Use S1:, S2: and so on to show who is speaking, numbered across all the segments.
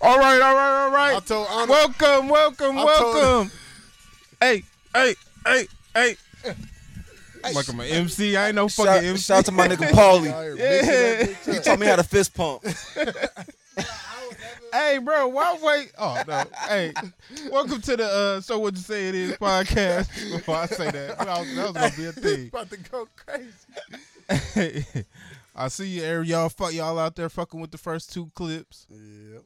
S1: All right, all right, all right.
S2: I told Honor-
S1: welcome, welcome,
S2: I told-
S1: welcome. Hey, hey, hey, hey.
S2: Hey,
S1: Like I'm an MC. I ain't no fucking
S3: Shout,
S1: MC.
S3: shout out to my nigga Paulie.
S1: Yeah.
S3: He taught me how to fist pump.
S1: Hey, bro, why wait? Oh no. Hey, welcome to the uh, so what you say it is podcast. Before I say that, that was, that was gonna be a thing.
S2: about to go crazy.
S1: Hey, I see you, Ariel. Fuck y'all out there fucking with the first two clips.
S2: Yeah.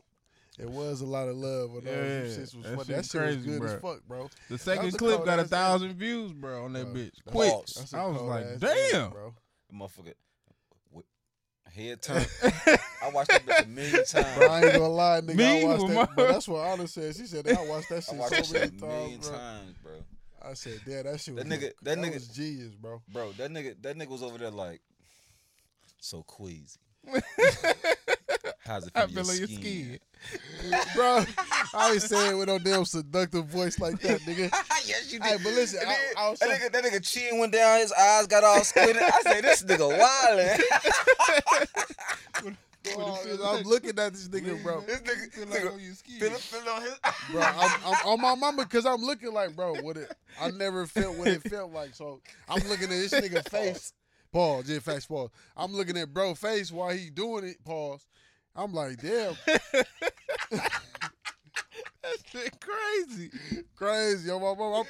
S2: It was a lot of love on
S1: Yeah,
S2: those shits was
S1: that
S2: funny.
S1: shit
S2: That shit was
S1: crazy,
S2: good as
S1: bro.
S2: fuck, bro.
S1: The
S2: That
S1: second
S2: was a
S1: clip
S2: cold
S1: got a
S2: ass
S1: thousand views, bro, on that
S2: Bro,
S1: bitch.
S2: that's
S1: Quick.
S3: Pause.
S2: That's a
S1: I was
S2: cold
S1: like,
S2: ass
S1: damn.
S2: bitch, bro.
S3: Motherfucker. Wh- Head turn. I watched that bitch a million times.
S2: Bro, I ain't gonna lie, nigga.
S1: Me
S2: I watched
S1: with
S2: that.
S1: my-
S2: bro, that's what Anna said. She said, I watched that
S3: I
S2: shit
S3: watched that
S2: so many
S3: shit a million
S2: times, bro.
S3: times, bro.
S2: I said, damn, that shit was
S3: That nigga- that nigga-
S2: was genius, bro.
S3: Bro, that nigga, that nigga was over there like, so queasy. How's it
S1: I
S3: feel? in your
S1: feel like your
S3: skin?
S1: skin.
S2: bro, I ain't saying it with no damn seductive voice like that, nigga.
S3: Ah, yes, you did.
S2: Hey, but listen,
S3: And
S2: I-
S3: then
S2: I was
S3: that, nigga, that nigga chin went down, his eyes got all squinted. I said, this nigga wildin'.
S2: I'm looking at this nigga, bro.
S3: this nigga,
S1: Feel
S3: feel
S1: like
S3: nigga
S1: on your skin.
S3: feel it- feel it on his
S2: bro. I'm, I'm on my mama because I'm looking like, bro, what it? I never felt what it felt like. So I'm looking at this nigga face. Pause. Yeah, facts. Pause. I'm looking at bro face while he doing it. Pause. I'm like, damn,
S1: That shit crazy.
S2: crazy. Yo, my mama.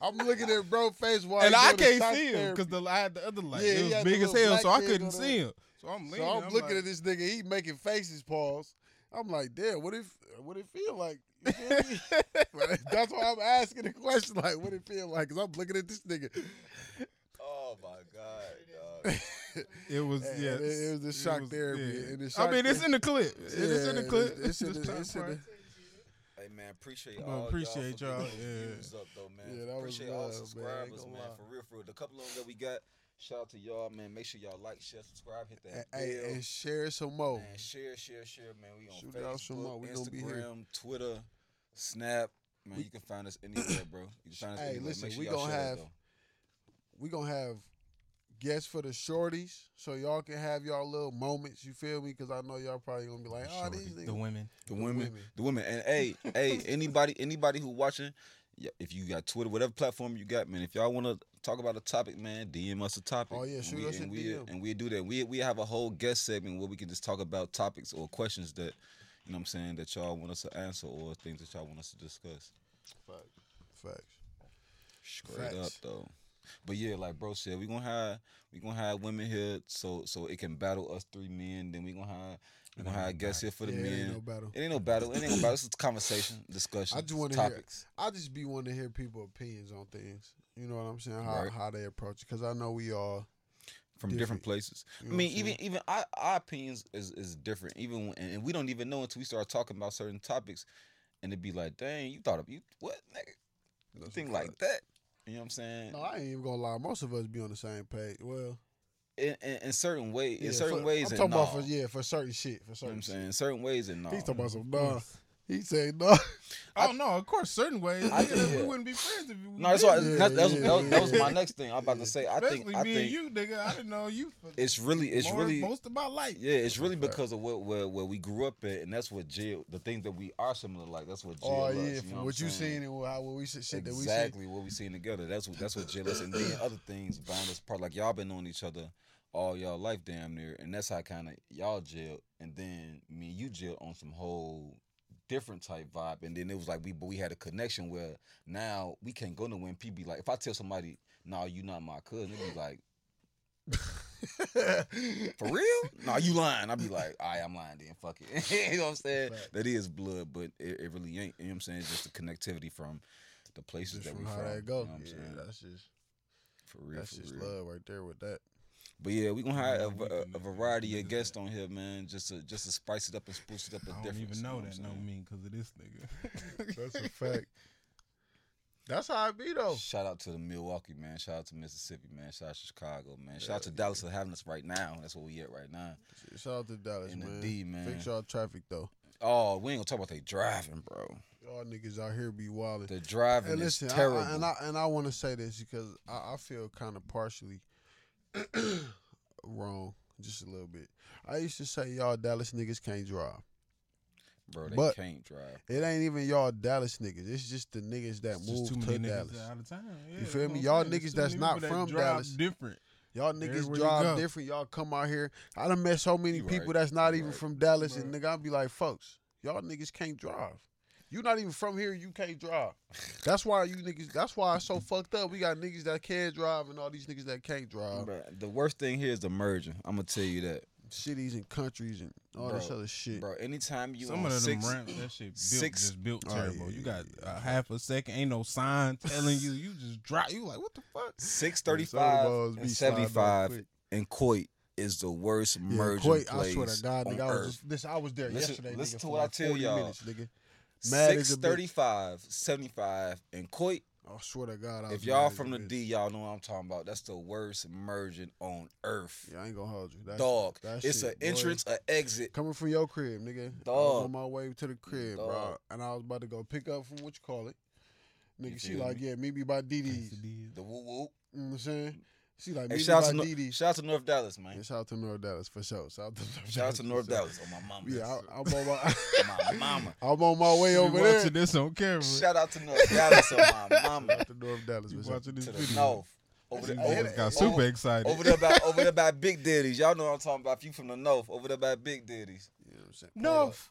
S2: I'm, I'm looking at bro face while
S1: and
S2: he
S1: I
S2: doing the shock
S1: can't see him
S2: therapy.
S1: because the I had the other light.
S2: Yeah, he
S1: it was
S2: had the
S1: big as
S2: little
S1: hell, so
S2: black
S1: I
S2: kid
S1: couldn't
S2: on there.
S1: see him. So I'm leaning.
S2: So I'm, looking
S1: like,
S2: at this nigga. He making faces. Pause. I'm like, damn, what if? What it feel like? You feel me? Like, That's why I'm asking the question. Like, what it feel like? Cause I'm looking at this nigga.
S3: Oh my god, dog.
S1: It was
S2: And
S1: yeah.
S2: it- it was the shock therapy, and the
S1: I
S2: shock
S1: mean, it's
S2: ther-
S1: in the clip. it's in the
S2: Yeah,
S1: clip.
S2: It's, it's in
S1: This
S2: the, it's in
S1: part.
S2: the,
S3: Hey man, appreciate
S1: Well,
S3: all
S1: appreciate
S3: y'all.
S1: y'all,
S3: for getting
S1: yeah.
S3: those views up though, man.
S2: Yeah, that was
S3: appreciate
S2: love,
S3: all
S2: man. I ain't
S3: subscribers,
S2: gonna
S3: man.
S2: lie.
S3: For real, for real. The couple of them that we got, shout out to y'all, man. Make sure y'all like, share, subscribe, hit that
S2: Hey,
S3: bell,
S2: and share some more.
S3: man. Share, share, share, man. We on
S2: Shoot it out some more.
S3: Facebook,
S2: We gonna be here.
S3: Instagram, Twitter, Snap. Man, you can find us anywhere, bro. You can find us
S2: Hey,
S3: anywhere.
S2: listen,
S3: Make sure
S2: we
S3: y'all
S2: gonna
S3: share that,
S2: have-
S3: though.
S2: We gonna have guests for the shorties, so y'all can have y'all little moments. You feel me? Because I know y'all probably gonna be like, oh, these
S1: the
S2: niggas.
S1: women.
S3: the women,
S2: women.
S3: the women, and hey, hey, anybody, anybody who watching, yeah, if you got Twitter, whatever platform you got, man, if y'all want to talk about a topic, man, DM us a topic.
S2: Oh, yeah,
S3: And
S2: shoot
S3: we,
S2: us a
S3: and we,
S2: DM.
S3: And we do that. We we have a whole guest segment where we can just talk about topics or questions that, you know, what I'm saying that y'all want us to answer or things that y'all want us to discuss.
S2: Facts.
S3: Straight up
S2: Facts.
S3: though. But yeah, like bro said, we gonna have we gonna have women here so so it can battle us three men. Then we gonna have we gonna have guests here for the
S2: Yeah, it
S3: men.
S2: ain't no battle.
S3: It ain't no battle. It ain't no battle. It's a conversation, discussion,
S2: I just want to hear.
S3: topics.
S2: I just be wanting to hear people opinions on things. You know what I'm saying? How
S3: Right.
S2: how they approach it? Because I know we all.
S3: from
S2: different.
S3: different places.
S2: You
S3: I
S2: know
S3: mean,
S2: what I'm
S3: even even our, our opinions is, is different. Even when, and and we don't even know until we start talking about certain topics, and it'd be like, dang, you thought of you what nigga you
S2: That's
S3: think
S2: a
S3: like
S2: fact.
S3: that. You know what I'm saying?
S2: No, I ain't even gonna lie. Most of us be on the same page. Well,
S3: in, in, in certain way,
S2: yeah,
S3: in certain
S2: for-
S3: ways,
S2: I'm
S3: and
S2: talking
S3: no.
S2: about for yeah for certain shit for
S3: You know what
S2: certain.
S3: I'm
S2: shit.
S3: saying? In certain ways, and no.
S2: He's talking about some nah.
S1: course.
S2: He said no.
S1: Oh no, of course, certain ways.
S3: I-
S1: nigga,
S3: yeah.
S1: We wouldn't be friends if you.
S3: No, that's why.
S1: didn't.
S3: That, that, was, that, was, that was my
S2: Yeah.
S3: next thing. I'm about to say. I
S1: Especially
S3: think. I
S1: me
S3: think
S1: and you, nigga. I didn't know you. For
S3: it's really. It's
S1: more-
S3: really.
S1: most of my life.
S3: Yeah, it's really
S2: Right.
S3: because of what where, where we grew up at, and that's what jail. The things that we are similar like. That's what jail.
S2: Oh
S3: us,
S2: yeah,
S3: you
S2: from
S3: know
S2: what you
S3: I'm saying?
S2: seen and what, how, what we said, shit that we
S3: exactly what we seen together. That's what that's what jealous and then other things bound us apart. Like y'all been on each other all y'all life damn near, and that's how kind of y'all jailed, and then me and you jailed on some whole different type vibe, and then it was like we but we had a connection where now we can't go nowhere. And P be like, if I tell somebody, "Nah, you not my cousin," it be like,
S2: seen.
S3: "For real? nah, you lying?" I'd be like, "All right, I'm lying then. Fuck it." you know what I'm saying?
S2: Fact.
S3: That is blood, but it, it really ain't. You know what I'm saying? It's just the connectivity from. The places
S2: Just
S3: that
S2: from
S3: we
S2: how
S3: from,
S2: that go.
S3: You know what I'm
S2: yeah,
S3: saying?
S2: that's just
S3: For real,
S2: that's
S3: for
S2: just
S3: real.
S2: love right there with that.
S3: But yeah, we gonna have a,
S1: we
S3: a-
S1: can
S3: a
S1: make it
S3: variety of
S1: niggas
S3: guests on here, man. Just to just to spice it up and spruce it up. A
S1: I don't
S3: difference,
S1: even
S3: you
S1: know
S3: what
S1: that
S3: I'm
S1: no
S3: saying?
S1: mean because of this nigga.
S2: That's a fact. That's how it be though.
S3: Shout out to the Milwaukee man. Shout out to Mississippi man. Shout out to Chicago man. Shout out to Dallas for having us right now. That's what we at right now.
S2: Shout out to Dallas,
S3: In the
S2: man.
S3: D, man.
S2: Fix y'all traffic though.
S3: Oh, we ain't gonna talk about they driving, bro.
S2: Y'all niggas out here be wilding.
S3: The driving
S2: And listen,
S3: is
S2: I- I-
S3: terrible.
S2: and I and I want to say this because I, I feel kind of partially wrong, just a little bit. I used to say y'all Dallas niggas can't drive.
S3: bro. They
S2: But-
S3: can't drive.
S2: It ain't even y'all Dallas niggas. It's just the niggas that
S1: It's
S2: move
S1: just too
S2: to
S1: many
S2: Dallas.
S1: niggas out of town. Yeah,
S2: You
S1: that's
S2: feel
S1: what
S2: me?
S1: I'm
S2: Y'all
S1: saying. It's
S2: niggas
S1: too
S2: that's
S1: many
S2: not
S1: people that
S2: from
S1: drive
S2: Dallas.
S1: Different.
S2: Y'all niggas
S1: Everywhere you
S2: drive
S1: go.
S2: different. Y'all come out here. I done met so many
S3: You
S2: people
S3: right.
S2: that's not
S3: You
S2: even
S3: right.
S2: from Dallas,
S1: You
S2: and nigga, I be like, folks, y'all niggas can't drive. You not even from here. You can't drive. That's why you niggas. That's why it's so fucked up. We got niggas that can drive and all these niggas that can't drive.
S3: Bro, the worst thing here is the merger. I'm gonna tell you that,
S2: Cities and countries and all this
S3: Bro,
S2: other shit.
S3: bro. Anytime you
S1: Some
S3: on
S1: of them
S3: six,
S1: ramps, that shit built
S3: six-
S1: just built
S2: Oh, yeah,
S1: terrible.
S2: yeah,
S1: you got
S2: yeah,
S1: a half a second, ain't no sign telling you. You just drop. You like what the fuck?
S3: six
S2: Soda
S3: thirty-five
S2: balls be
S3: and
S2: sliding off
S3: seventy-five
S2: quick.
S3: and Coit is the worst
S2: Yeah,
S3: merger
S2: Quake,
S3: place
S2: I swear to God,
S3: on
S2: nigga, I was
S3: earth.
S2: just, listen, I was there
S3: Listen-
S2: yesterday.
S3: listen
S2: nigga,
S3: to
S2: for
S3: what I
S2: like
S3: tell
S2: 40
S3: y'all.
S2: Minutes, nigga. Mad as a bitch.
S3: 635, 75, and Coit.
S2: I swear to God, I was
S3: If y'all
S2: mad as
S3: from
S2: a
S3: the
S2: bitch.
S3: D, y'all know what I'm talking about. That's the worst merging on earth.
S2: yeah, I ain't gonna hold you. That
S3: Dog.
S2: that
S3: it's
S2: shit,
S3: an
S2: boy.
S3: entrance, an exit.
S2: Coming from your crib, nigga. I was
S3: Dog.
S2: on my way to the crib, bro,
S3: Dog.
S2: and I was about to go pick up from what you call it. Nigga,
S3: You
S2: she
S3: feel
S2: like,
S3: me?
S2: yeah, meet me by DD's. You
S3: The woo woo.
S2: know what I'm saying? She like,
S3: Hey,
S2: meet
S3: shout out, to
S2: me by
S3: Nor-
S2: DD's.
S3: shout out to North Dallas, man.
S2: Yeah, shout out to North Dallas for sure. Shout out to North
S3: Shout out to
S2: for
S3: North
S2: sure.
S3: Dallas on my mama.
S2: Yeah, I, I'm on my.
S3: my mama.
S2: I'm on my way
S1: You
S2: over
S1: watching
S2: there.
S1: this on camera.
S3: Shout out to North Dallas on my
S2: Shout
S3: mama.
S2: out to North Dallas.
S1: you
S2: for sure.
S1: watching this
S3: To the
S1: video?
S3: north. Over
S1: You
S3: there,
S2: Oh,
S1: niggas
S3: over,
S2: yeah.
S1: got
S3: over-
S1: super excited.
S3: over there by over there by Big Daddies. Y'all know what I'm talking about. If you from the north, over there by Big Daddies.
S2: You know what I'm saying?
S1: North.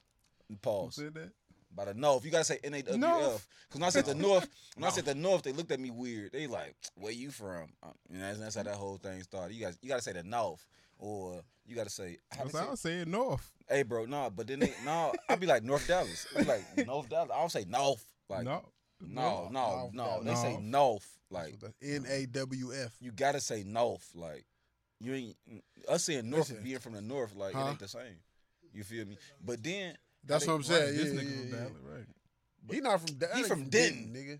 S1: Who
S3: Pause.
S1: said that?
S3: By the north. You gotta say N A W F.
S1: North.
S3: Because when I said the north, when I said the north, they looked at me weird. They like, where you from? Uh, You know, that's, that's how that whole thing started. You guys you gotta say the north. Or you gotta say how
S1: That's
S3: they
S1: how I
S3: say-
S1: was saying North.
S3: Hey bro, nah, but then they nah, I'd be like North Dallas. I'd be like North Dallas. I don't say North. Like
S1: no.
S3: No, no,
S2: North
S3: no. They
S1: Dallas.
S3: say
S1: North.
S3: north. Like
S2: N A W F.
S3: you gotta say north. Like you ain't us saying north
S2: Listen.
S3: being from the north. Like
S2: Huh?
S3: it ain't the same. You feel me? But then
S2: That's
S3: they-
S2: what I'm
S1: Right,
S2: saying.
S1: this
S2: yeah,
S1: nigga
S2: yeah,
S1: from
S2: yeah.
S1: Dallas, right?
S2: He not from Dallas.
S3: He
S2: nigga
S3: from
S2: nigga.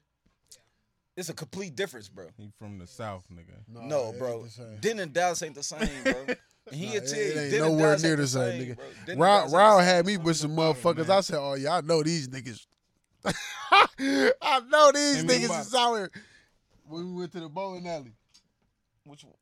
S3: it's a complete difference, bro.
S1: He from the South, nigga.
S3: No,
S2: it ain't
S3: bro.
S2: the same.
S3: Denton and Dallas ain't the same, bro. And
S2: Nah,
S3: he'll
S2: it-
S3: tell
S2: it
S3: you,
S2: ain't
S3: Denton and
S2: nowhere
S3: Dallas
S2: near
S3: ain't
S2: the same, nigga.
S3: bro. Denton and
S2: Ryle,
S3: Dallas ain't
S2: Ryle
S3: the
S2: had me with some motherfuckers. I said, "Oh yeah, I know these niggas. I know these
S1: And
S2: niggas
S1: meanwhile-
S2: is out here." When we went to the bowling alley,
S3: same. Which one?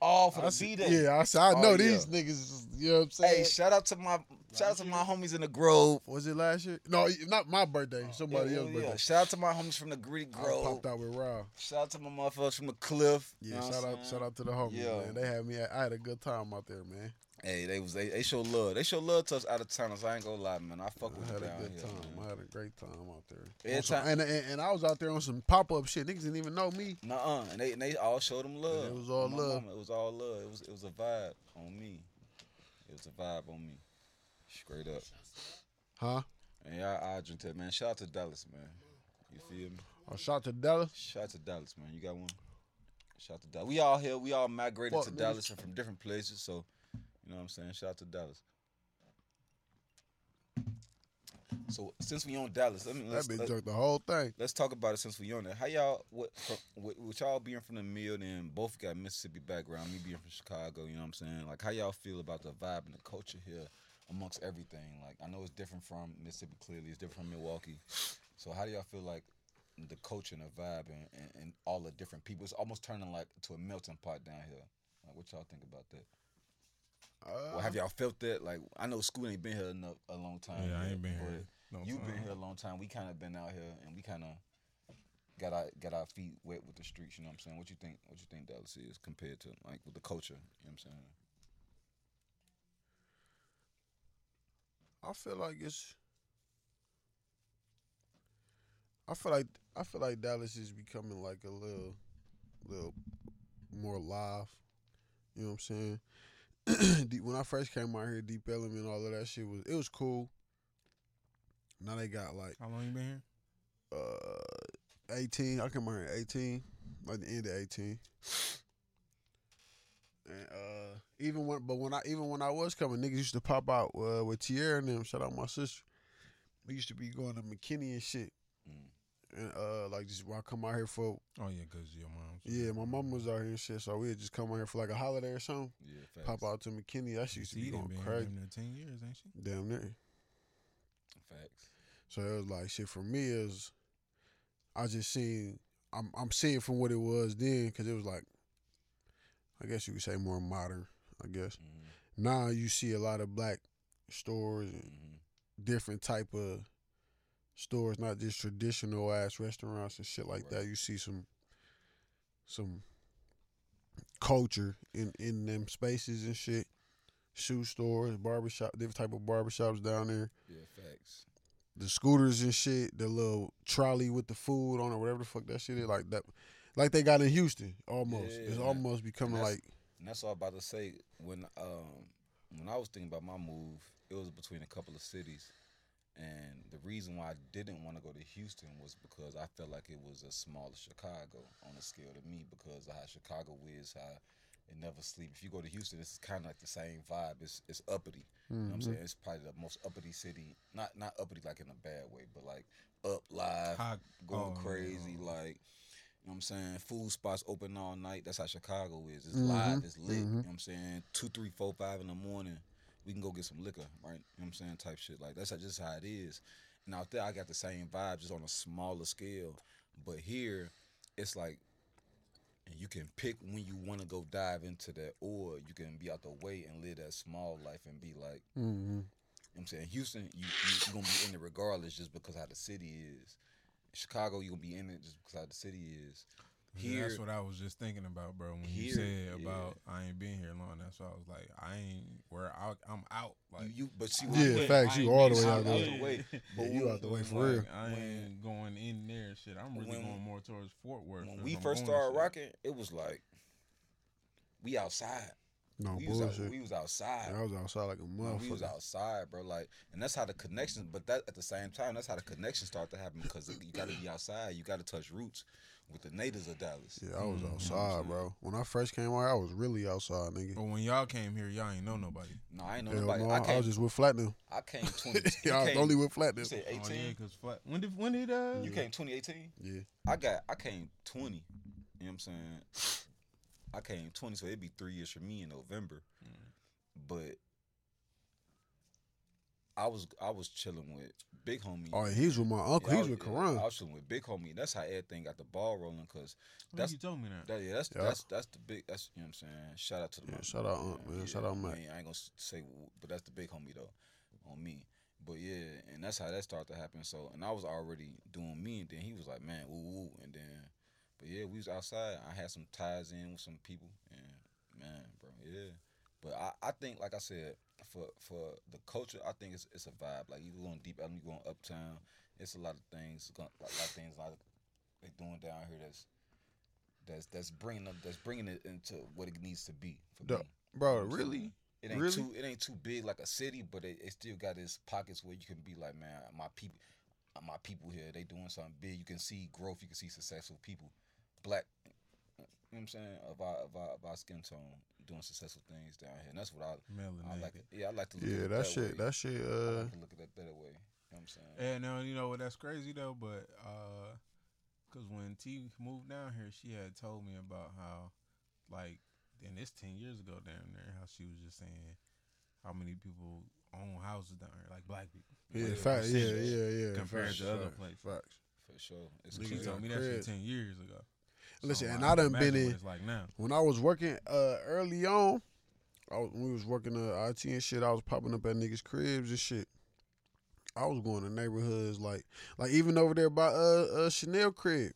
S3: Oh, for
S2: I
S3: the
S2: said-
S3: B day.
S2: yeah, I said, "I
S3: Oh,
S2: know
S3: yeah.
S2: these niggas." is- You know what I'm saying?
S3: Hey, shout out to my shout out to my homies in the Grove.
S2: was it last year? No, not my birthday.
S3: Yeah,
S2: Somebody
S3: Oh, yeah,
S2: else's
S3: yeah.
S2: birthday.
S3: Shout out to my homies from the Gritty
S2: I
S3: Grove.
S2: popped out with Ryle.
S3: Shout out to my motherfuckers from the Cliff. you
S2: Yeah,
S3: know what
S2: shout
S3: I'm
S2: out,
S3: saying?
S2: shout out to the homies,
S3: Yeah.
S2: man. They had me. I had a good time out there, man.
S3: Hey, they was they, they show love. They show love to us out of towners. I ain't gonna lie, man. I fuck
S2: I
S3: with
S2: had
S3: you
S2: a
S3: down
S2: good
S3: here.
S2: time.
S3: man.
S2: I had a great time out there.
S3: Yeah,
S2: On some- and,
S3: time-
S2: and and I was out there on some pop up shit. Niggas didn't even know me.
S3: Nuh-uh. and they and they all showed them love.
S2: it was all
S3: My
S2: love.
S3: mama, It was all love. It was it was a vibe on me. It was a vibe on me, straight up.
S2: Huh?
S3: And y'all, I drink that man. Shout out to Dallas, man. You feel me?
S2: I shot to Dallas.
S3: Shout out to Dallas, man. You got one. Shout out to Dallas. We all here. We all migrated
S2: Fuck,
S3: to
S2: niggas.
S3: Dallas and from different places. So, you know what I'm saying. Shout out to Dallas. So since we on Dallas, let me
S2: That
S3: let's,
S2: bitch
S3: let-
S2: jerked the whole thing.
S3: let's talk about it since we on there. How y'all what from, with, with y'all being from the mill and both got Mississippi background, me being from Chicago, you know what I'm saying? Like how y'all feel about the vibe and the culture here amongst everything? Like I know it's different from Mississippi clearly, it's different from Milwaukee. So how do y'all feel like the culture and the vibe and, and, and all the different people? It's almost turning like to a melting pot down here. Like what y'all think about that? Or
S2: Uh,
S3: have y'all felt that? Like I know school ain't been here enough a long time.
S1: Yeah, I
S3: yet,
S1: ain't been
S3: but-
S1: here. No
S3: You've
S1: time.
S3: been
S2: Uh-huh.
S3: here a long time. We kind of been out here, and we kind of got our got our feet wet with the streets. You know what I'm saying? What you think? What you think Dallas is compared to like with the culture? You know what I'm saying?
S2: I feel like it's. I feel like I feel like Dallas is becoming like a little, little more live. You know what I'm saying? Deep- when I first came out here, Deep Element, all of that shit was it was cool. Now they got like
S1: How long you been here?
S2: uh, 18. uh, I came out here at 18, like the end of 18. And uh, even when, but when I even when I was coming, niggas used to pop out uh, with Tierra and them. Shout out my sister. We used to be going to McKinney and shit,
S3: Mm.
S2: and uh, like just when I come out here for
S1: Oh yeah, cause your mom.
S2: yeah, my mom was out here and shit, so we'd just come out here for like a holiday or something.
S3: Yeah, facts.
S2: Pop out to McKinney. That shit used to
S1: See,
S2: be
S1: you done
S2: going
S1: been here
S2: crazy.
S1: damn near ten years, ain't she?
S2: Damn near.
S3: Facts.
S2: So it was like shit for me is I just seen I'm I'm seeing from what it was then because it was like I guess you could say more modern. I guess
S3: Mm-hmm.
S2: now you see a lot of black stores and
S3: Mm-hmm.
S2: different type of stores, not just traditional ass restaurants and shit like
S3: Right.
S2: that. You see some some culture in in them spaces and shit. Shoe stores, barbershop, different type of barbershops down there.
S3: Yeah, facts.
S2: The scooters and shit, the little trolley with the food on it, whatever the fuck that shit is, like that, like they got in Houston. Almost,
S3: Yeah,
S2: it's
S3: man.
S2: almost becoming
S3: that's-
S2: like
S3: And that's all I'm about to say. When um when I was thinking about my move, it was between a couple of cities. And the reason why I didn't want to go to Houston was because I felt like it was a smaller Chicago on a scale to me because of how Chicago is, how it never sleep. If you go to Houston, it's kind of like the same vibe. It's it's uppity. You know what I'm
S2: mhm.
S3: saying? It's probably the most uppity city. Not not uppity like in a bad way, but like up live,
S1: Hot-
S3: going
S1: oh,
S3: crazy,
S1: oh.
S3: like you know what I'm saying? Food spots open all night. That's how Chicago is. It's
S1: Mm-hmm,
S2: Mhm,
S3: live, it's lit. You know
S2: mhm.
S3: what I'm saying? Two, three, four, five in the morning, we can go get some liquor, right? You know what I'm saying? Type shit. Like that's how, just how it is. And out there I got the same vibe, just on a smaller scale. But here, it's like and you can pick when you want to go dive into that, or you can be out the way and live that small life and be like,
S2: mhm.
S3: you know what I'm saying Houston, you you are gonna be in it regardless, just because how the city is. Chicago, you are gonna be in it just because how the city is.
S1: Yeah,
S3: Here,
S1: that's what I was just thinking about, bro. When you
S3: Here,
S1: said
S3: yeah.
S1: about I ain't been here long, that's why I was like, I ain't where I, I'm out. Like,
S3: you, you but see,
S2: Yeah,
S3: when-
S2: facts, you all the way
S3: when-
S2: out there.
S3: the way. But
S2: Yeah, you
S3: when-
S2: out the way for
S1: like,
S2: real.
S1: I
S3: when-
S1: ain't going in there. and Shit, I'm really
S3: when-
S1: going more towards Fort Worth.
S3: When
S1: if
S3: we
S1: I'm going
S3: first
S1: to
S3: started
S1: shit.
S3: rocking, it was like we outside.
S2: No
S3: We was, out,
S2: bullshit.
S3: we was outside.
S2: I was outside like a
S3: Like, we was
S2: motherfucker.
S3: outside, bro. Like, and that's how the connections. But that at the same time, that's how the connections start to happen because you got to be outside. You got to touch roots with the natives of Dallas.
S2: Yeah, I was
S1: Mm,
S2: outside, bro. When I first came out, I was really outside, nigga.
S1: But when y'all came here, y'all ain't know nobody.
S3: No, I ain't know
S2: Hell
S3: nobody.
S2: no,
S3: I
S2: I,
S3: came. I,
S2: was just with Flatnam.
S3: came twenty. you
S2: yeah, I was
S3: came-
S2: only with
S3: You
S2: Flatnam.
S3: said
S1: Oh, yeah,
S3: eighteen.
S1: cause flat. When did when did uh?
S3: You came twenty eighteen.
S2: Yeah,
S3: I got. I came twenty. You know what I'm saying? I came twenty, so it'd be three years for me in November.
S1: Mm.
S2: Mm-hmm.
S3: But I was I was chilling with big homie.
S2: all right, Oh, he's with my uncle.
S3: Yeah, I
S2: he's
S3: was-
S2: with
S3: yeah,
S2: Karan.
S3: I was chilling with big homie. That's how everything got the ball rolling. Cause
S1: When
S3: that's
S1: you told me that.
S3: That, yeah, that's
S2: Yeah.
S3: that's that's the big. That's you know what I'm saying. Shout out to the
S2: Yeah,
S3: my-
S2: shout out Unc, man. Shout out Mac.
S3: I ain't- I ain't gonna s- say, wh- but that's the big homie though, on me. But yeah, and that's how that started to happen. So, and I was already doing me, and then he was like, "Man, woo woo," and then, but yeah, we was outside. I had some ties in with some people, and man, bro, yeah. But I, I think, like I said, for for the culture, I think it's it's a vibe. Like you going deep, you going uptown. It's a lot of things, gon- a lot of things, a lot of they doing down here that's that's that's bringing up that's bringing it into what it needs to be for
S2: Duh.
S3: me.
S2: Bro,
S3: I'm
S2: really?
S3: saying? It ain't
S2: Really?
S3: too it ain't too big like a city, but it, it still got its pockets where you can be like, man, my people, my people here, they doing something big. You can see growth, you can see successful people, black. You know what I'm saying of our of our, of our skin tone doing successful things down here, and that's what I I
S1: Melanated.
S3: like. It. Yeah, I like to look at
S2: Yeah,
S3: it
S2: that
S3: that
S2: shit.
S3: Way.
S2: That shit.
S3: I
S2: Uh,
S3: like to look at it that way. You know what I'm saying.
S1: And now you know what? That's crazy though. But uh, cause when T moved down here, she had told me about how, like, and it's ten years ago down there, how she was just saying how many people own houses down here, like black people.
S2: yeah,
S3: Yeah,
S2: facts. Yeah,
S3: percentage
S2: yeah, yeah.
S1: compared
S2: facts,
S1: to other
S2: facts,
S1: places.
S2: Facts.
S3: For sure, it's
S2: Niggas
S1: She
S2: Yeah.
S1: told
S3: crazy.
S1: me that shit
S2: Crib.
S1: ten years ago.
S2: Listen,
S1: I'm
S2: and
S1: like,
S2: I done
S1: imagine
S2: been
S1: what
S2: in-
S1: It's like now.
S2: When I was working uh early on, I was, when we was working uh, IT and shit, I was popping up at niggas' cribs and shit. I was going to neighborhoods like like even over there by uh, uh Chanel crib.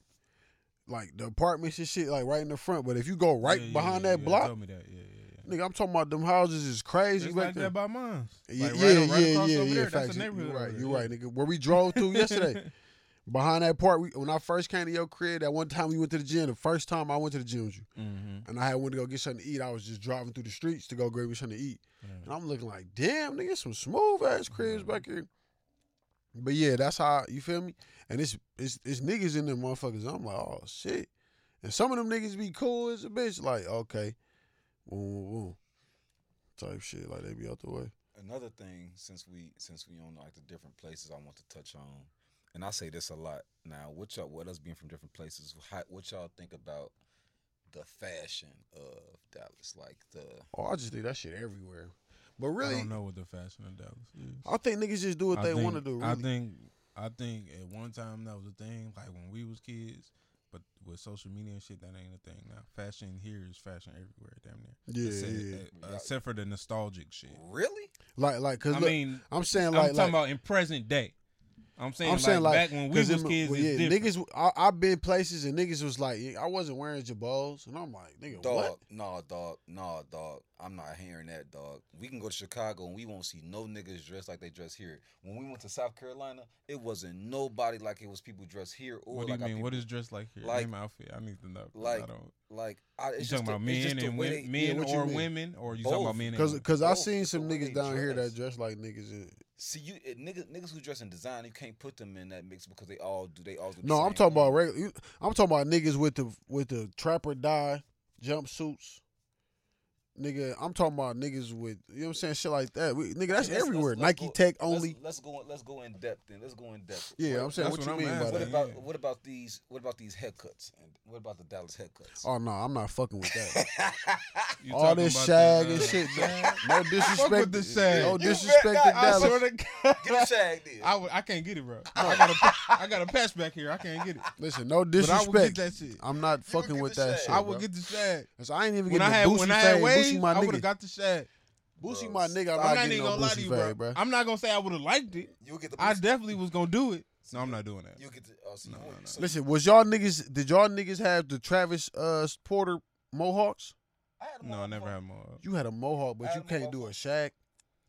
S2: Like the apartments and shit, like right in the front. But if you go right
S1: Yeah, yeah,
S2: behind
S1: yeah,
S2: that
S1: you had
S2: block,
S1: Told me that. Yeah, yeah, yeah.
S2: nigga, I'm talking about them houses is crazy.
S1: It's
S2: back
S1: like
S2: there.
S1: that by mine.
S2: Yeah,
S1: like,
S2: yeah,
S1: right, right
S2: yeah,
S1: across
S2: yeah,
S1: over
S2: yeah.
S1: there, That's
S2: facts.
S1: a neighborhood. over
S2: you right,
S1: there,
S2: you
S1: yeah.
S2: right, nigga. Where we drove through yesterday, behind that park. We, when I first came to your crib, that one time we went to the gym, the first time I went to the gym with you,
S1: Mhm.
S2: and I had went to go get something to eat. I was just driving through the streets to go grab me something to eat,
S1: Yeah.
S2: and I'm looking like, damn, nigga, some smooth ass cribs back here. But yeah, that's how you feel me. And it's it's it's niggas in them motherfuckers. I'm like, oh shit. And some of them niggas be cool as a bitch. Like, okay, boom, boom, boom, type shit. Like they be out the way.
S3: another thing since we since we on like the different places I want to touch on, and I say this a lot now. What y'all, what us being from different places, how, what y'all think about the fashion of Dallas? Like the
S2: Oh, I just do that shit everywhere. But
S1: I
S2: really,
S1: don't know what the fashion of Dallas is.
S2: I, think niggas just do what
S1: I
S2: they
S1: think-
S2: want to do. Really.
S1: I think I think at one time that was a thing. Like when we was kids, But with social media and shit, that ain't a thing now. Fashion here is fashion everywhere, damn near.
S2: Yeah,
S1: except,
S2: yeah.
S1: uh, except for the nostalgic shit.
S3: Really?
S2: Like, like, cause
S1: I
S2: look,
S1: mean,
S2: I'm saying
S1: I'm
S2: like,
S1: talking
S2: like,
S1: about in present day. I'm saying,
S2: I'm
S1: like,
S2: saying, like,
S1: back when we was
S2: 'cause
S1: kids,
S2: in- well,
S1: it's
S2: yeah,
S1: different.
S2: niggas. I, I've been places and niggas was like, I wasn't wearing jabos, and I'm like, nigga,
S3: Dog,
S2: what?
S3: nah, dog, nah, dog. I'm not hearing that, dog. We can go to Chicago and we won't see no niggas dressed like they dress here. When we went to South Carolina, it wasn't nobody like it was people dressed here or
S1: What do you
S3: like I
S1: mean?
S3: think-
S1: What is dressed like here?
S3: like-
S1: Name outfit. I need to know. 'cause
S3: like,
S1: I don't.
S3: like I,
S1: You
S3: it's
S1: talking
S3: just
S1: about
S3: the- it's just
S1: men
S3: the
S1: and
S3: way
S1: women,
S3: they-
S2: yeah,
S1: men
S2: what you
S1: or
S2: mean?
S1: women, or you talking
S3: Both.
S1: about men? and
S2: Cause,
S1: women?
S2: cause I
S3: Bro,
S2: seen
S3: it's
S2: some
S3: the way
S2: niggas
S3: they
S2: down here
S3: dress.
S2: that dress like niggas. in-
S3: See you, it, niggas, niggas who dress in design, you can't put them in that mix because they all do. They all do. the
S2: No, I'm
S3: same
S2: talking about
S3: thing.
S2: regular. you- I'm talking about niggas with the with the trapper die jumpsuits. Nigga, I'm talking about niggas with you know what I'm saying, shit like that. We, nigga, that's
S3: Let's- let's-
S2: everywhere.
S3: let's
S2: Nike
S3: go-
S2: Tech
S3: let's-
S2: only.
S3: Let's, go. Let's go in depth. Then let's go in depth.
S2: Yeah,
S3: What-
S2: I'm saying
S1: that's
S2: what, you
S1: what
S2: mean
S1: I'm
S2: by
S1: asking.
S3: What
S2: that.
S3: about
S1: Yeah.
S3: what about these? What about these haircuts? And what about the Dallas haircuts?
S2: Oh no, I'm not fucking with that.
S1: You
S2: all
S1: talking
S2: this
S1: about
S2: shag
S1: the,
S2: and
S1: uh,
S2: shit,
S1: shag?
S2: No
S1: Fuck
S2: disrespect.
S1: with the shag.
S2: No
S1: You
S2: disrespect to
S3: better not- I
S2: Dallas.
S3: swear
S1: to
S3: Get a shag then.
S1: I, would, I can't get it, bro. I got a pa- I got a patch back here. I can't get it.
S2: Listen, no
S1: But I would
S2: disrespect.
S1: get that shit.
S2: I'm not fucking
S3: get
S2: with
S3: the
S2: that
S3: shag.
S2: shit.
S1: I would
S2: bro.
S1: get the shag.
S2: Listen, I ain't even
S1: When I
S2: getting
S1: had
S2: the Boosie
S1: when I had
S2: fade.
S1: waves,
S2: Boosie my
S1: I would
S2: nigga.
S1: have got the shag.
S2: Boosie
S3: Bro,
S2: my nigga.
S1: I'm
S2: I'm
S1: not
S2: not
S1: even
S2: getting no
S1: gonna lie to you,
S2: Boosie
S1: bro.
S2: fade, bro.
S1: I'm not gonna say I would have liked it.
S3: You would get the.
S1: I
S3: boost.
S1: definitely was gonna do it. No, I'm not doing that.
S3: You would get the. Oh, so
S1: No,
S3: you
S1: no,
S3: would-
S1: no.
S3: so
S2: Listen, was y'all niggas? Did y'all niggas have the Travis uh, Porter mohawks?
S3: I had a
S1: No, I
S3: mohawk
S1: never
S3: before.
S1: had more.
S2: You had a mohawk,
S3: I
S2: but you
S3: had a
S2: can't do a
S3: mohawk.
S2: shag.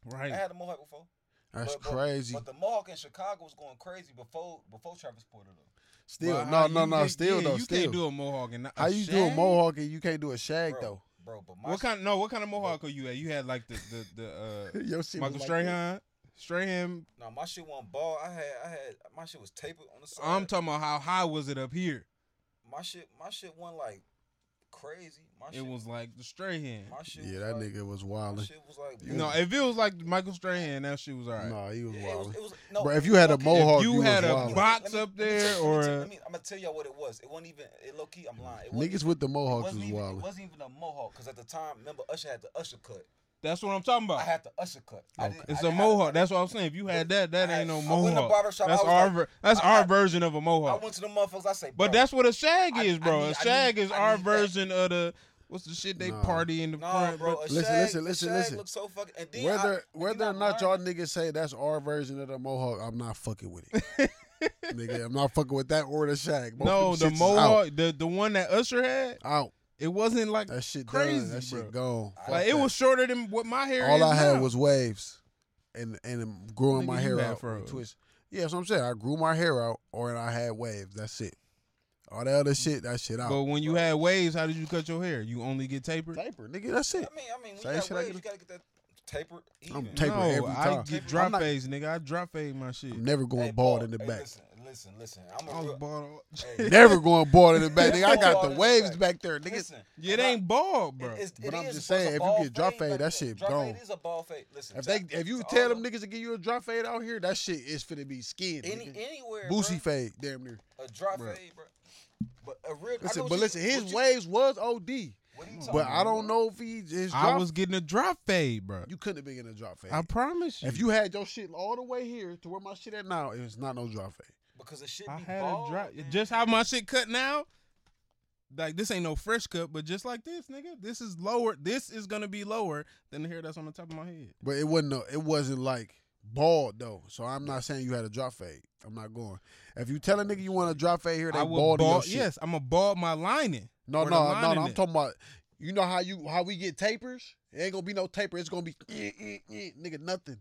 S1: Right.
S3: I had a mohawk before.
S2: That's
S3: But- but-
S2: crazy.
S3: But the mohawk in Chicago was going crazy before before Travis Porter though.
S2: Still,
S1: But
S2: no,
S1: how
S2: no,
S1: you
S2: no.
S1: get-
S2: Still
S1: yeah,
S2: though,
S1: You
S2: still.
S1: can't do a mohawk and not
S2: How you do a
S1: shag?
S2: mohawk and you can't do a shag
S3: Bro,
S2: though?
S3: bro, but my
S1: What kind? No, what kind of mohawk are you at? You had like the the the uh,
S2: Yo, shit was
S1: Michael
S2: like that.
S1: Strahan. Strahan.
S3: No, my shit wasn't bald. I had, I had, my shit was tapered on the side.
S1: I'm talking about how high was it up here?
S3: my shit, my shit wasn't like crazy. My
S1: It
S3: shit,
S1: was like the Strahan.
S3: my shit.
S2: Yeah,
S3: was
S2: that
S3: like,
S2: nigga was
S3: My
S2: wildin'.
S3: shit was like,
S1: No, if it was like Michael Strahan, that shit was alright.
S2: Nah, he was
S3: yeah, it was,
S2: wildin'.
S3: it was, no,
S2: Bro, if you had a
S3: okay,
S2: mohawk,
S1: if you,
S2: you was
S1: had a
S2: wildin'.
S1: box
S3: let me-
S1: up
S3: let me
S1: there
S3: tell-
S1: or
S3: let me
S1: a,
S3: tell- let me, I'm gonna tell y'all what it was. It wasn't even it low key. I'm lying. It wasn't,
S2: Niggas with the
S3: it
S2: mohawks
S3: wasn't
S2: was
S3: even, it
S2: wildin'.
S3: wasn't even a mohawk because at the time, remember Usher had the Usher cut.
S1: that's what I'm talking
S3: I
S1: about.
S3: had the Usher cut. I didn't- I
S1: It's a
S3: didn't- I-
S1: mohawk. That's what I'm saying. If you had that, that
S3: I-
S1: ain't no
S3: I went to
S1: mohawk.
S3: barbershop, I
S1: That's
S3: was
S1: our
S3: like-
S1: ver- that's
S3: I-
S1: our
S3: I-
S1: version of a
S3: I
S1: mohawk.
S3: went to the motherfuckers. I say,
S1: But
S3: bro,
S1: that's what a shag
S3: I-
S1: is,
S3: I
S1: bro.
S3: need- I
S1: a shag
S3: need-
S1: is
S3: I
S1: our
S3: need that.
S1: version of the what's the shit they
S2: Nah.
S1: party in the
S3: No,
S1: front.
S3: bro.
S1: but-
S3: A
S2: Listen,
S3: shag,
S2: listen,
S3: a
S2: listen,
S3: shag
S2: listen.
S3: Looks so fucking. And then I,
S2: Whether
S3: if you
S2: whether or
S3: not
S2: not y'all
S3: learning-
S2: niggas say that's our version of the mohawk, I'm not fucking with it. Nigga, I'm not fucking with that or the shag. Both
S1: no,
S2: them
S1: the
S2: shits is
S1: mohawk, the the one that Usher had,
S2: out. out.
S1: it wasn't like
S2: That shit
S1: Crazy,
S2: crazy. That
S1: bro.
S2: shit gone. Fuck
S1: like it
S2: that.
S1: was shorter than what my hair
S2: all
S1: is
S2: I had
S1: now.
S2: was waves, and and growing
S1: Nigga,
S2: my
S1: you
S2: hair
S1: had
S2: out.
S1: froze.
S2: and Twist. Yeah, that's what I'm saying. I grew my hair out, or and I had waves. That's it. All that other shit, that shit
S1: But
S2: out.
S1: when you had waves, how did you cut your hair? You only get tapered.
S2: Taper, nigga. That's it.
S3: I mean, I mean, we
S2: Same
S3: got
S2: shit I
S3: waves.
S2: get-
S3: You gotta get that tapered. Even.
S2: I'm tapered
S1: no,
S2: every
S1: I
S2: time.
S1: get
S2: I'm
S1: drop
S2: not-
S1: fades, nigga. I drop fade my shit.
S2: I'm never going
S3: Hey,
S2: bald
S3: Paul,
S2: in the
S3: hey,
S2: back.
S3: Listen, listen, listen. I'm a
S1: I was
S3: real,
S1: bald. all-
S3: hey,
S2: Never going bald in the back, nigga. I
S3: Bald
S2: got
S3: in
S2: the
S3: the
S2: waves
S3: back.
S2: back there, nigga.
S3: listen,
S1: Yeah, it
S3: I'm
S1: ain't bald,
S3: not-
S1: bro.
S3: it- it's-
S2: But
S3: it
S2: I'm
S3: is,
S2: just
S3: but it's
S2: saying,
S3: a
S2: if you
S3: ball
S2: get drop
S3: fade
S2: fade, that
S3: back there.
S2: shit
S3: Drop fade
S2: gone.
S3: is a ball fade. Listen,
S2: If they,
S3: drop-
S2: if you
S3: it's
S2: tell
S3: all
S2: them
S3: up.
S2: niggas to give you a drop fade out here, that shit is finna be skinned.
S3: any
S2: nigga.
S3: anywhere,
S2: Boosie
S3: bro,
S2: fade, damn near.
S3: a drop
S1: Bruh.
S3: fade, bro. But a real. I
S2: Listen,
S3: know what
S2: but
S3: you-
S2: listen, his
S3: what you-
S2: waves was OD,
S3: what are you
S2: but
S3: talking
S2: I don't
S3: about?
S2: know if he his drop.
S1: I was getting a drop fade, bro.
S2: you couldn't have been in a drop fade.
S1: I promise you.
S2: If you had your shit all the way here to where my shit at now, it's not no drop fade.
S3: because the shit
S1: I
S3: be
S1: had
S3: bald,
S1: a drop.
S3: man.
S1: Just how my shit cut now. Like this ain't no fresh cut, but just like this, nigga, this is lower. This is gonna be lower than the hair that's on the top of my head.
S2: But it wasn't. A, it wasn't like bald though. So I'm not saying you had a drop fade. I'm not going. If you tell a nigga you want a drop fade here, they
S1: I
S2: bald. in your shit.
S1: Yes, I'm gonna bald my lining.
S2: No,
S1: where the
S2: no, no,
S1: lining
S2: no. I'm
S1: at.
S2: talking about. You know how you how we get tapers? It ain't gonna be no taper. It's gonna be eh, nigga nothing.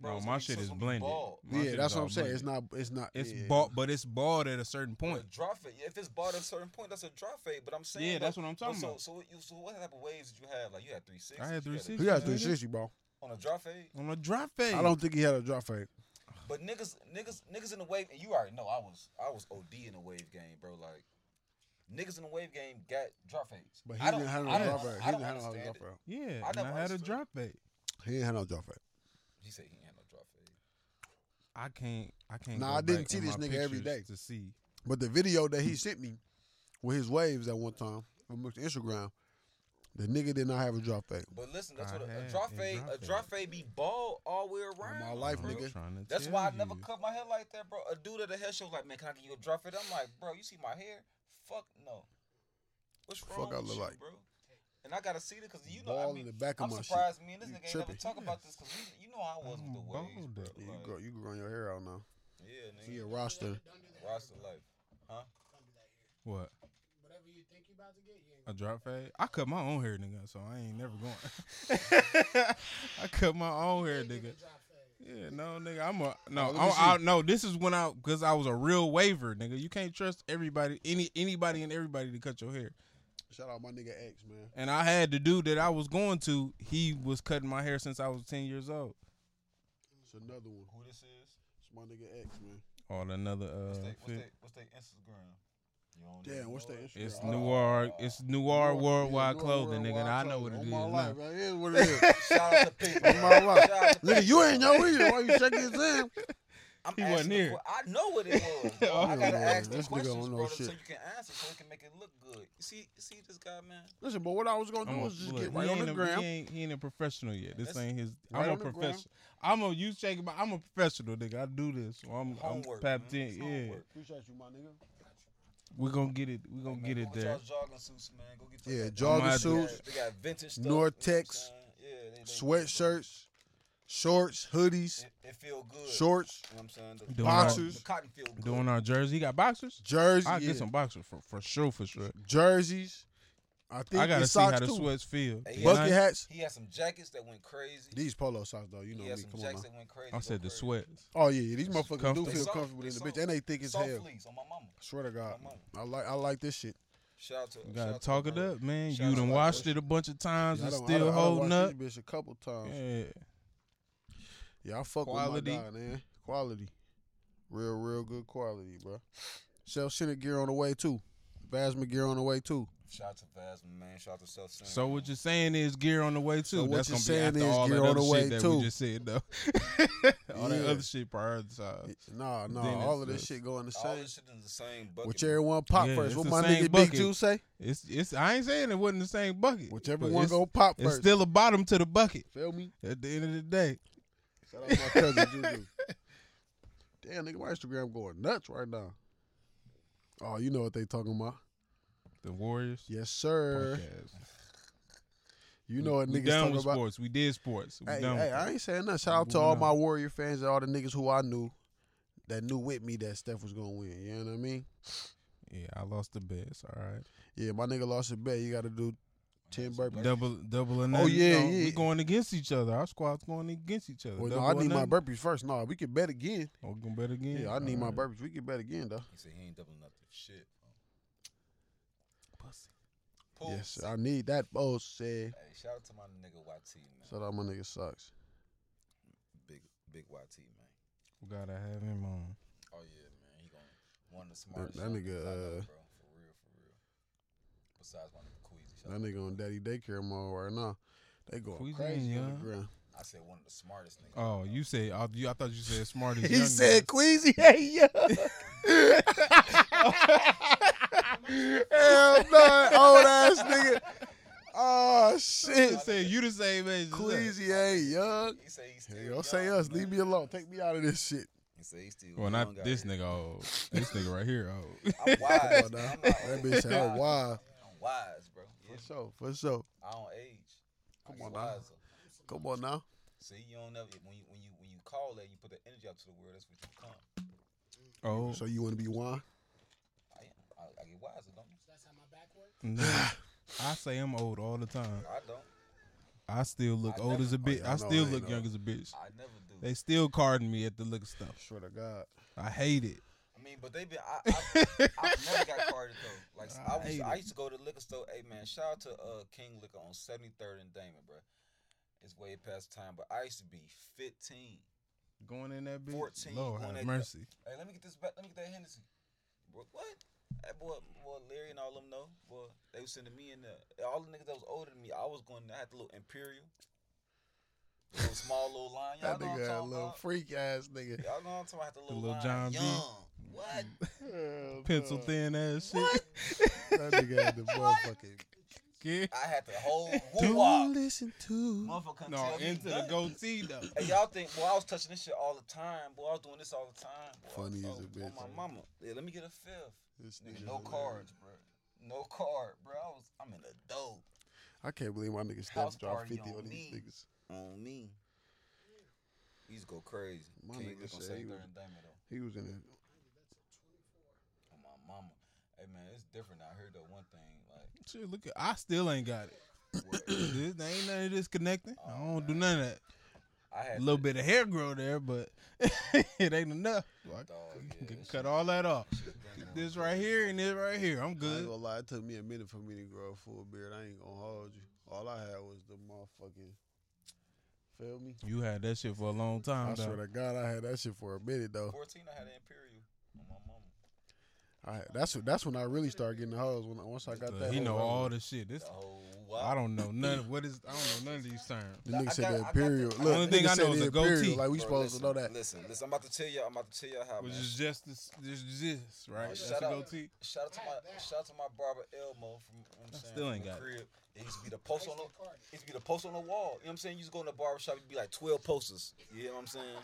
S3: Bro,
S1: Bro,
S3: it's
S1: my
S3: gonna be-
S1: shit
S3: so
S1: is
S3: it's gonna be
S1: blended.
S3: bald.
S1: My shit
S2: yeah,
S1: is
S2: that's what
S1: all
S2: I'm saying. It's
S1: blended.
S2: not. It's not.
S1: It's
S2: yeah.
S1: bald, but it's bald at a certain point.
S3: But drop fade. If it's bald at a certain point, that's a drop fade. But I'm saying,
S1: Yeah, that's
S3: though-
S1: what I'm
S3: but
S1: talking
S3: so,
S1: about.
S3: So, what you, so what type of waves did you have? Like you had three six.
S1: I had
S2: He
S1: 360.
S2: got 360, bro.
S3: on a drop fade.
S1: On a drop fade.
S2: I don't think he had a drop fade.
S3: But niggas, niggas, niggas in the wave, and you already know I was, I was OD in the wave game, bro. Like niggas in the wave game got drop fades.
S2: But
S3: I
S2: he
S3: don't-
S2: didn't have no
S3: I don't-
S2: drop fade.
S3: I
S2: He
S3: don't
S2: didn't have no
S3: understand
S2: drop
S3: it.
S2: fade.
S1: Yeah,
S3: I
S1: and
S3: never
S1: I had a
S3: understood.
S1: drop fade.
S2: He didn't have no drop fade.
S3: He said he ain't had no drop fade.
S1: I can't. I can't.
S2: Nah,
S1: go
S2: I didn't
S1: back
S2: see
S1: in
S2: this
S1: my
S2: nigga every
S1: pictures
S2: day.
S1: to see.
S2: But the video that he sent me with his waves at one time on Mr. Instagram, the nigga did not have a drop fade.
S3: But listen, that's
S1: I
S3: what a, a
S1: had
S3: drop
S1: a
S3: fade,
S1: drop
S3: a
S1: fade.
S3: drop fade be bald all the way around.
S2: my life,
S1: I'm
S3: bro.
S2: nigga.
S1: trying to
S3: That's
S1: tell
S3: why I never
S1: you.
S3: cut my hair like that, bro. A dude at the hair show was like, man, can I get you a drop fade? I'm like, bro, you see my hair? fuck no. What's
S2: Fuck
S3: wrong
S2: I
S3: with
S2: look
S3: you,
S2: like?
S3: bro? And I gotta see it because you know
S2: Ball
S3: I mean,
S2: in the back of
S3: I'm
S2: my shit.
S3: surprised me and this
S2: You
S3: nigga ain't never
S2: tripping.
S3: talk about this because you know how I was with the
S1: I'm
S3: waves,
S1: bald
S3: bro.
S1: up.
S2: Yeah, you
S3: Like,
S2: go, you growing your hair out now. He
S3: Yeah,
S2: a
S3: nigga.
S2: roster.
S3: Roster life.
S4: Don't do that here.
S1: What?
S4: Whatever you think you about to get, you ain't
S1: A
S4: gonna
S1: drop fade? I cut my own hair, nigga, so I ain't never going. I cut my own hair,
S4: think you
S1: nigga.
S4: can drop fade.
S1: Yeah, no, nigga. I'm a no.
S2: Oh, let me see.
S1: I, I, no, this is when I because I was a real waiver, nigga. You can't trust everybody, any anybody and everybody to cut your hair.
S2: Shout out my nigga X, man.
S1: And I had the dude that I was going to. He was cutting my hair since I was ten years old.
S2: It's another one.
S3: Who this is?
S2: It's my nigga X, man.
S1: On another uh,
S3: What's they what's
S1: fit.
S3: they what's they Instagram? You don't
S2: Damn,
S3: even
S2: what's
S3: know
S2: that
S3: it?
S2: Instagram?
S1: it's
S2: Oh,
S1: Noir. It's Noir
S2: yeah,
S1: Worldwide
S2: Noir
S1: Clothing, nigga.
S2: Worldwide
S1: I know what
S2: Clothing.
S1: it
S2: On
S1: is.
S2: my
S1: now.
S2: life, man. It is what it is.
S3: Shout out to Pete.
S2: On my life.
S3: Shout out to
S2: Nigga,
S3: Pete,
S2: you ain't
S3: bro.
S2: know either. Why you checking his in?
S3: I'm
S1: He wasn't
S3: asking the
S1: here.
S3: que- I know what it was. bro. I
S1: Oh,
S3: gotta
S2: yeah,
S3: ask the
S2: this nigga
S3: questions,
S2: don't know
S3: bro, so
S2: shit.
S3: you can answer, so we can make it look good. You see, you see this guy, man.
S2: Listen, but what I was gonna do
S1: I'm a,
S2: was just
S1: look,
S2: get right
S1: he
S2: on
S1: ain't
S2: the
S1: a-
S2: gram.
S1: He ain't, he ain't a professional yet. This
S3: That's-
S1: ain't his.
S2: Right
S1: I'm a
S2: on the gram.
S1: professional. I'm a you shaking, but I'm a professional, nigga. I do this. So I'm, I'm
S3: Homework, man.
S1: tapped in.
S3: It's
S1: Yeah,
S3: homework.
S2: Appreciate you, my nigga.
S1: we're gonna get it. We're gonna get
S3: Hey, man, go
S1: it
S3: with
S1: there.
S3: y'all jogging suits, man. Go get y'all
S2: Yeah,
S3: goddamn-
S2: jogging
S1: I'm
S3: They got-
S2: suits,
S3: They got vintage
S2: Nortex,
S3: stuff. you know what I'm saying? Yeah, they- they-
S2: sweatshirts, shorts, hoodies,
S3: It, it feel good.
S2: shorts,
S3: You know what I'm saying? The,
S1: Doing
S2: Boxers.
S3: The cotton feel good.
S1: Doing our jersey. He got boxers.
S2: jerseys,
S1: I will
S2: yeah,
S1: get some boxers for, for sure, for sure.
S2: jerseys. I think
S1: I gotta
S2: these
S1: see how
S2: socks
S1: the
S2: too.
S1: sweats feel.
S3: Hey,
S1: And
S2: Bucket
S1: I-
S2: hats.
S3: he had some jackets that went crazy.
S2: These polo socks though, you know
S3: he
S2: me.
S3: had some
S2: Come on.
S3: jackets
S2: Now.
S3: that went crazy.
S1: I said
S3: go
S1: the
S3: crazy.
S1: sweat.
S2: Oh yeah, yeah, these motherfuckers do
S1: comfortable.
S2: feel
S3: They
S2: comfortable in the
S3: soft.
S2: bitch, and they thick as
S3: Soft
S2: hell.
S3: fleece on my mama.
S2: Swear to God,
S3: My mama.
S2: I like I like this shit.
S3: Shout out to.
S1: You
S3: shout
S1: gotta
S3: out to
S1: talk
S3: the
S1: it
S3: bro.
S1: up, man.
S3: Shout
S1: You
S3: out
S1: done
S3: to
S1: washed
S3: the-
S1: it a bunch of times
S2: I
S1: and
S2: done- I
S1: still
S2: done- I done
S1: holding up.
S2: watched this bitch a couple times.
S1: Yeah.
S2: Yeah, I fuck
S1: Quality.
S2: with my guy, man. Quality. Real, real good quality, bro. Sell Shinnick gear on the way, too. Vasma gear on the way, too.
S3: Shout out to Vasman, man. Shout out to Self Center.
S1: So what you're saying is gear on the way too.
S2: So what
S1: That's
S2: you're
S1: gonna
S2: saying
S1: be after
S2: is
S1: all
S2: gear
S1: that
S2: on
S1: other
S2: the way
S1: shit that
S2: too.
S1: we just said though. all that
S2: Yeah.
S1: other shit prioritized.
S2: Nah, nah.
S1: Then
S2: all
S1: it's
S2: of this
S1: us.
S2: shit go in the
S3: all
S2: same.
S3: this shit in the same bucket.
S2: Whichever one pop
S1: Yeah,
S2: first.
S1: it's
S2: What
S1: the
S2: my
S1: same
S2: nigga Big
S1: bucket.
S2: Juice say?
S1: It's it's I ain't saying it wasn't the same bucket.
S2: Whichever
S1: but
S2: one
S1: it's,
S2: go pop
S1: it's
S2: first.
S1: still a bottom to the bucket
S2: Feel me?
S1: at the end of the day.
S2: Shout out my cousin Juju. Damn, nigga, my Instagram going nuts right now. Oh, you know what they talking about?
S1: The Warriors.
S2: Yes, sir.
S1: Podcast.
S2: You know what
S1: we
S2: niggas
S1: done
S2: talking
S1: with
S2: about?
S1: sports. We did sports. We
S2: Hey,
S1: done
S2: hey,
S1: with
S2: I
S1: it.
S2: ain't saying nothing. Shout out to
S1: Moving
S2: all
S1: on.
S2: my Warrior fans and all the niggas who I knew that knew with me that Steph was gonna win. You know what I mean?
S1: Yeah, I lost the bets. All right.
S2: Yeah, my nigga lost a bet. You got to do ten burpees.
S1: Double double and
S2: Oh, yeah, yeah.
S1: We going against each other. Our squad's going against each other.
S2: Well, no,
S1: Double
S2: I
S1: or
S2: need my
S1: nothing.
S2: burpees first. No, we can bet again.
S1: Oh, we gonna bet again.
S2: Yeah, I need my
S1: Alright.
S2: burpees. We can bet again though.
S3: He said he ain't doubling up the shit.
S1: Pussy.
S3: Pool.
S2: Yes, sir. I need that bullshit.
S3: Hey, shout out to my nigga YT, man.
S2: Shout out my nigga sucks.
S3: Big, big YT, man.
S1: We gotta have him on.
S3: Oh yeah, man. He gonna one of the smartest.
S2: that
S3: young
S2: nigga,
S3: niggas I know,
S2: uh,
S3: bro. For real, for real. Besides my nigga Queasy. shout
S2: That
S3: out to
S2: nigga on daddy daycare mode right now. They going
S1: Queasy
S2: crazy
S1: ain't
S2: on
S1: young.
S2: the ground.
S3: Queasy. I said one of the smartest niggas. I
S1: Oh,
S3: know.
S1: you say I, you, I thought you said smart as
S2: He
S1: young
S2: said,
S1: niggas.
S2: "Queasy, hey yo." Hell no, old ass nigga. Oh
S1: He
S2: shit,
S1: said you the same age. as us."
S2: Queasy ain't young.
S3: He say he's still.
S2: Hey,
S3: young,
S2: don't say us.
S3: man.
S2: Leave me alone. Take me out of this shit.
S3: He say he's still.
S1: Well,
S3: young
S1: not
S3: out
S1: this
S3: here.
S1: nigga old. This nigga right here old.
S3: I'm
S2: Come
S3: wise.
S2: on now.
S3: man. I'm not
S2: That
S3: old.
S2: bitch had
S3: I'm
S2: wild.
S3: wise, bro. Yeah,
S2: For sure, for sure.
S3: I don't age.
S2: Come
S3: I
S2: on
S3: get
S2: now.
S3: wiser.
S2: Come on now.
S3: See, you don't never when you when you when you call that you put the energy out to the world. That's what you become.
S1: Oh,
S2: So you want to be wine?
S3: I am. I, I get wiser, don't I?
S4: That's how my back works.
S1: nigga. I say I'm old all the time.
S3: I don't.
S1: I still look
S3: I
S1: old
S3: never-
S1: as a
S2: Oh,
S1: bitch.
S2: yeah, I
S1: I
S2: know,
S1: still
S2: I
S1: look
S2: know.
S1: young as a bitch.
S3: I never do.
S1: They still carding me at the look stuff.
S2: Swear to God.
S1: I hate it.
S3: I mean, but they been. I, I, I've never got carded though. Like I,
S1: I
S3: was,
S1: hate
S3: I
S1: it.
S3: used to go to the liquor store. Hey man, shout out to uh, King Liquor on Seventy Third and Damon, bro. It's way past time, but I used to be 15.
S1: Going in that bitch.
S3: 14,
S1: Lord
S3: going
S1: have
S3: at-
S1: mercy.
S3: Hey, let me get this back. Let me get that Hennessy. Bro, what? That boy, boy Larry and all them know. Boy, they was sending me in there. All the niggas that was older than me, I was going. I had the little Imperial, the little small little line. Y'all
S2: That
S3: know
S2: nigga
S3: what I'm
S2: had a
S3: talking
S2: little
S3: about.
S2: freak ass nigga.
S3: Y'all know what I'm talking about. The little,
S1: little
S3: line.
S1: John B.
S3: Young. What?
S2: Hell
S1: Pencil
S2: no.
S1: thin ass shit.
S3: What?
S2: That nigga had the motherfucking
S1: kid.
S3: I had the whole woo
S2: Don't listen to.
S3: Motherfucker couldn't
S1: No,
S3: tell me
S1: into the
S3: nothing.
S1: goatee though.
S3: And y'all think, boy, I was touching this shit all the time. Boy, I was doing this all the time. Boy, I
S2: Funny
S3: was-
S2: as a
S3: oh,
S2: bitch,
S3: oh,
S2: man.
S3: my mama. Yeah, let me get a fifth.
S2: This
S3: Nigga,
S2: nigga
S3: no
S2: hilarious.
S3: cards, bro. No card, bro. I was, I'm in a dope
S2: I can't believe my nigga
S3: House
S2: Steph dropped
S3: party
S2: fifty
S3: on
S2: on these
S3: me.
S2: niggas.
S3: on me. He used to go crazy.
S2: My
S3: King
S2: nigga
S3: Dick on
S2: said
S3: St.
S2: he
S3: Clair
S2: was-
S3: and Diamond, though.
S2: He was in it.
S3: Oh, my mama. Hey, man, it's different out here, though. One thing, like,
S1: Shit, look at I still ain't got it.
S3: what,
S1: This there ain't none of this connecting. I don't do none of that.
S3: I
S1: A
S3: had
S1: little
S3: to-
S1: bit of hair grow there, but it ain't enough. So I
S3: Dog,
S1: can-
S3: Oh,
S1: can
S3: yeah, that shit-
S1: cut all that off.
S3: shit been going
S1: This right here and this right here. I'm
S2: I ain't
S1: good.
S2: gonna lie, it took me a minute for me to grow a full beard. I ain't gonna hold you. All I had was the motherfucking. Feel me?
S1: You had that shit for a long time.
S2: I swear
S1: though.
S2: to God, I had that shit for a minute though.
S3: 14, I had an Imperial on my mama.
S2: I had, that's what that's when I really started getting the hoes. When I- once I got
S1: Uh,
S2: that,
S1: he
S2: hoe,
S1: know
S2: I was
S1: all the shit. This
S3: The whole
S1: I don't know none. What is I don't know none of these terms.
S2: The
S3: Nah, I
S2: nigga said
S3: got-
S2: the
S3: I got
S2: imperial.
S3: the-
S2: Look,
S3: I
S1: only
S2: the
S1: thing
S2: nigga
S1: I
S2: said
S1: know
S2: the
S1: is a goatee.
S2: imperial, Like we
S3: Bro,
S2: supposed
S3: listen,
S2: to know that.
S3: Listen, listen. I'm about to tell y'all. I'm about to tell y'all how.
S1: Which
S3: man.
S1: is just this, this, this, right? That's
S3: shout
S1: a
S3: out.
S1: goatee.
S3: Shout out to my shout out to my barber Elmo from you know what I'm
S1: I
S3: saying,
S1: still
S3: from
S1: ain't
S3: the
S1: got it.
S3: crib. It used to be the post on the
S4: Basically carded.
S3: it used to be the post on the wall. You know what I'm saying? You used to go in the barber shop, it'd be like twelve posters. You know what I'm saying?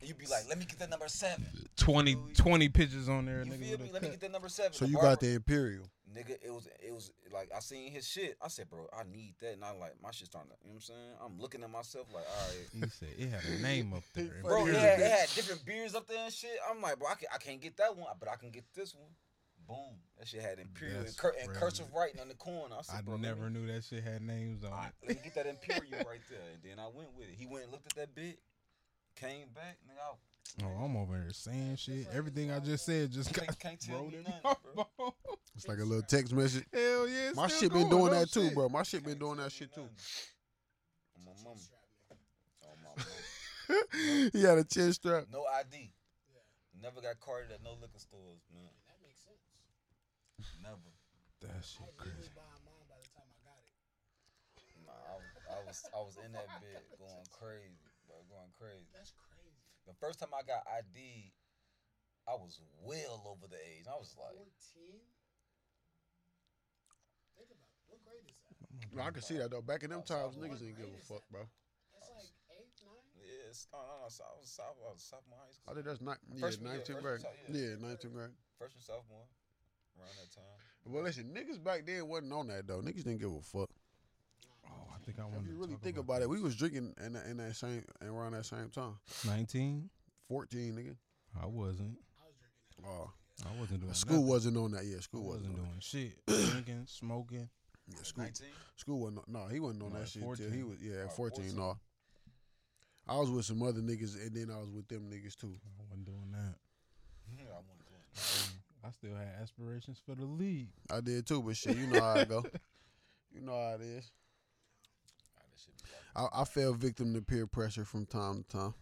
S3: And you'd be like, let me get that number seven.
S1: 20, 20 pictures on there.
S3: You
S1: nigga,
S3: feel
S1: with
S3: me?
S1: a
S3: Let me
S1: cut.
S3: get that number seven.
S2: So you got
S3: barber-
S2: the imperial.
S3: nigga, it was it was like I seen his shit. I said, bro, I need that. And I like my shit starting to, you know what I'm saying? I'm looking at myself like, all right.
S1: He said it had a name up there.
S2: Bro,
S3: Bro,
S2: Here's
S3: it
S2: the
S3: had,
S2: bitch.
S3: it had different beers up there and shit. I'm like, bro, I, can, I can't get that one, but I can get this one. Boom. That shit had Imperial
S1: That's
S3: and, cur- and
S1: crazy.
S3: cursive writing on the corner. I said,
S1: I
S3: bro, let
S1: never
S3: me,
S1: knew that shit had names on
S3: I-
S1: it.
S3: let me get that Imperial right there. And then I went with it. He went and looked at that bit, came back, nigga. I,
S1: Oh, I'm over here saying shit. Everything I just said just got
S3: can't, can't tell
S1: rolled
S3: me
S1: in my
S3: nothing, bro.
S1: phone.
S2: It's like a little text message.
S1: Hell yeah, it's
S2: My
S1: still
S2: shit been
S1: going.
S2: doing
S1: Oh,
S2: that too,
S1: shit.
S2: bro. My shit been
S3: Can't
S2: doing
S3: tell
S2: that
S3: me
S2: shit too.
S3: nothing. On my mama.
S4: Strap, nigga.
S3: On my mama.
S2: he had a chin strap.
S3: No ID. Never got carded at no liquor stores, man.
S4: That makes sense.
S3: Never.
S1: That
S4: I
S1: shit
S4: was
S1: crazy.
S4: legally buying mine by the time I got it.
S3: Nah, I was, I was I was in that bit going crazy, bro, going crazy.
S4: That's crazy.
S3: The first time I got ID, I was well over the age. I was like,
S4: 14? Think about it. What grade is that?
S1: Mm-hmm.
S2: No, I can see that though. Back in them times, niggas didn't give a fuck, bro.
S4: That's like 8, 9?
S3: yeah, it's, no, no, no, so I was sophomore, I was sophomore
S2: I
S3: high school.
S2: think that's not yeah,
S3: Freshman year,
S2: nineteen grade.
S3: freshman year, yeah.
S2: Yeah, nineteen grade.
S3: Freshman, sophomore, around that time.
S2: Well, listen, niggas back then wasn't on that though. Niggas didn't give a fuck.
S1: Oh, I think I
S2: If
S1: want
S2: you
S1: to
S2: really
S1: talk
S2: think about it, we was drinking in that, in that same around that same time.
S1: Nineteen.
S2: Fourteen, nigga.
S1: I wasn't.
S4: I was drinking that.
S2: Oh,
S1: I wasn't doing
S2: school
S1: nothing.
S2: wasn't on that. Yeah, school
S1: I
S2: wasn't
S1: wasn't
S2: on.
S1: doing shit. Drinking, smoking.
S2: that. Yeah, school
S3: 19?
S2: School wasn't no, he wasn't on
S1: No,
S2: that
S1: at
S2: shit till he
S1: 14.
S2: was yeah,
S3: Oh,
S2: at fourteen,
S3: 14.
S2: no. I was with some other niggas and then I was with them niggas too.
S1: I wasn't doing that.
S3: I wasn't doing it.
S1: I still had aspirations for the league.
S2: I did too, but shit, you know how it go. You know how it is.
S3: Nah, that shit be like,
S2: I, I fell victim to peer pressure from time to time.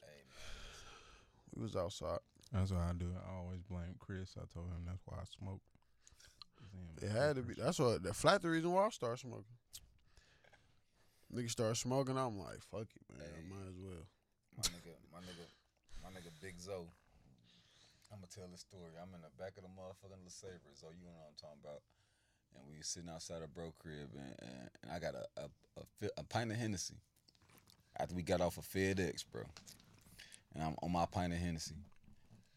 S3: hey, man.
S2: We was outside.
S1: That's why I do. it. I always blame Chris. I told him that's why I smoked. 'Cause he ain't
S2: It
S1: my
S2: had to be.
S1: first-
S2: That's what. The flat the reason why I started smoking. Niggas started smoking. I'm like, fuck it, man.
S3: Hey.
S2: I might as well.
S3: my nigga, my nigga, my nigga Big Zo. I'm gonna tell this story. I'm in the back of the motherfucking LeSabre, Zo. You know what I'm talking about. And we was sitting outside a bro crib, and, and, and I got a a, a fi- a pint of Hennessy after we got off of FedEx, bro. And I'm on my pint of Hennessy,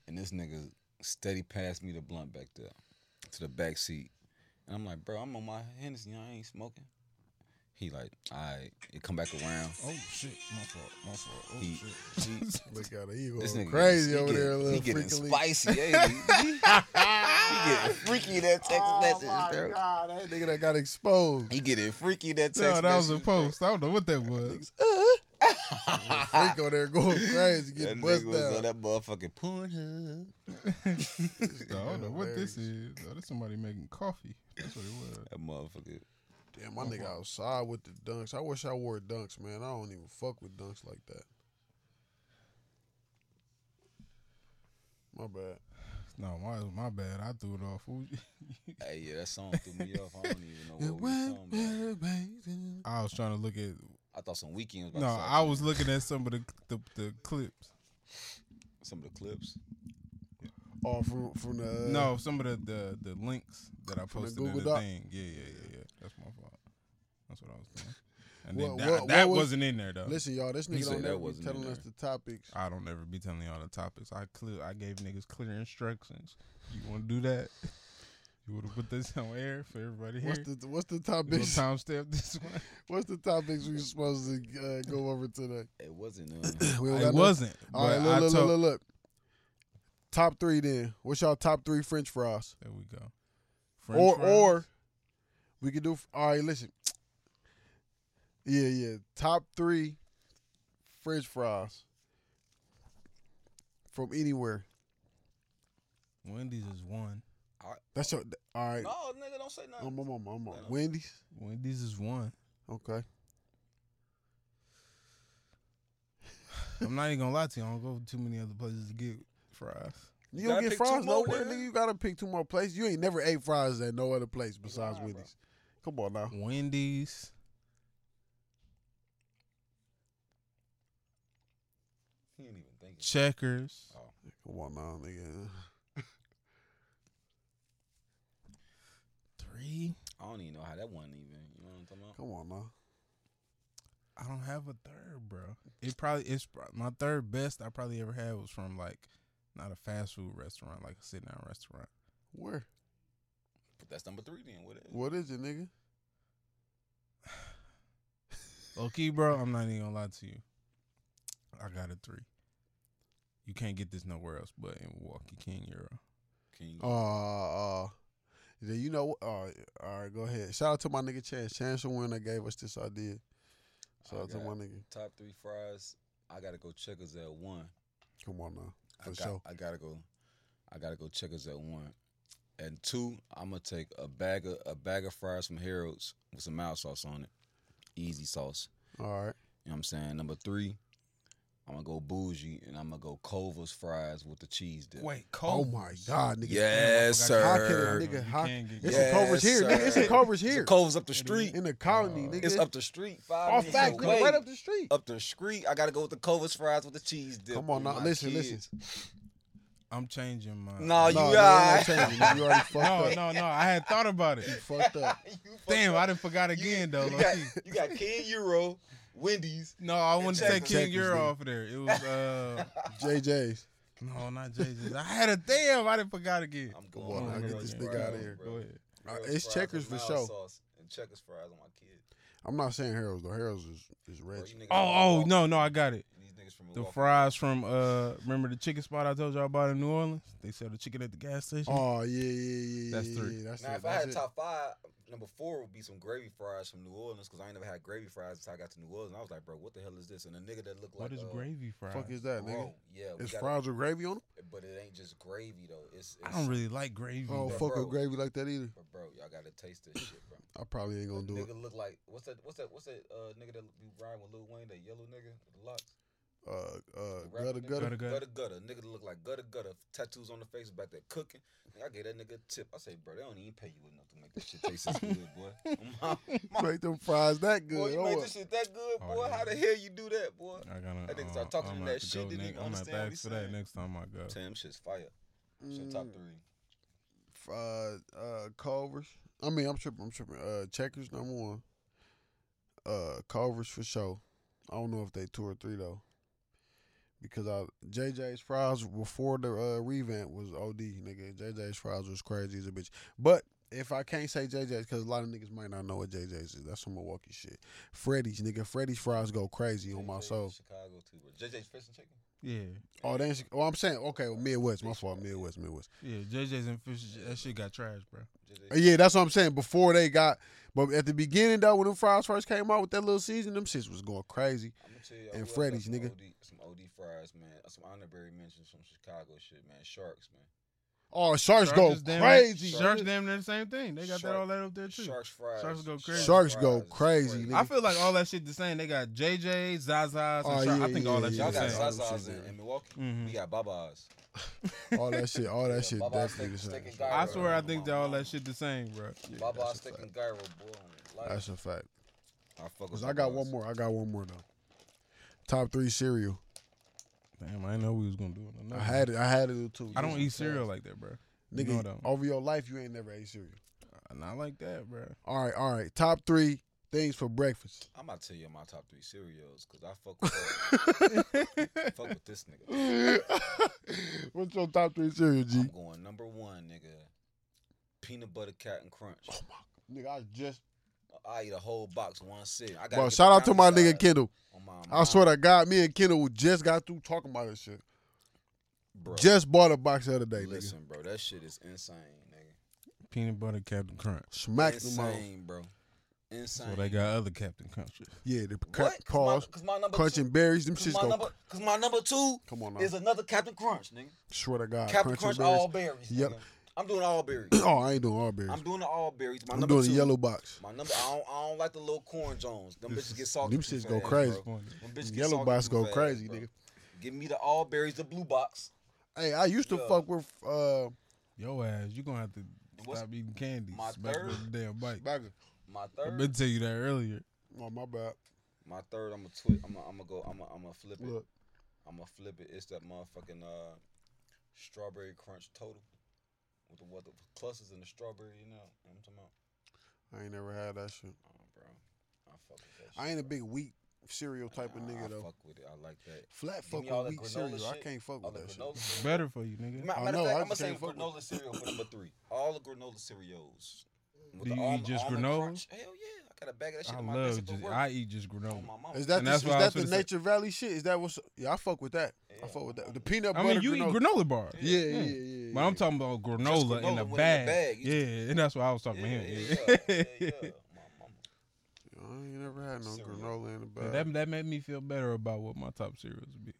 S3: and this nigga steady passed me the blunt back there to the back seat, and I'm like, bro, I'm on my Hennessy, I ain't smoking. He like, all right, it come back around.
S1: Oh shit! My fault. My fault. Oh
S3: He-
S1: shit.
S3: he-
S2: Look at her. He
S3: this
S2: going
S3: nigga
S2: crazy
S3: he
S2: over
S3: getting,
S2: there, a
S3: He
S2: little
S3: getting
S2: freakily.
S3: spicy, hey. he, he getting freaky in that text message, bro.
S2: Oh God, that nigga that got exposed.
S3: He getting freaky in that text
S1: No, that was a
S3: message.
S1: post. I don't know what that was.
S2: Freak over there going crazy,
S3: That
S2: getting
S3: nigga
S2: busted
S3: was
S2: out.
S3: on that motherfucking Pornhub.
S1: I don't know what this is. Oh, that's somebody making coffee. That's what it was.
S3: That motherfucker.
S2: Damn, my nigga outside with the dunks. I wish I wore dunks, man. I don't even fuck with dunks like that. My bad.
S1: No, my my bad. I threw it off. Who-
S3: Hey, yeah, that song threw me off. I don't even know what we was talking about.
S1: I was trying to look at.
S3: I thought some weekends.
S1: No, I was looking at some of the the, the clips.
S3: some of the clips.
S2: or Oh, from from the
S1: no, some of the, the, the links that I
S2: Uh, from the
S1: posted in
S2: Google
S1: the
S2: Doc?
S1: thing. Yeah, yeah, yeah, yeah. That's my fault. That's what I was doing. And then
S2: What-
S1: that,
S2: what-
S1: that
S2: what was-
S1: was, not in there though.
S2: Listen, y'all, this
S3: He
S2: nigga
S3: said
S2: don't
S3: that
S2: never be
S3: wasn't
S2: telling
S3: in
S2: us the
S3: there.
S2: topics.
S1: I don't ever be telling y'all the topics. I clear. I gave niggas clear instructions. You want to do that? You want to put this on air for everybody here?
S2: What's the what's the
S1: You wanna
S2: topics?
S1: timestamp this one?
S2: What's the topics we supposed to uh, go over today?
S3: It wasn't. Uh,
S2: We don't
S1: It
S2: got no-
S1: wasn't.
S2: All right,
S1: but
S2: look,
S1: I
S2: look,
S1: told-
S2: look, look, look. Top three then. What's y'all top three French fries?
S1: There we go.
S2: or
S1: fries?
S2: or we could do. All right, listen. Yeah, yeah. Top three French fries from anywhere.
S1: Wendy's is one.
S2: That's your. All right.
S3: no, nigga, don't say nothing.
S2: I'm on, I'm on, I'm on. Wendy's.
S1: Wendy's is one.
S2: Okay.
S1: I'm not even gonna lie to you. I don't go to too many other places to get fries.
S2: You,
S3: You
S2: don't
S3: gotta
S2: get
S3: pick two
S2: fries
S3: more,
S2: nowhere,
S3: nigga.
S2: nigga. You gotta pick two more places. You ain't never ate fries at no other place besides
S3: Nah, bro.
S2: Wendy's. Come on now.
S1: Wendy's.
S3: He ain't even thinking.
S1: Checkers.
S2: Come on now, nigga.
S1: Three.
S3: I don't even know how that one even. You know what I'm talking about?
S2: Come on now.
S1: I don't have a third, bro. It probably it's prob- my third best I probably ever had was from like not a fast food restaurant, like a sit down restaurant.
S2: Where?
S3: But that's number three then. What is?
S2: What is it, nigga?
S1: Low key, bro, I'm not even gonna lie to you. I got a three. You can't get this nowhere else but in Milwaukee King Euro.
S3: Can
S2: Oh, Uh, uh
S3: you go?
S2: yeah, you know what? all right, all right, go ahead. Shout out to my nigga Chance. Chance the one that gave us this idea. Shout
S3: I
S2: out to
S3: got
S2: my nigga.
S3: top three fries. I gotta go checkers at one.
S2: Come on now. For
S3: I got,
S2: sure.
S3: I gotta go. I gotta go checkers at one. And two, I'm gonna take a bag of a bag of fries from Harold's with some mild sauce on it, easy sauce.
S2: All right.
S3: You know what I'm saying? Number three, I'm gonna go bougie and I'm gonna go Culver's fries with the cheese dip.
S1: Wait,
S2: Oh
S1: cold.
S2: my God, nigga.
S3: Yes,
S1: Damn, I
S2: How
S1: forgot
S2: can a
S3: sir.
S1: You
S2: nigga? How,
S1: can't get
S2: it's
S1: that.
S2: a Culver's
S3: Yes,
S2: here, nigga. It's a
S3: sir.
S2: Culver's
S3: It's
S2: here
S3: Culver's up the street.
S2: in the colony,
S1: Uh,
S2: nigga.
S3: It's up the Oh, street. Five
S2: Off
S3: minutes
S2: fact, nigga,
S3: away.
S2: right up the street.
S3: Up the street. I gotta go with the Culver's fries with the cheese dip.
S2: Come on
S3: with
S2: now,
S3: my
S2: listen,
S3: kids.
S2: listen.
S1: I'm changing my
S3: Nah, you
S2: no,
S3: got.
S2: you ain't gonna change it, nigga. You already fucked
S1: No,
S2: up.
S1: no, no. I had thought about it.
S2: You fucked up.
S3: You fucked
S1: Damn,
S3: up.
S1: I done forgot again though.
S3: You
S1: low
S3: got,
S1: key.
S3: you got King Euro, Wendy's.
S1: No, I wanted to take
S3: Checkers.
S1: King
S2: Checkers,
S1: Euro
S2: nigga.
S1: off of there. It was uh
S2: JJ's.
S1: no, not JJ's. I had a damn. I didn't forgot again.
S3: I'm
S2: Come on,
S1: on,
S2: now,
S1: bro,
S2: get this
S1: yeah.
S2: nigga out of here.
S1: Go ahead.
S2: Uh, it's checkers for sure.
S3: And checkers fries on my kid.
S2: I'm not saying Harold's though. Harold's is is rich.
S1: Oh, oh no, no, I got it.
S3: These niggas from
S1: The
S3: Milwaukee.
S1: fries from uh, remember the chicken spot I told y'all about in New Orleans? They sell the chicken at the gas station.
S2: Oh yeah, yeah, yeah.
S1: That's
S2: yeah,
S1: three.
S2: yeah, that's
S3: now,
S2: it,
S3: if I
S2: that's
S3: had
S2: it.
S3: top five, number four would be some gravy fries from New Orleans because I ain't never had gravy fries until I got to New Orleans. I was like, bro, what the hell is this? And the nigga that looked like
S1: what is
S3: uh,
S1: gravy fries?
S2: fuck is that, nigga?
S3: bro, Yeah, we
S2: It's
S3: got
S2: fries with gravy on them.
S3: but it ain't just gravy though. It's, it's
S1: I don't really like gravy.
S2: I don't
S1: though.
S3: bro.
S2: fuck with gravy like that either.
S3: But bro, y'all gotta taste this shit, bro.
S2: I probably ain't gonna do
S3: nigga
S2: it.
S3: look like what's that? What's that? What's that? Uh, nigga that be riding with Lil Wayne, that yellow nigga with the locks.
S2: Uh, uh,
S3: The rapper
S2: gutter, gutter.
S3: nigga?
S1: Gutter, gutter.
S3: gutter, gutter. Nigga look like gutter, gutter. Tattoos on the face, back there cooking. Nigga, I gave that nigga a tip. I say, bro, they don't even pay you enough to make this shit taste this good, boy. My, my,
S2: Make them fries that good.
S3: boy, you
S2: oh,
S3: made
S2: well.
S3: this shit that good,
S1: Oh,
S3: boy.
S1: yeah.
S3: How the hell you do that, boy?
S1: I gotta.
S3: That nigga
S1: uh,
S3: start talking
S1: I'm
S3: to
S1: gonna
S3: that
S1: have
S3: shit,
S1: go
S3: didn't
S1: next-
S3: even
S1: I'm gonna
S3: understand what
S1: have to
S3: he
S1: ask for that
S3: said.
S1: next time I go.
S3: Tim, shit's fire. So top
S2: Mm,
S3: three.
S2: f- uh, uh, Culver's. I mean, I'm tripping. I'm tripping. Uh, Checkers number one. Uh, Culver's for sure. I don't know if they two or three though, because I JJ's fries before the uh, revamp was OD nigga. JJ's fries was crazy as a bitch. But if I can't say JJ's, because a lot of niggas might not know what JJ's is. That's some Milwaukee shit. Freddy's nigga. Freddy's fries go crazy on my
S3: JJ's
S2: soul.
S3: Chicago too, bro. JJ's fish and chicken.
S1: Yeah,
S2: Oh, they. ain't- Oh, I'm saying okay. Well, Midwest. My fault. Midwest. Midwest.
S1: yeah. JJ's and fish. That shit got trash, bro.
S3: JJ's
S2: Uh, Yeah, that's what I'm saying. Before they got, but at the beginning though, when them fries first came out with that little season, them shits was going crazy.
S3: I'm gonna tell you,
S2: And
S3: who else got
S2: Freddy's,
S3: some
S2: nigga.
S3: OD, some OD fries, man. Some honorary mentions from Chicago shit, man. Sharks, man.
S2: Oh, sharks
S1: Sharks
S2: go
S1: is damn-
S2: crazy.
S1: Sharks damn near the same thing. They got that
S3: Shark-
S1: all that up there too.
S3: Sharks fries.
S1: Sharks go crazy.
S2: Sharks
S3: fries
S2: go
S3: is
S2: crazy, nigga.
S1: I feel like all that shit the same. They got JJ, Zaza's, and
S2: Oh,
S1: Shark.
S2: yeah,
S1: I think
S2: yeah,
S1: all that
S2: yeah,
S1: shit
S3: Y'all
S1: the
S3: got
S2: yeah.
S1: same.
S3: Zaza's
S2: Yeah.
S3: in, in Milwaukee.
S1: Mhm.
S3: We got Baba's.
S2: All that shit. All that shit.
S3: Baba
S2: Definitely the
S3: steak-
S2: same.
S3: steak and gyro.
S1: I swear, I
S3: Come
S1: think
S3: on,
S1: that all
S3: man.
S1: that shit the same, bro. Yeah,
S3: Baba's
S2: that's a
S3: stick
S2: fact.
S3: and gyro, boy. on life.
S2: That's a fact.
S3: I fuck with
S2: Cause I got
S3: Baba's.
S2: one more. I got one more though. Top three cereal.
S1: Damn, I didn't know we was gonna do it.
S2: I had it. I had it too.
S1: I don't eat cereal like that, bro.
S2: Nigga,
S1: No, I don't.
S2: over your life, you ain't never ate cereal.
S1: Not like that, bro.
S2: All right, all right. Top three things for breakfast.
S3: I'm about to tell you my top three cereals because I fuck with, fuck with this nigga.
S2: What's your top three cereal, G?
S3: I'm going number one, nigga. Peanut butter cat and crunch.
S2: Nigga, I just.
S3: I eat a whole box one sit. I
S2: Bro, shout out to my nigga Kendall. I swear
S3: to
S2: to God, me and Kendall just got through talking about this shit.
S3: bro,
S2: Just bought a box the other day, nigga.
S3: listen, bro. That shit is insane, nigga.
S1: Peanut butter Captain Crunch.
S2: Smacked them out.
S3: Insane, bro. Insane.
S1: So they got other Captain Crunches.
S2: Yeah, the
S3: what?
S2: cut,
S3: 'Cause my-
S2: pause,
S3: 'cause my number
S2: crunching
S3: two-
S2: berries. Them
S3: 'cause
S2: shits
S3: my
S2: gonna.
S3: number, cause my number two
S2: come on now.
S3: is another Captain Crunch, nigga.
S2: swear to God,
S3: Captain
S2: crunching
S3: Crunch,
S2: berries.
S3: all berries.
S2: Yep.
S3: Yep. I'm doing all berries.
S2: oh, I ain't doing all berries.
S3: I'm
S2: I'm,
S3: doing the all berries. My number
S2: doing
S3: two,
S2: the yellow box.
S3: My number. I don't, I don't like the little corn Jones. Them bitches get salty.
S2: Them
S3: too
S2: shits go
S3: fast,
S2: crazy.
S3: bro. Them bitches get
S2: Yellow
S3: salty
S2: box
S3: too
S2: go
S3: fast,
S2: crazy,
S3: bro.
S2: nigga.
S3: Give me the all berries, the blue box.
S2: Hey, I used to
S3: Yeah.
S2: fuck with uh,
S1: Yo ass, you gonna have to
S3: What's-
S1: stop eating candy.
S3: my
S1: Smack
S3: third-
S1: with the damn bike.
S2: Bagger.
S3: My
S1: I
S3: third.
S1: been tell you that earlier.
S2: Oh my bad.
S3: My third, I'm gonna twist. I'm gonna I'm go. I'm gonna I'm gonna flip it.
S2: Look,
S3: I'm gonna flip it. It's that motherfucking uh, strawberry crunch total with the what the clusters and the strawberry. You know, what I'm talking about.
S2: I ain't never had that shit.
S3: Oh, bro, I fuck with that.
S2: I
S3: shit,
S2: ain't a
S3: bro.
S2: big wheat cereal type of
S3: Nah,
S2: nigga
S3: I
S2: though.
S3: fuck with it. I like that.
S2: Flat
S3: Give
S2: fuck
S3: me all
S2: with
S3: that
S2: wheat
S3: granola
S2: cereal. I
S3: shit,
S2: can't fuck
S3: All
S2: with
S3: the
S2: that shit.
S3: granola. cereal.
S1: Better for you, nigga.
S3: Ma-
S2: I
S3: Matter
S2: know, Oh, I
S3: of fact, I'm gonna
S2: just
S3: say
S2: ain't fuck with
S3: granola cereal for number three. All the granola cereals. With
S1: Do you
S3: alm-
S1: eat just
S3: almond
S1: granola?
S3: crunch. Hell yeah, I got a bag of that shit
S1: I
S3: in my desk
S1: love
S3: at the
S1: just
S3: work.
S1: I eat just
S3: Oh,
S1: granola.
S3: my mama.
S2: Is that
S1: And
S2: the,
S1: that's
S2: is
S1: what I
S2: that
S1: was
S2: the
S1: finna say.
S2: Nature Valley shit? Is that what's? Yeah, I fuck with that.
S3: Yeah,
S2: I fuck with that.
S3: I'm-
S2: The peanut
S1: I mean,
S2: butter.
S1: you
S2: granola.
S1: eat granola bars. Mm.
S3: Yeah.
S2: Yeah, yeah, yeah, yeah.
S1: But I'm talking about granola, in
S3: granola
S1: a
S3: with it in a
S1: bag.
S3: bag. You
S1: Yeah, and that's what I was
S3: yeah,
S1: talking about him.
S3: yeah,
S1: Yeah.
S3: yeah, yeah, yeah. My mama.
S2: I ain't never had no
S3: Cereal.
S2: granola in the
S1: Yeah,
S2: bag.
S1: that that made me feel better about what my top cereals would be.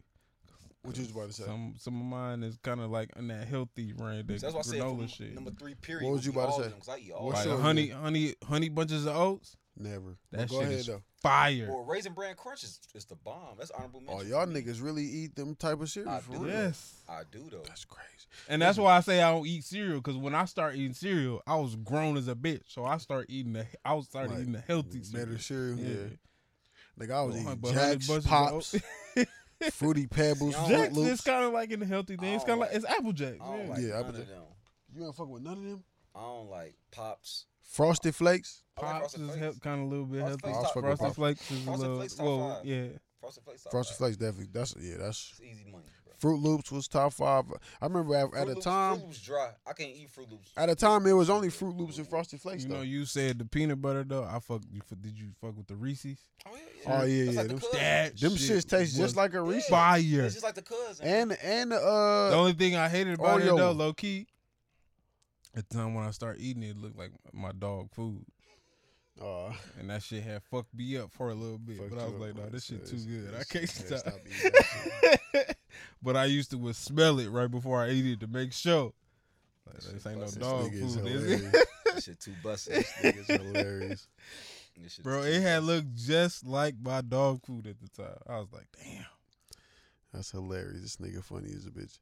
S2: what you was about to say?
S1: Some some of mine is kind of like in that healthy range, that
S3: So that's why I said
S1: granola
S3: from
S1: shit.
S3: number three period.
S2: What was you about to say?
S3: Because I eat all
S2: What's
S1: Like
S3: of
S2: yours?
S3: them.
S1: honey, honey, honey bunches of oats.
S2: Never.
S1: That
S2: But go
S1: shit
S2: ahead
S1: is
S2: though.
S1: Fire.
S3: Or raisin bran crunch is, is the bomb. That's honorable mention.
S2: Oh, y'all
S3: for me.
S2: niggas really eat them type of cereal
S3: I
S2: for
S3: do.
S2: real.
S1: Yes.
S3: I do though.
S2: That's crazy.
S1: And that's why I say I don't eat cereal because when I start eating cereal, I was grown as a bitch, so I start eating the I was started
S2: Like,
S1: eating the healthy cereal.
S2: Better cereal. Yeah.
S1: Yeah.
S2: Like I was
S1: But
S2: eating
S1: Honey
S2: Jack's,
S1: Bunches of
S2: Pops,
S1: Oats-
S2: Fruity Pebbles,
S3: Y'all
S2: Fruit
S1: Jack's
S2: Loops.
S1: is kind of like in the healthy thing. It's
S3: I
S1: kind
S3: don't
S1: of like
S3: like-
S1: it's Apple Jacks.
S3: I don't
S1: yeah.
S3: like
S2: Yeah, I
S3: none
S2: bet-
S3: of them.
S2: You ain't fuck with none of them.
S3: I don't like pops.
S2: Frosted Flakes.
S3: I like
S1: Pops
S3: Frosted
S1: is
S3: Flakes.
S1: he- kind of a little bit healthy.
S3: Frosted
S2: Flakes top-
S1: Frosted
S2: Frosted
S1: Flakes is a
S3: Frosted
S1: little,
S3: Flakes top
S1: well,
S3: five.
S1: yeah.
S3: Frosted Flakes. top
S2: Frosted
S3: five.
S2: Flakes definitely. That's yeah. That's
S3: It's easy money. Bro.
S2: Fruit Loops was top five. I remember at, at
S3: Froot
S2: a
S3: Loops-
S2: time.
S3: Froot Loops dry. I can't eat Fruit Loops.
S2: At a time, it was only Fruit Loops and Frosted Flakes
S1: You
S2: though.
S1: know, you said the peanut butter though. I fuck you. For, did you fuck with the Reese's?
S3: Oh yeah,
S2: Oh, yeah,
S3: That's
S2: yeah, them
S3: Like the cousin.
S1: That
S2: them
S1: shit
S2: shits taste
S1: was
S2: just like a Reese's.
S1: fire.
S3: It's just like the cousin.
S2: And and the
S1: The
S2: uh,
S1: only thing I hated about it
S2: Oreo.
S1: though, low key, at the time when I started eating it, it looked like my dog food.
S2: uh
S1: And that shit had fucked me up for a little bit.
S2: fucked
S1: but I
S2: you
S1: was
S2: up,
S1: like, no,
S2: man.
S1: this shit
S2: It's-
S1: too good. I
S2: it's-
S1: can't
S2: yeah,
S1: stop.
S2: eating that shit.
S1: but I used to would smell it right before I ate it to make sure. Like,
S3: This
S1: this
S3: shit
S1: ain't no
S3: busted.
S1: dog
S2: This nigga is
S1: food, is it?
S2: hilarious.
S3: That shit too busted.
S2: This nigga is hilarious.
S3: This shit
S1: Bro,
S3: too
S1: it had
S3: busted.
S1: looked just like my dog food at the time. I was like, damn.
S2: That's hilarious. This nigga funny as a bitch.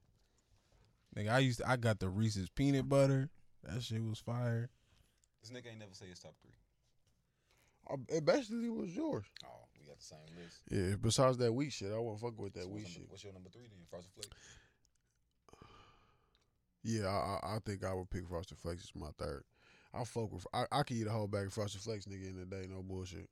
S1: Nigga, I used to, I got the Reese's peanut butter. That shit was fire.
S3: This nigga ain't never say his top three.
S2: It Uh, basically was yours.
S3: Oh, we got the same list.
S2: Yeah. Besides that wheat shit, I won't fuck with that
S3: So
S2: wheat
S3: what's, number,
S2: shit.
S3: what's your number three then? Frosted Flakes.
S2: Yeah, I, I I think I would pick Frosted Flakes as my third. I fuck with. I, I could eat a whole bag of Frosted Flakes, nigga, in a day. No bullshit.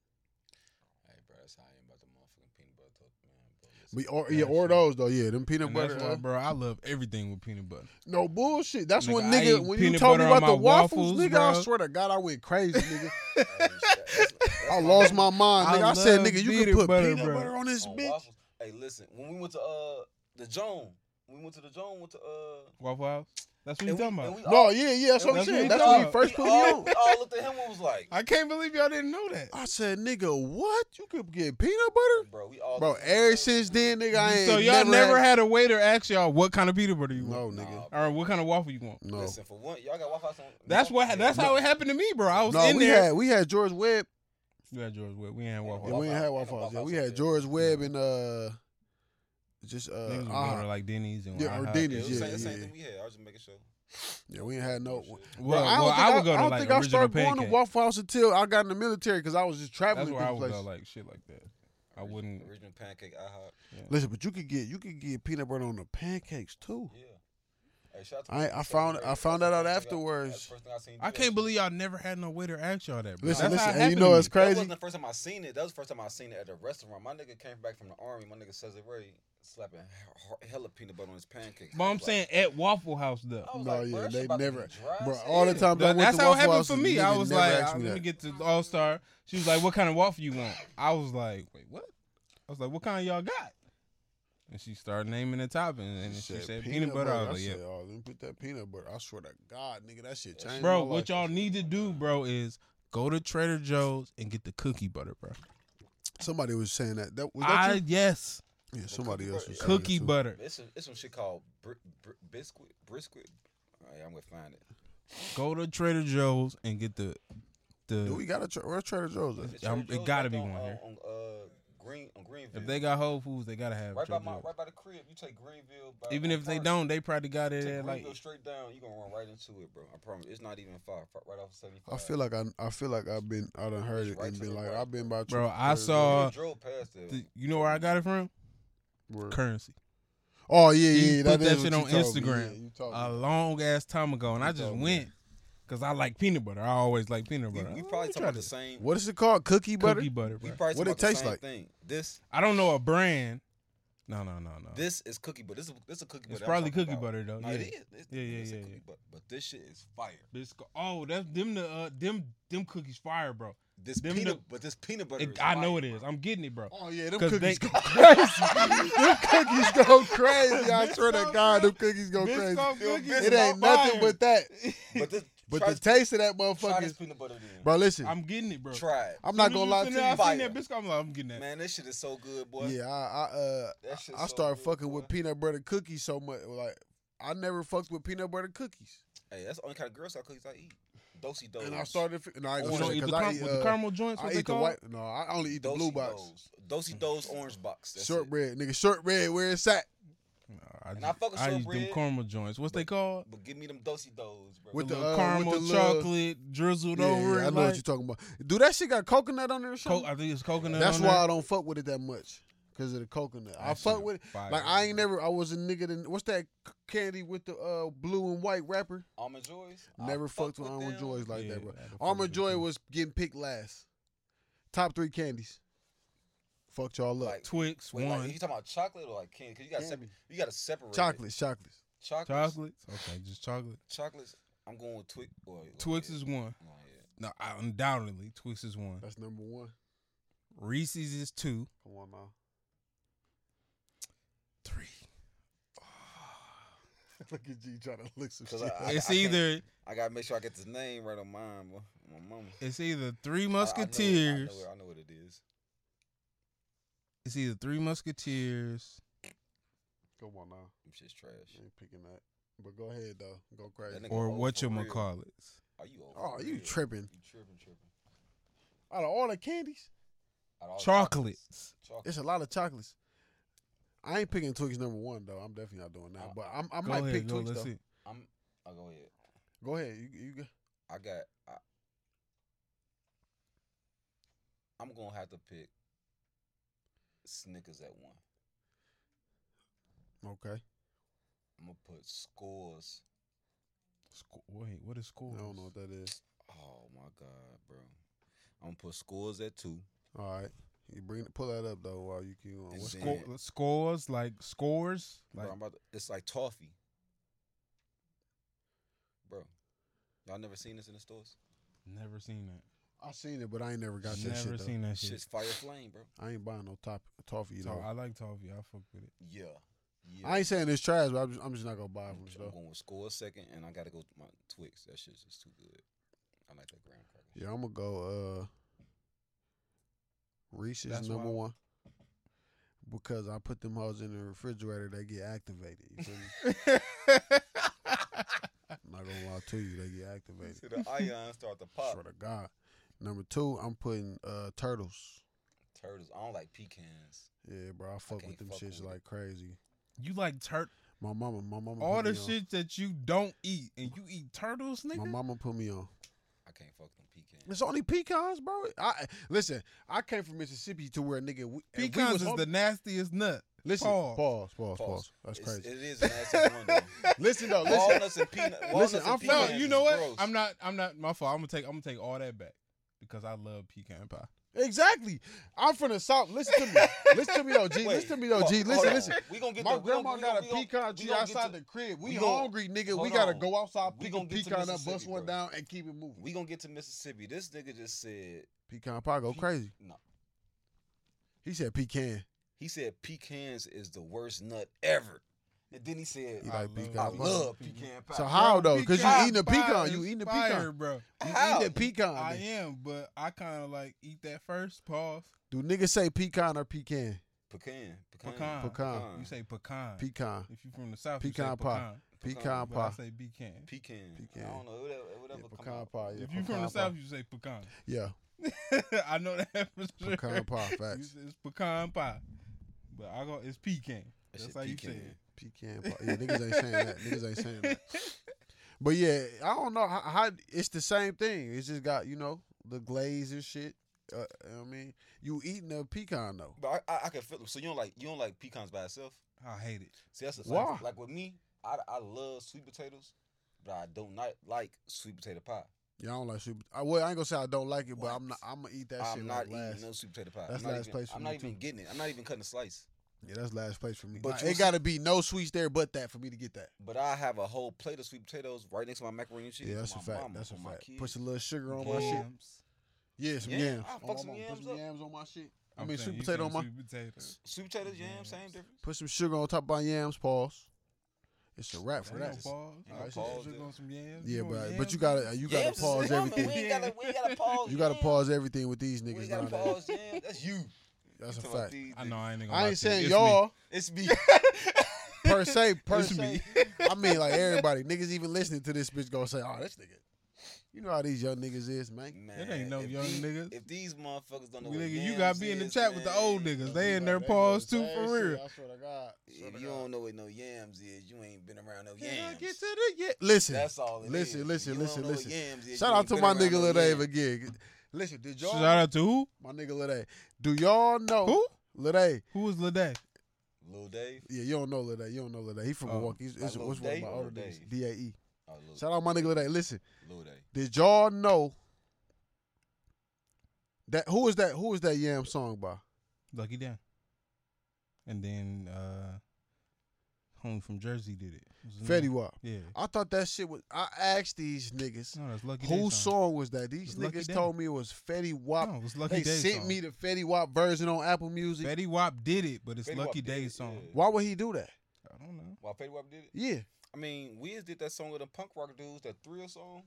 S3: Hey, bro, that's how I am about the motherfucking peanut butter toast, man. Bro, listen.
S2: But, or
S1: Yeah,
S2: yeah, or
S1: shit.
S2: those though. Yeah, them peanut
S1: And
S2: butter.
S1: that's why,
S2: uh,
S1: bro, I love everything with peanut butter.
S2: No bullshit. That's when
S1: Nigga, I
S2: nigga
S1: eat
S2: when you
S1: peanut
S2: told me
S1: butter on
S2: about the
S1: my
S2: waffles,
S1: waffles,
S2: nigga, I
S1: bro.
S2: swear to God, I went crazy, nigga.
S3: Hey, that- that's- that's
S2: I lost
S3: nigga
S2: my mind, nigga. I,
S1: I
S2: said,
S1: love
S2: nigga, you can
S1: peanut
S2: put
S1: butter,
S2: peanut
S1: bro.
S2: butter on this
S3: on
S2: bitch.
S3: waffles. Hey, listen, when we went to uh the Joan, when we went to the Joan, went to uh.
S1: Waffle House. That's what
S3: and
S1: you
S3: we-
S1: talking
S3: and
S1: about.
S3: we
S2: No,
S3: all-
S2: yeah, yeah, that's what I'm
S1: That's what
S2: saying.
S1: we
S2: That's when you
S1: thought.
S2: first
S3: we
S2: put me
S3: all,
S2: on.
S3: we all looked at him and was like,
S1: I can't believe y'all didn't know that.
S2: Oh. I said, nigga, what? You could get peanut butter?
S3: bro, we all.
S2: Bro, ever since then, nigga, I ain't
S1: so y'all never,
S2: had.
S1: had a waiter ask y'all what kind of peanut butter you want,
S2: No,
S3: Nah,
S2: nigga.
S1: or what kind of waffle you want.
S2: No.
S3: Listen, for one, y'all got Wi-Fi. on-
S1: That's what.
S3: Yeah.
S1: That's how it happened to me, bro. I was
S2: No,
S1: in
S2: we
S1: there.
S2: had we had George Webb.
S1: we had George Webb. We ain't had waffle.
S2: Yeah,
S1: House.
S2: we ain't had
S3: Waffle House.
S2: Waffle House. Yeah,
S3: Waffle
S2: we
S3: House
S2: had
S3: up
S2: George Webb and uh just uh
S1: Niggas was going to
S2: IHOP.
S1: like Denny's and
S2: Yeah, or
S1: IHOP.
S3: Yeah, it
S2: Denny's,
S3: was the same,
S2: yeah,
S3: same
S2: yeah.
S3: thing we had. I was just making sure.
S2: Yeah, we ain't had no
S1: Well,
S2: Bro, I
S1: well,
S2: don't think I,
S1: I would go
S2: I
S1: to
S2: don't
S1: like
S2: think I
S1: original
S2: started
S1: pancake.
S2: going to Waffle House until I got in the military because I was just traveling
S1: That's
S2: to
S1: where I
S2: these
S1: would go,
S2: places.
S1: like shit like that. I wouldn't.
S3: Original pancake IHOP.
S2: Listen, but you could get you could get peanut butter on the pancakes too.
S3: Yeah. Hey, shout out to
S2: I- I
S3: Waiter Fred
S2: found-
S3: Gray.
S2: I found
S3: That's the
S2: that out
S3: first thing I-
S2: afterwards.
S3: that's the first thing I seen do
S1: I
S3: that
S1: can't
S3: shit.
S1: believe y'all never had no waiter ask y'all that. Bro.
S2: Listen,
S1: That's how
S2: listen,
S1: it
S2: and you
S1: happened
S2: know
S1: to
S2: it's
S1: me.
S2: crazy.
S3: That wasn't the first time I seen it. That was the first time I seen it at a restaurant. My nigga came back from the army. My nigga Cesar Ray slapping he- he- hella peanut butter on his pancakes.
S1: But
S3: I
S1: I'm
S3: was
S1: saying at Waffle House though.
S3: like, I was
S2: No,
S3: like,
S2: yeah,
S3: "Bruh, shit
S2: they
S3: about to be
S2: never-
S3: dry
S2: Bro,
S3: as
S2: all the
S3: hell."
S2: time I went
S1: that's
S2: to
S1: how it
S2: Waffle
S1: happened
S2: House,
S1: for
S2: the
S1: me.
S2: nigga
S1: I was
S2: never
S1: like,
S2: asked
S1: I-
S2: me
S1: let me
S2: that.
S1: get to the All Star. She was like, "What kind of waffle you want?" I was like, "Wait, what?" I was like, "What kind y'all got?" And she started naming the toppings, and she said peanut butter. I was like,
S2: I
S1: "Yeah,
S2: said, oh, let me put that peanut butter. I swear to God, nigga, that shit changed.
S1: bro."
S2: my
S1: What
S2: life.
S1: y'all need to do, bro, is go to Trader Joe's and get the cookie butter, bro.
S2: Somebody was saying that. That was that
S1: I
S2: you?
S1: yes,
S2: Yeah, somebody else
S3: butter.
S2: was saying that
S1: cookie
S2: too.
S1: butter.
S3: It's, some- it's some shit called br- br- biscuit brisket. All right, I'm gonna find it.
S1: Go to Trader Joe's and get the
S2: Do
S1: the.
S2: we got a tra- where's Trader Joe's? At?
S3: It's
S1: Um,
S3: Trader
S1: it
S3: Joe's
S1: gotta
S3: right
S1: be
S3: there
S1: one
S3: on,
S1: here.
S3: uh, on uh, Green on Greenville.
S1: If they got Whole Foods, they gotta have
S3: right by
S1: Trader
S3: my
S1: Joe's.
S3: right by the crib, you take Greenville. By,
S1: Even
S3: on
S1: if they
S3: Park.
S1: don't, they probably got it
S3: take
S1: at like
S3: Greenville straight down, you gonna run right into it, bro. I promise. It's not even far, fr- right off of 75.
S2: I feel like I I feel like I've been I done heard it and been like I've been by
S1: Bro, I
S2: Trader
S1: saw-
S2: Joe's.
S1: uh,
S3: We drove past there.
S1: The- you know where I got it from?
S2: Where-
S1: Currency.
S2: Oh yeah, yeah,
S1: He
S2: yeah,
S1: put
S2: is
S1: that
S2: what
S1: shit
S2: you
S1: on
S2: told me.
S1: Instagram.
S2: Yeah, you told me.
S1: A long ass time ago, and I
S2: You
S1: just
S2: told me.
S1: went because I like peanut butter. I always like peanut
S3: we,
S1: butter.
S3: we
S1: Oh,
S3: probably
S1: let me
S3: talking
S1: try
S3: about the
S1: this
S3: same.
S2: What is it called? Cookie butter.
S1: cookie butter,
S3: We
S1: bro.
S3: probably
S2: What
S3: talking
S2: it
S3: about the
S2: taste
S3: same
S2: like?
S3: Thing. This
S1: I don't know a brand. No, no, no, no.
S3: this is cookie, butter. this is this is a cookie.
S1: Oh. it's
S3: butter I'm
S1: probably
S3: talking
S1: cookie
S3: about.
S1: butter though.
S3: No,
S1: yeah.
S3: it is. It's-
S1: Yeah, yeah,
S3: it's a
S1: yeah,
S3: cookie
S1: yeah.
S3: butter, But this shit is fire.
S1: But it's go- oh, that's them. The uh, them them cookies fire, bro.
S3: This
S1: Them
S3: peanut,
S1: the-
S3: but this peanut butter.
S1: It,
S3: is
S1: I know
S3: fire,
S1: it is.
S3: bro.
S1: I'm getting it, bro.
S2: Oh yeah, them
S1: 'Cause
S2: cookies
S1: they-
S2: go crazy. them cookies go crazy. I swear to God, them cookies go crazy.
S1: Biscoff
S3: Yo,
S1: cookies
S2: It
S1: is
S2: ain't
S1: on
S2: nothing
S1: fire.
S2: but that.
S3: But this,
S2: But
S3: try
S2: the
S3: this-
S2: taste of that
S3: try this
S2: motherfucker,
S3: peanut butter, then.
S2: bro. Listen, I'm,
S1: I'm getting it, bro.
S3: Try it.
S2: not gonna lie to you.
S1: I
S3: Fire.
S1: seen that biscuit. I'm like, I'm getting that. Oh,
S3: Man, this shit is so good, boy.
S2: Yeah, I I, uh,
S3: That shit
S2: I
S3: so
S2: started
S3: good,
S2: fucking
S3: boy.
S2: with peanut butter cookies so much. Like I never fucked with peanut butter cookies,
S3: Hey, that's the only kind of girl style cookies I eat. Dosey does.
S2: and I started. fi- And I ain't
S1: you
S2: gonna
S1: don't
S2: say
S1: eat the,
S2: 'cause
S1: car-
S2: I eat,
S1: with
S2: uh,
S1: the caramel joints.
S2: I
S1: What they
S2: eat the
S1: call?
S2: white. No, I only eat the blue box.
S3: Dosey does orange box. That's it.
S2: Shortbread, nigga, shortbread. Where it's at?
S1: No, I,
S3: And
S1: just,
S3: I fuck with
S1: I use them
S3: shortbread,
S1: caramel joints. What's they called?
S3: But give me them dosey does, bro.
S2: With
S1: the,
S2: the,
S1: little
S2: uh, with
S1: caramel
S2: the little-
S1: chocolate drizzled
S2: Yeah,
S1: over
S2: yeah,
S1: it.
S2: I know
S1: like,
S2: what you're talking about. Do that shit got coconut on it or
S1: co-
S2: something?
S1: I think it's coconut.
S2: That's
S1: on
S2: why
S1: there.
S2: I don't fuck with it that much because of the coconut. I
S1: That
S2: fuck
S1: shit
S2: with it.
S1: fire,
S2: Like I ain't
S1: bro.
S2: never. I was a nigga. That, what's that c- candy with the uh, blue and white wrapper?
S3: almond joys. I
S2: uh, Never fucked with
S3: them.
S2: Almond Joys like
S1: Yeah,
S2: that, bro.
S1: I had to fuck with
S2: Almond
S1: it
S2: Joy
S1: too.
S2: was getting picked last. Top three candies. Fucked y'all up.
S3: Like,
S1: Twix
S3: Wait,
S1: one
S3: like, you talking about chocolate or like candy? Cause you got separate.
S2: Candy.
S3: You got to separate it.
S2: chocolates, chocolates.
S3: Chocolates.
S1: chocolates. Okay, just chocolate.
S3: Chocolates. I'm going with Twix. Well, yeah,
S1: Twix
S3: yeah.
S1: is one.
S3: Oh, yeah.
S1: No, I, undoubtedly Twix is one.
S2: That's number one.
S1: Reese's is two,
S2: Come on now.
S1: three.
S2: Look at G trying to look some
S3: 'Cause
S2: shit.
S3: I-
S1: it's
S3: I can't-
S1: either
S3: I gotta make sure I get this name right on mine, bro. My mama.
S1: it's either three
S3: I- I know it,
S1: Musketeers.
S3: I know, it, I know what it is.
S1: It's either three Musketeers.
S2: Come on now.
S3: Them shit's trash.
S2: You ain't picking that. But go ahead though. Go crazy.
S3: That nigga
S1: or
S3: old
S1: what
S3: for
S1: you
S3: real.
S1: call it.
S3: Are you old?
S2: Oh,
S3: for
S2: you
S3: real?
S2: tripping.
S3: You tripping, tripping.
S2: Out of all the candies,
S3: Out of all the chocolates,
S1: Chocolates.
S3: Chocolate.
S2: it's a lot of chocolates. I ain't picking Twix number one though. I'm definitely not doing that. But I'm, I
S1: Go
S2: might
S1: ahead,
S2: pick
S1: go.
S2: Twix
S1: Let's
S2: though.
S1: see.
S3: I'm. I'll Oh, go ahead.
S2: Go ahead. You, you go.
S3: I got. I, I'm gonna have to pick Snickers at one.
S2: Okay.
S3: I'm gonna put scores.
S1: Sco- wait, what is
S2: I
S1: score?
S2: don't know what that is.
S3: Oh my god, bro! I'm gonna put scores at two.
S2: All right. You bring pull that up though while you keep on.
S3: And
S2: What's
S3: then-
S1: Sco- scores like scores
S3: Bro,
S1: like
S3: I'm about to, it's like toffee, bro. Y'all never seen this in the stores?
S1: never seen that.
S2: I seen it, but I ain't never got that
S1: never
S2: shit. Though.
S1: seen that shit.
S3: Shit's fire flame, bro.
S2: I ain't buying no top toffee
S1: So
S2: though.
S1: I like toffee. I fuck with it.
S3: Yeah, yeah.
S2: I ain't saying it's trash, but I'm just, I'm just not gonna buy
S3: I'm,
S2: from
S3: I'm
S2: stuff.
S3: going with score second, and I gotta go with my Twix. That shit's just too good. I like that graham cracker.
S2: Yeah, I'm gonna go. uh Reese's
S1: That's
S2: number
S1: why-
S2: one because I put them hoes in the refrigerator. They get activated. You feel me? I'm not gonna lie to you, they get activated.
S3: See the ions start to pop.
S2: Swear to God. Number two, I'm putting uh turtles.
S3: Turtles. I don't like pecans.
S2: Yeah, bro, I fuck
S3: can't
S2: with them
S3: fuck
S2: shits
S3: with it.
S2: like crazy.
S1: You like tur
S2: My mama, my mama,
S1: all
S2: put
S1: the
S2: me on-
S1: shit that you don't eat, and you eat turtles,
S2: My
S1: nigga.
S2: mama put me on.
S3: I can't fuck them pecans.
S2: It's only pecans, bro. I listen. I came from Mississippi to where nigga we, and we
S1: Pecans
S2: was
S1: is
S2: hungry.
S1: the nastiest nut.
S2: listen.
S1: pause.
S2: Pause. Pause. Pause.
S3: Pause.
S2: That's
S3: It's-
S2: crazy.
S3: It is an ass one though.
S2: listen though. Listen.
S3: Walnuts and peanut. Walnuts
S2: Listen,
S3: and
S2: I'm
S1: No,
S3: pecans
S2: found-
S1: you
S3: is
S1: know what?
S3: gross.
S1: I'm not. I'm not. My fault. I'm gonna take. I'm gonna take all that back because I love pecan pie.
S2: Exactly. I'm from the south. Listen to me. listen to me though, G.
S3: Wait,
S2: listen to me though, G.
S3: hold-
S2: Listen,
S3: hold on.
S2: listen.
S3: We gonna get
S2: My
S3: the- we gonna-
S2: grandma
S3: we
S2: got
S3: gonna-
S2: a pecan
S3: we
S2: tree
S3: gonna get
S2: outside
S3: to-
S2: the crib. We
S3: we gonna-
S2: hungry, nigga. We
S3: hold
S2: gotta
S3: on.
S2: go outside,
S3: We
S2: pick a
S3: gonna get to
S2: pecan up, bust
S3: Mississippi,
S2: one
S3: bro.
S2: down, and keep it moving.
S3: We gonna get to Mississippi. This nigga just said
S2: pecan pie go
S3: Pe-
S2: crazy.
S3: no.
S2: He said pecan.
S3: He said pecans is the worst nut ever. And then he said,
S2: He
S1: I
S2: like
S1: love-
S2: pecan.
S3: I
S2: pie.
S3: love pecan pie.
S2: So how
S1: Bro,
S2: though? Because you
S1: pecan
S2: eating a
S1: pie
S2: pecan.
S1: is
S2: You eating a
S1: fire,
S2: pecan.
S1: bro.
S2: You
S3: How?
S2: eating a pecan.
S1: I
S2: nigga.
S1: am, but I kind of like eat that first. Pause.
S2: Do niggas say pecan or pecan?
S3: Pecan. Pecan.
S1: Pecan.
S2: Pecan.
S1: You say pecan.
S2: Pecan.
S1: if you're from the south, you say
S2: Pecan pie.
S1: pecan.
S2: Pecan
S3: Pecan,
S1: But I
S2: pie.
S1: say pecan.
S3: Pecan.
S2: Pecan.
S3: I don't know. Whatever.
S2: Yeah,
S3: whatever come
S2: pecan
S3: up.
S2: pie. Yeah,
S1: if you're from
S2: pecan
S1: the south,
S2: pie.
S1: you say pecan.
S2: yeah,
S1: I know that for sure.
S2: pecan pie.
S1: You
S2: Facts.
S1: say It's pecan pie, but I go. It's pecan.
S3: That
S1: That's
S3: shit
S1: how you say
S3: pecan.
S1: it.
S2: Pecan pie. Yeah, niggas ain't saying that. Niggas ain't saying that. But yeah, I don't know how, how it's the same thing. It's just got you know the glaze and shit. Uh, I mean, you eating a pecan though.
S3: But I, I, I can feel them. So you don't like you don't like pecans by itself.
S1: I hate it.
S3: See, that's the
S2: Why?
S3: Like, like with me, I, I love sweet potatoes, but I don't not like sweet potato pie.
S2: Yeah, I don't like sweet. I, well, I ain't gonna say I don't like it, but I'm not.
S3: What?
S2: I'm gonna eat that shit.
S3: I'm not
S2: like
S3: eating
S2: last.
S3: no sweet potato pie.
S2: that's
S3: I'm not
S2: last
S3: even,
S2: place for
S3: I'm
S2: me,
S3: not
S2: too.
S3: even getting it. I'm not even cutting a slice.
S2: Yeah, that's last place for me.
S3: But
S2: Like,
S3: you
S2: it
S3: see-
S2: gotta be no sweets there, but that for me to get that.
S3: But I have a whole plate of sweet potatoes right next to my macaroni and cheese.
S2: Yeah,
S3: for
S2: that's a
S3: my
S2: fact.
S3: mama,
S2: That's a
S3: for my
S2: fact.
S3: kids.
S2: Put a little sugar on my
S3: Yeah.
S2: shit.
S1: Yams.
S2: Yeah, some
S3: Yeah,
S2: yams.
S3: I'll
S2: Oh,
S3: fuck
S2: my
S3: some
S2: mama,
S3: yams
S2: Put some
S3: up.
S2: yams on my shit. I
S1: I'm
S2: mean,
S1: saying,
S2: sweet
S1: you
S2: potato
S1: saying
S2: on my-
S1: sweet potatoes.
S3: Sweet potatoes, jam,
S1: Yams.
S3: same difference.
S2: Put some sugar on top of my yams. Pause. It's a wrap for
S1: Ain't
S2: that.
S1: no pause.
S3: ain't no
S1: Alright,
S3: pause
S1: so you
S3: there.
S1: want some yams?
S2: Yeah,
S1: want
S2: but
S1: yams?
S2: but you gotta you gotta
S3: Yams is
S2: pause
S3: coming. We
S2: everything.
S3: ain't gotta, we ain't gotta pause.
S2: You gotta
S3: jam.
S2: pause everything with these
S3: We
S2: niggas
S3: ain't gotta
S2: nowadays.
S3: pause. Jam. That's you.
S2: That's a
S3: You talking about
S2: fact.
S3: these
S1: I know.
S3: niggas.
S1: I ain't gonna.
S2: I
S1: lie
S2: ain't
S1: to you.
S2: saying
S1: It's
S2: y'all
S3: It's me.
S2: per se per
S1: It's
S2: se.
S1: me.
S2: I mean, like everybody, niggas even listening to this bitch gonna say, "Oh, this nigga." You know how these young niggas is, man.
S3: Man,
S1: ain't no
S3: if
S1: young
S3: these-
S1: niggas.
S3: If these motherfuckers don't know
S1: Me.
S3: what
S1: Nigga,
S3: yams
S1: you gotta be in the
S3: is,
S1: chat with the
S3: man,
S1: old niggas. They in their
S2: They
S1: paws
S2: doing
S1: too
S2: the
S1: for
S2: same
S1: real.
S2: shit, I swear to God. Swear to
S3: If you
S2: God.
S3: don't know what no yams is, you ain't been around no
S1: Can I
S3: yams.
S1: get to the yeah?
S2: Listen,
S3: That's all. it
S2: listen,
S3: is.
S2: listen,
S3: You
S2: listen,
S3: don't know what
S2: listen.
S3: yams is,
S2: shout
S3: you
S2: out
S3: ain't
S2: to
S3: been
S2: my
S3: around
S2: nigga
S3: no
S2: Lil Dave
S3: yams.
S2: again. Listen, did y'all
S1: Shout out to who?
S2: my nigga Lil Dave. Do y'all know
S1: Who?
S2: Lil Dave?
S1: Who was Lede?
S3: Lil Dave.
S2: Yeah, you don't know Lil Dave. You don't know Lil Dave. He from
S1: Oh,
S2: Milwaukee. He's,
S3: like
S2: it's,
S3: Lil
S2: what's one of
S3: Dave
S2: my
S3: or Lil
S2: older niggas?
S3: Dave?
S2: D-A-E.
S3: Oh, Lil,
S2: Shout out my nigga Lil Dave. Listen,
S3: Lil Dave.
S2: did y'all know that who is that who is that Yam song by?
S1: Lucky Dan. And then uh Home from Jersey did it. It was
S2: Fetty
S1: another-
S2: Wap.
S1: Yeah.
S2: I thought that shit was I asked these niggas
S1: No, that's Lucky Dan.
S2: whose song was that. These
S1: It's Lucky
S2: niggas
S1: Day.
S2: told me it was Fetty Wap.
S1: No, it was Lucky
S2: they
S1: Day.
S2: sent
S1: song.
S2: me the Fetty Wap version on Apple Music.
S1: Fetty Wap did it, but it's
S3: Fetty Wap
S1: Lucky
S3: did
S1: Day's
S3: it,
S1: song.
S3: yeah.
S2: Why would he do that?
S1: I don't know.
S3: While Fetty Wap did it.
S2: Yeah.
S3: I mean, Wiz did that song with the punk rock dudes, that thrill song.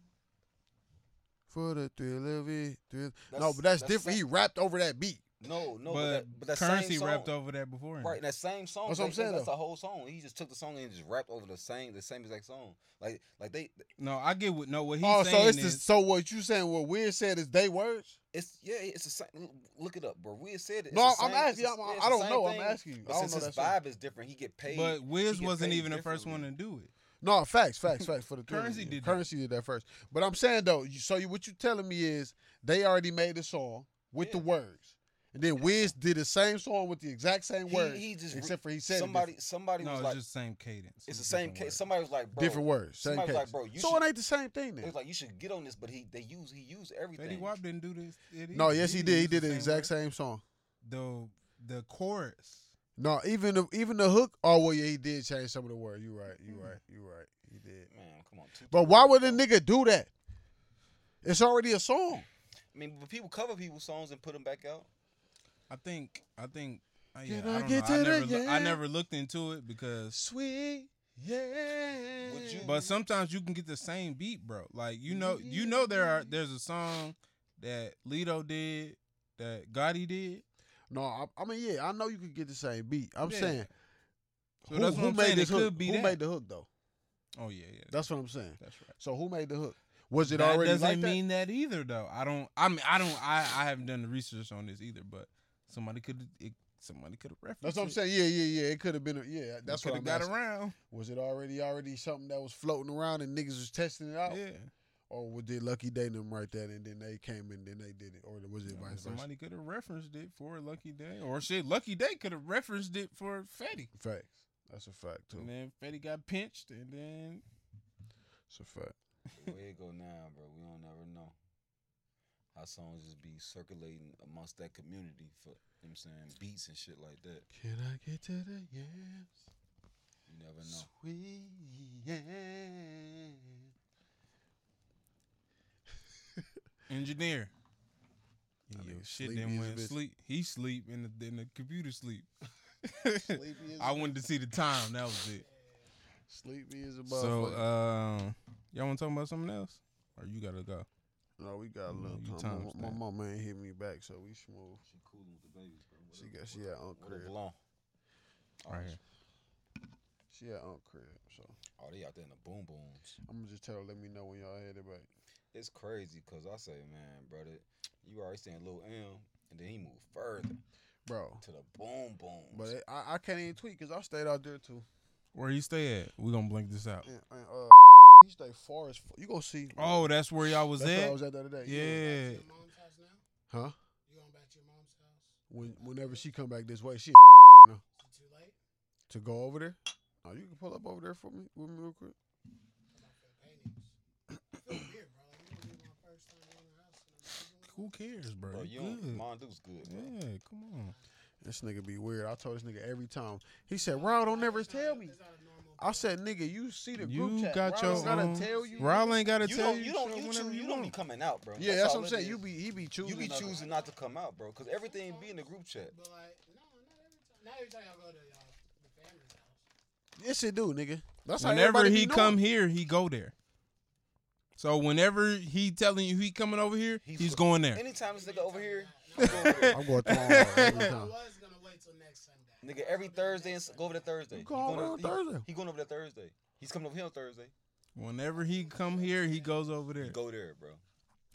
S2: For the thrill of it. Thrill. no,
S3: That's-
S2: but that's,
S3: that's
S2: different. He
S3: same-
S2: rapped over that beat.
S3: No, no, but,
S1: but,
S3: that, but that
S1: currency
S3: same song,
S1: wrapped over that before. him.
S3: Right, and that same song.
S2: That's what I'm
S3: they-
S2: saying,
S3: That's
S2: though.
S3: the whole song. He just took the song and just rapped over the same, the same exact song. Like, like they,
S1: No, I get what no what he's
S2: oh, so
S1: saying
S2: it's the,
S1: is
S2: so what you saying? What Weird said is they words.
S3: it's yeah, it's the same. Look it up, bro. Wiz said it.
S2: No,
S3: It's the
S2: I'm
S3: same-
S2: asking.
S3: it's
S2: I'm,
S3: the-
S2: I
S3: it's
S2: i
S3: the
S2: do not
S3: same
S2: know.
S3: thing,
S2: I'm asking you.
S3: But
S2: I don't
S3: since
S2: know
S3: his
S2: that shit.
S3: vibe is different, he get paid.
S1: but Wiz
S3: he get
S1: wasn't
S3: paid
S1: even the first one
S3: differently.
S1: to do it.
S2: No, facts, facts, facts. For the thrill of
S1: Currency
S2: it.
S1: did that.
S2: Currency did that first. But I'm saying though, you, so you, what you telling me is they already made the song with the
S3: Yeah.
S2: words, and then Wiz did the same song with the exact same
S3: He-
S2: words,
S3: he just re-
S2: except for he said it
S3: Somebody, somebody
S1: No,
S3: was
S1: it's
S3: like,
S1: just same cadence.
S3: it's the same
S1: different
S3: case. Somebody was like, bro,
S2: different, different words, same
S3: somebody
S2: case.
S3: was like, bro, you
S2: so
S3: should-
S2: it ain't the same thing
S3: It
S2: then.
S3: was like you should get on this, but he they use he
S1: words.
S3: used everything.
S1: Fetty Wap didn't do this. it
S2: no,
S1: either.
S2: yes, he did. He
S1: use the
S2: did the exact
S1: word.
S2: same song.
S1: The the chorus.
S2: No, even the even the hook. Oh well, yeah, he did change some of the words. You right.
S1: Mm-hmm.
S2: You right. You right. He did.
S3: Man, come on. two-
S2: But why would a nigga do that? It's already a song.
S3: I mean, but people cover people's songs and put them back out.
S1: I think I think I, yeah,
S2: Can
S1: I,
S2: I
S1: don't
S2: get
S1: know. I,
S2: to the
S1: never, loo- I
S2: yeah?
S1: never looked into it because
S2: Sweet, yeah.
S3: Would you-
S1: but sometimes you can get the same beat, bro. Like you know you know there are
S2: Mm-hmm.
S1: there's a song that Lido did that Gotti did.
S2: No, I, I mean, yeah, I know you could get the same beat. I'm
S1: Yeah.
S2: saying
S1: So
S2: who,
S1: that's what
S2: who
S1: I'm
S2: made
S1: saying.
S2: this
S1: it
S2: hook?
S1: could be
S2: who
S1: that.
S2: made the hook though?
S1: oh yeah, yeah.
S2: That's what I'm saying.
S1: That's right.
S2: So who made the hook? Was it
S1: that
S2: already
S1: doesn't
S2: like that?
S1: mean that? either though. I don't I mean I don't I, I haven't done the research on this either, but somebody could it, somebody could have referenced
S2: That's what I'm
S1: it.
S2: saying. Yeah, yeah, yeah. It could have been. A, yeah, that's
S1: could
S2: what
S1: have
S2: I'm
S1: got
S2: asking.
S1: around.
S2: Was it already already something that was floating around and niggas was testing it out?
S1: Yeah.
S2: or what Oh, did Lucky Day them write that and then they came and then they did it, or was it
S1: I mean,
S2: vice versa?
S1: Somebody could have referenced it for Lucky Day, or shit, Lucky Day could have referenced it for Fetty.
S2: Facts. That's a fact too.
S1: And then Fetty got pinched, and then
S2: It's a fact.
S3: Where it go now, bro? We don't never know. How songs just be circulating amongst that community for you know what I'm saying beats and shit like that.
S2: Can I get to the yes?
S3: You never know.
S2: Sweet yes.
S1: engineer.
S2: That
S1: Yeah,
S2: nigga
S1: shit
S2: sleepy
S1: then
S2: as a
S1: went
S2: bitch.
S1: sleep. He sleep and the, then the computer sleep.
S2: Sleepy as
S1: I wanted to see the time. That was it.
S2: Sleepy as a
S1: So,
S2: motherfucker.
S1: um, y'all want to talk about something else, or you gotta go?
S2: no, we got a
S1: you know,
S2: little
S1: you
S2: time. My,
S1: timestamp.
S2: my mama ain't hit me back, so we smooth.
S3: She cooling with the babies, bro.
S2: She got she at Unc
S3: Where they
S2: Crib.
S3: belong? Oh,
S1: Right here.
S2: She at Unc Crib. So
S3: Oh, they out there in the boom booms.
S2: I'm gonna just tell her. Let me know when y'all headed back.
S3: It's crazy because I say, man, brother, you already saying Lil M, and then he moved further
S2: Bro,
S3: to the boom booms.
S2: But it, I, I can't even tweet because I stayed out there too.
S1: Where he stay at? We gonna blink this out.
S2: And, and, uh, you stay far as fu- you gonna see.
S1: Oh, that's where y'all was
S2: that's where I
S1: at.
S2: was at the other day.
S1: yeah.
S4: Your mom's house now?
S2: Huh?
S4: You going back to your mom's house?
S2: When whenever she come back this way, she
S4: Is it too late?
S2: to go over there. Oh, you can pull up over there for me with me real quick.
S4: About for the paintings. I feel weird, bro. Like, this is my first time going to the house. And I'm like,
S1: Who cares, bro?
S3: bro,
S1: You
S3: you don't,
S1: good.
S3: Mon Duke's good, bro.
S1: Yeah, come on.
S2: This nigga be weird. I told this nigga every time. He said, "Raul, don't never
S4: it's not
S2: tell
S4: a-
S2: me."
S4: it's not a normal
S2: I said, "Nigga, you see the
S1: You
S2: group chat.
S1: got
S2: Raul
S1: your
S2: ain't gotta
S1: own-
S2: tell you."
S1: Raul ain't gotta
S3: You
S1: tell
S3: don't,
S1: you.
S3: you don't,
S1: shit
S3: you,
S1: whenever
S3: choose, you
S1: you
S3: don't be
S1: want.
S3: coming out, bro.
S2: Yeah, that's what
S3: all
S2: I'm
S3: it
S2: saying.
S3: is.
S2: You be he be choosing.
S3: you be
S2: not to-
S3: choosing not to come out, bro, because everything be in the group chat.
S4: But like, no, not every time. Not every time y'all go to y'all the family's house.
S2: Yes, it do, nigga. That's how
S1: Whenever
S2: everybody
S1: he
S2: be
S1: come
S2: knowing.
S1: here, he go there. So whenever he telling you he coming over here,
S3: He
S1: he's
S3: fl-
S1: going there.
S3: Anytime this nigga over here,
S4: No,
S3: go over there.
S2: I'm going to tomorrow every
S4: I
S2: time.
S4: was gonna wait till next Sunday.
S3: nigga, every Thursday, and, s- go over there Thursday.
S2: You
S3: He
S2: go over
S3: going
S2: on
S3: there- he-
S2: Thursday.
S3: He going over there Thursday. He's coming over here on Thursday.
S1: Whenever he come here, he goes over
S3: You
S1: there.
S3: go there, bro.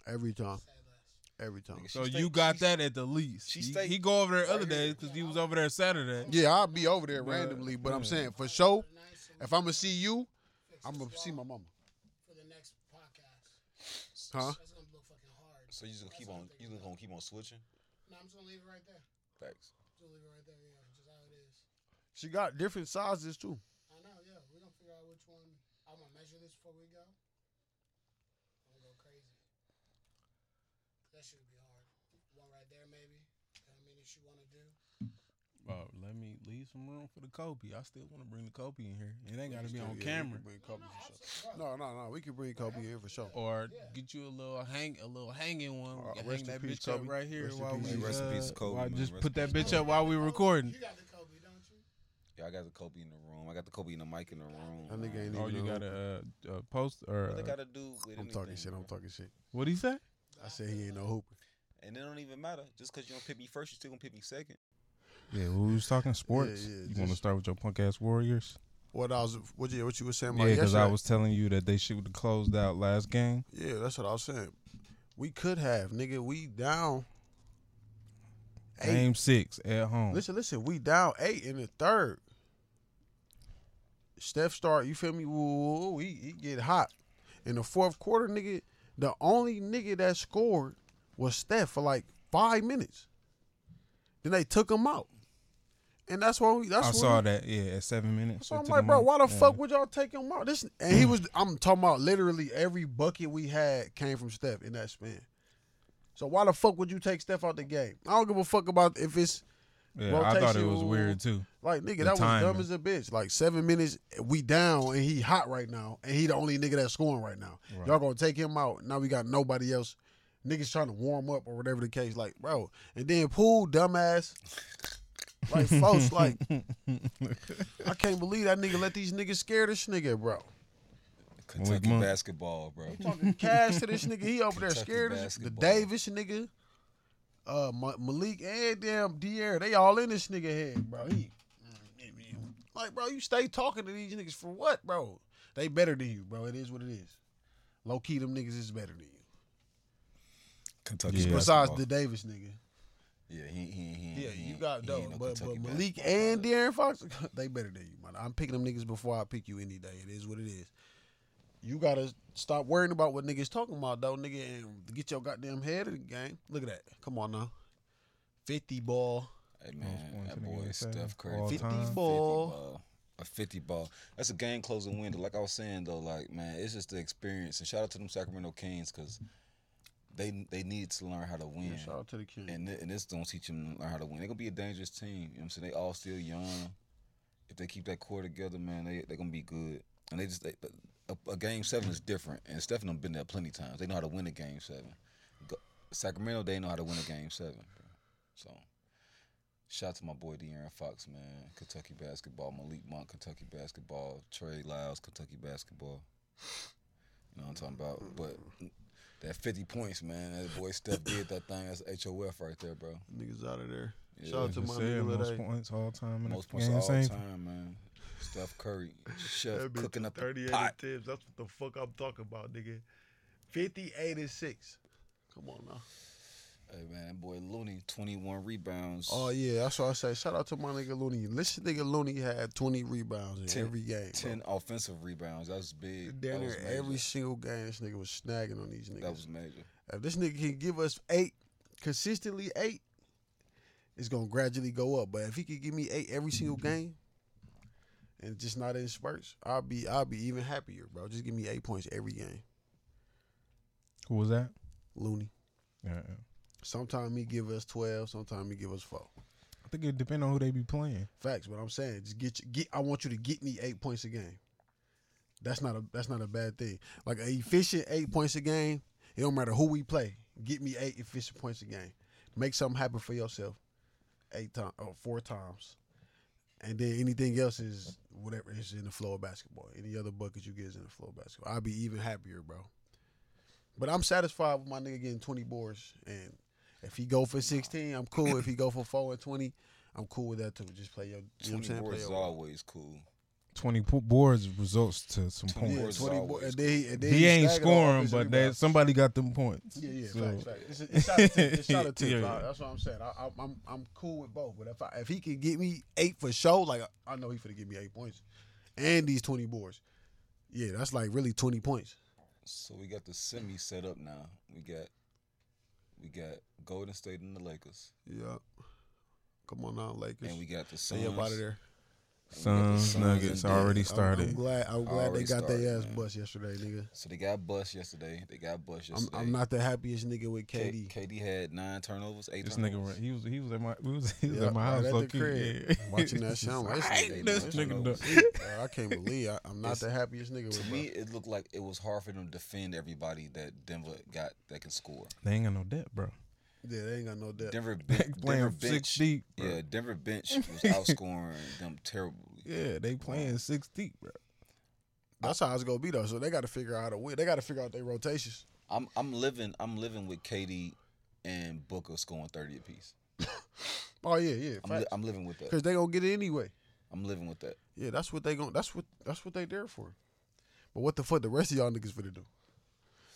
S2: Every time.
S4: Say less.
S2: Every time.
S3: Nigga, she
S1: So
S3: stay-
S1: you got
S3: she-
S1: that at the least.
S3: she
S1: He-
S3: stay
S1: he go over there
S3: right
S1: other
S3: here.
S1: days because he was over there Saturday.
S2: Yeah, I'll be over there
S1: But-
S2: randomly, but I'm
S1: yeah.
S2: saying for
S4: Alright,
S2: sure,
S4: so nice and
S2: if
S4: we
S2: I'm gonna
S4: can
S2: see you,
S4: fix
S2: I'm
S4: this
S2: gonna see my
S4: wall
S2: mama.
S4: for the next podcast.
S2: Huh?
S4: That's gonna look fucking hard.
S3: So you just gonna keep on, you just gonna keep on switching.
S4: No, I'm just gonna leave it right there.
S3: Thanks.
S4: Just leave it right there. Yeah, just how it is.
S2: She got different sizes too.
S4: I know. Yeah, we're gonna figure out which one. I'm gonna measure this before we go. I'm gonna go crazy. That should be hard. One right there, maybe. I mean, if you wanna do.
S1: Bro, let me leave some room for the Kobe. I still want to bring the Kobe in here. It ain't got to be
S2: Yeah,
S1: on
S2: we can
S1: camera.
S2: bring
S4: No,
S2: Kobe
S4: no,
S2: for sure.
S4: absolutely.
S2: No, no, no. We can bring Kobe in for sure.
S1: Or
S4: Yeah.
S1: get you a little hang, a little hanging one.
S2: Uh,
S1: We can
S2: rest
S1: hang
S2: in
S1: that
S2: peace,
S1: bitch up
S2: Kobe.
S1: right here
S2: Rest in
S1: while
S2: peace.
S1: we
S3: Rest in
S1: uh,
S3: peace, Kobe,
S1: while I
S3: man.
S1: just
S3: Rest
S1: put
S3: in
S1: that
S3: peace.
S1: bitch up while we recording.
S4: You got the Kobe, don't you?
S3: Yeah, I got the Kobe in the room. I got the Kobe in the mic in the room.
S2: That nigga ain't
S1: Oh,
S2: even
S1: you
S2: know.
S1: gotta uh, uh, post or
S3: What they
S1: uh,
S3: gotta do with
S2: I'm talking
S3: anything,
S2: shit. I'm
S3: bro.
S2: talking shit.
S1: what he say?
S2: I said he ain't no hooper.
S3: And it don't even matter. Just cause you don't pick me first, you still gonna pick me second.
S1: Yeah, we was talking sports.
S2: yeah,
S1: you want to
S2: just-
S1: start with your punk ass Warriors?
S2: What I was, what you, what you was saying
S1: Yeah,
S2: about
S1: because
S2: yesterday?
S1: I was telling you that they should have closed out last game.
S2: yeah, that's what I was saying. We could have, nigga. We down. Eight.
S1: Game six at home.
S2: Listen, listen. We down eight in the third. Steph start. You feel me? Woo, woo, woo, he, he get hot in the fourth quarter, nigga. The only nigga that scored was Steph for like five minutes. Then they took him out, and that's why we. That's
S1: I
S2: when
S1: saw
S2: we-
S1: that. Yeah, at seven minutes.
S2: So
S1: it
S2: I'm
S1: took
S2: like,
S1: them
S2: bro,
S1: out.
S2: why the
S1: Yeah.
S2: fuck would y'all take him out? This and he was. I'm talking about literally every bucket we had came from Steph in that span. So why the fuck would you take Steph out the game? I don't give a fuck about if it's
S1: Yeah, I thought it was
S2: rotation-
S1: weird too.
S2: like nigga,
S1: The
S2: that was dumb
S1: timing.
S2: as a bitch. Like seven minutes, we down and he hot right now, and he the only nigga that's scoring right now.
S1: Right.
S2: Y'all gonna take him out? Now we got nobody else. Niggas trying to warm up or whatever the case. Like, bro, and then pool dumbass. Like folks, like I can't believe that nigga let these niggas scare this nigga, bro.
S3: Kentucky
S1: Monk.
S3: basketball, bro.
S2: Talking cash to this nigga, he over there
S3: Kentucky
S2: scared. as The
S3: basketball.
S2: Davis nigga, uh, Ma- Malik and damn Dier, they all in this nigga head, bro. He like, bro, you stay talking to these niggas for what, bro? They better than you, bro. It is what it is. Low key, them niggas is better than you.
S3: Kentucky
S1: Yeah.
S2: Besides the Davis nigga,
S3: Yeah, he he he.
S2: yeah,
S3: he
S2: you
S3: ain't-
S2: got
S3: he ain't
S2: dope,
S3: no
S2: but, but
S3: Kentucky
S2: Malik
S3: basketball
S2: and
S3: player.
S2: De'Aaron Fox, they better than you, man. I'm picking them niggas before I pick you any day. It is what it is. You gotta stop worrying about what niggas talking about though, nigga, and get your goddamn head in the game. Look at that. Come on now. Fifty ball.
S3: Hey
S1: Most points in
S3: man, that
S1: the
S3: boy
S1: USA
S3: Steph Curry.
S1: all
S3: 50
S1: time.
S3: 50
S2: ball.
S3: A 50 ball. That's a game closing window. Like I was saying though, like man, it's just the experience. And shout out to them Sacramento Kings because they they need to learn how to win.
S2: Shout out to the king.
S3: And, thi- and this don't teach them to learn how to win. They're gonna be a dangerous team. You know what I'm saying? They all still young. If they keep that core together, man, they they're gonna be good. And they just they, but a, a game seven is different. And Steph and them been there plenty times. They know how to win a game seven. Go, Sacramento, they know how to win a game seven. bro. So shout out to my boy De'Aaron Fox, man. Kentucky basketball, Malik Monk, Kentucky basketball, Trey Lyles, Kentucky basketball. You know what I'm talking about? But that 50 points, man, that boy Steph did that thing. That's HOF right there, bro.
S2: Niggas out of there.
S3: Yeah.
S2: Shout out to
S1: Just
S2: my
S1: said,
S2: nigga
S1: most
S2: today.
S1: points all time in
S3: Most
S1: the
S3: points of
S1: game.
S3: all
S1: Same.
S3: time, man. Steph Curry, chef
S5: That bitch
S3: cooking
S5: was
S3: up the
S5: 38
S3: pot.
S5: and 10. That's what the fuck I'm talking about, nigga. 58 and 6.
S2: Come on now.
S3: Hey man, that boy Looney, 21 rebounds.
S2: Oh yeah, that's what I say. Shout out to my nigga Looney. This nigga Looney had twenty rebounds in
S3: Ten-
S2: every game. bro.
S3: 10 offensive rebounds. That was big.
S2: Damn
S3: that was
S2: near every
S3: major.
S2: single game this nigga was snagging on these niggas.
S3: That was major.
S2: if this nigga can give us eight consistently eight, it's gonna gradually go up. But if he could give me eight every single
S3: Mm-hmm.
S2: game, and just not in spurts, I'll be I'll be even happier, bro. Just give me eight points every game,
S1: Who was that?
S2: Looney.
S1: Yeah.
S2: Sometimes he give us twelve, sometimes he give us four.
S1: I think it depends on who they be playing.
S2: Facts, but I'm saying just get you, get. I want you to get me eight points a game. That's not a that's not a bad thing. Like an efficient eight points a game. It don't matter who we play. Get me eight efficient points a game. Make something happen for yourself. Eight times or four times, and then anything else is whatever is in the flow of basketball. Any other buckets you get is in the flow of basketball. I'll be even happier, bro. But I'm satisfied with my nigga getting 20 boards, and if he go for 16, I'm cool. if he go for four and 20, I'm cool with that too. Just play your, you know what I'm
S3: 20
S2: saying? Play
S3: boards
S2: your
S3: is always cool.
S1: Twenty po- boards results to some points.
S3: Twenty
S2: yeah,
S3: boards is
S2: 20 boards.
S3: always
S2: And then, he- and then
S1: he
S2: he
S1: ain't
S2: staggered all
S1: scoring,
S2: offensive
S1: but that
S2: rebounds.
S1: somebody got them points.
S2: Yeah, yeah,
S1: So,
S2: facts, facts. It's, a- it's out of tip. It's out of tip.
S1: Yeah.
S2: dog. That's what I'm saying. I, I'm, I'm I'm cool with both. But if I, if he can get me eight for sure, like I know he finna give me eight points, and these 20 boards, yeah, that's like really 20 points.
S3: So we got the semi set up now. We got we got Golden State and the Lakers.
S2: Yeah. Come on now, Lakers.
S3: And we got the Suns.
S2: Stay up out of there.
S1: Suns,
S3: Suns
S1: Nuggets
S3: and
S1: already
S3: Denver.
S2: I'm, I'm
S1: started.
S2: glad. I'm glad they
S3: Already
S2: got their
S3: started,
S2: ass
S3: man.
S2: bust yesterday, nigga.
S3: So they got bust yesterday. They got bust
S2: I'm,
S3: yesterday.
S2: I'm not the happiest nigga with
S3: K-
S2: KD.
S3: KD had nine turnovers, eight
S1: This nigga,
S3: turnovers.
S1: was- he was he was at my we was, he was
S2: Yeah,
S1: at my
S2: right
S1: house
S2: at
S1: low
S2: the
S1: key,
S2: crib,
S1: yeah.
S2: watching that shit. I'm like, this
S1: I
S2: nigga
S1: hate this
S3: doing
S1: nigga.
S3: turnovers.
S1: though.
S2: Bro, I can't believe I, I'm not
S3: It's-
S2: the happiest nigga with
S3: To
S2: bro.
S3: me, it looked like it was hard for them to defend everybody that Denver got that can score.
S1: They ain't got no depth, bro.
S2: Yeah, they ain't got no depth.
S3: Denver, ben-
S1: They
S3: Denver
S1: playing six
S3: bench,
S1: deep. Bro.
S3: yeah, Denver bench was outscoring them terribly.
S1: Yeah, they playing six deep, bro.
S2: That's how it's gonna be though. So they got to figure out how to win. They got to figure out their rotations.
S3: I'm I'm living I'm living with KD and Booker scoring thirty apiece.
S2: Oh yeah, yeah.
S3: I'm, li-
S2: Because
S3: I'm living with that.
S2: they gonna get it anyway.
S3: I'm living with that.
S2: Yeah, that's what they gonna. That's what that's what they there for. But what the fuck the rest of y'all niggas finna do?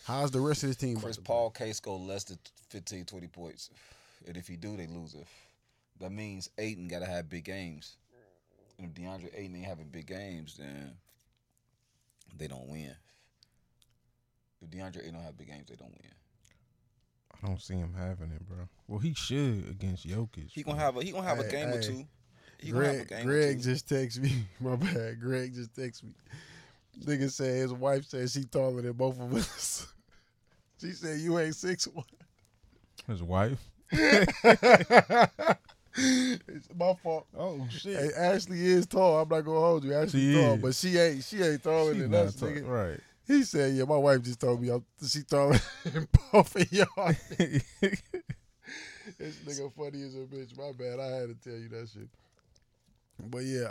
S2: How's the rest of this team? about
S3: Chris
S2: to play?
S3: Paul can't score less than 15, 20 points, and if he do, they lose it. That means Aiden gotta have big games. And if DeAndre Ayton ain't having big games, then they don't win. If DeAndre Ayton don't have big games, they don't win.
S1: I don't see him having it, bro. Well, he should against Jokic.
S3: He gonna
S1: bro.
S3: have a he gonna have a
S2: Hey,
S3: game or
S2: hey.
S3: two. He gonna have a
S2: Greg,
S3: game or
S2: Greg
S3: two.
S2: just texted me. My bad. Greg just texted me. Nigga said his wife said she taller than both of us. she said you ain't six one.
S1: his wife.
S2: It's my fault.
S1: Oh shit.
S2: Hey, Ashley is tall. I'm not gonna hold you. Ashley
S1: She
S2: tall,
S1: is.
S2: but she ain't. She ain't taller
S1: She
S2: than
S1: not
S2: us,
S1: talk-
S2: nigga.
S1: right.
S2: He said, "Yeah, my wife just told me I'm, she taller than both of y'all." This nigga funny as a bitch. My bad. I had to tell you that shit. But yeah,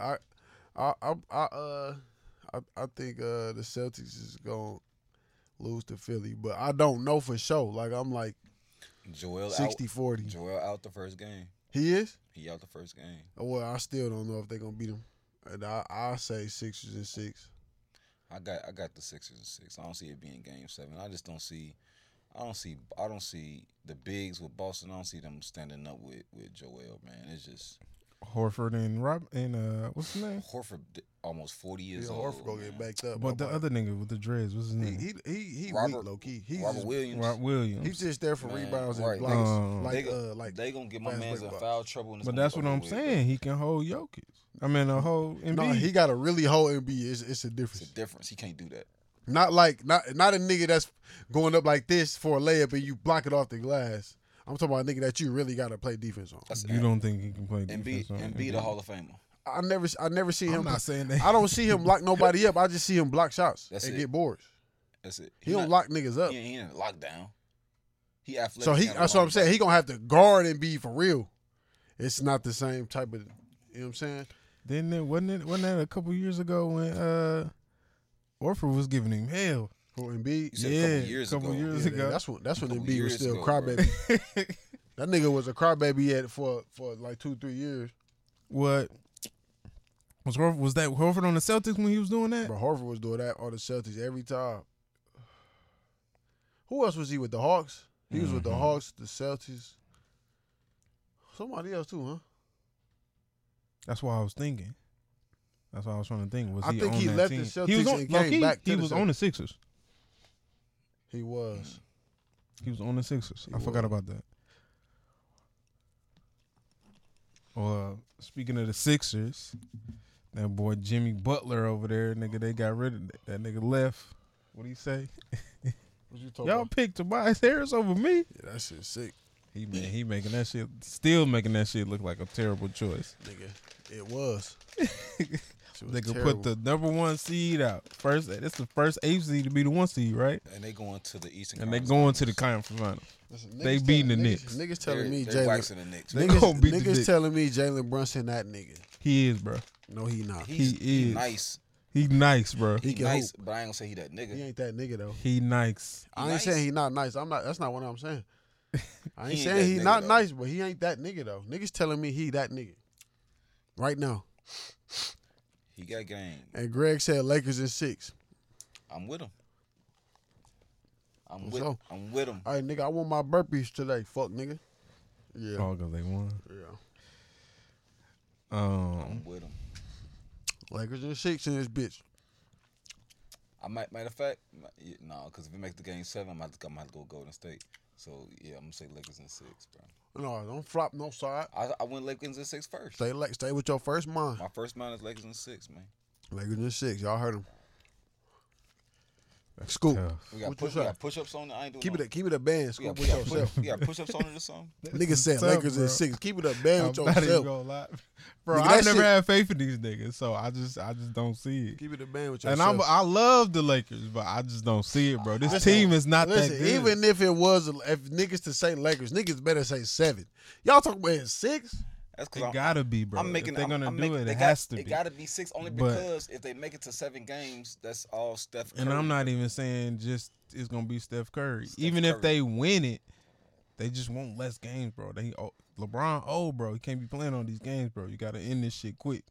S2: I, I, I, I uh, I, I think uh the Celtics is gonna lose to Philly, but I don't know for sure. Like I'm like
S3: Joel out
S2: 60-40.
S3: Joel out the first game.
S2: He is.
S3: He out the first game.
S2: Well, I still don't know if they're gonna beat him. And I, I say Sixers and six.
S3: I got I got the Sixers and six. I don't see it being game seven. I just don't see I don't see I don't see the bigs with Boston. I don't see them standing up with with Joel, man. It's just
S1: Horford and Rob and uh, what's his name?
S3: Horford di- almost forty years
S2: Yeah,
S3: old.
S2: Orf gonna get
S3: man.
S2: backed up.
S1: But the
S2: by Mike.
S1: other nigga with the dreads, what's his
S2: he
S1: name?
S2: he he, he
S3: Robert-
S2: weak low key. He's
S3: Robert
S2: just,
S3: Williams.
S1: Rob Williams.
S2: he's just there for
S3: Man,
S2: rebounds
S3: right,
S2: and blocks.
S1: niggas-
S2: like
S3: nigga,
S2: uh like
S3: they gonna get my
S2: Lance
S3: man's in
S2: Wilcox.
S3: foul trouble. And it's
S1: but
S3: gonna
S1: that's
S3: be
S1: what I'm
S3: over with.
S1: saying. He can hold Jokic. I mean, a whole
S2: no,
S1: NBA.
S2: he got a really whole MB. It's it's a
S3: It's a
S2: difference.
S3: difference. He can't do that.
S2: Not like not not a nigga that's going up like this for a layup and you block it off the glass. I'm talking about a nigga that you really gotta play defense on.
S3: That's
S1: you don't think he can play
S3: and be
S1: defense? on
S3: and be the Hall of Famer.
S2: I never I never see
S1: I'm
S2: him.
S1: not saying that.
S2: I don't see him lock nobody up. I just see him block shots
S3: That's
S2: and
S3: it.
S2: get boards.
S3: That's it.
S2: He, don't lock niggas up.
S3: He, ain't- he ain't in lockdown. He athletic.
S2: so he
S3: got a
S2: that's what I'm
S3: long
S2: saying.
S3: back.
S2: He gonna have to guard and be for real. It's not the same type of you know what I'm saying?
S1: Then there wasn't it wasn't that a couple years ago when uh Orford was giving him hell.
S2: For Embiid.
S3: You said a
S1: yeah,
S3: couple years
S1: couple
S3: ago.
S1: years
S2: Yeah,
S1: ago.
S2: That's when that's when
S3: Couple
S2: Embiid was
S3: years
S2: still
S3: ago, bro.
S2: crybaby. that nigga was a crybaby at for for like two three years.
S1: what was Horford, was that Horford on the Celtics when he was doing that?
S2: But Harford was doing that on the Celtics every time. Who else was he with the Hawks? He was with the
S3: Mm-hmm.
S1: Mhm.
S2: Hawks, the Celtics. Somebody else too, huh?
S1: That's what I was thinking. That's what I was trying to think. Was
S2: I
S1: he
S2: think
S1: on
S2: he
S1: that
S2: left the
S1: team?
S2: Celtics
S1: he was on
S2: and
S1: low
S2: came
S1: key,
S2: back to
S1: He
S2: the
S1: was
S2: Celtics.
S1: on the Sixers.
S2: He was.
S1: He was on the Sixers.
S2: He
S1: I forgot
S2: was.
S1: about that. Well, uh, speaking of the Sixers, that boy Jimmy Butler over there, nigga, they got rid of that, that nigga. Left. What do you say?
S2: What you talking
S1: Y'all
S2: about?
S1: picked Tobias Harris over me.
S2: Yeah, that shit sick,
S1: He man, he making that shit, still making that shit look like a terrible choice.
S2: nigga. It was. Shit was
S1: They could
S2: terrible.
S1: put the number one seed out first. That's the first eight seed to be the one seed, right?
S3: And they going to the Eastern.
S1: And they
S3: Conference
S1: going to the
S3: Finals.
S1: conference final.
S2: Listen,
S1: they
S2: niggas
S1: beating
S2: telling-
S1: the
S2: niggas-
S1: Knicks.
S2: Niggas telling
S3: They're-
S2: me
S3: they're
S2: Jalen.
S3: waxing the Knicks.
S1: They
S2: Niggas,
S1: gonna beat the
S2: niggas
S1: Knicks.
S2: telling me Jalen Brunson that nigga.
S1: He is, bro.
S2: No, he not. He,
S3: He's-
S1: he
S3: he
S1: is.
S3: nice.
S1: He nice, bro.
S2: He
S3: He,
S2: can
S3: nice, but I ain't gonna say he that nigga.
S2: ain't that nigga though.
S1: He nice.
S2: I ain't
S3: nice.
S2: saying he not nice. I'm not. That's not what I'm saying. I ain't,
S3: He ain't
S2: saying
S3: that
S2: he
S3: nigga,
S2: not
S3: though.
S2: nice, but he ain't that nigga though. Niggas telling me he that nigga right now.
S3: He got game.
S2: And Greg said Lakers in six.
S3: I'm with him. I'm
S2: What's
S3: with.
S2: up?
S3: I'm with him.
S2: All right, nigga, I want my burpees today. Fuck, nigga. Yeah,
S1: Oh, cause they won.
S2: yeah.
S1: Um,
S3: I'm with him.
S2: Lakers in six in this bitch.
S3: I might. Matter of fact, no, nah, because if it makes the game seven, I might, I might go Golden State. So yeah, I'm gonna say Lakers in six, bro.
S2: No, don't flop no side.
S3: I, I went Lakers in six first.
S2: Stay like, stay with your first mind.
S3: My first mind is Lakers in six, man.
S2: Lakers in six. Y'all heard him. Scoop.
S1: tough.
S3: We got,
S2: What
S3: push,
S2: you
S3: we
S2: say?
S3: got push-ups on it. I ain't doing
S2: Keep it
S3: no-
S2: a, keep it a band.
S3: We got,
S2: Scoop
S3: we,
S2: with
S3: got push,
S2: yourself.
S3: we got push-ups on it or something.
S2: Nigga said
S1: tough,
S2: Lakers in
S1: bro.
S2: six. Keep it a band with
S1: I'm not even
S2: yourself.
S1: gonna lie, bro.
S2: Nigga,
S1: I've
S2: that
S1: never
S2: shit-
S1: had faith in these niggas, so I just I just don't see it.
S2: Keep it a band with yourself.
S1: And I'm I love the Lakers, but I just don't see it, bro. This
S2: Listen,
S1: team is not that
S2: Listen,
S1: good.
S2: even if it was, if niggas to say Lakers, niggas better say seven. Y'all talking about six?
S3: That's because
S1: it gotta be, bro.
S3: I'm making.
S1: if they're
S3: I'm-
S1: gonna
S3: I'm
S1: do
S3: making-
S1: it,
S3: they
S1: it
S3: got-
S1: has to
S3: It
S1: be.
S3: gotta be six only
S1: But-
S3: because if they make it to seven games, that's all Steph.
S1: And I'm
S3: Curry.
S1: not even saying just it's gonna be Steph Curry.
S3: Steph
S1: even if
S3: Curry.
S1: they win it, they just want less games, bro. They oh, LeBron, oh, bro, he can't be playing on these games, bro. You gotta end this shit quick.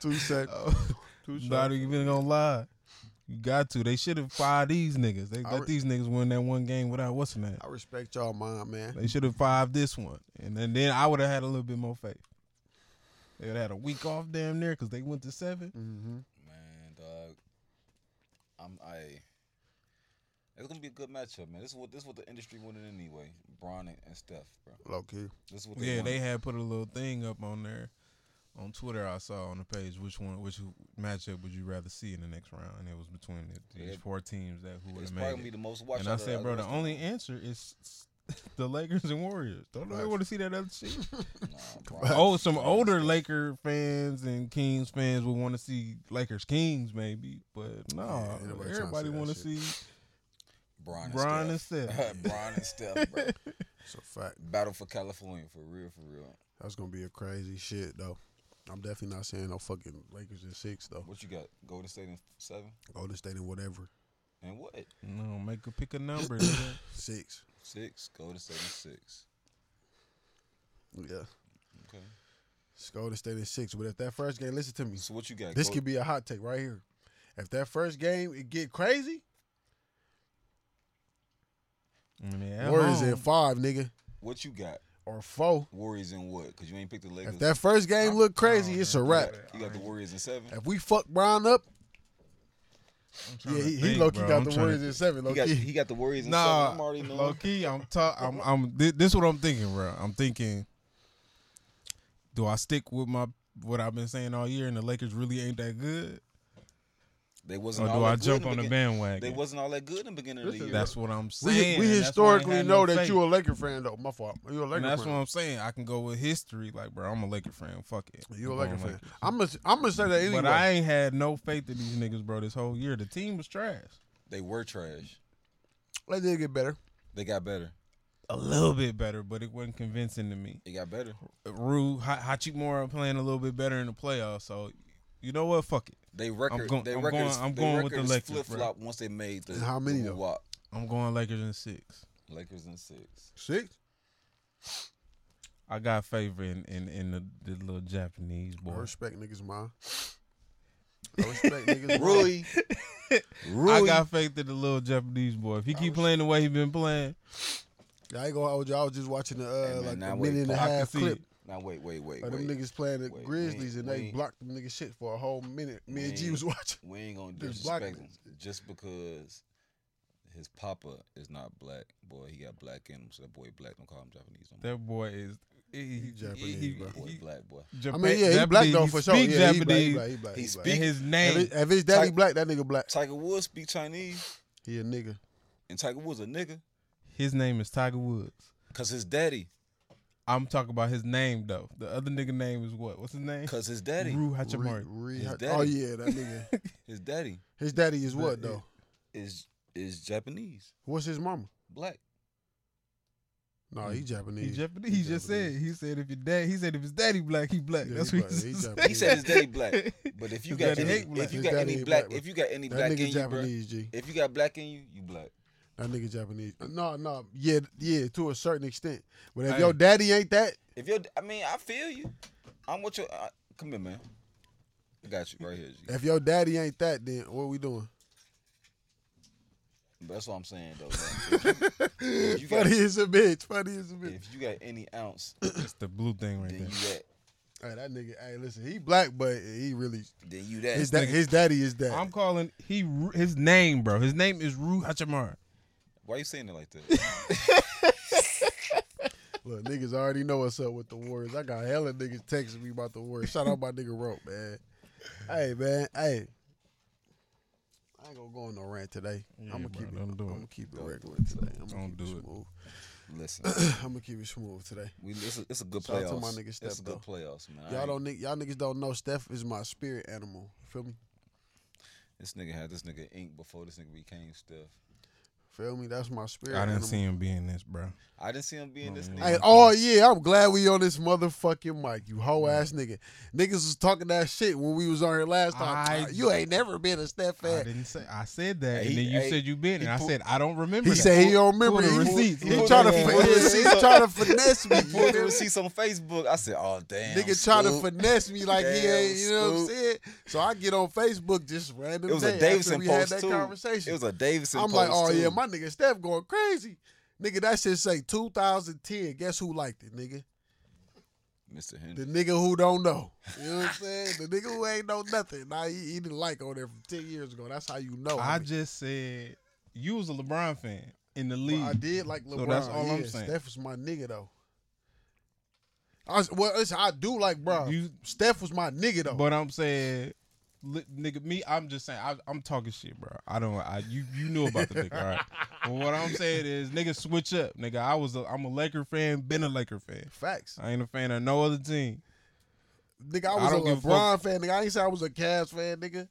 S2: Two sec.
S1: Not even gonna lie. You got to. They should have fired these niggas. They
S2: I
S1: let
S2: re-
S1: these niggas win that one game without what's in that.
S2: I respect y'all mind, man.
S1: They should have fired this one, and then, then I would have had a little bit more faith. They would have had a week off damn near because they went to seven.
S2: Mm-hmm.
S3: Man, dog. I'm I. It's gonna be a good matchup, man. This is what this is what the industry wanted anyway. Braun and, and Steph, bro.
S2: Low key.
S3: This is what they
S1: Yeah, they
S3: wanted.
S1: had put a little thing up on there on Twitter. I saw on the page which one, which matchup would you rather see in the next round, and it was between the, these
S3: Yeah.
S1: four teams that who would
S3: It's
S1: have
S3: probably gonna
S1: made
S3: be
S1: it.
S3: the most watched.
S1: And I
S3: out of
S1: said, bro, the
S3: rest of
S1: only answer is the Lakers and Warriors. Don't nobody
S2: Right.
S1: want to see that other shit.
S3: them. Nah, Bron and
S1: oh, some
S3: Steph.
S1: older Laker fans and Kings fans would want to see Lakers Kings maybe, but no,
S2: Yeah, ain't nobody tryna see
S1: everybody
S2: that
S1: want to
S2: shit.
S1: see.
S3: Bron and
S1: Bron and
S3: Steph.
S1: Steph.
S3: Bron and Steph, bro.
S2: It's a fact.
S3: Battle for California, for real, for real.
S2: That's gonna be a crazy shit though. I'm definitely not saying no fucking Lakers in six though.
S3: What you got? Golden State in seven.
S2: Golden State in whatever
S3: And what?
S1: No, make a pick a number. nigga.
S2: six.
S3: Six. Golden State in six.
S2: Yeah.
S3: Okay.
S2: It's Golden State in six. But if that first game, listen to me.
S3: So what you got?
S2: This
S3: Gol-
S2: could be a hot take right here. If that first game it get crazy,
S1: I mean, at
S2: Warriors in
S1: home,
S2: five, nigga.
S3: What you got?
S2: or four.
S3: Warriors in what? Because you ain't picked the Lakers.
S2: If that first game look crazy,
S1: Oh,
S2: it's a
S1: man.
S2: wrap.
S3: you got the Warriors in seven.
S2: If we fuck Brown up,
S1: I'm trying
S2: yeah,
S1: to
S2: he, he
S1: think,
S2: low key
S1: bro.
S2: got
S1: I'm
S2: the
S1: tryna-
S2: Warriors in seven. Low
S3: He got
S2: key.
S3: he got the Warriors in
S1: Nah,
S3: seven. I'm already knowing.
S1: low key. I'm talk. I'm. I'm. thi- This is what I'm thinking, bro. I'm thinking. Do I stick with my what I've been saying all year, and the Lakers really ain't that good,
S3: They wasn't.
S1: or
S3: all
S1: do
S3: that
S1: I
S3: good
S1: jump
S3: in
S1: on the
S3: begin-
S1: bandwagon?
S3: They wasn't all that good in the beginning of the
S2: Listen,
S3: year.
S1: That's what I'm
S2: We,
S1: saying. That's why I
S2: we
S1: ain't
S2: historically
S1: had
S2: know
S1: no
S2: that
S1: faith.
S2: you a Laker fan though. My fault. You a Laker
S1: And that's
S2: fan.
S1: what I'm saying. I can go with history, like bro. I'm a Laker fan. Fuck it.
S2: you a
S1: I'm
S2: Laker
S1: going
S2: fan. I'm gonna I'm gonna say that anyway.
S1: But I ain't had no faith in these niggas, bro. This whole year, the team was trash.
S3: They were trash.
S2: they did get better.
S3: They got better.
S1: A little bit better, but it wasn't convincing to me.
S3: They got better.
S1: Rue Ha- Hachimura playing a little bit better in the playoffs. So, you know what? Fuck it.
S3: They record.
S1: going-
S3: they
S1: I'm
S3: records.
S1: going- I'm
S3: they
S1: going with the
S3: records
S1: Lakers, bro.
S3: Flip flop once they made the
S2: How many,
S3: the
S2: though?
S3: WAP.
S1: I'm going Lakers in six.
S3: Lakers in six.
S2: Six.
S1: I got favor in in, in the, the little Japanese
S2: I
S1: boy.
S2: respect niggas mind. I respect niggas. mind.
S3: Rui. Rui.
S1: I got faith in the little Japanese boy. If he keep playing the way he been playing,
S2: Yeah, I ain't gonna hold you. I was just watching the uh,
S3: Hey, man,
S2: like
S3: now
S2: a
S3: wait,
S2: minute and a
S3: Paul, I
S1: I can
S2: half
S1: see
S2: clip
S1: it.
S3: now wait, wait, wait,
S2: of them
S3: wait.
S2: niggas playing the
S3: Wait, we
S2: Grizzlies
S3: ain't-
S2: and
S3: we
S2: they
S3: ain't-
S2: blocked them niggas shit for a whole minute. Me and G
S3: ain't-
S2: was watching.
S3: We ain't gonna
S2: This black
S3: disrespect him
S2: man.
S3: just because his papa is not black. Boy, he got black in him. So that boy black don't call him Japanese. No more.
S1: That boy is he, he,
S2: Japanese,
S1: he-
S2: bro.
S3: That boy
S1: he-
S3: black boy.
S2: I
S1: Japan-
S2: mean, yeah, he black
S1: Japanese.
S2: though
S1: He
S2: for sure.
S1: speak
S2: Yeah, he black.
S1: Japanese.
S2: He black. He black.
S3: He
S2: he black.
S1: in
S3: speak-
S1: his
S2: If,
S1: name.
S2: it- if his daddy
S3: Type-
S2: black, that nigga black.
S3: Tiger Woods speak Chinese,
S2: He a nigga.
S3: and Tiger Woods a nigga,
S1: His name is Tiger Woods.
S3: cause his daddy,
S1: I'm talking about his name though. The other nigga name is what? What's his name?
S3: cause his daddy,
S1: Rue
S2: Re,
S1: Hachimura.
S2: re,
S3: His
S2: oh
S3: daddy.
S2: yeah, that nigga.
S3: his daddy
S2: His daddy is what
S1: That-
S2: though?
S3: is is Japanese,
S2: What's his mama?
S3: black.
S2: No, he
S1: He,
S2: Japanese.
S1: Japanese. he just said. He said if your dad. He said if his daddy black, he black.
S2: Yeah,
S1: That's
S2: he
S1: what he,
S2: black. He
S1: said.
S2: Japanese.
S3: He said his daddy black, but if you
S1: His
S3: got
S1: daddy
S3: any,
S1: ain't black.
S3: if you
S2: His
S3: got
S2: daddy
S3: any
S2: ain't
S3: black,
S2: black.
S3: if you got any
S2: That
S3: black in
S2: nigga
S3: you, bruh,
S2: Japanese, G.
S3: if you got black in you, you black.
S2: That nigga Japanese. No, no. Yeah, yeah, to a certain extent. But if
S1: Hey.
S2: your daddy ain't that,
S3: If you, I mean, I feel you. I'm with you. I, come here, man. I got you right here. G.
S2: if your daddy ain't that, then what we doing?
S3: But that's what I'm saying though. man. If you, if you got,
S2: Funny as a bitch. Funny as a bitch.
S3: if you got any ounce,
S1: That's the blue thing right
S3: then you
S1: there.
S3: that.
S2: Hey, that nigga. Hey, listen, he black, but he really
S3: Then you that.
S2: his, da- his daddy is that.
S1: I'm calling he Ru- his name, bro. His name is Rue Hachimura.
S3: Why you saying it like that?
S2: Look, niggas already know what's up with the Warriors. I got hella niggas texting me about the Warriors. Shout out my nigga Rope, man. Hey, man. Hey. I ain't gonna go on no rant today. I'm gonna
S1: bro,
S2: keep it.
S1: don't do
S2: I'm
S1: it.
S2: gonna keep it
S3: Don't-
S2: regular today. I'm gonna
S1: don't
S2: keep
S1: do
S2: it
S1: it.
S2: smooth.
S3: Listen,
S2: I'm gonna keep it smooth today.
S3: we it's a, it's a good
S2: Shout out
S3: playoffs.
S2: to my nigga Steph,
S3: it's a good
S2: though.
S3: playoffs, man. I
S2: Y'all
S3: ain't-
S2: don't nig- y'all niggas don't know Steph is my spirit animal. Feel me?
S3: This nigga had this nigga ink before this nigga became Steph.
S2: Feel me? That's my spirit.
S1: I didn't
S2: animal.
S1: see him being this, bro.
S3: I didn't see him being this
S1: Mm.
S3: nigga.
S2: Hey, oh yeah, I'm glad we on this motherfucking mic, you hoe ass nigga. Niggas was talking that shit when we was on here last time.
S1: I-
S2: you ain't never been a step
S1: I
S2: fan.
S1: didn't say. I said that,
S3: Hey,
S1: and then you
S3: hey,
S1: said you been,
S3: he
S1: and I
S3: pull-
S1: said I don't remember.
S2: He
S1: that.
S2: said he don't remember
S1: pulled
S2: the
S1: the
S2: receipts.
S1: receipts.
S2: He,
S1: He
S3: pulled
S2: trying to
S3: the
S2: fin-
S3: receipts.
S2: he trying to finesse me.
S3: Pulled the
S2: you know?
S3: receipts on Facebook. I said, "Oh damn,
S2: Nigga trying to
S3: Scoop."
S2: finesse me like he
S3: Damn,
S2: ain't. You know what I'm
S3: Scoop.
S2: saying? So I get on Facebook just random.
S3: It was
S2: day
S3: a
S2: after
S3: Davidson
S2: we
S3: post
S2: had that
S3: too.
S2: Conversation.
S3: It was a Davidson
S2: I'm
S3: post
S2: like, oh
S3: too.
S2: yeah, my nigga Steph going crazy. Nigga, that shit say 2010. Guess who liked it, nigga?
S3: Mr.
S2: The
S3: Henry.
S2: nigga who don't know. You know what I'm saying? The nigga who ain't know nothing. Now he, he didn't like on there from ten years ago. That's how you know.
S1: I
S2: mean,
S1: just said you was a LeBron fan in the
S2: but
S1: league.
S2: I did like LeBron.
S1: So that's all
S2: yeah,
S1: I'm saying.
S2: Steph was my nigga though. I was, well, listen, I do like bro.
S1: You-
S2: Steph was my nigga though.
S1: But I'm saying, li- nigga, me, I'm just saying, I, I'm talking shit, bro. I don't, I you you knew about the nigga, all right? But what I'm saying is, nigga, switch up, nigga. I was, a, I'm a Laker fan, been a Laker fan.
S2: Facts,
S1: I ain't a fan of no other team.
S2: nigga. I
S1: I
S2: was a
S1: don't give a
S2: LeBron fan, nigga. I ain't say I was a Cavs fan, nigga.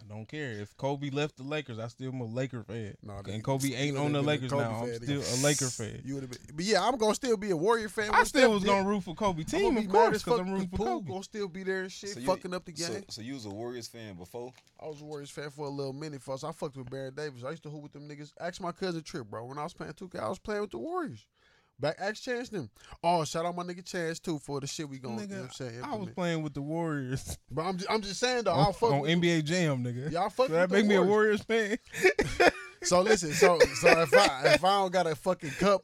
S1: I don't care if Kobe left the Lakers. I still am a Laker fan.
S2: Nah, nigga,
S1: and Kobe
S2: you
S1: ain't
S2: would've
S1: on the
S2: been a
S1: Lakers
S2: Kobe
S1: now.
S2: fan,
S1: I'm still
S2: nigga.
S1: a Laker fan.
S2: You would have been, but yeah, I'm gonna still be a Warrior fan.
S1: I
S2: when
S1: still
S2: Steph
S1: was
S2: did.
S1: gonna root for Kobe
S2: I'm gonna
S1: team,
S2: be
S1: of
S2: mad
S1: course,
S2: as fuck
S1: because I'm rooting for
S2: Poole
S1: Kobe.
S2: Gonna still be there and shit,
S3: So you-
S2: fucking up the game.
S3: So, so you was a Warriors fan before?
S2: I was a Warriors fan for a little minute, folks. I fucked with Baron Davis. I used to hoop with them niggas. Ask my cousin Trip, bro. When I was playing 2K, I was playing with the Warriors. Back, ask Chance them. Oh, shout out my nigga Chance too for the shit we going. You know
S1: Nigga,
S2: what I'm saying?
S1: I was
S2: implement.
S1: playing with the Warriors
S2: but I'm just, I'm just saying though.
S1: on,
S2: I fuck.
S1: on
S2: with-
S1: NBA Jam, nigga.
S2: Yeah, I fuck
S1: Does that
S2: with
S1: make
S2: the
S1: me a Warriors fan?
S2: so listen, so so if I if I don't got a fucking cup,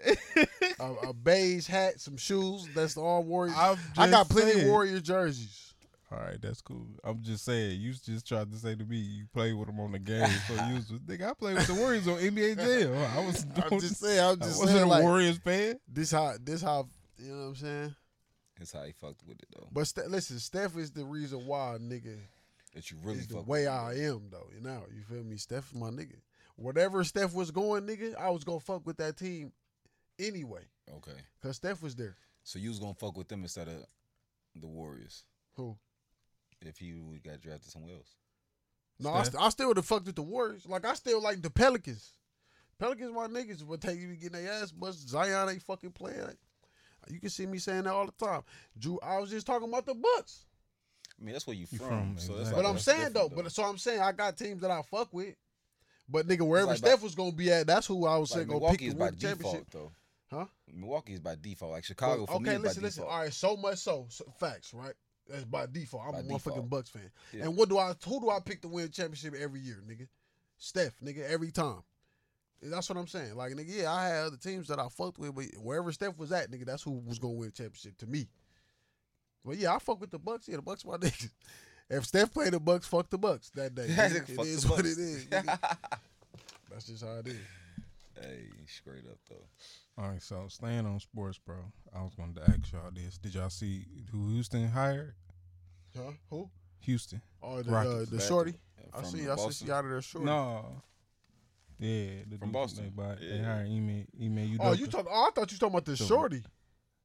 S2: a, a beige hat, some shoes. That's all Warriors.
S1: I'm
S2: I got
S1: just
S2: plenty
S1: saying.
S2: of Warrior jerseys.
S1: All right, that's cool. I'm just saying, you just tried to say to me you play with them on the game, so you was nigga. I played with the Warriors on NBA Jam. I was doing,
S2: I'm just saying. I'm
S1: I
S2: just
S1: wasn't
S2: saying.
S1: a
S2: Like
S1: Warriors fan.
S2: this how this how you know what I'm saying.
S3: That's how he fucked with it though.
S2: But Ste listen, Steph is the reason why nigga
S3: That you really
S2: is the
S3: fuck
S2: way
S3: with it.
S2: I am though. You know, you feel me? Steph is my nigga. Whatever Steph was going, nigga, I was gonna fuck with that team anyway.
S3: Okay,
S2: Cause Steph was there.
S3: so you was gonna fuck with them instead of the Warriors
S2: Who?
S3: if he would got drafted somewhere else.
S2: No, I,
S1: Steph?
S2: st- I still would have fucked with the Warriors. Like I still like the Pelicans. Pelicans, my niggas, but they be getting their ass bust. Zion ain't fucking playing. You can see me saying that all the time. Drew, I was just talking about the Bucks.
S3: I mean, that's where you
S1: You
S3: from.
S1: from,
S3: so
S1: exactly.
S3: that's like,
S2: But I'm
S3: that's
S2: saying
S3: different,
S2: though, but so I'm saying I got teams that I fuck with. But nigga, wherever
S3: like by-
S2: Steph was gonna be at, that's who I was
S3: like,
S2: saying gonna
S3: Milwaukee
S2: pick
S3: is
S2: to
S3: by
S2: win the
S3: default
S2: championship.
S3: though.
S2: Huh?
S3: Milwaukee is by default. Like Chicago
S2: But-
S3: for me
S2: okay,
S3: is by
S2: listen, listen.
S3: default.
S2: All right, so much so, so facts, right? That's by default. I'm
S3: By
S2: a
S3: default.
S2: motherfucking Bucks fan.
S3: Yeah.
S2: And what do I? Who do I pick to win championship every year, nigga? Steph, nigga, every time. That's what I'm saying. Like, nigga, yeah, I had other teams that I fucked with, but wherever Steph was at, nigga, that's who was gonna win championship to me. But yeah, I fuck with the Bucks. Yeah, the Bucks my niggas. If Steph played the Bucks, fuck the Bucks that day. nigga.
S3: Fuck
S2: it is
S3: the
S2: what it
S3: Bucks.
S2: is. nigga. That's just how it is.
S3: hey, straight up though.
S1: All right, so staying on sports, bro. I was going to ask y'all this. Did y'all see who Houston hired?
S2: Huh? Who?
S1: Houston.
S2: Oh, the, uh,
S1: Rockets.
S2: the shorty. I
S3: From
S2: see. I see
S3: Boston.
S2: she out of there shorty.
S1: No. Yeah, the
S3: From
S1: dude
S3: Boston.
S1: They, bought, they
S3: Yeah.
S1: hired Ime. Ime, you
S2: Oh, you talking? Oh, I thought you talking about the
S1: So-
S2: shorty.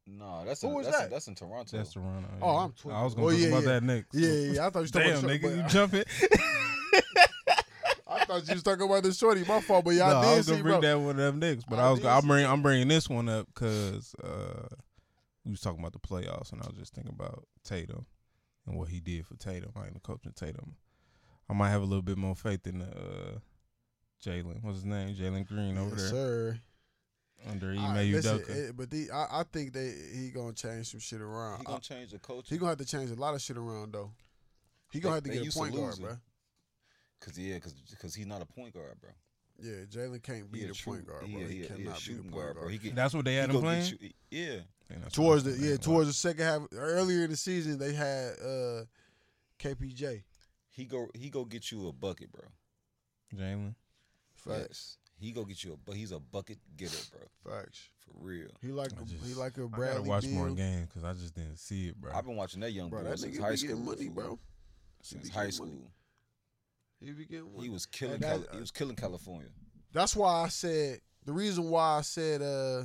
S3: No, that's
S2: Who
S3: in,
S2: was
S3: that's,
S2: that?
S3: that's in Toronto.
S1: That's Toronto.
S2: Oh,
S1: yeah.
S2: I'm tweaking.
S1: I was going
S2: Oh,
S1: to talk
S2: yeah,
S1: about
S2: yeah.
S1: that next.
S2: Yeah, yeah, yeah. I thought you was talking
S1: Damn,
S2: about the shorty.
S1: nigga, you
S2: but
S1: jumping?
S2: I, I thought you was talking about the shorty. My fault, but y'all
S1: no, I
S2: did
S1: was
S2: see,
S1: gonna
S2: bro.
S1: bring that one up next, but
S2: I
S1: I, was
S2: did
S1: gonna, I'm
S2: see
S1: bring I'm bringing this one up because uh, we was talking about the playoffs, and I was just thinking about Tatum and what he did for Tatum, like the coaching Tatum. I might have a little bit more faith in the uh, Jalen. What's his name? Jalen Green over
S2: Yes,
S1: there
S2: sir.
S1: under Ime
S2: All right, listen,
S1: Udoka.
S2: it- but the, I, I think they he gonna change some shit around.
S3: he
S2: I-
S3: gonna change the coach
S2: he gonna have to change a lot of shit around though. He gonna
S3: They-
S2: have to
S3: they
S2: get
S3: used
S2: a
S3: to
S2: point guard,
S3: losing.
S2: bro.
S3: because yeah, because he's not a point guard, bro.
S2: Yeah, Jalen can't be
S3: He a
S2: the
S3: true-
S2: point guard, bro.
S3: he
S2: he
S3: a- he a- he a
S2: cannot be the
S3: shooting
S2: point
S3: guard,
S2: guard,
S3: bro. He get
S1: That's what they had
S3: he
S1: him
S3: gonna
S1: playing.
S3: get you- Yeah,
S1: Man, that's
S2: Towards the
S1: what
S2: yeah, towards the second half earlier in the season they had uh KPJ.
S3: he go he go get you a bucket, bro.
S1: Jalen.
S2: Facts.
S3: He go get you a but he's a bucket getter, bro.
S2: Facts.
S3: For real.
S2: He like
S1: I
S2: a,
S1: just-
S2: he like a
S1: I gotta
S2: Bradley
S1: watch
S2: Beal.
S1: more games because I just didn't see it, bro.
S3: I've been watching that young
S2: Bro,
S3: boy
S2: that
S3: since
S2: nigga
S3: high
S2: be
S3: school.
S2: getting money,
S3: fool.
S2: bro.
S3: Since
S2: be
S3: high
S2: getting
S3: school,
S2: money. He be getting
S3: he
S2: one.
S3: was killing.
S2: And that-
S3: Cali- he was killing California.
S2: That's why I said the reason why I said uh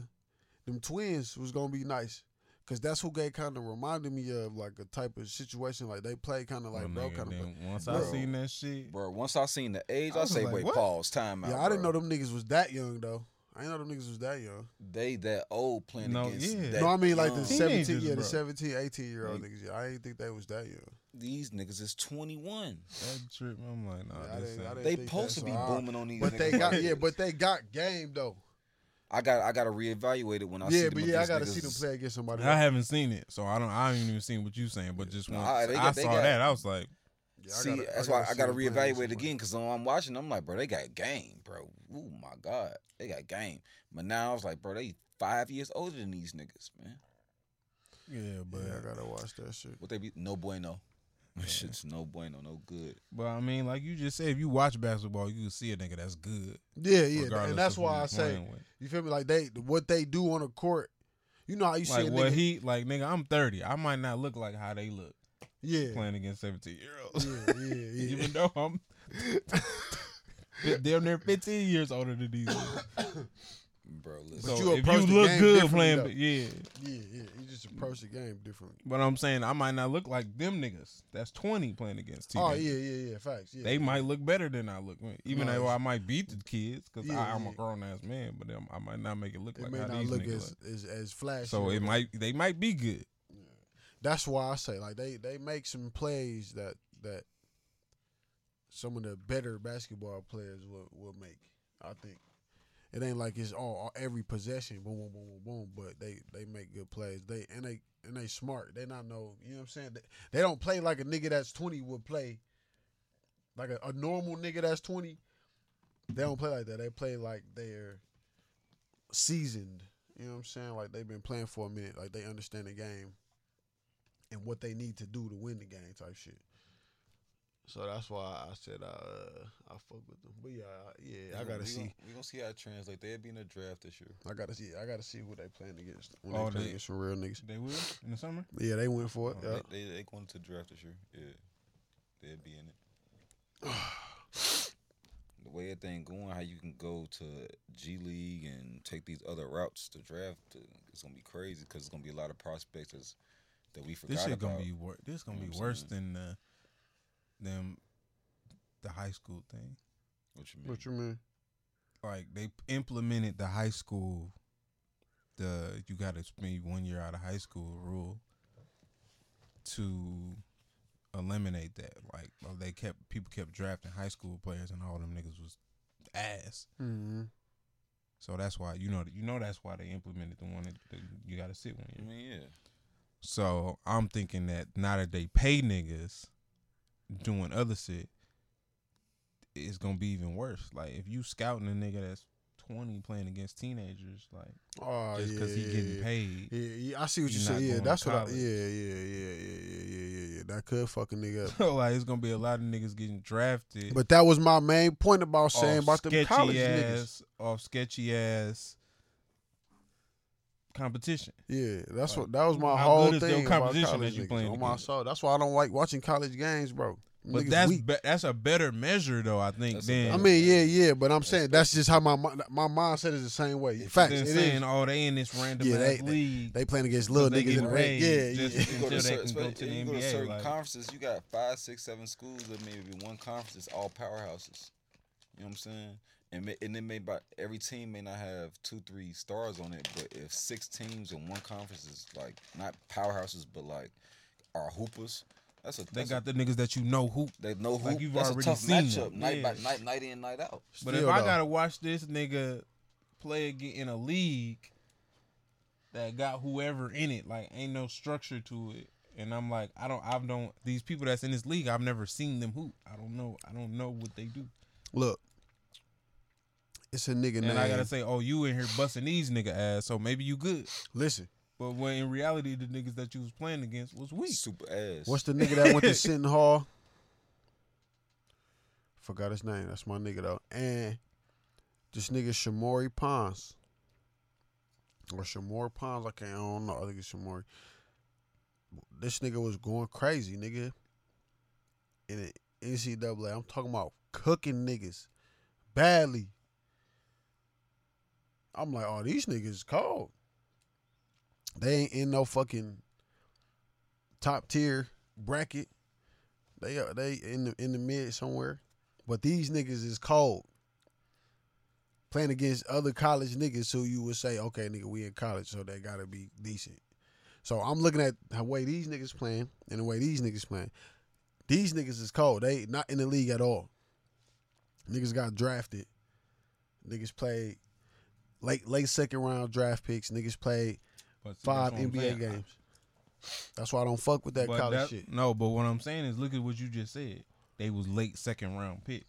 S2: them twins was gonna be nice. Cause that's who they kind of reminded me of, like a type of situation like they play kind of like
S1: Little
S2: bro
S1: nigga,
S2: kind of.
S1: then Once I
S2: Bro.
S1: seen that shit,
S3: Bro, once I seen the age,
S1: I
S3: I,
S1: was
S3: say,
S1: like,
S3: wait,
S1: what?
S3: pause, time out.
S2: Yeah, I didn't know
S3: bro.
S2: them niggas was that young though. I didn't know them niggas was that young.
S3: they that old playing
S1: No,
S3: against.
S1: yeah.
S3: That
S2: no, I mean like the
S3: young.
S1: Teenage-
S2: 17, yeah, the
S1: Teenagers, bro.
S2: 17, 18 year old
S3: Like-
S2: niggas. Yeah, I didn't think they was that young.
S3: these niggas is twenty one.
S1: that trip, I'm like, nah,
S2: Yeah, I
S1: this
S2: didn't- I
S1: ain't-
S2: didn't
S3: They
S2: think
S3: supposed to
S2: that's
S3: be
S2: all.
S3: booming on these.
S2: But
S3: niggas
S2: they
S3: like
S2: got yeah,
S3: this.
S2: but they got game though.
S3: I got I got to reevaluate it when I see
S2: yeah,
S3: them
S2: but yeah, I
S3: against
S2: gotta
S3: niggas
S2: see them
S3: is-
S2: play against somebody.
S1: I
S2: else.
S1: haven't seen it, so I don't. I ain't even seen what you saying, but just
S3: No,
S1: once
S3: I-
S1: I,
S3: they got- they
S1: saw
S3: got-
S1: that, I was like,
S2: Yeah, I
S3: See,
S2: gotta-
S3: that's why I
S2: see
S3: got to
S2: them playing against
S3: reevaluate
S2: somebody.
S3: again because when I'm watching, I'm like, bro, they got game, bro. Oh my god, they got game. But now I was like, bro, they five years older than these niggas, man.
S1: yeah, but
S2: yeah, I gotta watch that shit.
S3: What they be? No bueno. My shit's no bueno, no good.
S1: but I mean, like you just said, if you watch basketball, you can see a nigga that's good.
S2: Yeah, yeah,
S1: regardless
S2: and that's
S1: of who
S2: why
S1: you
S2: I say
S1: playing with.
S2: you feel me. Like they, what they do on the court, you know how you see
S1: like
S2: a
S1: what
S2: nigga,
S1: he like, nigga. I'm 30. I might not look like how they look
S2: yeah,
S1: playing against 17 year
S2: yeah,
S1: olds,
S2: yeah, yeah.
S1: even though I'm damn near 15 years older than these. niggas.
S3: Bro, listen.
S1: so
S2: you
S1: if
S2: approach
S1: you
S2: the
S1: look
S2: game
S1: good
S2: differently,
S1: playing,
S2: though.
S1: yeah.
S2: yeah, yeah. You just approach the game differently.
S1: But I'm saying I might not look like them niggas. That's 20 playing against.
S2: Oh
S1: teenagers.
S2: yeah, yeah, yeah. Facts. Yeah,
S1: they might look better than I look, even
S2: No,
S1: though
S2: it's-
S1: I might beat the kids because
S2: Yeah,
S1: I'm a
S2: yeah.
S1: grown ass man. But I'm- I might not make it look
S2: It
S1: like
S2: may
S1: how
S2: not
S1: these
S2: look
S1: niggas
S2: as,
S1: look.
S2: as as flashy.
S1: So
S2: or
S1: it
S2: whatever.
S1: might they might be good.
S2: That's why I say like they they make some plays that that some of the better basketball players will will make. I think it ain't like it's all every possession, boom, boom, boom, boom, boom. But they they make good plays. They and they and they smart. They not know you know what I'm saying. They, they don't play like a nigga that's 20 would play. Like a, a normal nigga that's 20, they don't play like that. They play like they're seasoned. You know what I'm saying? Like they've been playing for a minute. Like they understand the game and what they need to do to win the game type shit. So that's why I said I uh, I fuck with them. But yeah, I- yeah, I gotta
S3: We gonna- we
S2: see.
S3: gonna- We gonna see how it translate. They'll be in the draft this year.
S2: I gotta see. I gotta see who they playing against. When
S1: Oh,
S2: they playing
S1: they-
S2: against some real niggas.
S1: They will in the summer.
S2: Yeah, they went for it.
S3: Oh,
S1: uh,
S2: yeah.
S3: They, they they going to the draft this year. Yeah, they'll be in it. the way everything going, how you can go to G League and take these other routes to draft, uh, it's gonna be crazy because it's gonna be a lot of prospects that's, that we forgot
S1: This shit
S3: about.
S1: gonna be wor- This gonna
S3: You
S1: be
S3: know what I'm
S1: worse
S3: saying?
S1: than the, them, the high school thing.
S3: what you mean?
S2: What you mean?
S1: Like they p- implemented the high school, the you got to spend one year out of high school rule. To eliminate that, like well, they kept people kept drafting high school players, and all them niggas was ass.
S2: Mm-hmm.
S1: So that's why you know you know that's why they implemented the one that that you got to sit one
S3: I
S1: year.
S3: mean, yeah.
S1: So I'm thinking that now that they pay niggas doing other shit, it's gonna be even worse. Like if you scouting a nigga that's 20 playing against teenagers, like
S2: Oh
S1: just
S2: yeah,
S1: because he
S2: yeah,
S1: getting
S2: yeah.
S1: paid,
S2: Yeah, yeah, I see what
S1: He
S2: you
S1: not
S2: say. Yeah,
S1: going to
S2: that's what. I,
S1: college.
S2: yeah, yeah, yeah, yeah, yeah, yeah, yeah, yeah. That could fuck a nigga up.
S1: so like it's gonna be a lot of niggas getting drafted.
S2: But that was my main point about
S1: off
S2: saying about them
S1: Oh, sketchy
S2: college niggas.
S1: ass, off sketchy ass competition.
S2: Yeah, that's
S1: Like,
S2: what that was my
S1: how
S2: whole
S1: good is your
S2: thing about
S1: competition
S2: college
S1: that you
S2: niggas.
S1: playing
S2: on my
S1: against?
S2: soul. That's why I don't like watching college games, bro.
S1: But
S2: niggas
S1: that's
S2: weak.
S1: be- that's a better measure though. I think
S3: That's a
S1: than
S2: I
S3: better-
S2: mean, yeah, yeah, but I'm saying that's just how my mi- my mindset is the same way. Facts,
S1: than
S2: it
S1: saying
S2: is.
S1: oh they in this random
S2: Yeah,
S1: ass
S2: they-
S1: league.
S2: They playing against little
S1: they
S2: niggas in
S1: get
S2: the ring.
S1: paid
S2: Yeah,
S1: just
S2: yeah.
S1: to
S3: You go
S1: Until
S3: to
S1: they
S3: certain,
S1: can go to
S3: especially-
S1: the
S3: you go to
S1: NBA,
S3: certain
S1: like-
S3: conferences, you got five, six, seven schools that maybe one conference is all powerhouses. You know what I'm saying? And ma- and then maybe about every team may not have two, three stars on it, but if six teams in one conference is like not powerhouses, but like are hoopers, that's a
S1: They
S3: that's a-
S1: got the niggas that you know who.
S3: they know who.
S1: like you've
S3: that's
S1: already
S3: a tough
S1: seen
S3: matchup
S1: them.
S3: night by
S1: Yeah.
S3: night, night in, night out.
S1: But if
S2: Still,
S1: I
S2: though.
S1: gotta watch this nigga play again in a league that got whoever in it, like ain't no structure to it, and I'm like, I don't, I don't. These people that's in this league, I've never seen them hoop. I don't know, I don't know what they do.
S2: look, it's a nigga
S1: And
S2: name.
S1: I gotta say, oh, you in here busting these nigga ass, so maybe you good.
S2: listen,
S1: But when in reality, the niggas that you was playing against was weak.
S3: Super ass.
S2: what's the nigga that went to Sitting Hall? Forgot his name. That's my nigga though. And this nigga Shamori Pons. Or Shamori Pons, I can't I don't know. I think it's Shamori. This nigga was going crazy, nigga. In the NCAA. I'm talking about cooking niggas badly. I'm like, oh, these niggas cold. They ain't in no fucking top tier bracket. They are they in the in the mid somewhere. But these niggas is cold. Playing against other college niggas who you would say, okay, nigga, we in college, so they gotta be decent. So I'm looking at the way these niggas playing and the way these niggas playing. These niggas is cold. They not in the league at all. Niggas got drafted. Niggas played late late second round draft picks. Niggas played
S1: But see,
S2: five
S1: that's what I'm
S2: NBA
S1: saying.
S2: games. That's why I don't fuck with that
S1: But
S2: college
S1: that-
S2: shit.
S1: No, but what I'm saying is, look at what you just said. They was late second round picks.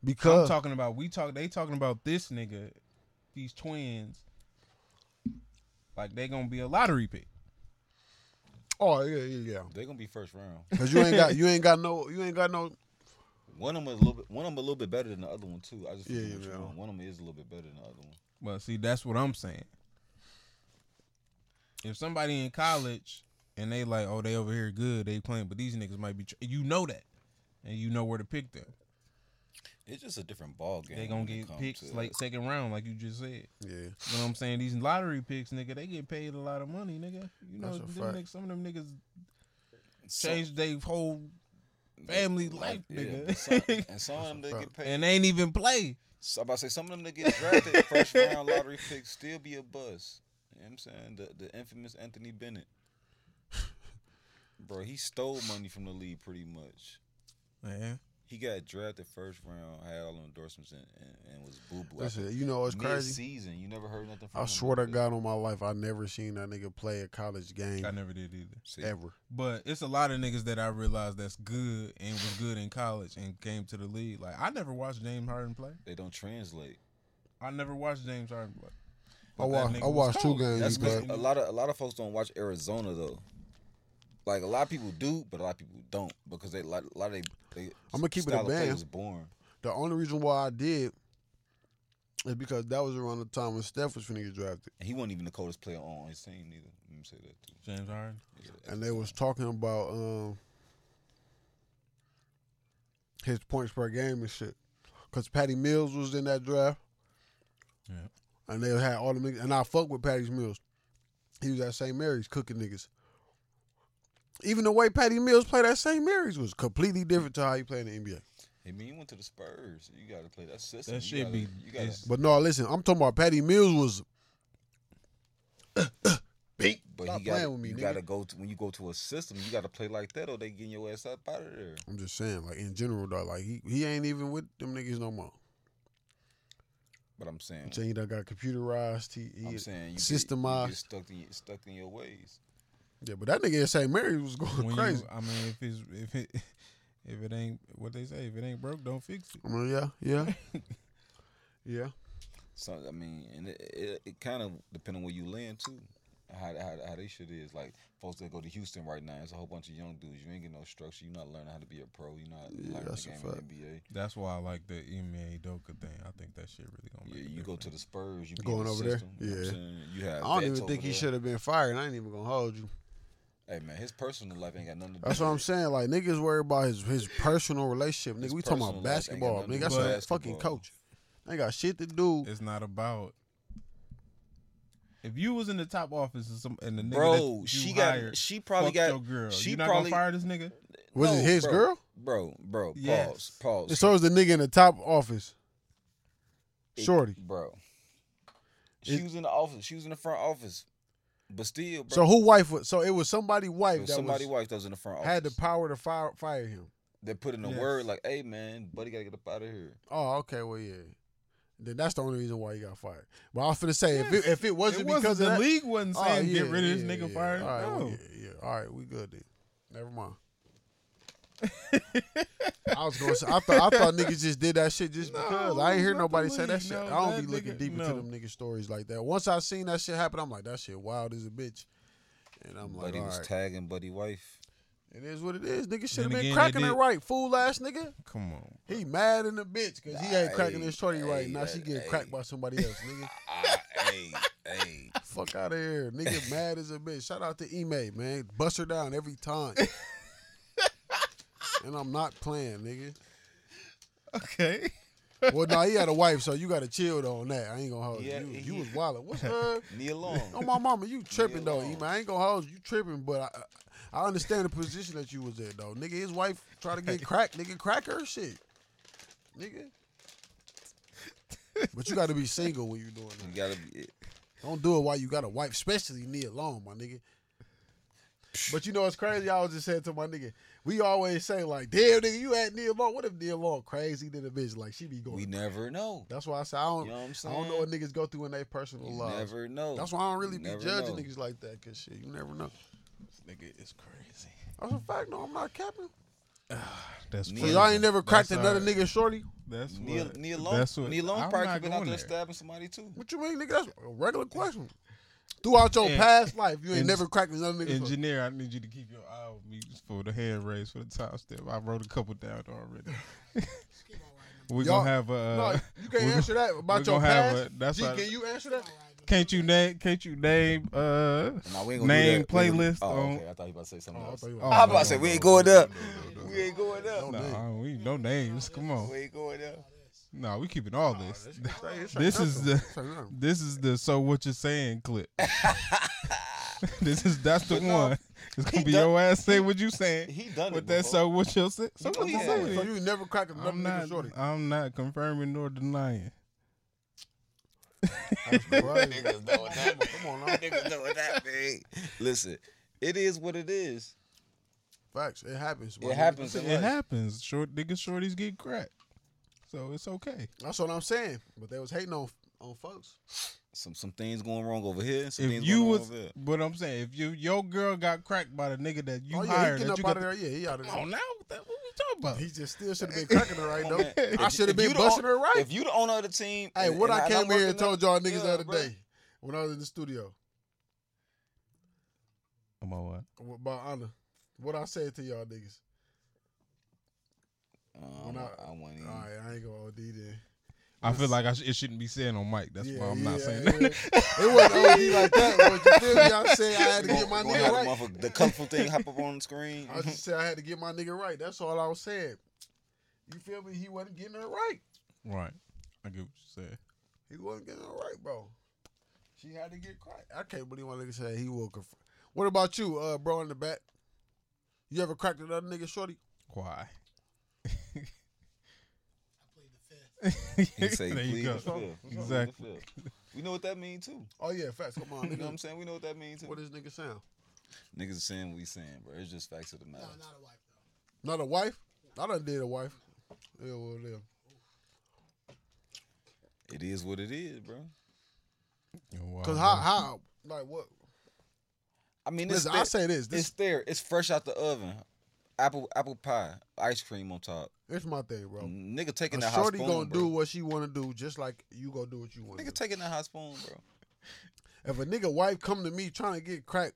S1: I'm
S2: Because
S1: talking about we talk. They talking about this nigga, these twins. Like they gonna be a lottery pick.
S2: oh yeah yeah yeah.
S3: They're gonna be first round.
S2: Cause you ain't got you ain't got no you ain't got no
S3: One of them a little bit. One of them a little bit better than the other one too. I just
S2: Yeah,
S3: forget
S2: yeah,
S3: which
S2: yeah.
S3: one. One of them is a little bit better than the other one.
S1: But see, that's what I'm saying. If somebody in college and they like, oh, they over here good, they playing, but these niggas might be. Tr- you know that, and you know where to pick them.
S3: It's just a different ball game.
S1: They gonna
S3: when it
S1: get
S3: comes
S1: picked
S3: to-
S1: late second round, like you just said.
S2: yeah.
S1: You know what I'm saying? These lottery picks, nigga, they get paid a lot of money, nigga. You know,
S2: That's a
S1: them
S2: fact.
S1: niggas, some of them niggas
S3: So-
S1: change their whole family life,
S3: yeah,
S1: nigga.
S3: but some- and some of them they get paid.
S1: and they ain't even play.
S3: so I'm about to say some of them that get drafted first round lottery picks still be a buzz. You know what I'm saying the the infamous Anthony Bennett, bro, he stole money from the league pretty much.
S1: Yeah.
S3: He got drafted first round, had all the endorsements, and, and, and was boo boo.
S2: Listen, you know what's crazy?
S3: Season, you never heard nothing. From
S2: I
S1: oh
S3: him
S2: swear to
S3: after that.
S2: God on my life, I never seen that nigga play a college game
S1: I never did either.
S3: See,
S2: ever.
S1: But it's a lot of niggas that I realized that's good and was good in college and came to the league. Like I never watched James Harden play.
S3: they don't translate.
S1: I never watched James Harden play.
S2: I
S1: that
S2: watched.
S1: nigga
S2: I
S1: was
S2: watched two
S1: cold.
S2: games,
S3: That's because
S2: but
S1: good.
S3: a lot of a lot of folks don't watch Arizona though. Like a lot of people do, but a lot of people don't because they like a lot of they. they
S2: I'ma keep it a
S3: style of play
S2: band.
S3: Was born.
S2: the only reason why I did is because that was around the time when Steph was finna get drafted,
S3: And he wasn't even the coldest player on his team either. Let me say that too.
S1: James Harden.
S3: Yeah.
S2: and they was talking about um, his points per game and shit. Cause Patty Mills was in that draft.
S1: Yeah.
S2: And they had all the niggas, and I fuck with Patty Mills. He was at St. Mary's cooking niggas. Even the way Patty Mills played at St. Mary's was completely different to how he played in the NBA.
S3: I mean, you went to the Spurs. You got to play that system.
S1: That
S3: you
S1: shit
S3: gotta,
S1: be.
S3: You gotta,
S1: it's-
S2: But no, listen, I'm talking about Patty Mills was
S3: beat. But
S2: Stop
S3: he gotta,
S2: playing with me,
S3: you
S2: nigga.
S3: got to go to when you go to a system. You got to play like that, or they getting your ass up out of there.
S2: I'm just saying, like in general, dog, like he, he ain't even with them niggas no more.
S3: But I'm saying,
S2: I'm saying he done got computerized. He, he
S3: I'm saying, you get-
S2: systemized.
S3: you get stuck in your- stuck in your ways.
S2: yeah, but that nigga in St. Mary's was going
S1: when
S2: crazy.
S1: You, I mean, if it's if it if it ain't what they say, if it ain't broke, don't fix it.
S2: I mean, yeah, yeah, yeah.
S3: So I mean, and it, it, it kind of depend on where you land too, how how how they shit is. Like folks that go to Houston right now, it's a whole bunch of young dudes. You ain't getting no structure. You're not learning how to be a pro. You're not
S2: Yeah,
S3: learning
S2: that's a
S3: the game in the
S2: fact.
S3: NBA.
S1: That's why I like the Ime Doka thing. I think that shit really gonna.
S3: Yeah,
S1: Make a
S3: you go to
S1: difference.
S3: the Spurs. You be
S2: Going
S3: in the
S2: over there?
S3: system, You know what I'm
S2: Yeah.
S3: saying? you have.
S2: I don't
S3: vets
S2: even
S3: over
S2: think he
S3: there.
S2: should have been fired. I ain't even gonna hold you.
S3: Hey man, his personal life ain't got nothing to do.
S2: That's what I'm
S3: with it.
S2: saying. Like niggas worry about his his personal relationship. Nigga,
S3: His
S2: we talking about
S3: personal life ain't
S2: basketball.
S3: got nothing
S2: Nigga,
S3: to
S2: that's
S3: do with
S2: a fucking
S3: basketball.
S2: coach. Ain't got shit to do.
S1: It's not about. If you was in the top office and some and the nigga that
S3: Bro,
S1: you
S3: she
S1: hired,
S3: got. She probably
S1: fucked
S3: got.
S1: your girl.
S3: She
S1: you not
S3: probably
S1: gonna fire this nigga.
S2: Was it his
S3: bro,
S2: girl?
S3: Bro, bro. Pause.
S1: Yes.
S3: Pause.
S2: So is the nigga in the top office.
S3: It-
S2: Shorty.
S3: bro. She
S2: It-
S3: was in the office. She was in the front office, but still, bro.
S2: So who wife was? So it was somebody
S3: It
S2: wife
S3: was
S2: that
S3: somebody
S2: was,
S3: wife that was in the front office.
S2: had the power to fire fire him.
S3: they put in a
S1: Yes.
S3: word like, "Hey man, buddy, gotta get up out of here."
S2: Oh, okay. Well, yeah. Then that's the only reason why he got fired. But I was finna say if it, if it
S1: it
S2: wasn't
S1: wasn't
S2: because
S1: the
S2: of that,
S1: league wasn't
S2: Oh,
S1: saying
S2: yeah,
S1: get rid of this
S2: yeah,
S1: nigga,
S2: yeah.
S1: fire. him."
S2: All right, well,
S1: no.
S2: yeah, yeah. All right, we good then. Never mind. I was gonna say I thought I thought niggas just did that shit just
S1: No,
S2: because I ain't hear
S1: not the
S2: nobody say that
S1: league.
S2: shit.
S1: No,
S2: I don't
S1: that
S2: be looking
S1: nigga-
S2: deep into
S1: no.
S2: them nigga stories like that. Once I seen that shit happen, I'm like, that shit wild as a bitch. And I'm like,
S3: buddy
S2: all
S3: was
S2: right.
S3: tagging buddy wife.
S2: it is what it is. Nigga should have
S1: Then
S2: been
S1: again, they
S2: cracking it
S1: did-
S2: right, fool ass nigga.
S1: Come on.
S2: He mad in the bitch because he ain't cracking
S3: Hey,
S2: his shorty right
S3: hey,
S2: now. She
S3: that-
S2: getting
S3: hey.
S2: cracked by somebody else, nigga.
S3: Ah, hey, hey.
S2: Fuck out of here, nigga. Mad as a bitch. Shout out to Ime, man. Bust her down every time. and I'm not playing, nigga.
S1: Okay.
S2: Well, nah, he had a wife, so you gotta chill though on that. I ain't gonna hold
S3: Yeah,
S2: you.
S3: he-
S2: You was wildin'. What's her?
S3: Knee along.
S2: Oh my mama, you tripping though,
S3: alone.
S2: Ime. I ain't gonna hold you. You tripping, but I, I understand the position that you was in though, nigga. His wife try to get cracked, nigga. Crack her shit, nigga. But you gotta be single when you doing that.
S3: You gotta be.
S2: Don't do it while you got a wife, especially Nia Long, my nigga. But you know what's crazy? I was just saying to my nigga, we always say like, "Damn, nigga, you had Nia Long. What if Nia Long crazy than a bitch? Like she be going."
S3: We never know.
S2: That's why I say I don't.
S3: You know what I'm
S2: I
S3: saying?
S2: don't know what niggas go through in their personal
S3: You
S2: lives.
S3: never know.
S2: That's why I don't
S3: You
S2: really be
S3: never
S2: judging
S3: know.
S2: niggas like that, cause shit, you never know.
S1: Nigga it's crazy.
S2: That's a fact. No, I'm not capping.
S1: That's
S3: So
S2: So
S1: what-
S2: y'all ain't never cracked
S1: that's
S2: another
S1: our-
S2: nigga shorty.
S1: That's
S3: Knee,
S1: what.
S3: knee along.
S1: That's what.
S3: knee along
S1: I'm
S3: probably
S1: not
S3: could've been out
S1: going
S3: there
S1: there.
S3: stabbing somebody too.
S2: What you mean, nigga? That's a regular question. Throughout your
S1: And-
S2: past life, you ain't
S1: and-
S2: never cracked another nigga. shorty.
S1: Engineer, I need you to keep your eye on me for the hand raise for the top step. I wrote a couple down already.
S4: Just keep on riding them.
S1: We're
S2: Y'all-
S1: gonna have a.
S2: No,
S1: Uh,
S2: you can't
S1: we're
S2: answer that
S1: we
S2: about your
S1: gonna have
S2: past.
S1: a- that's
S2: G,
S1: our-
S2: can you answer that?
S4: Keep on riding them.
S1: Can't you name? Can't you name? Uh,
S3: Nah, we ain't gonna do
S1: name
S3: that. We ain't gonna-
S1: playlist
S3: Oh,
S1: on.
S3: okay. I thought you about to say something else.
S2: you
S1: Oh,
S3: I was
S1: no,
S3: about to say
S1: no,
S3: we
S1: no,
S3: ain't
S1: no,
S3: going up.
S1: no, no,
S3: We ain't going
S2: no.
S3: up.
S1: No, I don't- we no names. Come on.
S3: We ain't going up.
S4: All this.
S1: No, we keeping all this.
S2: This,
S1: This is the. This is the so what you're saying clip. this is that's the
S3: But no,
S1: one. It's gonna
S3: he
S1: be
S3: done-
S1: your ass say what you saying.
S3: He done
S1: But
S3: it.
S1: that's
S3: before.
S1: so what you say. So
S3: know
S1: what
S3: he
S1: you
S3: had
S1: saying?
S2: So you never crack another
S1: I'm
S2: nigga
S1: not.
S2: shorty.
S1: I'm not confirming nor denying.
S2: That's crazy.
S3: Niggas know what that
S2: Come on now.
S3: Niggas know what that mean. Listen, it is what it is.
S2: Facts. It happens. my
S3: It
S2: nigga.
S3: happens. in
S1: It
S3: life.
S1: happens. Short niggas, shorties get cracked. So it's okay.
S2: That's what I'm saying. But they was hating on on folks.
S3: Some some things going wrong over here. Some
S1: If
S3: things
S1: you
S3: going
S1: was,
S3: wrong over there.
S1: but I'm saying, if you your girl got cracked by the nigga that you
S2: oh yeah,
S1: hired,
S2: he getting
S1: that
S2: up
S1: you
S2: out
S1: got
S2: of there. Yeah, he out of
S1: Come on
S2: there.
S1: now, what, the, what we talking about?
S2: He just still should have been cracking her right
S3: Come on,
S2: though.
S3: man.
S2: I
S3: If-
S2: should have
S3: if you
S2: been
S3: the
S2: busting
S3: own-
S2: her right.
S3: If you the owner of the team,
S2: Hey,
S3: and-
S2: what
S3: and
S2: I
S3: and
S2: came
S3: work
S2: here
S3: in
S2: and
S3: the-
S2: told y'all niggas
S3: Yeah,
S2: the other
S3: bruh.
S2: day. when I was in the studio
S1: Come on, what?
S2: about honor. What I said to y'all niggas.
S3: Um,
S2: When
S3: Oh, I,
S2: I-
S3: want
S2: All right, I ain't gonna OD then.
S1: I feel like I sh- it shouldn't be said on mic. That's
S2: Yeah,
S1: why I'm not
S2: yeah,
S1: saying
S2: yeah.
S1: that.
S2: It wasn't OD like that, but you feel me? I said I had to get my nigga right. Oh,
S3: The colorful thing hop up on the screen.
S2: I just said I had to get my nigga right. That's all I was saying. You feel me? He wasn't getting her right.
S1: Right. I get what you said.
S2: He wasn't getting her right, bro. She had to get cracked. I can't believe my nigga said he will conf- What about you, uh, bro, in the back? You ever cracked another nigga, shorty?
S1: Why?
S4: I plead the fifth.
S3: He say,
S1: there you
S3: "Please,
S1: go.
S3: the fifth. Please, the
S1: Exactly.
S3: fifth." We know what that means too.
S2: Oh yeah, facts. Come on,
S3: You know what I'm
S2: nigga.
S3: saying? We know what that means too.
S2: what this nigga sound?
S3: Niggas are saying what we saying, bro. It's just facts of the matter.
S4: No, not a wife though.
S2: Not a wife? I done did a wife. Yeah, well, yeah.
S3: It is what it is, bro.
S1: Why, bro?
S2: Cause how how like what?
S3: I mean, it's
S2: Listen,
S3: there.
S2: I say this. This
S3: it's there. It's fresh out the oven. Apple apple pie, ice cream on top.
S2: it's my thing, bro.
S3: Nigga taking
S2: A
S3: the hot
S2: shorty
S3: spoon,
S2: gonna
S3: bro.
S2: do what she wanna do, just like you gonna do what you wanna do.
S3: Nigga taking the hot spoon, bro.
S2: If a nigga wife come to me trying to get cracked,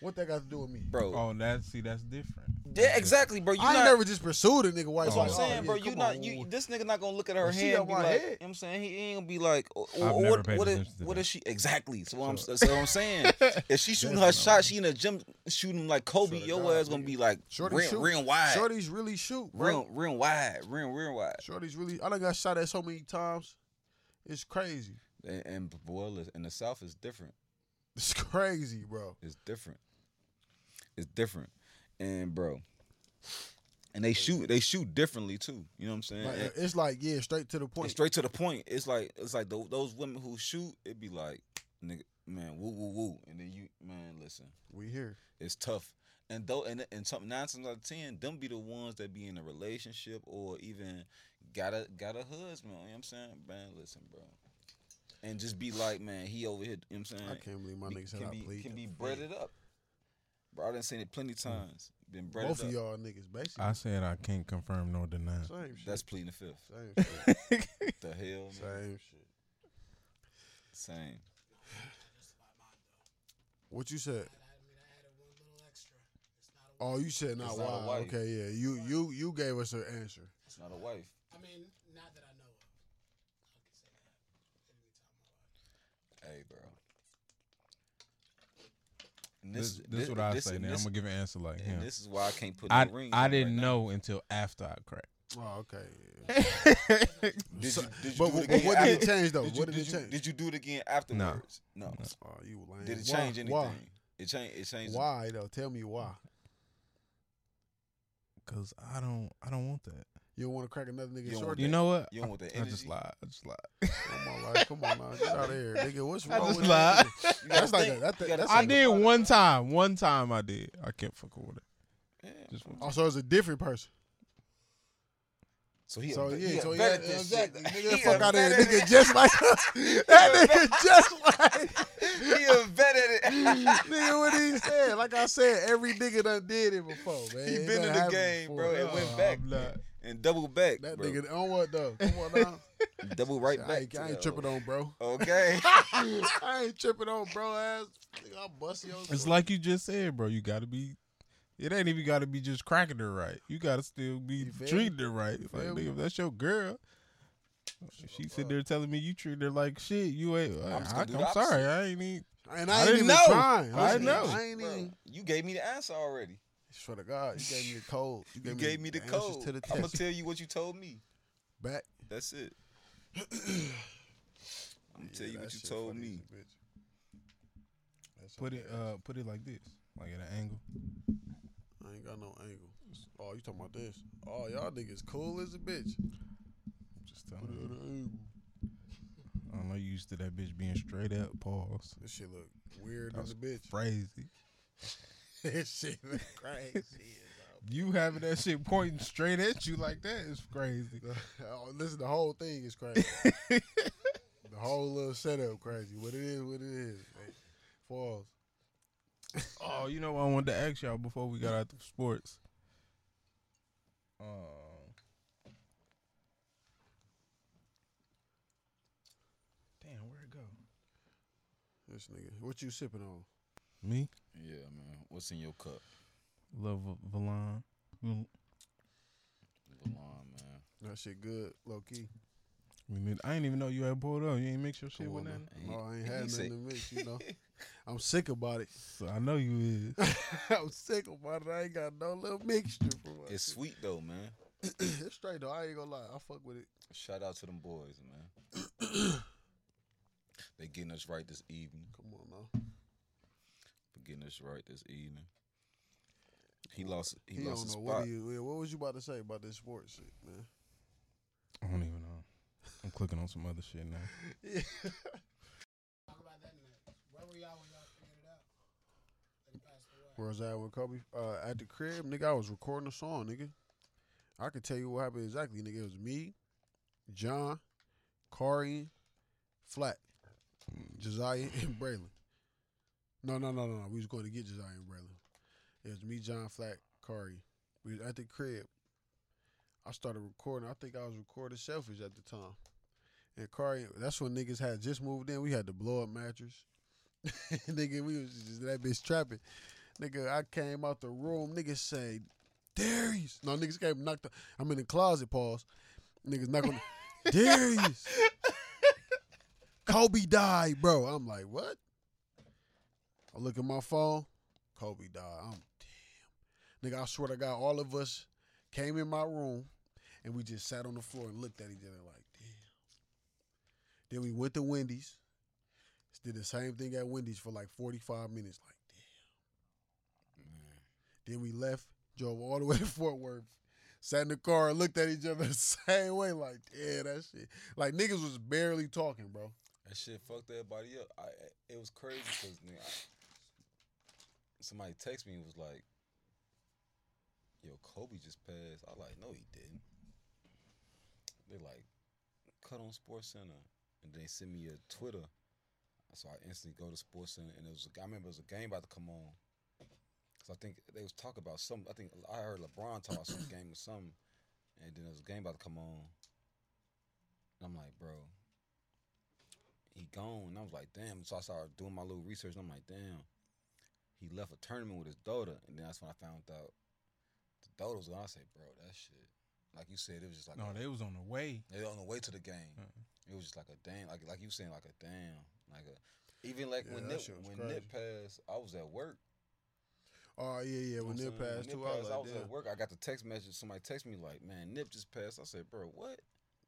S2: what that got to do with me?
S3: Bro.
S1: Oh, that see, that's different.
S3: Yeah, exactly, bro. You
S2: I ain't
S3: not,
S2: never just pursued a nigga wife.
S3: That's what I'm
S1: Oh,
S2: like,
S3: saying,
S2: yeah,
S3: bro.
S2: come
S3: You
S2: on,
S3: not you. This nigga not gonna look at her
S2: Well, she
S3: hand.
S2: up
S3: And be
S2: my
S3: like,
S2: head.
S3: You know what I'm saying he ain't gonna be like, oh, oh,
S1: I've
S3: what,
S1: never paid
S3: what, is,
S1: attention to
S3: what
S1: that.
S3: is she exactly? So what I'm,
S1: So-
S3: so what I'm saying, if she shooting her
S1: That's not
S3: shot, she in the gym shooting him like Kobe.
S2: Swear to
S3: your
S2: God,
S3: ass gonna
S2: nigga.
S3: be like
S2: Shorty
S3: rim,
S2: shoot.
S3: rim wide,
S2: Shorties really shoot, bro.
S3: rim, rim wide, rim, rim wide.
S2: Shorties really. I done got shot at so many times. It's crazy.
S3: And, and boy, listen, in the South is different.
S2: It's crazy, bro.
S3: It's different. It's different, and bro, and they shoot they shoot differently too. You know what I'm saying?
S2: Like,
S3: And-
S2: it's like yeah, straight to the point.
S3: And straight to the point. It's like it's like tho- those women who shoot. It be like, nigga, man, woo woo woo, and then you, man, listen,
S2: we here.
S3: it's tough. And though, and and some nine times out of ten, them be the ones that be in a relationship or even got a got a husband. You know what I'm saying, man, listen, bro, and just be like, man, he over here. You know what I'm saying,
S2: I can't believe my
S3: Be-
S2: niggas said
S3: can
S2: I
S3: be
S2: plead.
S3: can
S2: the
S3: be
S2: fifth. Mm.
S3: breaded up. Bro, I done seen it plenty times. Been breaded
S2: Both
S3: up.
S2: of y'all niggas, basically.
S1: I said I can't confirm nor deny.
S2: Same shit.
S3: That's pleading the fifth.
S2: same shit.
S3: the hell, man?
S2: Same shit.
S3: same.
S2: What you said?
S4: I I mean, I added one little extra. It's not a wife.
S2: Oh, you said not
S3: It's not a
S2: why.
S3: wife.
S2: Okay, yeah. You you you gave us an answer.
S3: It's not a wife.
S4: I mean, not that I know of. I can say that. Every time my wife.
S3: Hey, bro. And
S1: This, this, is what I say. Now I'm gonna give an answer like
S3: and
S1: him.
S3: this is why I can't put
S1: I
S3: no rings.
S1: I
S3: on
S1: didn't
S3: right now.
S1: know until after I cracked.
S2: Oh, okay. yeah.
S3: Did
S2: So-
S3: you, did you
S2: but,
S3: do it
S2: but
S3: again
S2: what did it
S3: after-
S2: change though?
S3: Did you,
S2: what did,
S3: did
S2: it
S3: you-
S2: change?
S3: did you do it again afterwards? No.
S2: oh, you lame.
S3: Did it
S2: Why-
S3: change anything?
S2: Why?
S3: It changed. It changed.
S2: Why though? Tell me why.
S1: Cause I don't I don't want that.
S2: You don't want to crack another nigga
S3: You don't
S2: short?
S3: want
S1: You know what?
S3: You don't want the
S1: I
S3: energy.
S1: just lied. I just lied.
S2: Come on, like, come on, now, get out of here, nigga.
S3: Oh,
S2: What's
S1: I
S2: wrong
S1: just
S2: with
S1: lied.
S2: you? That's like a- that- that's
S1: I
S2: like
S1: did one time. One time I did. I kept fucking with it. Just one time.
S2: Oh, so it's a different person.
S3: So he.
S2: so
S3: a-
S2: yeah,
S3: he a
S2: so yeah,
S3: vet at this shit.
S2: exactly. Nigga, the
S3: He
S2: fuck
S3: a
S2: out of here,
S3: vet at
S2: nigga. Just like that nigga, just like
S3: it. He a vet at it.
S2: nigga. What he said? Like I said, every nigga done did it before, man.
S3: He
S2: It
S3: been
S2: done
S3: in the
S2: happened
S3: game,
S2: before.
S3: bro. It
S1: Oh,
S3: went back
S1: I'm not.
S3: and double back.
S2: That
S3: bro.
S2: nigga on what though? Come on now.
S3: double right
S2: I
S3: back.
S2: ain't,
S3: to
S2: I ain't
S3: that
S2: tripping
S3: hoe.
S2: on, bro.
S3: Okay.
S2: I ain't tripping on, bro. Ass, nigga, I bust your.
S1: It's like you just said, bro. You gotta be. It ain't even gotta be just cracking her right. You gotta still be
S2: You feel me?
S1: treating her right. Like,
S2: feel me?
S1: nigga, if that's your girl, if she sit there telling me you treat her like shit. You ain't. i
S3: I'm just
S1: I,
S3: gonna do the
S1: am sorry. I ain't even.
S2: and
S1: I
S2: I, ain't
S1: didn't
S2: even
S1: know.
S2: trying.
S1: I
S2: Listen,
S1: know.
S2: I ain't
S3: Bro,
S2: even.
S3: you gave me the answer already.
S2: Swear to God, you gave me the code.
S3: You gave me the
S2: answers
S3: code.
S2: to the
S3: I'm gonna
S2: test.
S3: tell you what you told me.
S2: Back.
S3: That's it. I'm gonna tell you
S2: Yeah,
S3: what
S2: that
S3: you
S2: shit
S3: told
S2: funny as
S3: me.
S2: a bitch. That's
S1: Put
S2: okay.
S1: it. Uh, put it like this. Like at an angle.
S2: I ain't got no angle. Oh, you talking about this? Oh, y'all niggas cool as a bitch.
S1: Just telling you. I don't know you used to that bitch being straight up. Pause.
S2: This shit look weird
S1: That
S2: as a bitch.
S1: Crazy.
S2: this shit look crazy. as
S1: You having that shit pointing straight at you like that is crazy.
S2: a- oh, listen, the whole thing is crazy. the whole little setup crazy. What it is, what it is. man. Falls.
S1: Oh, you know what I wanted to ask y'all before we got out of sports. Um, damn, where it go?
S2: This nigga. What you sipping on?
S1: Me?
S3: Yeah, man. What's in your cup?
S1: Love Valon. Mm.
S3: Leave alone, man.
S2: That shit good, low key.
S1: I didn't even know you had pulled up. You ain't mix your shit
S2: Come
S1: with
S2: on,
S1: nothing.
S2: man. No, I ain't
S3: He-
S2: had nothing
S3: he sick.
S2: to mix, you know. I'm sick about it.
S1: So I know you is.
S2: I'm sick about it. I ain't got no little mixture for my
S3: It's
S2: shit.
S3: sweet though, man.
S2: it's straight though. I ain't gonna lie. I fuck with it.
S3: Shout out to them boys, man. they getting us right this evening.
S2: Come on now.
S3: For getting us right this evening. He lost. He,
S2: He,
S3: lost
S2: don't
S3: his
S2: know
S3: spot.
S2: what you. yeah, What was you about to say about this sports shit, man?
S1: I don't even know. I'm clicking on some other shit now.
S4: Talk about that next. Where were y'all when y'all figured it out? That he passed away.
S2: Where was I with Kobe? Uh, at the crib, nigga. I was recording a song, nigga. I could tell you what happened exactly, nigga. It was me, John, Corey, Flat, Josiah, and Braylon. No, no, no, no, no. We was going to get Josiah and Braylon. It was me, John, Flat, Corey. We was at the crib. I started recording. I think I was recording selfies at the time. And Corey, that's when niggas had just moved in. We had the blow up mattress. nigga, we was just that bitch trapping. Nigga, I came out the room. Niggas say, Darius. No, niggas came knocked. The, I'm in the closet. Pause. Niggas knock on. the- Darius. Kobe died, bro. I'm like, what? I look at my phone. Kobe died. I'm damn. Nigga, I swear to God, all of us came in my room and we just sat on the floor and looked at each other like, damn. Then we went to Wendy's. Did the same thing at Wendy's for like 45 minutes. Like, damn. Then we left, drove all the way to Fort Worth, sat in the car and looked at each other the same way, like, yeah, that shit. Like niggas was barely talking, bro.
S3: That shit fucked everybody up. I I- it was crazy because nigga, I- somebody texted me and was like, "Yo, Kobe just passed." I like, no, he didn't. They like, cut on Sports Center, and they sent me a Twitter. So I instantly go to Sports Center, and it was I remember it was a game about to come on. Cause I think they was talking about some. I think I heard LeBron talk about some game or something, and then there was a game about to come on. And I'm like, bro, he gone. And I was like, damn. So I started doing my little research, and I'm like, damn. He left a tournament with his daughter, and then that's when I found out the daughter was gone. I said, bro, that shit. Like you said, it was just like
S1: No,
S3: a-
S1: they was on the way.
S3: they on the way to the game.
S2: Hmm.
S1: Mhm.
S3: It was just like a damn, like like you saying, like a damn, like a even like
S2: Yeah,
S3: when
S2: that
S3: Nip,
S2: shit was
S3: when Nip
S2: crazy.
S3: passed, I was at work.
S2: Oh yeah, yeah. When
S3: You know
S2: they
S3: what I'm
S2: passed
S3: saying?
S2: too, I
S3: When Nip
S2: was
S3: passed, I
S2: like,
S3: was
S2: damn.
S3: at work. I got the text message. Somebody texted me like, "Man, Nip just passed." I said, "Bro, what?"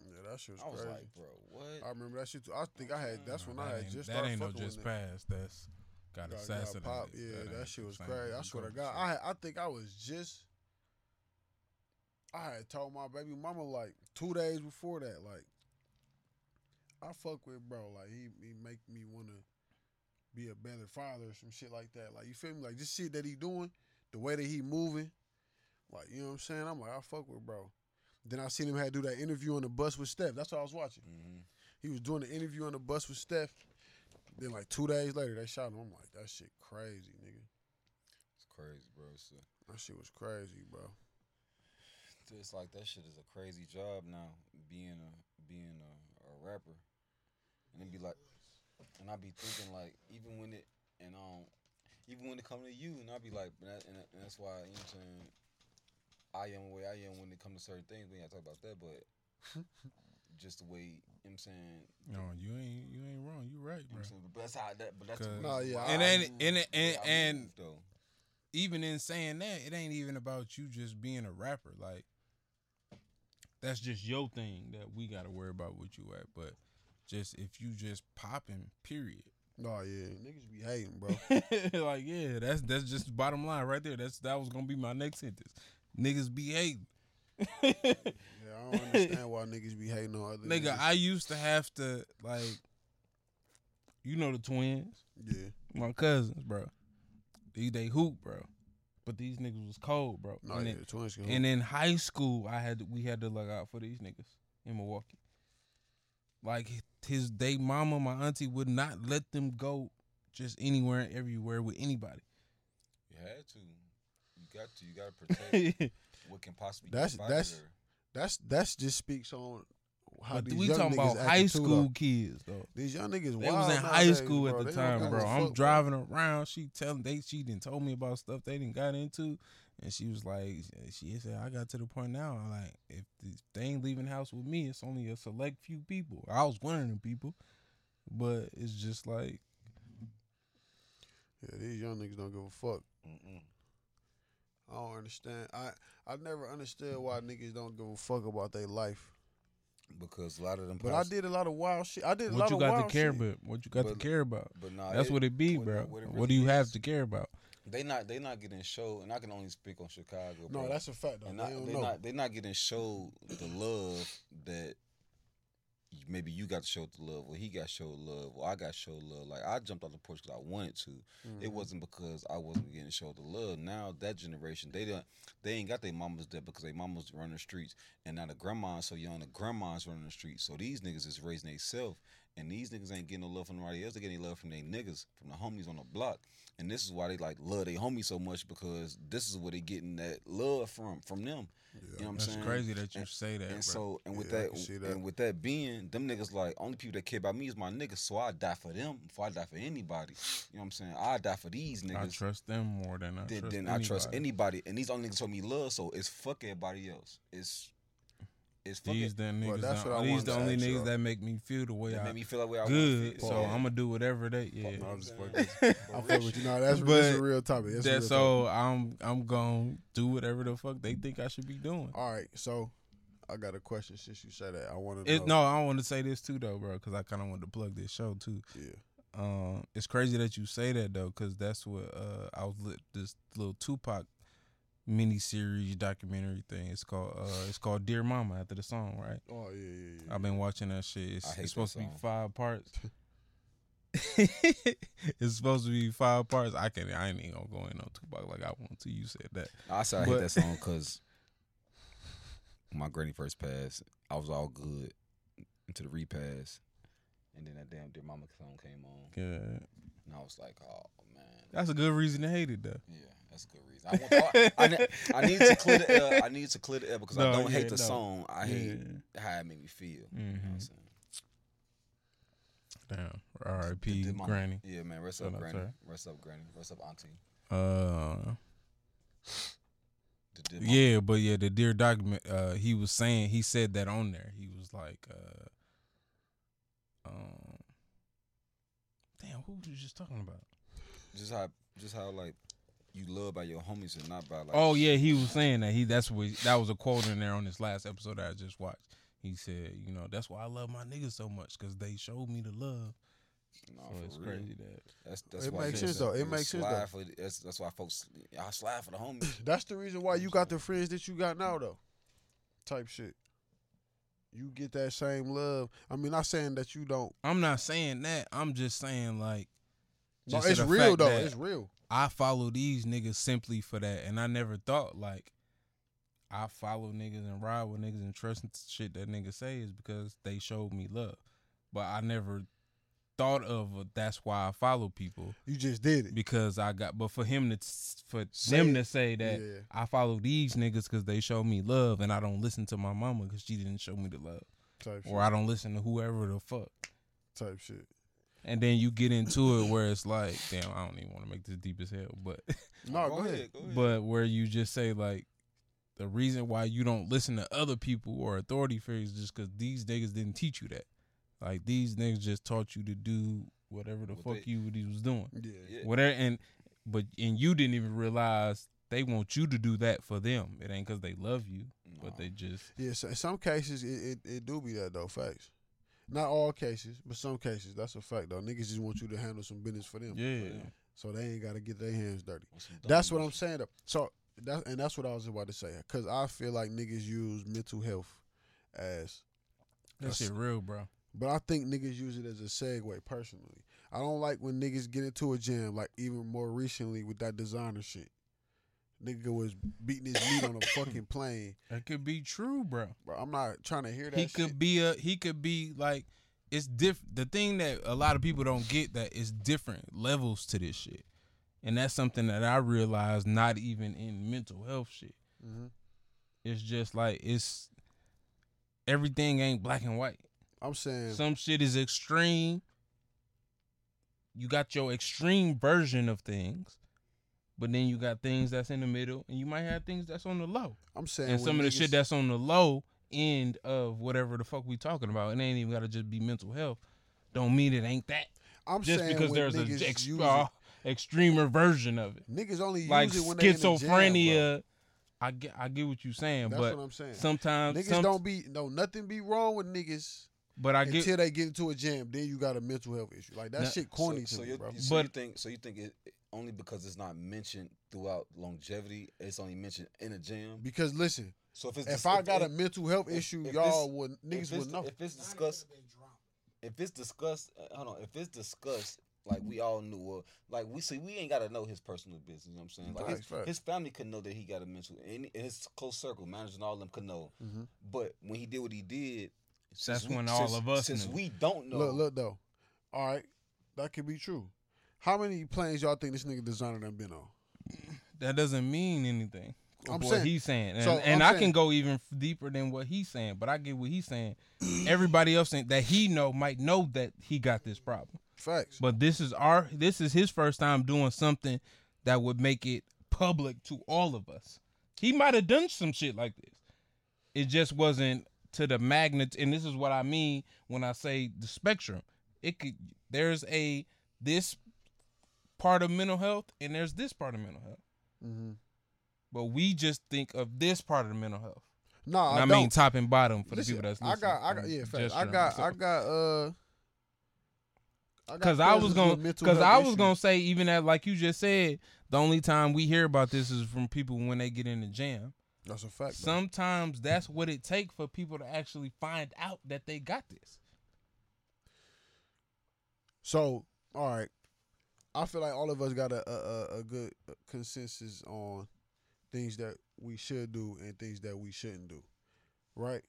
S2: Yeah, that shit was
S3: I was
S2: crazy.
S3: like, "Bro, what?"
S2: I remember that shit too. I think I had. That's
S1: No,
S2: when I
S1: that
S2: had
S1: ain't-
S2: just
S1: That
S2: started
S1: ain't no
S2: fucking
S1: just
S2: with it.
S1: pass. That's got
S2: Got- got
S1: assassinated.
S2: popped. Yeah, that,
S1: ain't
S2: shit was
S1: the
S2: crazy.
S1: same
S2: I swear to
S1: Kobe
S2: God,
S1: shit.
S2: I had- I think I was just. I had told my baby mama like two days before that, like. I fuck with bro, like he he make me wanna be a better father or some shit like that. Like you feel me? Like this shit that he doing, the way that he moving, like you know what I'm saying. I'm like I fuck with bro. Then I seen him had to do that interview on the bus with Steph. That's what I was watching.
S3: Mhm.
S2: He was doing the interview on the bus with Steph. Then like two days later, they shot him. I'm like, that shit crazy, nigga.
S3: It's crazy, bro. It's, uh,
S2: That shit was crazy, bro.
S3: it's like that shit is a crazy job now, being a being a, a rapper, and it'd be like, and I'd be thinking like, even when it and um, even when it come to you, and I'd be like, and, that, and, that- and that's why you know what I'm saying. I am the way I am when it comes to certain things. We ain't gotta talk about that, but just the way you know what I'm saying.
S1: No, you ain't you ain't wrong. You right,
S3: You
S1: bro.
S3: know what I'm saying? But that's how that. But that's the
S1: Cause-
S2: Nah, Ah,
S3: reason
S2: yeah,
S3: why
S2: And
S3: I
S1: then-
S3: moved
S1: and-
S3: the way I
S1: and-
S3: moved, though.
S1: Even in saying that, it ain't even about you just being a rapper. Like that's just your thing that we gotta worry about what you at. But just if you just popping, period.
S2: Nah, yeah, niggas be hating, bro.
S1: like yeah, that's that's just the bottom line right there. That's that was gonna be my next sentence. Niggas be hating.
S2: yeah, I don't understand why niggas be hating on other
S1: Nigga,
S2: niggas.
S1: I used to have to like, you know the twins.
S2: yeah,
S1: my cousins, bro. These they hoop, bro. But these niggas was cold, bro. and,
S2: nah, Oh, yeah,
S1: then,
S2: the twins can
S1: and in high school, I had to, we had to look out for these niggas in Milwaukee. Like his they mama, my auntie would not let them go just anywhere and everywhere with anybody.
S3: You had to. You got to. You gotta protect
S1: yeah,
S3: what can possibly.
S2: That's-
S3: get by
S2: that's-
S3: there.
S2: that's that's just speaks on how
S1: But
S2: these
S1: we
S2: young
S1: talking
S2: niggas
S1: about
S2: acting
S1: high
S2: too, though.
S1: school kids though.
S2: These young niggas
S1: They
S2: wild
S1: was in high
S2: nowadays,
S1: school at
S2: bro.
S1: the
S2: They don't
S1: time,
S2: give a
S1: bro. I'm
S2: fuck,
S1: driving around. She telling they she didn't told me about stuff they didn't got into, and she was like, she said I got to the point now. I'm like if this- they ain't leaving the house with me, it's only a select few people. I was one of them people, but it's just like
S2: Yeah, these young niggas don't give a fuck.
S3: Mm-mm.
S2: I don't understand. I I never understood why niggas don't give a fuck about their life.
S3: Because a lot of them.
S2: But I
S3: pops-
S2: did a lot of wild shit. I did a
S1: what
S2: lot
S1: you
S2: of
S1: got
S2: wild
S1: to care
S2: shit.
S1: about. What you got to
S3: But-
S1: care about.
S3: But nah,
S1: That's
S3: it-
S1: what it be,
S3: what it-
S1: bro.
S3: what it
S1: what do you
S3: really
S1: have
S3: is.
S1: to care about?
S3: They not they not getting showed, and I can only speak on Chicago.
S2: No,
S3: bro.
S2: that's a fact. Though.
S3: and
S2: They
S3: not,
S2: don't
S3: they
S2: know.
S3: not they not getting showed the love that you- maybe you got showed the love, or he got showed love, or I got showed love. Like I jumped off the porch because I wanted to. It
S2: Mhm.
S3: wasn't because I wasn't getting showed the love. Now that generation, they don't they ain't got their mamas there because their mamas running the streets, and now the grandma's so young, the grandma's running the streets. So these niggas is raising themselves. And these niggas ain't getting no love from nobody else. They getting love from they niggas, from the homies on the block. And this is why they like love they homies so much because this is where they getting that love from from them. You know what I'm
S1: That's
S3: saying?
S1: crazy that you
S3: And-
S1: say that, bro.
S3: And so, and with
S2: Yeah, I
S3: that,
S2: can see that.
S3: and with that being, them niggas like only people that care about me is my niggas. So I die for them before I die for anybody. You know what I'm saying? I die for these
S1: I
S3: niggas
S1: trust them more than I
S3: than,
S1: trust
S3: than I
S1: anybody.
S3: trust anybody. And these only niggas show me love, so it's fuck everybody else. It's it's fuck
S1: These
S3: it.
S1: them
S2: Well,
S1: niggas.
S2: that's
S1: don't-
S2: what I
S1: these
S2: wanted
S1: the
S2: to
S1: only
S2: ask
S1: niggas
S2: y'all.
S1: that make me feel the way
S3: That
S1: I
S3: made me feel like way I wanna
S1: good.
S3: feel.
S1: So
S3: Yeah.
S1: I'm gonna do whatever they. Yeah.
S2: No, I'm just
S3: Damn.
S2: fucking. with you. I'm fucking with you. No, that's, that's
S1: But
S2: a real topic. That's, a
S1: That's
S2: real
S1: so
S2: topic.
S1: I'm I'm gonna do whatever the fuck they think I should be doing.
S2: All right, so I got a question since you said that. I want to know.
S1: It, no, I want to say this too though, bro, because I kind of want to plug this show too.
S2: Yeah.
S1: Um, it's crazy that you say that though, because that's what uh I was lit this little Tupac mini series documentary thing. It's called uh it's called Dear Mama after the song, right?
S2: Oh yeah, yeah, yeah.
S1: I've been watching that shit.
S3: I
S1: It's,
S3: hate
S1: it's supposed
S3: that
S1: to be
S3: song.
S1: five parts. it's supposed to be five parts. I can I ain't even gonna go in on Tupac like I want to. You said that.
S3: I said I
S1: But-
S3: hate that song because my granny first passed. I was all good into the repass, and then that damn dear mama song came on,
S1: Yeah.
S3: and I was like, oh man.
S1: That's a good reason to hate it though.
S3: Yeah, that's a good reason. I, want, I, I, ne- I need to clear the air. I need to clear the air because I
S1: No,
S3: don't
S1: yeah,
S3: hate the
S1: no.
S3: song. I hate
S1: Yeah.
S3: how it made me feel. You know what I'm
S1: Mhm.
S3: saying?
S1: Damn.
S3: Did-
S1: R.I.P.
S3: did my-
S1: Granny.
S3: Yeah, man. Rest
S1: Shout
S3: up,
S1: out to
S3: granny.
S1: her.
S3: Rest up, granny. Rest up, auntie.
S1: Uh,
S3: Did- did my-
S1: yeah, but yeah, the dear document. Uh, he was saying he said that on there. He was like, uh, um, damn, who was you just talking about?
S3: Just how, just how like you love by your homies and not by like.
S1: Oh yeah, he was saying that he. That's what that was a quote in there on this last episode that I just watched. He said, you know, that's why I love my niggas so much because they showed me the love.
S3: Nah,
S1: So
S3: for
S1: Oh, it's
S3: real.
S1: crazy that
S3: That's that's
S2: It
S3: why
S1: makes
S3: they
S1: sense,
S2: though. It
S3: was
S2: makes sense,
S3: slide
S2: though.
S3: For, the- that's that's why folks. I slide for the homies.
S2: That's the reason why you got the friends that you got now, though. Type shit. You get that same love. I mean, not saying that you don't.
S1: I'm not saying that. I'm just saying like,
S2: No,
S1: just to
S2: it's
S1: the
S2: real
S1: fact
S2: though.
S1: that
S2: It's real.
S1: I follow these niggas simply for that, and I never thought like I follow niggas and ride with niggas and trust in shit that niggas say is because they showed me love. But I never thought of uh, that's why I follow people
S2: You just did it.
S1: because I got. But for him to s- for
S2: Say
S1: them
S2: it.
S1: to say that
S2: Yeah.
S1: I follow these niggas because they show me love, and I don't listen to my mama because she didn't show me the love,
S2: Type shit.
S1: or I don't listen to whoever the fuck.
S2: Type shit.
S1: And then you get into it where it's like, damn, I don't even want to make this deep as hell, but.
S2: No, go ahead.
S3: go ahead.
S1: but where you just say like the reason why you don't listen to other people or authority figures is just because these niggas didn't teach you that. Like these niggas just taught you to do whatever the
S3: What
S1: fuck
S3: they-
S1: you was- was doing,
S2: Yeah.
S3: Yeah.
S1: whatever. And but and you didn't even realize they want you to do that for them. It ain't because they love you,
S3: Nah.
S1: but they just
S2: Yeah. So in some cases, it, it, it do be that though. Facts. Not all cases, but some cases. That's a fact though. Niggas just want you to handle some business for them.
S1: yeah.
S2: So they ain't gotta get their hands dirty.
S3: On some dumb
S2: That's what I'm
S3: emotion.
S2: saying. Though. So that and that's what I was about to say because I feel like niggas use mental health as,
S1: That shit real, bro.
S2: but I think niggas use it as a segue. Personally, I don't like when niggas get into a jam. Like even more recently with that designer shit, nigga was beating his meat on a fucking plane.
S1: That could be true, bro.
S2: Bro, I'm not trying to hear that.
S1: he
S2: shit.
S1: could be a he could be like it's diff the thing that a lot of people don't get that it's different levels to this shit and that's something that i realized not
S2: Mm-hmm.
S1: even in mental health shit
S2: Mhm.
S1: it's just like it's everything ain't black and white.
S2: I'm saying
S1: Some shit is extreme. You got your extreme version of things, but then you got things that's in the middle, and you might have things that's on the low.
S2: I'm saying
S1: And
S2: when
S1: some of the
S2: niggas-
S1: shit that's on the low end of whatever the fuck we talking about, and it ain't even gotta just be mental health. Don't mean it ain't that.
S2: I'm
S1: Just
S2: saying
S1: because
S2: when
S1: there's
S2: niggas
S1: a ex-
S2: use
S1: uh,
S2: it,
S1: extremer version of it,
S2: niggas only
S1: like
S2: use it when they in the jam, bro.
S1: schizophrenia. I get, I get what you're saying,
S2: That's
S1: but
S2: what I'm saying.
S1: sometimes,
S2: Niggas
S1: some-
S2: don't be no nothing be wrong with niggas
S1: but I get
S2: until they get into a jam. Then you got a mental health issue. Like that
S1: Nah,
S2: shit corny
S3: so, so
S2: to me,
S3: you-
S2: bro.
S3: you- so you
S1: But-
S3: think so you think it it- only because it's not mentioned throughout longevity, it's only mentioned in a jam.
S2: Because listen,
S3: So if it's
S2: if
S3: dis-
S2: I got a
S3: if-
S2: mental health
S3: if-
S2: issue,
S3: if
S2: y'all
S3: this-
S2: would
S3: if
S2: niggas
S3: it's-
S2: would know.
S3: If it's
S4: Nine niggas
S3: discussed,
S4: been dropped.
S3: if it's discussed, uh, hold on, if it's discussed, like we all knew, well, like we see, we ain't gotta know his personal business. You know what I'm saying? Like
S2: Right,
S3: his,
S2: right.
S3: his family could know that he got a mental, and and his close circle, managers and all of them could know.
S2: Mhm.
S3: But when he did what he did,
S1: That's
S3: since we-
S1: when all
S3: since-
S1: of us
S3: since
S1: knew.
S3: we don't know,
S2: Look, look though. All right, that could be true. How many planes y'all think this nigga designer done been on?
S1: that doesn't mean anything. of
S2: I'm
S1: what
S2: saying-
S1: he's saying, and,
S2: so
S1: and
S2: I'm
S1: I can
S2: saying-
S1: go even f- deeper than what he's saying, but I get what he's saying. Everybody else in- that he know might know that he got this problem,
S2: Facts.
S1: but this is our this is his first time doing something that would make it public to all of us. He might have done some shit like this. It just wasn't to the magnitude, and this is what I mean when I say the spectrum. It could there's a this part of mental health, and there's this part of mental health
S2: Mm-hmm.
S1: but we just think of this part of the mental health.
S2: No, I,
S1: And I,
S2: don't.
S1: mean top and bottom for
S2: Listen,
S1: the people that's
S2: I
S1: listening.
S2: got, I got, yeah, facts. I got, I got, uh, I got
S1: because I was
S2: cousins with
S1: gonna,
S2: mental
S1: because
S2: health
S1: I was
S2: issues.
S1: gonna say even that, like you just said, the only time we hear about this is from people when they get in the jam.
S2: That's a fact. though.
S1: Sometimes that's what it takes for people to actually find out that they got this.
S2: So, all right, I feel like all of us got a a, a- a good uh, consensus on things that we should do and things that we shouldn't do, right?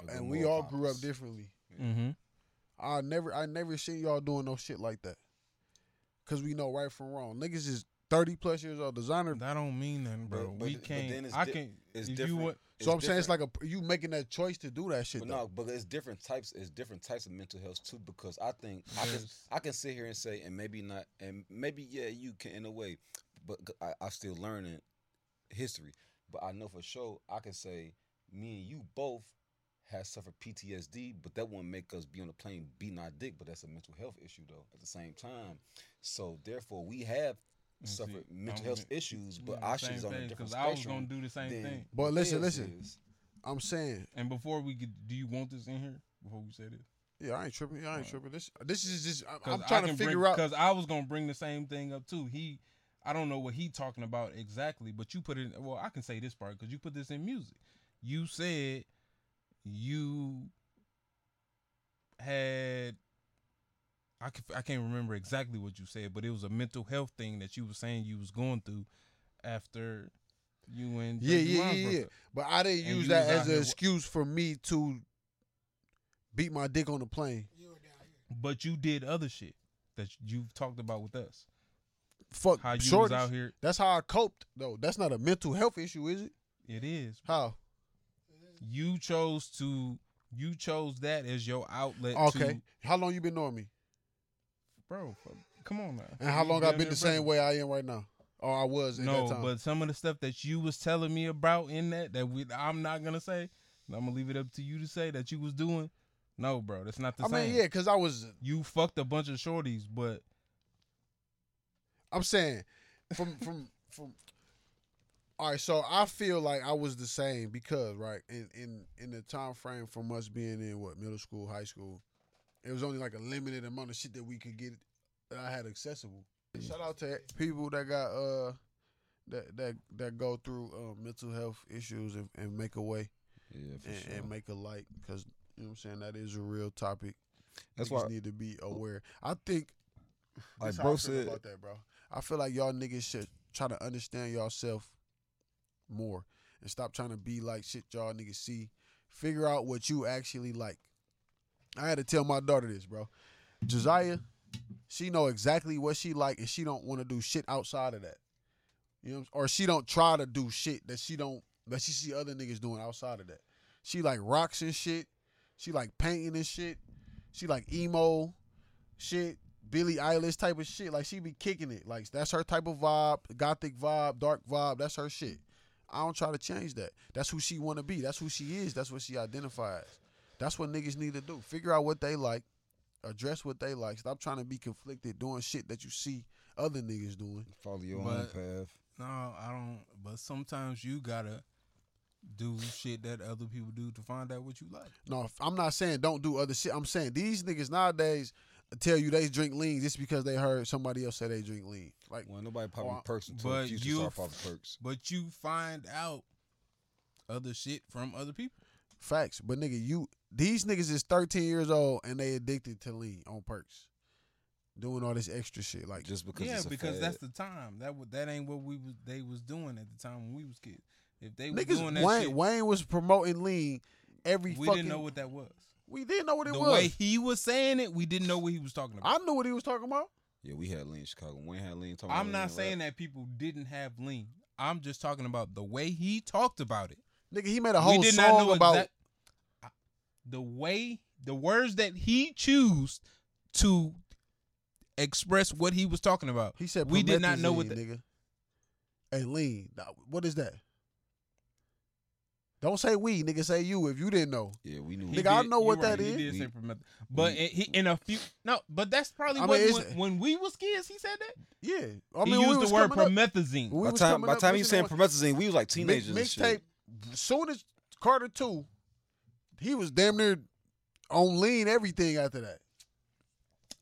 S3: A good
S2: And we
S3: moral
S2: all grew up
S3: compass.
S2: differently.
S1: Mm-hmm.
S2: I never, I never seen y'all doing no shit like that, cause we know right from wrong. Niggas is thirty plus years old. Designer.
S1: That don't mean nothing, bro.
S3: But- but-
S1: we
S3: but
S1: can't.
S3: then it's
S1: I
S3: di-
S1: can.
S3: It's
S1: if
S3: different.
S1: you would,
S2: So I'm saying it's like a you making that choice to do that shit.
S3: But
S2: though.
S3: no, but it's different types. It's different types of mental health too, because I think I can
S1: Yes.
S3: I can sit here and say, and maybe not, and maybe yeah, you can in a way, but c- I, am still learning history. But I know for sure I can say me and you both has suffered PTSD, but that won't make us be on the plane beating our dick. But that's a mental health issue though. At the same time, so therefore we have
S1: And see,
S3: suffered
S1: I'm
S3: mental health
S1: even-
S3: issues,
S1: we
S3: but
S1: on the
S3: our
S1: Mm-hmm. same
S3: shit is on a
S1: page,
S3: different
S1: 'cause I was
S3: spectrum.
S1: gonna do the same
S3: than
S1: thing.
S2: But listen,
S3: theirs
S2: listen.
S3: is.
S2: I'm saying,
S1: And before we could, do you want this in here? Before we say this.
S2: yeah, I ain't tripping. I ain't
S1: Right.
S2: tripping. This this is just I-
S1: Cause
S2: I'm trying to figure out.
S1: Because I was gonna bring the same thing up too. He, I don't know what he talking about exactly, but you put it. Well, I can say this part because you put this in music. You said you had. I can, I can't remember exactly what you said, but it was a mental health thing that you were saying you was going through after you and
S2: Yeah,
S1: Drake and
S2: yeah,
S1: Ron
S2: yeah,
S1: broke
S2: yeah.
S1: up.
S2: But I didn't
S1: And
S2: use
S1: you
S2: that
S1: was out
S2: as
S1: here
S2: an
S1: wa-
S2: excuse for me to beat my dick on the plane.
S4: You were down here.
S1: But you did other shit that you've talked about with us.
S2: Fuck
S1: How you
S2: Uh, shorties.
S1: was out here.
S2: That's how I coped, though. That's not a mental health issue, is it?
S1: It is,
S2: How?
S1: you chose to you chose that as your outlet
S2: Okay.
S1: to,
S2: How long you been knowing me?
S1: bro f- come on now
S2: And how
S1: You
S2: long
S1: damn
S2: I've been
S1: near
S2: the same
S1: brother.
S2: way I am right now? Or I was at that
S1: no
S2: time.
S1: but some of the stuff that you was telling me about in that that we, i'm not gonna say and i'm gonna leave it up to you to say that you was doing no bro that's not the
S2: I
S1: same
S2: mean, yeah, because I was.
S1: you fucked a bunch of shorties but
S2: I'm saying, from from from. All right, so I feel like I was the same because right in in in the time frame from us being in what middle school, high school, it was only like a limited amount of shit that we could get that I had accessible. Shout out to people that got uh that that that go through uh, mental health issues and, and make a way
S3: Yeah, for
S2: and,
S3: sure.
S2: and make a light because you know what I'm saying that is a real topic.
S3: That's
S2: Niggas
S3: why-
S2: need to be aware. I think
S3: Like
S2: this how
S3: bro
S2: I feel
S3: said-
S2: about that, bro. I feel like y'all niggas should try to understand yourself more and stop trying to be like shit y'all niggas see. Figure out what you actually like. I had to tell my daughter this, bro. Josiah, she know exactly what she like and she don't want to do shit outside of that. You know, what I'm- or she don't try to do shit that she don't that she see other niggas doing outside of that. She like rocks and shit. She like painting and shit. She like emo shit, Billie Eilish type of shit. Like she be kicking it. Like that's her type of vibe, gothic vibe, dark vibe. That's her shit. I don't try to change that. That's who she want to be. That's who she is. That's what she identifies. That's what niggas need to do. Figure out what they like, address what they like. Stop trying to be conflicted doing shit that you see other niggas doing.
S3: Follow your own
S1: But-
S3: path.
S1: No, I don't. But sometimes you gotta do shit that other people do to find out what you like.
S2: No, if- I'm not saying don't do other shit. I'm saying these niggas nowadays tell you they drink lean just because they heard somebody else say they drink lean. Like
S3: Well, nobody popping
S2: Well,
S3: perks until
S1: but
S3: Future
S1: you-
S3: start popping perks.
S1: But you find out other shit from other people.
S2: Facts, but nigga, you these niggas is thirteen years old and they addicted to lean on perks, doing all this extra shit. Like,
S3: Just because
S1: yeah,
S3: it's a
S1: because
S3: fad.
S1: that's the time. That wa- that ain't what we was, they was doing at the time when we was kids. If they was doing
S2: niggas,
S1: that
S2: Wayne
S1: shit,
S2: Wayne was promoting lean every
S1: we
S2: fucking.
S1: didn't know what that was.
S2: we didn't know what it
S1: the
S2: was.
S1: way he was saying it, we didn't know what he was talking about.
S2: I knew what he was talking about.
S3: yeah, we had lean in Chicago. Wayne had lean. Talking
S1: I'm, not saying that people didn't have lean. I'm just talking about the way he talked about it.
S2: Nigga, he made a whole song about
S1: exact- I- the way the words that he chose to express what he was talking about.
S2: He said
S1: we did not know what
S2: promethazine,
S1: the
S2: nigga. And lean, Now, what is that? Don't say we, nigga. Say you if you didn't know.
S3: Yeah, we knew.
S1: He
S2: Nigga, I know
S1: you
S2: what that
S1: he
S2: is.
S1: did say
S3: We-
S1: prometh- but it, he, in a few no, but that's probably
S2: I
S1: what
S2: mean,
S1: when,
S2: it's-
S1: when we was kids he said that.
S2: Yeah, I
S1: he
S2: mean, we
S1: used
S2: was
S1: the word
S2: coming up-
S1: promethazine.
S2: when we
S3: By
S2: was
S3: time
S2: coming
S3: by
S2: up,
S3: time you
S2: listening to
S3: saying
S2: what-
S3: promethazine, we was like teenagers. and shit.
S2: mixtape. Soon as Carter two, he was damn near on lean everything after that.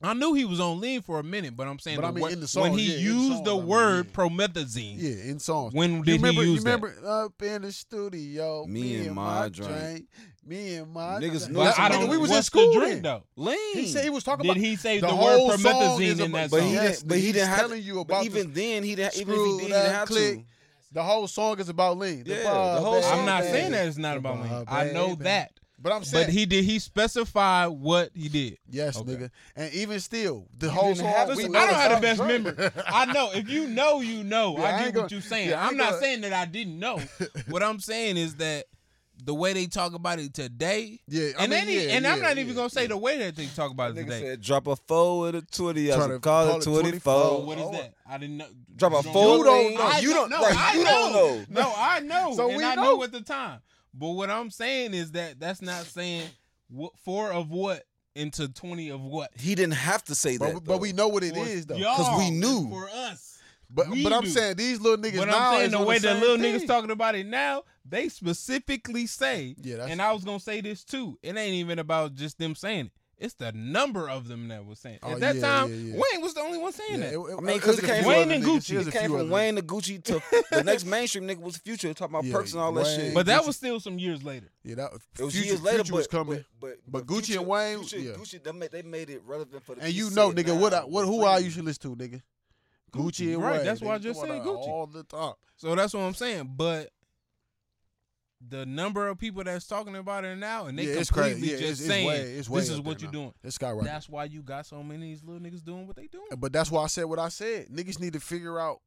S1: I knew he was on lean for a minute, but I'm saying
S2: But
S1: the
S2: I mean,
S1: word-
S2: in the songs,
S1: when he
S2: yeah, in the
S1: used
S2: songs,
S1: the
S2: I mean,
S1: word
S2: yeah.
S1: promethazine.
S2: Yeah, in songs.
S1: Mm. When
S2: you
S1: did
S2: remember?
S1: he
S2: you
S1: use that?
S2: remember up in the studio?
S3: Me and my drink.
S2: Me and my
S3: Niggas
S2: drink.
S3: knew That's
S1: But I
S3: what-
S1: don't.
S2: Nigga, we was in
S1: what's the
S2: school
S1: drink,
S2: then.
S1: though?
S3: Lean.
S2: He said he was talking
S1: Did
S2: about
S1: he say
S2: the
S1: the,
S2: whole
S1: word
S2: song is
S1: promethazine in
S2: about-
S1: that
S3: but
S1: song?
S3: he
S2: Yes,
S3: didn't. But he
S2: he's
S3: didn't have.
S2: telling you
S3: but
S2: about
S3: even then, he didn't. Even if
S2: screw
S3: he didn't
S2: that
S3: have
S2: click.
S3: to.
S2: the whole song is about lean.
S3: Yeah, the
S2: Bob
S3: whole song.
S1: I'm not
S2: Baby.
S1: saying that it's not about lean. I know
S2: Baby.
S1: that,
S2: but I'm saying
S1: but he did. He specify what he did.
S2: yes,
S1: Okay.
S2: nigga. And even still, the whole
S3: didn't
S2: song.
S3: have
S2: we
S3: to-
S1: Listen,
S2: know
S1: I don't have the
S2: about
S1: best
S2: Drake.
S1: memory. I know if you know, you know.
S2: Yeah, I
S1: I
S2: ain't
S1: get
S2: gonna-
S1: what you're saying.
S2: yeah, I
S1: I'm
S2: ain't
S1: not
S2: gonna-
S1: saying that I didn't know. what I'm saying is that the way they talk about it today,
S2: Yeah, I
S1: and
S2: mean,
S1: any,
S2: yeah,
S1: and I'm
S2: yeah,
S1: not even
S2: yeah,
S1: gonna say
S2: yeah.
S1: the way that they talk about it
S3: Nigga
S1: today.
S3: said drop a four with a twenty. I
S2: Try
S3: said,
S2: to
S3: call
S2: call
S3: it
S2: it
S3: twenty
S2: 24.
S1: Oh,
S3: four.
S1: what is that? I didn't know.
S3: Drop a
S1: You don't
S3: four.
S1: know.
S2: don't
S3: lean.
S2: know.
S1: I
S3: You don't.
S1: know.
S3: right,
S1: I
S3: you don't know.
S1: No, I know.
S2: So
S1: and
S2: we
S1: I
S2: know.
S1: knew at the time. But what I'm saying is that that's not saying what, four of what into 20 of what.
S3: He didn't have to say that.
S2: But, but we know what it is though.
S1: Y'all,
S3: 'cause we knew.
S1: For us.
S2: But
S1: We
S2: but I'm
S1: do.
S2: saying these little niggas
S1: But
S2: now
S1: I'm saying
S2: is
S1: the
S2: on
S1: way
S2: the
S1: the
S2: same
S1: little
S2: thing.
S1: niggas talking about it now, they specifically say,
S2: Yeah, that's-
S1: and I was going to say this too. It ain't even about just them saying it. It's the number of them that was saying. it.
S2: Oh,
S1: At that
S2: yeah,
S1: time,
S2: yeah, yeah.
S1: Wayne was the only one saying
S2: Yeah,
S1: that.
S2: it- it-
S3: I mean,
S2: it
S3: because
S2: was
S3: it
S2: a
S3: came
S2: few
S1: Wayne
S2: other
S1: and
S2: niggas.
S1: Gucci.
S2: It was a
S3: It came
S2: few
S3: from
S2: other
S3: Wayne to Gucci to the next mainstream nigga was Future talking about
S2: Yeah,
S3: perks and all that
S2: Wayne-
S3: shit.
S1: but that
S2: Gucci.
S1: was still some years later.
S2: Yeah, that was,
S3: It was
S2: Future,
S3: years later,
S2: Future
S3: but,
S2: was coming.
S3: But,
S2: But Gucci and Wayne,
S3: Future,
S2: yeah.
S3: Gucci, they made, they made it relevant for the.
S2: and
S3: piece
S2: you
S3: said
S2: know, nigga, what I,
S3: now,
S2: what who
S3: free.
S2: I usually listen to, nigga. Gucci,
S1: Gucci,
S2: and
S1: right,
S2: Wayne.
S1: that's why I
S2: nigga,
S1: just
S2: come
S1: said
S2: out
S1: Gucci.
S2: all the time.
S1: So that's what I'm saying. But the number of people that's talking about it now, and they
S2: Yeah, it's
S1: completely
S2: crazy. Yeah,
S1: just
S2: it's- it's
S1: saying
S2: way- it's way
S1: this
S2: up
S1: is what
S2: there
S1: you're
S2: now.
S1: doing.
S2: It's skyrocketing.
S1: That's why you got so many of these little niggas doing what they doing.
S2: but that's why I said what I said. Niggas need to figure out.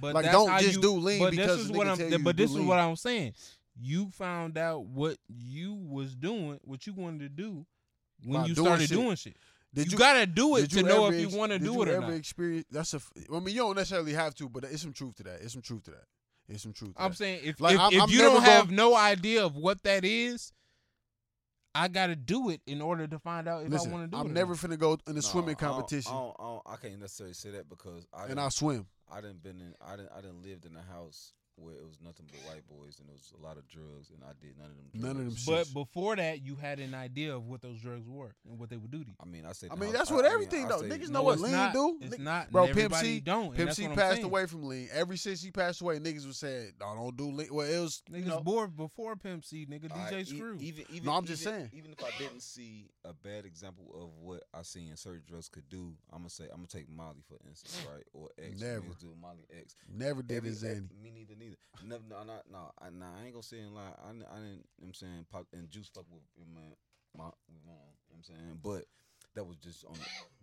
S1: But
S2: Like,
S1: that's
S2: don't
S1: how
S2: just
S1: you-
S2: do lean
S1: but
S2: because
S1: this is
S2: the
S1: what
S2: nigga
S1: I'm.
S2: tell you to
S1: but
S2: do
S1: this is
S2: lean.
S1: what I'm saying. You found out what you was doing, what you wanted to do when
S2: By
S1: you
S2: doing
S1: started
S2: shit.
S1: doing shit.
S2: Did
S1: you,
S2: you,
S1: gotta do it
S2: did
S1: to know
S2: ever
S1: if you
S2: ex-
S1: want to
S2: did
S1: do
S2: you
S1: it or
S2: ever
S1: not.
S2: Experience that's a. f- I mean, you don't necessarily have to, but it's some truth to that. It's some truth to that. It's some truth. To
S1: I'm
S2: that.
S1: saying if
S2: Like,
S1: if,
S2: I'm-
S1: if
S2: I'm
S1: you
S2: never
S1: don't
S2: gonna-
S1: have no idea of what that is, I gotta do it in order to find out if
S2: Listen,
S1: I want to do it.
S2: I'm
S1: or
S2: never
S1: not.
S2: finna go in a
S3: Nah,
S2: swimming
S3: I don't-
S2: competition,
S3: I, don't, I, don't, I can't necessarily say that because I
S2: and
S3: didn't,
S2: I swim.
S3: I didn't been in I didn't I didn't lived in a house where it was nothing but white boys and it was a lot of drugs and I did none of them.
S2: None of them
S3: drugs.
S1: But
S2: shit.
S1: before that, you had an idea of what those drugs were and what they would do to you.
S3: I mean, I say.
S2: I
S3: the
S2: mean,
S3: house-
S2: that's
S3: I-
S2: what
S3: I mean,
S2: everything
S3: I
S2: though.
S3: say
S2: Niggas
S3: no,
S2: know what
S1: it's
S2: lean
S1: not-
S2: do.
S1: It's
S2: Nigga-
S1: not,
S2: Bro,
S1: bro.
S2: Pimp C-
S1: don't. and
S2: Pimp
S1: that's
S2: C
S1: what I'm
S2: passed
S1: saying.
S2: away from lean. Ever since he passed away, niggas was saying, "No, don't do lean." Well, it was
S1: Niggas
S2: you know,
S1: bored before Pimp C, nigga.
S3: I-
S1: DJ
S3: e-
S1: Screw.
S3: Even, even,
S2: No, I'm just
S3: even-
S2: saying.
S3: Even if I didn't see a bad example of what I seen certain drugs could do, I'm gonna say I'm gonna take Molly for instance, right? Or X.
S2: Never.
S3: Niggas do Molly X.
S2: never did
S3: Every-
S2: his
S3: ev-
S2: any.
S3: Me neither, neither. No, no, no, no, I, nah, I ain't gonna say and lie. I, didn't- I didn't. You know what I'm saying pop and juice fuck with my, my, you know what I'm saying, but that was just on,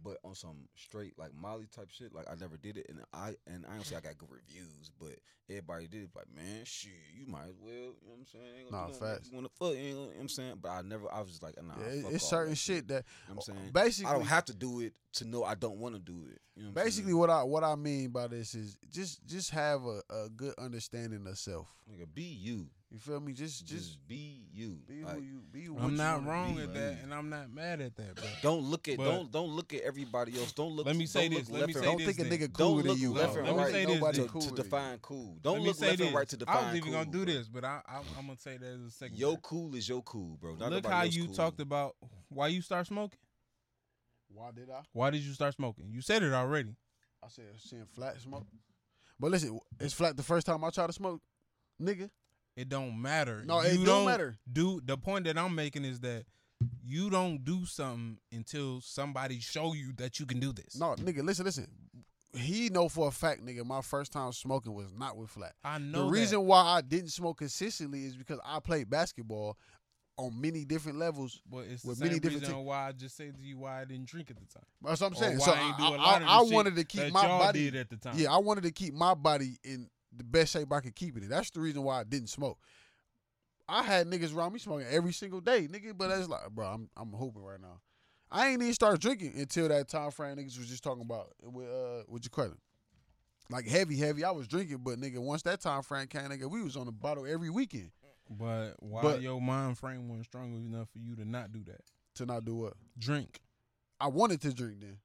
S3: but on some straight like Molly type shit. Like I never did it, and I and I honestly I got good reviews, but everybody did it. Like man, shit, you might as well. You know what I'm saying? Ain't gonna
S2: Nah,
S3: do nothing.
S2: facts.
S3: You wanna fuck? ain't gonna- You know what I'm saying? But I never. I was just like, nah.
S2: Yeah, it-
S3: fuck
S2: it's
S3: all
S2: certain
S3: that
S2: shit that
S3: You know what I'm saying.
S2: basically
S3: I don't have to do it to know I don't want to do it. You know what I'm saying?
S2: basically what I what I mean by this is just just have a, a good understanding of self.
S3: Nigga, be you.
S2: You feel me? Just
S3: Just,
S2: just
S3: be you.
S2: be
S3: Like,
S2: who you be. what
S1: I'm
S2: you
S1: not
S2: wanna
S1: wrong
S2: be.
S1: at that, and I'm not mad at that, bro.
S3: don't look at
S1: But-
S3: don't don't look at everybody else. Don't look.
S1: Let me say
S3: don't
S1: this,
S3: Look
S1: let me
S3: left
S1: say
S3: and
S2: Don't
S1: this
S2: think a
S1: then.
S2: nigga
S3: Don't
S2: cool to
S3: look
S2: you.
S3: left
S2: bro.
S1: and Let me right. say this
S2: Nobody
S3: to,
S1: then.
S2: cool
S3: to
S2: you.
S3: define cool. Don't
S1: Let me
S3: look
S1: say
S3: left
S1: this.
S3: and right to define
S1: I was even
S3: cool,
S1: gonna do
S3: bro.
S1: this, but I, I, I'm gonna say that as a second.
S3: Yo
S1: part.
S3: cool is yo cool, bro. Not
S1: Look
S3: nobody
S1: how
S3: else
S1: you
S3: cool.
S1: talked about why you start smoking.
S2: Why did I?
S1: Why did you start smoking? You said it already.
S2: I said seeing flat smoke. But listen, it's flat the first time I try to smoke, nigga.
S1: It don't matter.
S2: No,
S1: you
S2: it don't matter.
S1: Do the point that I'm making is that you don't do something until somebody show you that you can do this.
S2: No, nigga, listen, listen. He know for a fact, nigga, my first time smoking was not with flat.
S1: I know
S2: the
S1: that.
S2: reason why I didn't smoke consistently is because I played basketball on many different levels.
S1: But it's the
S2: with
S1: same
S2: many different
S1: reason
S2: thing-
S1: why I just said to you why I didn't drink at the time.
S2: That's what I'm
S1: Or
S2: saying.
S1: why
S2: So
S1: I
S2: I,
S1: ain't do a
S2: I,
S1: lot of
S2: I,
S1: the shit
S2: wanted to keep
S1: that
S2: my
S1: y'all
S2: body.
S1: did at the time.
S2: Yeah, I wanted to keep my body in the best shape I could keep it. in. That's the reason why I didn't smoke. I had niggas around me smoking every single day, nigga. But that's like, bro, I'm I'm hooping right now. I ain't even start drinking until that time frame. Niggas was just talking about with uh with your credit, like heavy, heavy. I was drinking, but nigga, once that time frame came, nigga, we was on the bottle every weekend
S1: But why
S2: But-
S1: your mind frame wasn't strong enough for you to not do that?
S2: to not do what
S1: Drink.
S2: I wanted to drink then.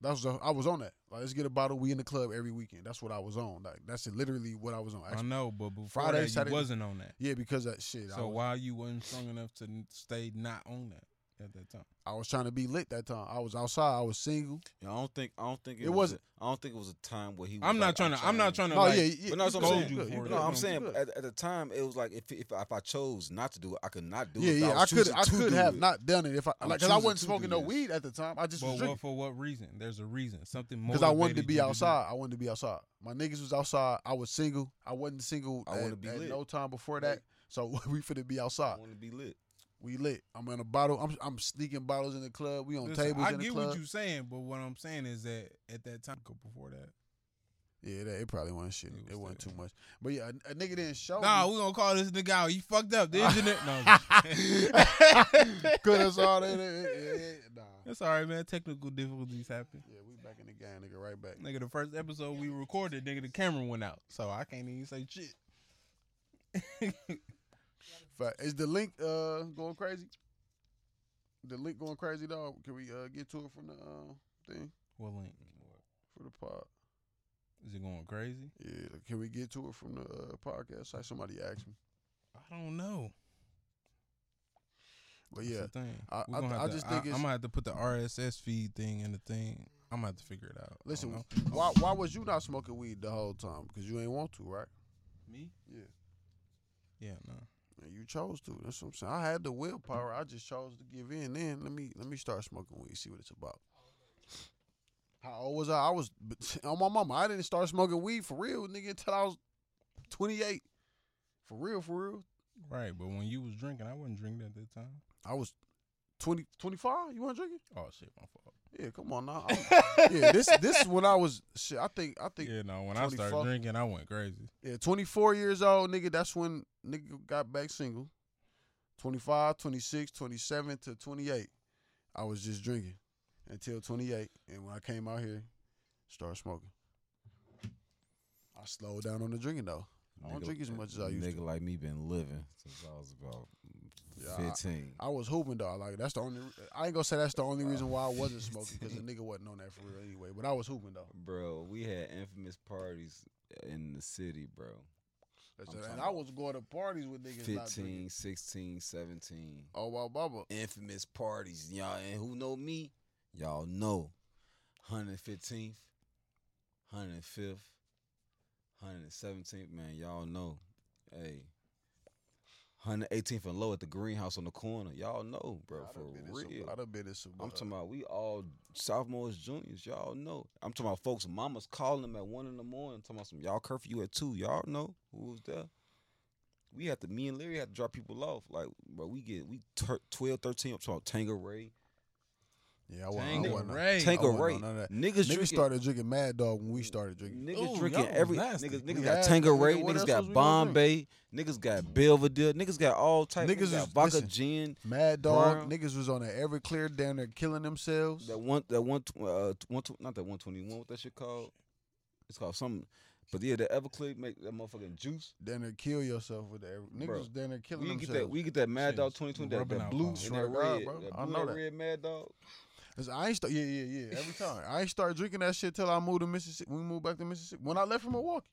S2: That was I was on that. Like, let's get a bottle. We in the club every weekend. That's what I was on. Like, that's literally what I was on.
S1: I
S2: Actually,
S1: know, but before
S2: Friday,
S1: that, you
S2: Saturday-
S1: wasn't on that.
S2: yeah, because that shit. I,
S1: So
S2: was,
S1: why you wasn't strong enough to n- stay not on that at that time?
S2: I was trying to be lit that time. I was outside. I was single.
S3: Yeah, I don't think I don't think it,
S2: It
S3: was
S2: wasn't-
S3: A, I don't think it was a time where he. Was
S1: I'm
S3: like,
S1: not trying to. I'm not
S3: changed.
S1: trying to.
S2: No,
S1: like,
S2: yeah, yeah.
S3: But no, that's what I'm saying.
S1: You
S2: good.
S1: for it.
S3: No,
S1: No,
S3: I'm
S1: you
S3: saying
S2: good.
S3: at, at the time it was like if if, if I chose not to do it, I could not do
S2: yeah,
S3: it. but
S2: yeah. I
S3: was
S2: could,
S3: choosing
S2: I
S3: to
S2: could
S3: do
S2: have
S3: it.
S2: not done it if I,
S3: I'm
S2: like, cause I
S3: choosing
S2: wasn't
S3: to
S2: smoking
S3: do
S2: no
S3: this.
S2: weed at the time. I just was
S1: But
S2: drinking
S1: what, for what reason? There's a reason. Something more.
S2: because I wanted to be outside. I wanted to be outside. My niggas was outside. I was single. I wasn't single.
S3: I
S2: at,
S3: wanna be
S2: at
S3: lit.
S2: no time before that.
S3: Lit.
S2: So we finna be outside.
S3: I want to be lit.
S2: We lit. I'm in a bottle. I'm, I'm sneaking bottles in the club. We on tables
S1: I
S2: in the
S1: get
S2: club.
S1: what you're saying, but what I'm saying is that at that time, before that,
S2: Yeah, that, it probably wasn't shit.
S1: It
S2: It,
S1: was
S2: wasn't too
S1: still-
S2: much. But yeah, a, a nigga didn't show
S1: nah,
S2: me.
S1: we gonna call this nigga out. You fucked up. The engineer. no, I'm just-
S2: Cause that's all that. it- it- it- nah.
S1: that's all right, man. Technical difficulties happen.
S2: Yeah, we back in the game, nigga. Right back.
S1: Nigga, the first episode we recorded, nigga, the camera went out, so I can't even say shit.
S2: Fact. Is the link uh going crazy? The link going crazy, dog. Can we uh get to it from the uh, thing
S1: What link?
S2: for the pod?
S1: Is it going crazy?
S2: Yeah. Can we get to it from the uh, podcast? Like somebody asked me.
S1: I don't know.
S2: But
S1: That's
S2: yeah,
S1: the thing.
S2: I-
S1: We're
S2: I-
S1: gonna
S2: I
S1: have to-
S2: just think
S1: I,
S2: it's-
S1: I'm gonna have to put the RSS feed thing in the thing. I'm gonna have to figure it out. I don't
S2: listen.
S1: know.
S2: Why why was you not smoking weed the whole time? Cause you ain't want to, right?
S1: me?
S2: Yeah.
S1: Yeah, no.
S2: And you chose to. That's what I'm saying. I had the willpower. I just chose to give in. Then let me let me start smoking weed. See what it's about. How old was I? I was on my mama. I didn't start smoking weed for real, nigga, until I was 28. For real, for real.
S1: Right, but when you was drinking, I wasn't drinking at that time.
S2: I was 20, 25. You want to drink it?
S1: Oh shit, my fault.
S2: Yeah, come on now. I'm- yeah, this this is when I was shit. I think I think yeah.
S1: Yeah, no. When I started
S2: 24.
S1: drinking, I went crazy.
S2: 24 years old, nigga. That's when nigga got back single. 25, 26, 27 to 28. I was just drinking until 28. And when I came out here, started smoking. I slowed down on the drinking though. I don't drink as much as I used
S3: Nigga like me been living since I was about
S2: Yeah, I-
S3: fifteen.
S2: I was hooping dog. Like that's the only. I ain't gonna say that's the only reason why I wasn't smoking because the nigga wasn't on that for real anyway. But I was hooping though.
S3: bro, we had infamous parties in the city, bro.
S2: That's
S3: I'm
S2: it.
S3: talking
S2: And I was going to parties with niggas not drinking.
S3: 15, 16, 17.
S2: Oh wow, baba.
S3: Infamous parties, y'all. And who know me? Y'all know. 115th, 105th, 117th, man. Y'all know. Hey. 118th and low at the greenhouse on the corner. Y'all know, bro,
S2: I
S3: for
S2: done been in some-
S3: real.
S2: I done been in some.
S3: I'm
S2: uh,
S3: talking about we all sophomores, juniors, y'all know. I'm talking about folks, mamas calling them at one in the morning, talking about some y'all curfew at two. Y'all know who was there. We had to me and Larry had to drop people off. Like, bro, we get we tur- 12, 13, I'm talking about Tangeray.
S2: Yeah, I wasn't. I
S3: Tango
S2: wasn't
S1: Ray.
S3: Tank
S2: I
S3: or
S2: wasn't
S3: Ray.
S2: on none of that. Uh,
S3: Niggas,
S2: Niggas
S3: drinking.
S2: started drinking Mad Dog when we started drinking.
S3: Niggas
S1: Ooh,
S3: drinking
S1: y'all was
S3: every
S1: nasty.
S3: niggas,
S1: We
S3: niggas
S2: had
S3: got
S2: that,
S3: Tangeray,
S2: nigga. What
S3: niggas
S2: else was
S3: got
S2: we gonna
S3: Bombay, niggas got Belvedere, niggas got all types.
S2: Niggas
S3: Niggas,
S2: is-
S3: got vodka
S2: listen.
S3: gin.
S2: Mad Dog
S3: Brown.
S2: niggas was on that every clear down there killing themselves.
S3: That one, that one, tw- uh, tw- one, tw- not that one twenty one. What that shit called? It's called something. But yeah, the Everclear make that motherfucking juice.
S2: Down there kill yourself with that. Niggas
S3: Bro,
S2: was down there killing
S3: We get
S2: themselves.
S3: that. We get that Mad
S1: Shit
S3: Dog
S1: is
S3: twenty twenty. That,
S1: rubbing
S3: that
S1: out
S3: blue
S1: my
S3: and
S2: swear
S3: that
S2: to God,
S3: red.
S2: bro.
S3: that
S2: I
S3: blue
S2: know
S3: and
S2: that.
S3: red Mad Dog.
S2: Cause I ain't start, yeah, yeah, yeah. Every time I ain't started drinking that shit till I moved to Mississippi. When we moved back to Mississippi, when I left from Milwaukee,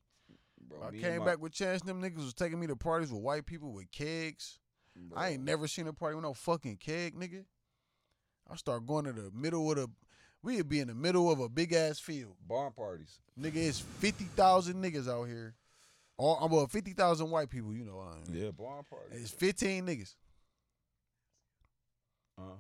S3: Bro,
S2: I
S3: Oh, me and
S2: came
S3: my-
S2: back with Chance. and Them niggas was taking me to parties with white people with kegs.
S3: bro.
S2: I ain't never seen a party with no fucking keg, nigga. I start going to the middle of the. We'd be in the middle of a big ass field,
S3: barn parties.
S2: nigga. It's fifty thousand niggas out here. All I'm well, fifty thousand white people. You know what I mean?
S3: Yeah, barn parties.
S2: It's fifteen niggas.
S3: Uh,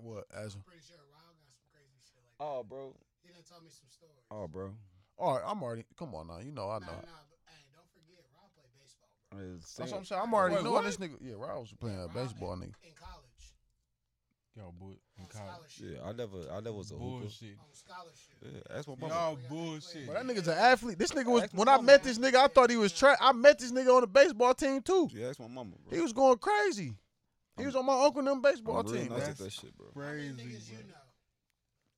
S2: What as?
S4: I'm pretty sure Raul got some crazy shit like that.
S3: oh, bro.
S4: He done told me some stories.
S3: Oh, bro.
S2: All right, I'm already. Come on now, you know I know.
S4: Nah, nah, but hey, don't forget, Raul played baseball, bro.
S2: That's what I'm saying. I'm already
S1: Wait,
S2: knowing
S1: what?
S2: this nigga. Yeah, Rob was playing
S4: Yeah, Raul
S2: baseball,
S4: in-
S2: nigga.
S4: In college.
S1: Y'all bull- in
S4: On
S1: college.
S4: scholarship.
S3: Yeah, I never, I never was a hooper.
S1: bullshit.
S4: On scholarship.
S3: Yeah, that's what my mama.
S1: Y'all bullshit.
S2: But that nigga's an athlete. This nigga was
S3: That's
S2: when
S3: my
S2: I
S3: man.
S2: met this nigga, I thought he was trash. I met this nigga on the baseball team too.
S3: Yeah, that's my mama, bro.
S2: He was going crazy. He was on my uncle and them
S3: I'm
S2: baseball
S3: real
S2: team.
S3: nice
S2: man.
S3: at that shit, bro.
S4: How many
S1: Crazy.
S4: niggas you
S1: bro.
S4: know?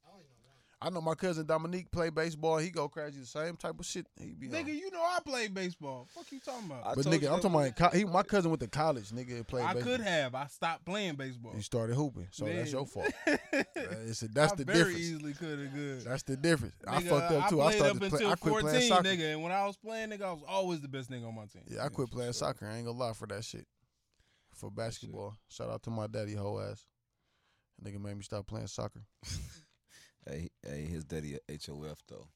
S4: I only know one.
S2: I know my cousin Dominique play baseball. He go crazy the same type of shit. He be on.
S1: Nigga, you know I played baseball. Fuck you talking about?
S3: I
S2: but
S3: told
S2: nigga,
S3: you
S2: I'm
S3: that
S2: talking
S3: one-
S2: about in co- he, my cousin went to college. Nigga and played
S1: I
S2: baseball.
S1: could have. I stopped playing baseball.
S2: He started hooping, so that's
S1: Man.
S2: your fault. That's, that's
S1: I
S2: the
S1: very
S2: difference.
S1: easily could have good.
S2: That's the difference. I
S1: Nigga,
S2: fucked up too. I,
S1: played
S2: started
S1: up
S2: play-
S1: until
S2: I quit
S1: 14,
S2: playing soccer.
S1: nigga. And when I was playing, nigga, I was always the best nigga on my team.
S2: Yeah, I quit playing
S3: for sure.
S2: soccer. I ain't gonna lie for that shit. For basketball. Shout out to my daddy hoe ass. That nigga made me stop playing soccer.
S3: Hey, hey, his daddy a HOF though.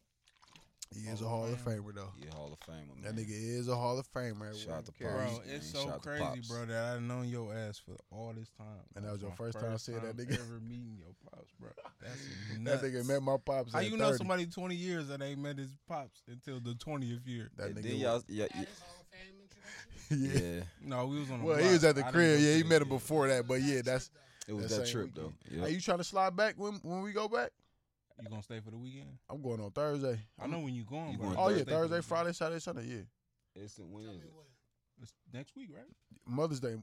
S2: He is a
S1: Oh,
S2: Hall of Famer though.
S3: He a Hall of Famer.
S2: That
S3: Man.
S2: nigga is a Hall of Famer.
S3: Shout
S2: everyone
S3: out to
S2: cares.
S3: Pops.
S1: Bro,
S3: Man,
S1: it's
S3: shout
S1: so
S3: out to
S1: crazy,
S3: Pops.
S1: bro, that I've known your ass for all this time.
S2: And that was your
S1: my
S2: first time seeing that
S1: time
S2: nigga.
S1: Ever meeting your pops, bro. That's nuts.
S2: That nigga met my pops.
S1: How
S2: at
S1: you know
S2: 30.
S1: somebody 20 years that ain't met his pops until the 20th year?
S2: That
S3: And
S2: nigga.
S3: then y'all, yeah,
S4: That is Hall of Fame
S2: was-
S4: introduction.
S3: yeah,
S2: yeah.
S1: No, we was on. A
S2: Well,
S1: block.
S2: he was at the
S1: I didn't
S2: crib.
S1: go
S2: Yeah,
S1: to
S2: he
S1: the
S2: met
S1: gig.
S2: him before that. But yeah, that's.
S3: it was
S2: That
S3: that,
S2: same
S3: trip
S2: weekend.
S3: though. Yeah,
S2: Hey, you trying to slide back when when we go back?
S1: You gonna stay for the weekend?
S2: I'm going on Thursday.
S1: I know when you going.
S3: You
S1: bro.
S3: going
S2: Oh yeah,
S3: Thursday,
S2: Thursday, Friday, Saturday, Sunday. Yeah,
S3: it's in- when
S4: Tell
S3: is
S4: me
S3: it?
S4: what.
S1: It's next week, right?
S2: Mother's Day.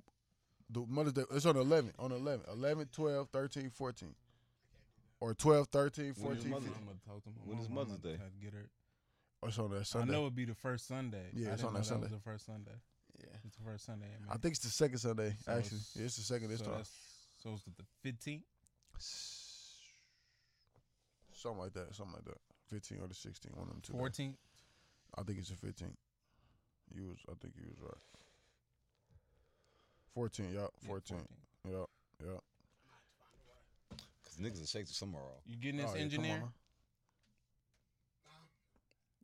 S2: The Mother's Day. It's on 11. On 11. 11, 12, 13, 14. Or 12, 13,
S3: When is
S2: 14,
S3: Mother's
S2: 15.
S3: Day?
S1: I'm gonna talk to my
S3: When is
S1: mama. I'm
S3: Mother's
S1: gonna
S3: Day?
S1: try to Get her.
S2: Or it's on that
S1: I
S2: Sunday.
S1: know it'd be the first Sunday.
S2: Yeah,
S1: I
S2: it's
S1: didn't
S2: on
S1: know
S2: that Sunday.
S1: was the first Sunday.
S2: Yeah.
S1: It's the first Sunday.
S2: I think it's the second Sunday,
S1: So
S2: actually.
S1: it's-
S2: Yeah, it's the second this
S1: so
S2: time.
S1: that's- So it's the fifteenth.
S2: Something like that. Something like that. 15 or the 16. One of them two. days.
S1: 14th.
S2: I think it's the 15. You was. I think you was right. 14. Yup. 14. Yup. Yup.
S3: Cause niggas are shaking somewhere off.
S1: You getting this
S2: Oh, yeah, come on
S1: engineer?
S2: now.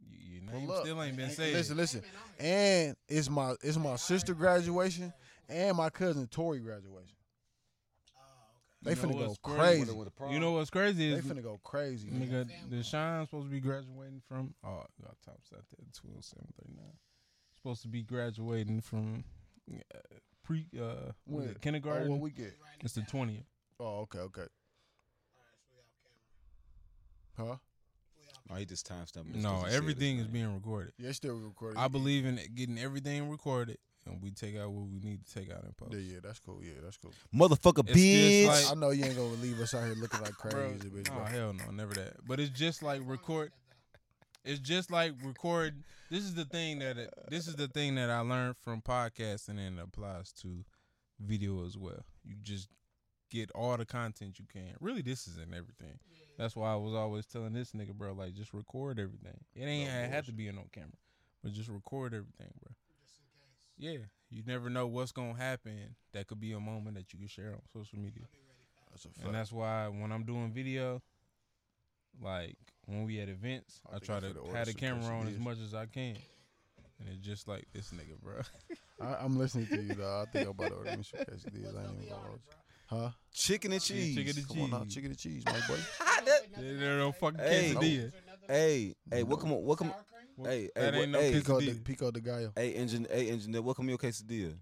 S1: Y- Your
S2: Pull
S1: name
S2: up.
S1: still ain't been said.
S2: Listen, listen.
S4: Hey, man, I'm-
S2: And it's my it's my sister graduation and my cousin Tori graduation.
S4: Oh, okay.
S2: They
S1: You know
S2: finna go
S1: what's crazy?
S2: crazy.
S3: With the- with the prom.
S1: you know what's crazy
S2: They
S1: is
S2: finna go crazy. man.
S1: nigga
S4: Family.
S1: Deshaun's supposed to be graduating from. Oh, got tops out there. 20739. Supposed to be graduating from uh, pre uh what is
S2: When?
S1: it,
S2: Oh,
S1: kindergarten.
S2: what we get?
S4: Right
S1: it's the
S4: now.
S1: twentieth.
S2: Oh, okay, okay.
S4: All right, so we out camera.
S2: Huh?
S4: We out
S3: Oh, he just timestamped. it. He
S1: No,
S3: said this
S1: everything is
S3: thing.
S1: being recorded.
S2: Yeah, it's still recording.
S1: I believe in getting everything recorded, and we take out what we need to take out in post.
S2: Yeah, yeah, that's cool. Yeah, that's cool.
S3: motherfucker,
S1: It's
S3: bitch.
S1: just Like-
S2: I know you ain't gonna leave us out here looking like crazy,
S1: Bro,
S2: bitch.
S1: Oh
S2: bro.
S1: hell no, never that. But it's just like record. It's just like record. This is the thing that it, this is the thing that I learned from podcasting and it applies to video as well. You just get all the content you can. Really, this is in everything. That's why I was always telling this nigga, bro, like just record everything. It ain't
S2: No
S1: it have to be in on camera, but just record everything, bro.
S4: just in case.
S1: Yeah, you never know what's gonna happen. That could be a moment that you can share on social media.
S2: That's a
S1: And
S2: fact.
S1: that's why when I'm doing video, like when we at events,
S2: I
S1: I,
S2: think
S1: try
S2: I
S1: to
S2: shoulda ordered
S1: have the
S2: some
S1: camera
S2: custom
S1: on as
S2: beers.
S1: much as I can. And it's just like this nigga, bro.
S2: I, I'm listening to you, though. I think I'm about to order me some quesadillas. I
S4: What's
S2: ain't
S4: gonna
S2: even
S4: be
S2: gonna
S4: on
S2: hold
S4: it, bro?
S2: you. Huh?
S3: chicken and
S1: Yeah,
S3: cheese.
S1: chicken and
S2: Come on now,
S1: cheese.
S2: chicken and cheese, my boy.
S1: Ah, There there no fucking
S3: Hey.
S1: quesadilla.
S3: Hey, hey, what
S2: No.
S3: come on, what come
S4: Sour cream?
S1: What-
S3: Hey, hey,
S1: That
S3: what,
S1: ain't no
S3: hey,
S1: pickle.
S2: Pico de,
S1: Quesadilla.
S2: Pico de Gallo.
S3: hey, engine, hey, engineer, welcome your quesadilla.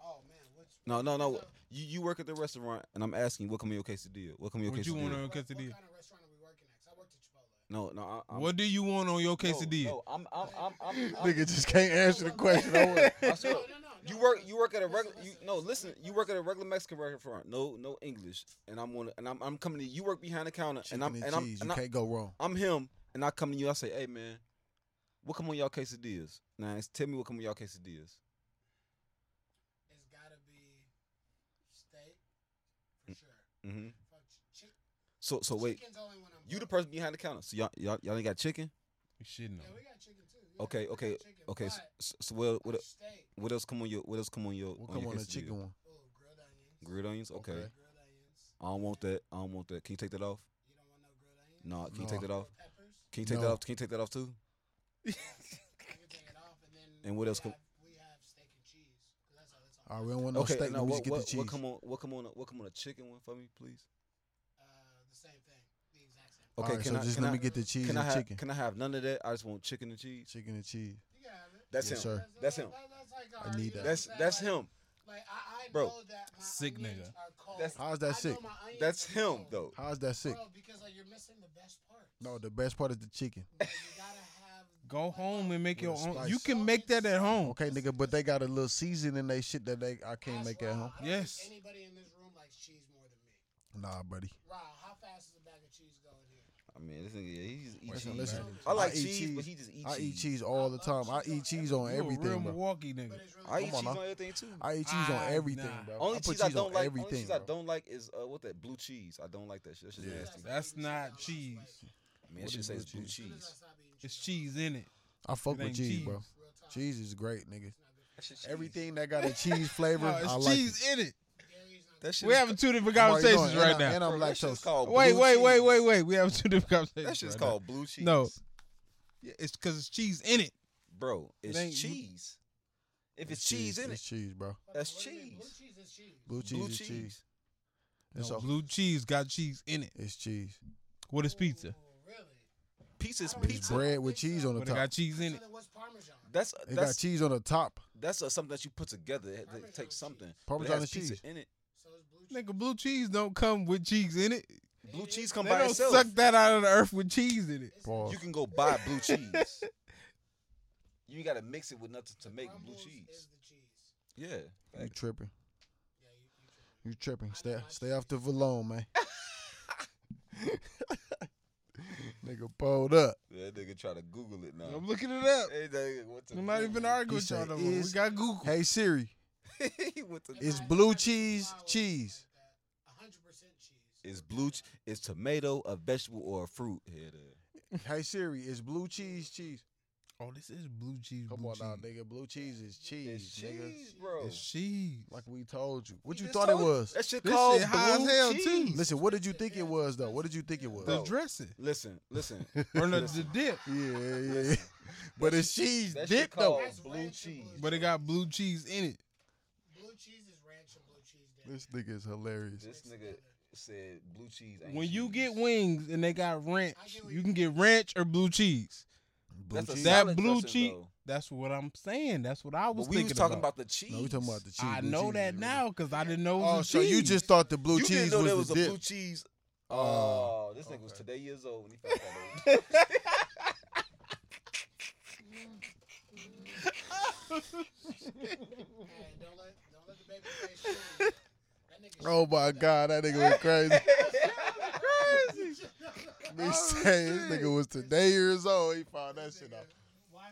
S4: Oh man, what's
S3: No, no, no. You you work at the restaurant, and I'm asking, what come your quesadilla? What come your
S1: What you
S3: quesadilla?
S1: want on
S4: What,
S1: your
S4: what
S1: quesadilla?
S4: kind of restaurant are we working at? 'Cause I worked at Chipotle.
S3: No, no. I, I'm,
S1: What do you want on your
S3: no,
S1: quesadilla?
S3: No, I'm, I'm, I'm, I'm, I'm
S2: Nigga just can't answer the question. I want-
S3: I swear.
S4: No, no, no, no.
S3: You work.
S4: listen,
S3: You work at a
S4: listen,
S3: regular. You, no, listen. You work at a regular Mexican restaurant. No, no English. And I'm gonna. And I'm, I'm coming to you. Work behind the counter.
S2: Chicken
S3: and I'm.
S2: and
S3: And I'm.
S2: cheese,
S3: And
S2: you
S3: I,
S2: can't go wrong.
S3: I'm him. And I come to you. I say, hey man, what come on y'all quesadillas? Now it's- tell me what come on y'all quesadillas.
S4: It's gotta be steak for sure.
S3: Mm-hmm.
S4: Fuck chi- chi-
S3: So so wait.
S4: Chicken's only when I'm
S3: You the
S4: broke.
S3: person behind the counter. So y'all y'all, y'all ain't got chicken.
S1: You shitting on
S4: Yeah,
S1: me.
S4: we got chicken too. Yeah,
S3: Okay,
S4: we got
S3: okay,
S4: chicken,
S3: Okay. So,
S4: but
S3: so, so well, what
S4: fuck
S3: el-
S4: steak?
S3: what else come on your what else come on your
S2: We'll
S3: on
S2: come
S3: your
S2: on the
S3: quesadilla?
S2: chicken one.
S4: Oh, grilled onions.
S3: Grilled onions. Okay.
S2: Okay.
S4: Grilled onions.
S3: I don't want that. I don't want that. Can you take that off?
S4: You don't want no grilled onions?
S3: No. Can you
S2: No.
S3: take that off?
S4: Or peppers?
S3: Can you take that
S2: No.
S3: off? Can you take that off too?
S4: You can take it off, and then
S3: And what
S4: we
S3: else com-
S4: Have, we have steak and cheese. 'cause That's all. That's all.
S2: All right, we don't want no steak. Let me
S3: now what,
S2: just get
S3: what,
S2: the cheese.
S3: what come on? What come on? a- What come on? A chicken one for me, please.
S4: Uh, the same thing. The exact
S3: Okay,
S4: same.
S2: All right,
S3: can
S2: so
S3: I-
S2: just
S3: can
S2: let
S3: I-
S2: me get the cheese
S3: Can
S2: and
S3: I have?
S2: chicken.
S3: Can I have none of that? I just want chicken and cheese.
S2: Chicken and cheese.
S4: You can have it.
S3: That's
S2: Yes,
S3: him.
S2: sir.
S3: That's him.
S4: That's like
S2: I
S4: our,
S2: need
S4: you know
S2: that.
S4: what
S3: That's
S4: I'm saying?
S3: that's
S4: like,
S3: him.
S4: Like I, I
S3: Bro.
S4: know that my
S1: Sick
S4: onions
S1: nigga.
S4: are cold.
S3: That's-
S2: How's that
S4: I know
S2: sick?
S4: my onions
S3: That's
S4: are
S3: him
S4: cold.
S3: though.
S2: How's that sick?
S4: Bro, because like you're missing the best part.
S2: No, the best part is the chicken.
S4: Like, you gotta have.
S1: Go
S4: like,
S1: home
S4: no,
S1: and make
S2: With
S1: your
S2: a
S1: own.
S2: spice.
S1: You can make that at home.
S2: Okay, nigga, but they got a little season in they shit that they I can't
S4: ask
S2: make at
S4: Ra.
S2: home.
S4: I don't think
S1: Yes.
S4: Anybody in this room likes cheese more than me.
S2: Nah, buddy.
S4: Ra, how fast is a bag of cheese going here?
S3: I mean, this nigga, yeah, he just eat
S2: Listen,
S3: cheese.
S2: listen.
S3: I like
S2: I eat
S3: cheese, but
S2: cheese.
S3: he just eat
S2: I
S3: cheese.
S2: eat cheese all the time. I eat cheese on
S1: You a real
S2: everything, bro.
S1: Milwaukee nigga.
S4: But it's really
S3: I eat
S2: Come on,
S3: cheese
S2: now.
S3: on everything too.
S2: I eat cheese on
S1: I-
S2: everything,
S1: nah.
S2: bro.
S3: Only
S2: I put
S3: cheese I
S2: on
S3: don't like. Only
S2: everything,
S3: cheese I
S2: bro.
S3: don't like is uh, what that blue cheese. I don't like that shit. That's just
S2: Yeah.
S3: nasty.
S4: That's-
S1: That's not cheese.
S3: I mean, I
S2: What
S3: should
S2: is
S3: say it's
S2: blue
S3: blue
S2: cheese?
S4: As soon as I
S3: cheese.
S4: stop eating
S1: It's
S4: I'm
S1: cheese in it.
S2: I fuck
S1: It
S2: with
S1: ain't
S2: cheese,
S1: cheese.
S2: bro.
S4: like, real talk,
S2: Cheese is great, nigga.
S4: it's not good for
S3: That shit cheese.
S2: Everything that got a cheese flavor,
S1: No,
S2: I
S1: it's
S2: like.
S1: cheese in it.
S4: you. Dairy's not
S3: That
S4: good.
S3: shit.
S1: We're having two different
S2: I'm already
S1: conversations
S2: knowing,
S1: right
S2: and I-
S1: now.
S2: And I'm
S3: Bro, that shit's
S2: lactose.
S3: called
S1: Wait,
S3: blue
S1: wait, wait,
S3: cheese.
S1: wait, wait. We have two different conversations.
S3: That shit's
S1: right now.
S3: called blue cheese.
S1: No. Yeah, it's because it's cheese in it.
S3: bro, it's
S1: ain't-
S3: cheese. If it's, cheese, in it,
S2: It's cheese, bro.
S4: Hold on,
S3: that's
S4: what is it? Blue
S3: cheese.
S4: cheese is cheese.
S2: Blue cheese
S3: blue
S2: is
S3: cheese.
S2: cheese. It's,
S1: No,
S2: a-
S1: blue cheese got cheese in it.
S2: it's cheese.
S1: What is pizza?
S4: Ooh, really?
S3: Pizza's
S4: I don't
S2: It's
S3: pizza.
S4: know.
S2: bread with cheese on the
S1: But it got
S2: top.
S1: cheese in
S4: So
S1: it.
S4: then what's Parmesan?
S3: That's
S2: It got
S3: that's
S2: cheese on the top.
S3: that's uh, something that you put together. It,
S4: Parmesan
S3: it takes
S4: cheese.
S3: something.
S2: Parmesan
S3: but it has
S2: and
S3: pizza
S2: cheese.
S3: in it.
S4: So it's blue cheese.
S1: Nigga, blue cheese don't come with cheese in it.
S3: Blue
S4: It-
S3: cheese
S4: it-
S3: come
S1: they
S3: by
S1: don't
S3: itself.
S1: suck that out of the earth with cheese in it.
S4: It's
S2: Pause.
S3: You can go buy blue cheese. you ain't gotta mix it with nothing to make blue
S4: crumbles Is
S3: cheese.
S4: the cheese.
S3: Yeah.
S2: You tripping.
S4: Yeah, you, you can.
S2: You tripping.
S4: I
S2: Stay
S4: know my
S2: stay off the Valone, man. nigga pulled up.
S3: That nigga try to Google it now.
S1: I'm looking it up.
S3: Hey, nigga, what the
S1: I'm not even
S3: Google?
S1: arguing with
S2: He
S1: y'all
S2: said,
S1: no more. We
S2: "Is-
S1: got Google.
S2: Hey Siri,
S3: He went to-
S2: It's
S4: If I-
S2: blue
S4: if I do
S2: cheese,
S4: flour or something
S2: cheese.
S4: like that, 100% cheese.
S3: It's blue. Ch- it's tomato, a vegetable, or a fruit. Here,
S2: hey Siri, is blue cheese cheese?
S1: Oh, this is blue cheese.
S2: Come
S1: blue
S2: on
S1: cheese.
S2: now, nigga. Blue cheese is cheese,
S3: It's cheese,
S2: nigga.
S3: bro.
S1: It's cheese.
S2: Like we told you. What
S3: He
S2: you
S3: just
S2: thought it
S3: told
S2: was?
S3: That shit
S1: This
S3: called
S1: shit high as
S3: blue
S1: hell,
S3: cheese.
S1: too.
S2: Listen, what did you think it was though? What did you think it was?
S1: The
S3: Bro.
S1: dressing.
S3: Listen, listen.
S1: Or the, the dip.
S2: Yeah, yeah, yeah. But it's cheese
S3: That shit
S2: dip though.
S3: called
S4: That's
S3: blue
S4: ranch
S3: cheese.
S4: and
S1: But it got blue cheese in it.
S4: Blue cheese is ranch and blue cheese. dip.
S2: This nigga is hilarious.
S3: This nigga said blue cheese. Ain't
S1: When you
S3: cheese.
S1: get wings and they got ranch,
S4: I get what
S1: you
S4: you-
S1: can get ranch or blue cheese.
S2: Blue
S3: that's a
S2: cheese.
S1: That
S3: salad
S1: blue
S3: dressing,
S1: cheese-
S3: though.
S1: That's what I'm saying. That's what I was
S3: But we
S1: thinking
S3: was talking about. the cheese.
S2: no, we talking about the cheese.
S1: I
S2: blue
S1: know
S2: cheese
S1: that
S2: is-
S1: now because I didn't know. It was
S2: Oh,
S1: a
S2: so you
S1: cheese.
S2: just thought the blue
S3: you
S2: cheese
S3: didn't know
S2: was,
S3: there was
S2: the
S3: a
S2: dip.
S3: blue cheese.
S2: Oh,
S3: Oh, this nigga was
S2: okay.
S3: today years old when he found out. that was-
S4: Hey, don't let don't let the baby face shoot you. That nigga
S2: Oh my god, that nigga was crazy.
S4: shit.
S2: Me saying this nigga was today years old. He found that
S4: This
S2: shit
S4: nigga-
S2: out.
S4: Why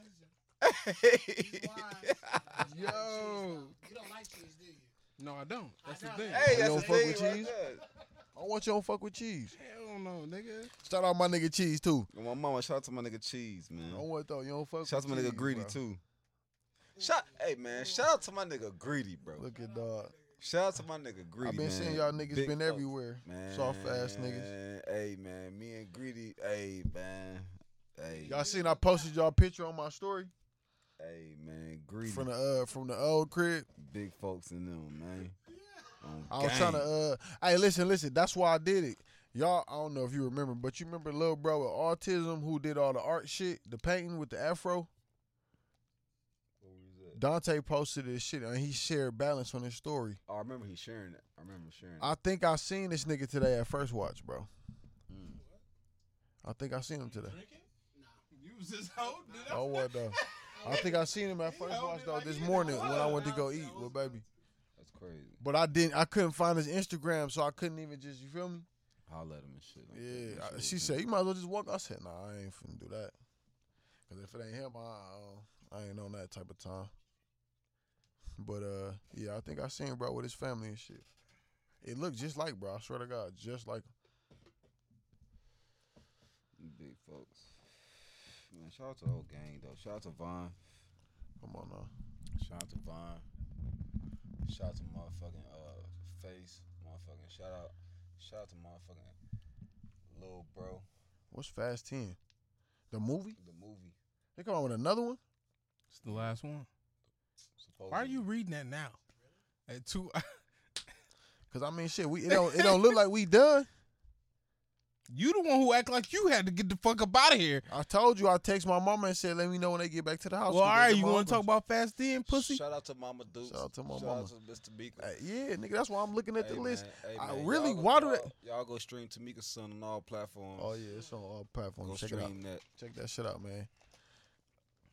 S4: is it? He's wise. He's like,
S1: Yo.
S4: "Cheese, You don't like cheese, do you?
S1: No, I don't. That's the
S4: I know.
S1: thing.
S3: hey,
S2: You
S3: that's
S2: don't
S3: the
S2: fuck
S3: thing
S2: with
S3: right
S2: cheese?
S3: there.
S2: I want you don't fuck with cheese.
S1: Hell no, nigga.
S2: Shout out my nigga Cheese too.
S3: And My mama, shout out to my nigga Cheese, man.
S2: I want though. You don't fuck.
S3: Mm. Shout out to my
S2: with
S3: nigga
S2: cheese,
S3: Greedy
S2: bro.
S3: too. Shout, hey man, shout out to my nigga Greedy, bro.
S2: Look at dog.
S3: Shout out to my nigga Greedy.
S2: I've been
S3: man.
S2: seeing y'all niggas
S3: Big
S2: been
S3: up.
S2: everywhere. Soft ass niggas.
S3: Man, Hey man, me and Greedy, hey man, hey,
S2: Y'all seen I posted y'all picture on my story
S3: hey man, Greedy,
S2: from the uh from the old crib.
S3: big folks in them, man. On
S2: I was
S3: gang.
S2: trying to uh hey listen, listen, that's why I did it. Y'all, I don't know if you remember, but you remember little bro with autism who did all the art shit, the painting with the afro?
S3: What was that?
S2: Dante posted this shit and he shared balance on his story.
S3: Oh, I remember he sharing it. I remember sharing. it.
S2: I think I seen this nigga today at first watch, bro.
S3: Mm.
S2: I think I seen him today.
S1: Drinking?
S4: Nah.
S1: You was just holding it
S2: Oh what though? I think I seen him at first watch though this morning when I went to go eat with baby.
S3: That's crazy.
S2: But I didn't. I couldn't find his Instagram, so I couldn't even just. You feel me?
S3: I'll let him and shit. Like
S2: Yeah.
S3: That.
S2: I- she said you might as well just walk. I said nah, I ain't finna do that. Cause if it ain't him, I, I don't- I ain't on that type of time. But uh, yeah, I think I seen bro with his family and shit. It looked just like bro. I swear to God, just like.
S3: big folks. Man, shout out to the whole gang though. Shout out to Vaughn.
S2: Come on now.
S3: Shout out to Vaughn. Shout out to motherfucking uh face. Motherfucking shout out. Shout out to motherfucking little bro.
S2: What's Fast Ten? The movie?
S3: The movie.
S2: They come out with another one?
S1: It's the last one.
S3: Supposedly.
S1: Why are you reading that now? At two,
S2: Cause I mean, shit, we it don't it don't look like we done.
S1: you the one who act like you had to get the fuck up out of here.
S2: I told you, I text my mama and said, let me know when they get back to the house.
S1: Well, all right, you
S2: want
S1: want to talk about fast then, pussy?
S3: Shout out to Mama Dukes.
S2: Shout out to my mama.
S3: to Mr. Beaker.
S2: yeah, nigga, that's why I'm looking at the
S3: Hey,
S2: list.
S3: man. Hey,
S2: I
S3: man.
S2: really
S3: Y'all go-
S2: why do
S3: y'all-
S2: that-
S3: Y'all go stream Tamika's son on all platforms.
S2: Oh yeah, it's on all platforms.
S3: Go
S2: Check it out.
S3: stream that.
S2: Check that shit out, man.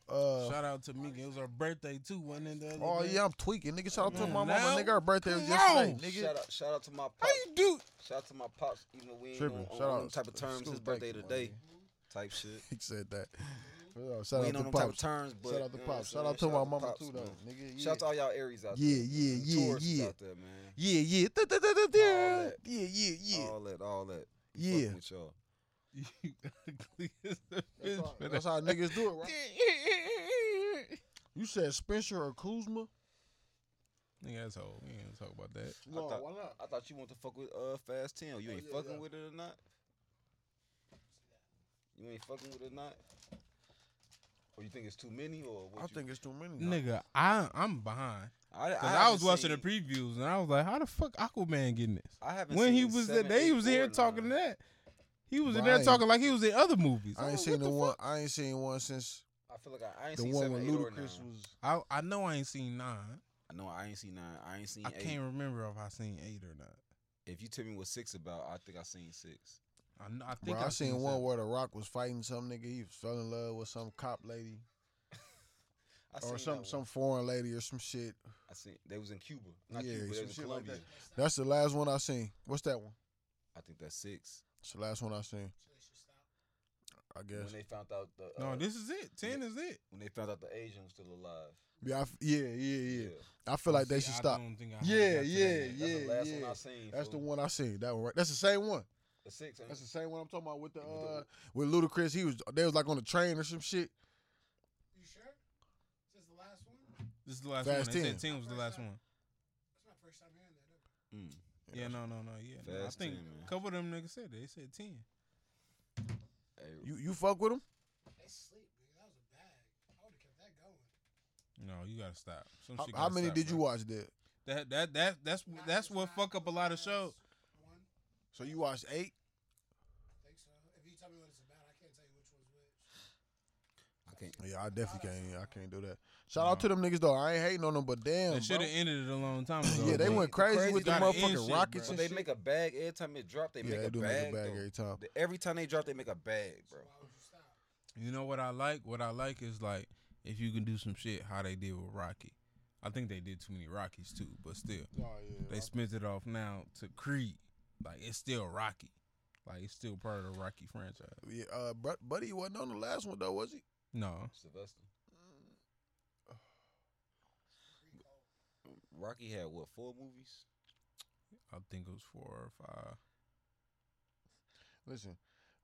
S2: Uh,
S1: Shout out to Mika. It was her birthday too, wasn't it? the other
S2: oh
S1: day?
S2: yeah, I'm tweaking, nigga. Shout out to
S1: Man,
S2: my mama,
S1: Mm. now-
S2: nigga. Her birthday was
S1: Come
S2: yesterday,
S1: on.
S2: nigga.
S3: Shout out, shout out to my
S1: How
S3: pops.
S1: you do?
S3: Shout out to my pops. Even though we ain't
S2: Tripping.
S3: on, on
S2: Shout
S3: them
S2: out
S3: type of
S2: to
S3: terms. His
S2: Scoop
S3: birthday
S2: Baker, my
S3: today.
S2: nigga.
S3: Type shit.
S2: He said that. Well, Shout
S3: we
S2: out
S3: ain't
S2: to
S3: on them type of
S2: pops.
S3: terms. But
S2: Shout out to
S3: you know what
S2: pops.
S3: I'm
S2: Shout out to
S3: saying?
S2: my
S3: Shout
S2: mama
S3: pops,
S2: too,
S3: man.
S2: though, nigga.
S3: Shout out to all y'all Aries out
S2: Yeah,
S3: there.
S2: yeah,
S3: and
S2: yeah,
S3: tourists
S2: yeah.
S3: out there, man.
S2: Yeah, yeah, Da, da, da, da, da.
S3: that.
S2: yeah, yeah, yeah.
S3: All that, all that. We fucking
S2: Yeah.
S3: With y'all.
S1: You ugly as a
S2: That's
S1: bitch,
S2: how,
S1: but
S2: that's how niggas do it, right? You said Spencer or Kuzma?
S1: Nigga, asshole. We ain't gonna talk about that.
S3: I, thought,
S2: not?
S3: I thought you want to fuck with uh Fast Ten. You ain't
S2: Oh, yeah,
S3: fucking
S2: yeah.
S3: with it or not? You ain't fucking with it or not? Or you think it's too many or what
S2: I
S3: you-
S2: think it's too many. now.
S1: Nigga, I I'm behind.
S3: I, I,
S1: Cause I,
S3: haven't
S1: was watching
S3: seen,
S1: the previews and I was like, how the fuck Aquaman getting this?
S3: I haven't
S1: When he
S3: seen
S1: was
S3: seven,
S1: that they
S3: eight,
S1: was in here
S3: or
S1: talking
S3: nine.
S1: that. He was in there
S2: Right.
S1: talking like he was in other movies. Oh,
S2: I ain't
S3: Oh,
S2: seen the one. I ain't seen one since
S3: I feel like I, I ain't
S2: the
S3: seen
S2: one
S3: seven,
S2: when
S3: eight, or nine.
S2: Ludacris was.
S1: I I know I ain't seen nine.
S3: I know I ain't seen nine. I ain't seen
S1: I
S3: eight.
S1: can't remember if I seen eight or not.
S3: If you tell me what six about, I think I seen six.
S1: I, kn- I
S2: Bro,
S1: think
S2: I, seen one
S1: seven.
S2: where The Rock was fighting some nigga. He fell in love with some cop lady
S3: I seen
S2: or
S3: that
S2: some
S3: one.
S2: some foreign lady or some shit.
S3: I seen they was in Cuba, not
S2: Yeah,
S3: Cuba. They
S2: some
S3: was in
S2: shit like
S3: Colombia.
S2: that. That's the last one I seen. What's that one?
S3: I think that's six.
S2: It's the last one I seen. I
S3: When
S2: guess.
S3: they found out the uh,
S1: No, this is it. Ten is it.
S3: when they found out the Asian was still alive.
S2: Yeah, I f- yeah, yeah, yeah. I feel like they should
S1: I
S2: stop.
S1: don't think I
S2: Yeah,
S1: got to
S2: yeah,
S1: that yet.
S2: yeah,
S3: That's the last
S2: yeah.
S3: one I seen.
S2: That's the
S3: fool.
S2: one I seen. That one, right? That's the same one.
S3: The six. ain't
S2: That's
S3: it?
S2: the same one I'm talking about with the
S3: With the-
S2: uh, with Ludacris. He was they was like on a train or some shit.
S4: You sure? This is the last one?
S1: This is the last
S2: Fast
S1: one. They
S2: 10.
S1: said ten was the last one.
S4: That's my first time hearing that. ever.
S3: Mm.
S1: Yeah, no, no, no. Yeah, no, I
S3: Fast
S1: think
S3: 10, man.
S1: a couple of them niggas said that. they said ten.
S3: Hey,
S2: You you fuck with him?
S4: They sleep, nigga. That was a bag. I would have kept that going.
S1: No, you gotta stop. Some
S2: How,
S1: shit
S2: how
S1: gotta
S2: many
S1: stop,
S2: did you
S1: bro.
S2: watch there?
S1: That that that that's
S4: Not
S1: that's
S4: just
S1: what
S4: nine,
S1: fuck up a lot of
S4: last
S1: shows.
S4: One,
S2: So you watched eight?
S4: I think so. If you tell me what it's about, I can't tell you which one's which.
S3: I can't.
S2: Yeah, I definitely can't. I can't do that. Shout out to them niggas though. I ain't hating on them, but damn,
S1: They should
S2: bro.
S1: have ended it a long time ago.
S2: yeah, they
S1: but
S2: went crazy,
S3: Crazy
S2: with the
S1: gotta end
S2: motherfucking
S1: shit,
S2: rockets
S1: bro.
S3: But
S2: and
S3: they
S2: shit.
S3: make a bag every time it drop. They
S2: yeah,
S3: make
S2: they
S3: a
S2: do make
S3: bag.
S2: a bag
S3: though.
S2: every time.
S3: The- every time they drop, they make a bag, bro.
S4: So why would you stop?
S1: You know what I like? What I like is like if you can do some shit how they did with Rocky. I think they did too many Rockies too, but still
S2: Oh, yeah,
S1: they spent it off now to Creed. Like it's still Rocky. Like it's still part of the Rocky franchise.
S2: yeah, uh, but buddy he wasn't on the last one though, was he?
S1: No,
S3: Sylvester. Rocky had what four movies?
S1: I think it was four or five.
S2: Listen,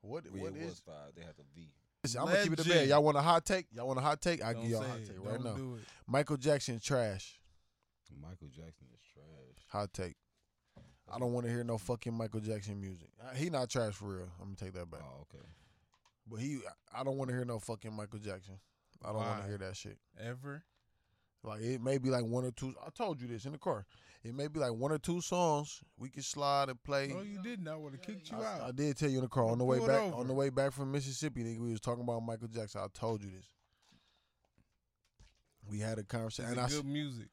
S2: what
S3: Well,
S2: what
S3: it was
S2: is?
S3: five. They had the V.
S2: Listen, I'm gonna keep it a bed.
S1: Legend.
S2: Y'all want a hot take? Y'all want a hot take? I
S1: Don't
S2: give y'all a
S1: say
S2: hot
S1: it.
S2: take right
S1: Don't
S2: now.
S1: do it.
S2: Michael Jackson trash.
S3: Michael Jackson is trash.
S2: Hot take. I don't want to hear no fucking Michael Jackson music. Uh, He not trash for real. I'm gonna take that back.
S3: Oh, okay.
S2: But he, I don't want to hear no fucking Michael Jackson. I don't want to
S1: Why?
S2: hear that shit.
S1: Ever?
S2: Like it may be like one or two. I told you this in the car. It may be like one or two songs we could slide and play.
S1: No, you didn't. I would have kicked you
S2: I, I
S1: out.
S2: did tell you in the car on the way
S1: Pull it
S2: back.
S1: over.
S2: On the way back from Mississippi, nigga, we was talking about Michael Jackson. I told you this. We had a conversation.
S1: It's
S2: And I, s-
S1: good music.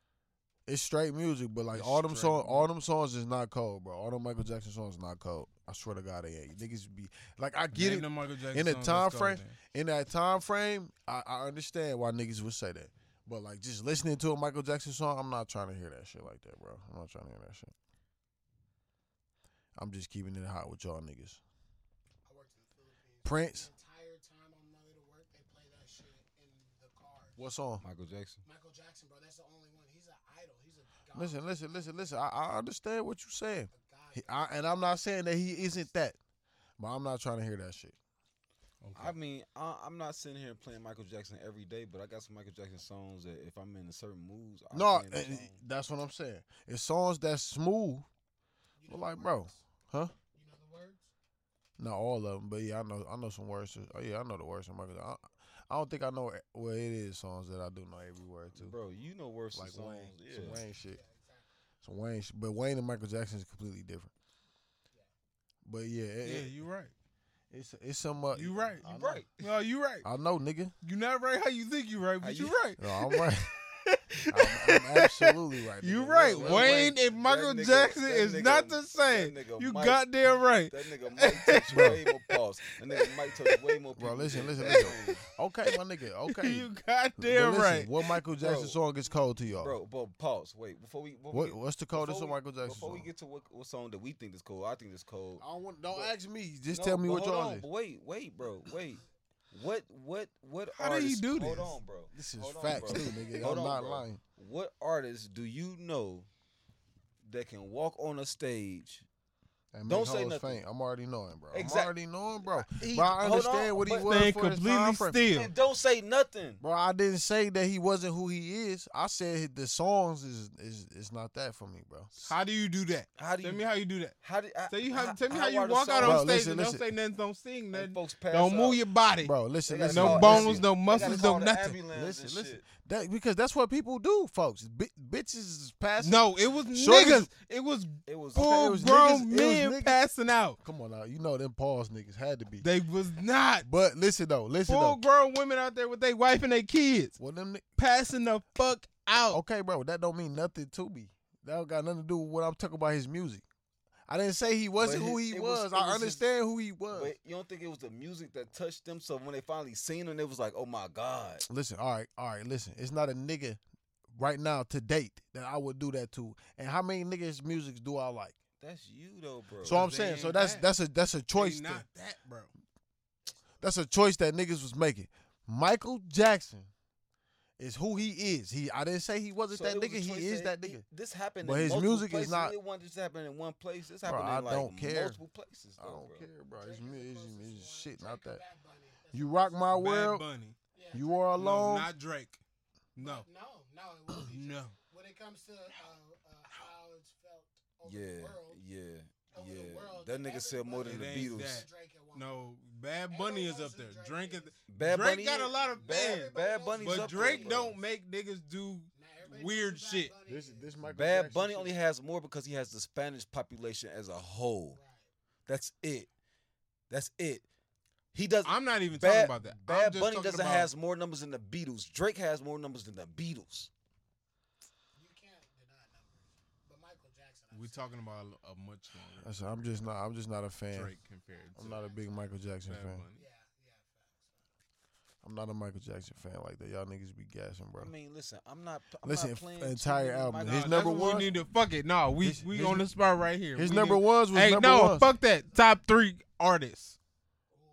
S2: it's straight music, but like
S1: It's
S2: all them
S1: straight
S2: songs, all them songs is not cold, bro. All them Michael Jackson songs not cold. I swear to God, they ain't. Niggas be like, I get
S1: Name
S2: it.
S1: the Michael Jackson
S2: in the
S1: songs
S2: time
S1: that's
S2: frame,
S1: golden.
S2: in that time frame, I, I understand why niggas would say that. But like just listening to a Michael Jackson song, I'm not trying to hear that shit like that, bro. I'm not trying to hear that shit. I'm just keeping it hot with y'all niggas.
S4: I worked in the Philippines.
S2: Prince,
S4: The entire time on my way to work, they play that shit in the car.
S2: what song?
S3: Michael Jackson.
S4: Michael Jackson, bro, that's the only one. He's an idol. He's a god.
S2: Listen, listen, listen, listen. I, I understand what you're saying,
S4: A god.
S2: He- I, and I'm not saying that he isn't that, but I'm not trying to hear that shit.
S3: I mean, I, I'm not sitting here playing Michael Jackson every day, but I got some Michael Jackson songs that if I'm in a certain moods, I
S2: No, eh,
S3: play them
S2: and-
S3: songs.
S2: that's what I'm saying. It's songs that's smooth.
S4: You
S2: Well,
S4: know
S2: like,
S4: the
S2: bro,
S4: words?
S2: huh?
S4: You know the words?
S2: Not all of them, but yeah, I know I know some words. to- Oh yeah, I know the words. from Michael. Jackson. I, I don't think I know e, well it is songs that I do know every word to,
S3: bro, you know worse
S2: like
S3: songs.
S2: Wayne,
S3: yeah.
S2: some Wayne shit,
S4: Yeah, exactly.
S2: some Wayne. Sh- but Wayne and Michael Jackson is completely different. But yeah, it,
S1: Yeah,
S2: it-
S1: you right.
S2: it's it's some. Uh,
S1: You right.
S2: I
S1: You
S2: know.
S1: right. No, you right.
S2: I know, nigga.
S1: You not right how you think you right,
S3: How
S1: but
S3: you-
S1: you right.
S2: No, I'm right. I'm, I'm absolutely right.
S1: You
S2: nigga.
S1: right.
S3: Lil
S1: Wayne
S3: Wayne-
S1: and Michael
S3: that nigga-
S1: Jackson
S3: that
S1: is
S3: nigga-
S1: not the
S3: that
S1: same.
S3: nigga
S1: You
S3: Mike-
S1: goddamn right.
S3: That nigga Mike touched way more balls. That nigga Mike touched way more
S2: Bro,
S3: people
S2: listen,
S3: than
S2: listen,
S3: that
S2: listen.
S3: man.
S2: Okay, my nigga. Okay.
S1: you
S2: But
S1: goddamn
S2: listen,
S1: right.
S2: What Michael Jackson
S3: Bro.
S2: song gets cold to y'all?
S3: Bro, but pause. Wait, before we before
S2: what
S3: we,
S2: what's the coldest
S3: before
S2: of
S3: we-
S2: Michael Jackson
S3: before we
S2: song?
S3: get to what, what song that we think is cold, I think is cold.
S2: I don't want. Don't
S3: What?
S2: ask me. Just
S3: No,
S2: tell me
S3: but
S2: what
S3: hold
S2: y'all
S3: on,
S2: is.
S3: but Wait, wait, bro, wait. What what what
S1: How do you
S3: artists-
S1: do
S3: Hold
S1: this?
S3: on, bro.
S2: This is
S3: Hold on,
S2: facts
S3: bro.
S2: too, nigga.
S3: Hold
S2: I'm
S3: on,
S2: not
S3: bro.
S2: lying.
S3: What artists do you know that can walk on a stage?
S2: And
S3: Don't
S2: make
S3: say
S2: hoes
S3: nothing.
S2: faint. I'm already knowing, bro.
S3: Exact-
S2: I'm already knowing, bro.
S3: He-
S2: But I
S3: hold
S2: understand
S3: on,
S2: what he
S3: but-
S2: was
S1: Staying
S2: for his time
S1: completely
S2: frame.
S1: still.
S3: And don't say nothing.
S2: Bro, I didn't say that he wasn't who he is. I said the songs is is is not that for me, bro.
S1: How do you do that?
S3: How do
S1: Tell
S3: you-
S1: me how you do that.
S3: How do I,
S1: Tell you how. Tell me how
S3: are
S1: you
S3: the
S1: walk out
S3: songs-
S2: Bro,
S1: on stage
S2: listen,
S1: and
S2: listen.
S1: don't say nothing, don't sing
S3: and
S1: nothing,
S3: folks pass
S1: don't move
S3: out.
S1: your body,
S2: Bro, listen,
S3: They gotta
S2: listen,
S1: no
S3: call-
S2: listen.
S1: bones, no
S3: They gotta
S1: muscles,
S3: call
S1: no
S3: the
S1: nothing.
S3: ambulance and
S2: Listen, listen.
S3: shit.
S2: That because that's what people do, folks. B- bitches is passing.
S1: No, it was
S2: Shorty-
S1: niggas. It was
S3: It was
S2: Okay, it
S1: full
S2: was niggas- it
S1: grown
S2: was
S1: men
S2: niggas.
S1: passing out.
S2: Come on now, you know them pause niggas had to be.
S1: They was not
S2: But listen though, listen
S1: full
S2: though.
S1: grown women out there with their wife and their kids
S2: Well, them ni-
S1: passing the fuck out.
S2: okay, bro, that don't mean nothing to me. That don't got nothing to do with what I'm talking about his music. I didn't say he wasn't
S3: But
S2: who
S3: he-
S2: he
S3: it
S2: was.
S3: was- it
S2: I
S3: was his-
S2: understand who he was.
S3: But you don't think it was the music that touched them? So when they finally seen him, it was like, oh my god.
S2: Listen, all right, all right, listen. It's not a nigga right now to date that I would do that to. And how many niggas' music do I like?
S3: That's you though, bro.
S2: So I'm
S1: they
S2: saying, so
S1: ain't
S2: that's
S1: bad.
S2: that's a that's a choice.
S1: They
S2: thing.
S1: not that, bro.
S2: That's a choice that niggas was making. Michael Jackson is who he is. He I didn't say he wasn't
S3: So
S2: that
S3: it was
S2: nigga.
S3: a
S2: He
S3: choice
S2: is that
S3: he-
S2: nigga.
S3: This happened,
S2: But
S3: in
S2: his
S3: multiple
S2: music is
S3: places.
S2: not-
S3: It wasn't just happen in one place. This
S2: Bro,
S3: happened
S2: I
S3: in like
S2: don't care.
S3: multiple places.
S2: I
S3: though,
S2: don't
S3: bro.
S2: care, bro. It's,
S4: Drake
S2: mu-
S4: is the
S2: it's,
S4: closest
S2: it's
S4: one.
S2: shit,
S4: Drake
S2: not
S4: or
S2: that.
S4: Bad Bunny. That's
S2: You
S4: the
S2: rock
S4: closest
S2: my
S4: one.
S2: world.
S1: Bad Bunny.
S4: Yeah,
S2: You are
S1: No,
S2: alone.
S1: not Drake. No,
S4: No, no, it was
S1: no.
S4: When it comes to uh, uh, how it's felt over the
S3: Yeah,
S4: world,
S3: yeah,
S4: Over the
S3: yeah.
S4: world,
S3: That nigga said more than the
S4: everybody-
S1: It ain't
S3: Beatles.
S1: that.
S4: Drake at one point.
S1: No, Bad Bunny is
S4: Everyone
S1: up
S4: knows
S1: there.
S4: who Drake
S1: Drake is,
S4: is.
S3: Bad
S1: Drake
S3: Bunny
S1: got a
S3: is-
S1: lot of
S3: Bad,
S1: fans,
S3: Bad Bunny's
S1: but
S3: up there,
S1: Drake
S3: bro.
S1: don't make niggas do.
S4: Now, everybody knows
S1: Weird
S4: who Bad
S1: shit.
S4: Bunny
S2: This
S4: is.
S2: this Michael
S3: Bad
S2: Jackson
S3: Bunny
S2: shit.
S3: only has more because he has the Spanish population as a whole.
S4: Right.
S3: That's it. That's it. He does.
S1: I'm not even
S3: Bad,
S1: talking about that. I'm
S3: Bad
S1: just
S3: Bunny
S1: talking
S3: doesn't
S1: about-
S3: has more numbers than the Beatles. Drake has more numbers than the Beatles.
S4: You can't deny numbers. But Michael Jackson.
S1: We're
S4: I've seen.
S1: talking about a, a much
S2: I
S1: longer
S2: said, I'm just not. I'm just not a fan.
S1: Drake compared to
S2: I'm not a big Michael Jackson
S1: Bad
S2: fan.
S1: Bunny.
S4: Yeah, yeah, facts.
S2: I'm not a Michael Jackson fan like that. y'all niggas be gassing, bro.
S3: I mean, listen, I'm not. I'm
S2: Listen,
S3: not
S2: f-
S3: playing
S2: entire
S3: too many
S2: album.
S3: Michael-
S1: Nah,
S2: His
S1: that's
S2: number
S1: what
S2: one-
S1: We need to fuck it. No, we
S2: His-
S1: we
S2: his-
S1: on the spot right here.
S2: His
S1: We
S2: number
S1: need,
S2: ones was
S1: Hey,
S2: number
S1: no,
S2: ones.
S1: fuck that. Top three artists.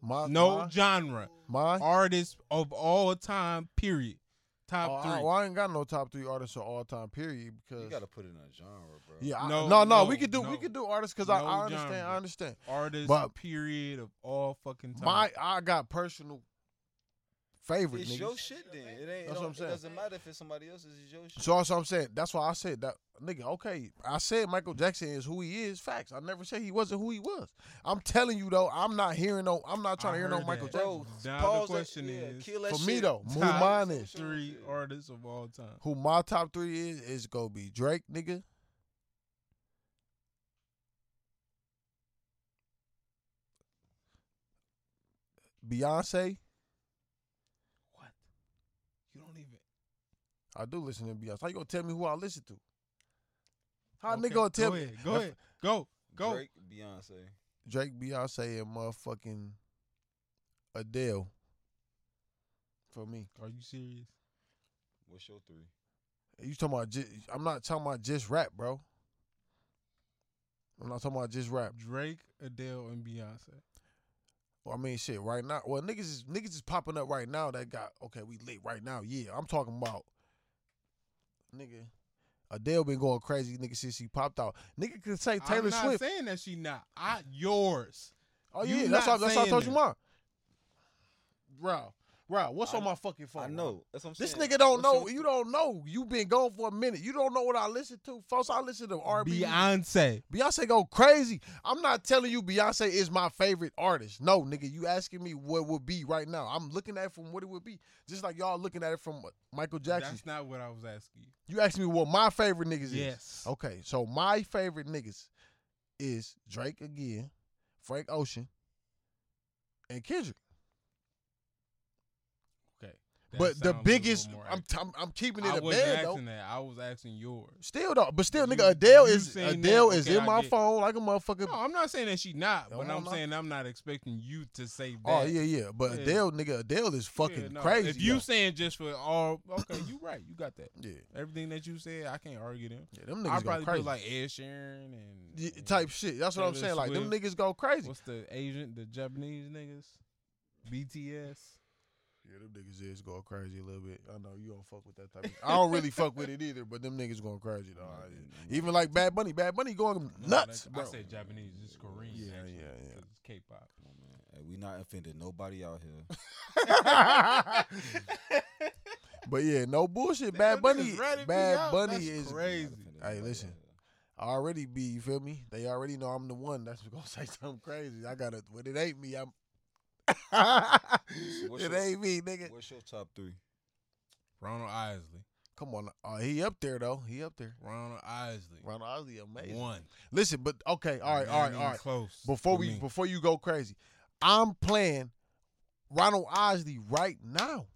S2: My,
S1: No
S2: my,
S1: genre.
S2: my
S1: Artists of all time. Period. Top
S2: Oh,
S1: three.
S2: I, well, I ain't got no top three artists of all time. Period. Because
S3: You gotta put it in a genre, bro.
S2: yeah, I, no,
S1: No,
S2: no,
S1: no,
S2: we could do we
S1: no.
S2: could do artists because I,
S1: No
S2: I understand.
S1: genre.
S2: I understand.
S1: artists.
S2: But-
S1: period of all fucking time.
S2: My I got personal favorite
S3: It's your
S2: niggas.
S3: shit then. It ain't.
S2: That's
S3: it
S2: what I'm
S3: don't-
S2: saying.
S3: It doesn't matter if it's somebody else's. It's your shit.
S2: So that's what I'm saying. That's why I said that nigga. Okay, I said Michael Jackson is who he is. Facts. I never said he wasn't who he was. I'm telling you though. I'm not hearing no. I'm not trying
S1: I
S2: to hear no
S1: heard
S2: Michael
S1: that.
S2: Jackson.
S3: bro,
S1: Now the
S3: pause
S1: question
S3: that,
S1: is,
S3: yeah, kill that
S2: For
S3: shit.
S2: me though, who
S1: Top
S2: mine is,
S1: three artists of all time.
S2: who my top three is, is gonna be Drake, nigga. Beyonce.
S1: What? You don't even.
S2: I do listen to Beyonce. How you gonna tell me who I listen to? How
S1: Okay,
S2: nigga gonna tell
S1: Go
S2: me
S1: ahead. Go ahead. Go. Go.
S3: Drake, Beyonce.
S2: Drake, Beyonce, and motherfucking Adele? For me,
S1: Are you serious?
S3: What's your three?
S2: you talking about? Just, I'm not talking about just rap, bro. I'm not talking about just rap.
S1: Drake, Adele, and Beyonce.
S2: Well, I mean, shit, right now. Well, niggas is niggas is popping up right now. That got okay, we lit right now. Yeah, I'm talking about nigga. Adele been going crazy, nigga, since she popped out. Nigga could say Taylor
S1: I'm not
S2: Swift.
S1: saying that she not. I yours.
S2: oh
S1: you
S2: yeah, that's
S1: not
S2: all. That's all I
S1: saying
S2: told you,
S1: that.
S2: mine. Bro, bro, what's
S3: I-
S2: on my fucking phone?
S3: I
S2: bro?
S3: know. That's what I'm
S2: This
S3: saying.
S2: nigga don't
S3: What's
S2: know.
S3: your
S2: You don't know. You been gone for a minute. You don't know what I listen to, folks. I listen to R&B.
S1: Beyonce.
S2: Beyonce go crazy. I'm not telling you Beyonce is my favorite artist. No, nigga, you asking me what would be right now. I'm looking at it from what it would be. Just like y'all looking at it from Michael Jackson.
S1: That's not what I was asking you.
S2: You asked me what my favorite niggas is.
S1: Yes.
S2: Okay, so my favorite niggas is Drake again, Frank Ocean, and Kendrick.
S1: Okay.
S2: but the biggest, I'm, I'm I'm keeping it
S1: I
S2: a
S1: wasn't
S2: bed though.
S1: asking that. I was asking yours.
S2: Still though, but still,
S1: You-
S2: nigga, Adele
S1: you
S2: is
S1: saying
S2: Adele
S1: that,
S2: is
S1: okay,
S2: in
S1: I
S2: my
S1: get- Oh,
S2: phone like a motherfucker.
S1: No, I'm not saying that she not,
S2: No,
S1: but
S2: no,
S1: I'm
S2: no.
S1: saying I'm not expecting you to say that.
S2: Oh yeah, yeah, but
S1: Yeah.
S2: Adele, nigga, Adele is
S1: Yeah,
S2: fucking
S1: no,
S2: crazy.
S1: If you
S2: though.
S1: saying just for all, okay, you right. You got that.
S2: yeah,
S1: Everything that you said, I can't argue them.
S2: yeah, them
S1: I
S2: niggas go
S1: probably
S2: crazy.
S1: put like Ed Sheeran and,
S2: Yeah,
S1: and
S2: type shit. That's what I'm
S1: Taylor
S2: saying. Like them
S1: Swift.
S2: niggas go crazy.
S1: What's the Asian, the Japanese niggas? BTS.
S2: Yeah, them niggas is going crazy a little bit. I know you don't fuck with that type. of I don't really fuck with it either, but them niggas going crazy though. I- Even like Bad Bunny, Bad Bunny going
S1: No,
S2: nuts,
S1: that's-
S2: bro.
S1: I said Japanese. It's Korean.
S2: Yeah,
S1: actually,
S2: yeah, yeah.
S1: 'cause It's K-pop.
S3: Come on, man. Hey, we not offending nobody out here.
S2: but yeah, no bullshit.
S1: Damn,
S2: Bad Bunny,
S1: niggas ratted me
S2: Bad
S1: out.
S2: Bunny
S1: That's
S2: is
S1: Crazy.
S3: We not offending
S2: Hey,
S3: nobody
S2: listen.
S3: out here.
S2: already be. You feel me? They already know I'm the one. That's gonna say something crazy. I gotta. When it ain't me, I'm.
S3: what's
S2: it
S3: your-
S2: ain't me, nigga.
S3: What's your top three?
S1: Ronald Isley.
S2: Come on, uh, he up there though. He up there.
S1: Ronald Isley.
S2: Ronald Osley, amazing.
S1: One.
S2: Listen, but okay, all right, all
S1: Not
S2: right,
S1: even
S2: all right.
S1: Close.
S2: Before
S1: for
S2: we
S1: me.
S2: before you go crazy, I'm playing Ronald Osley right now.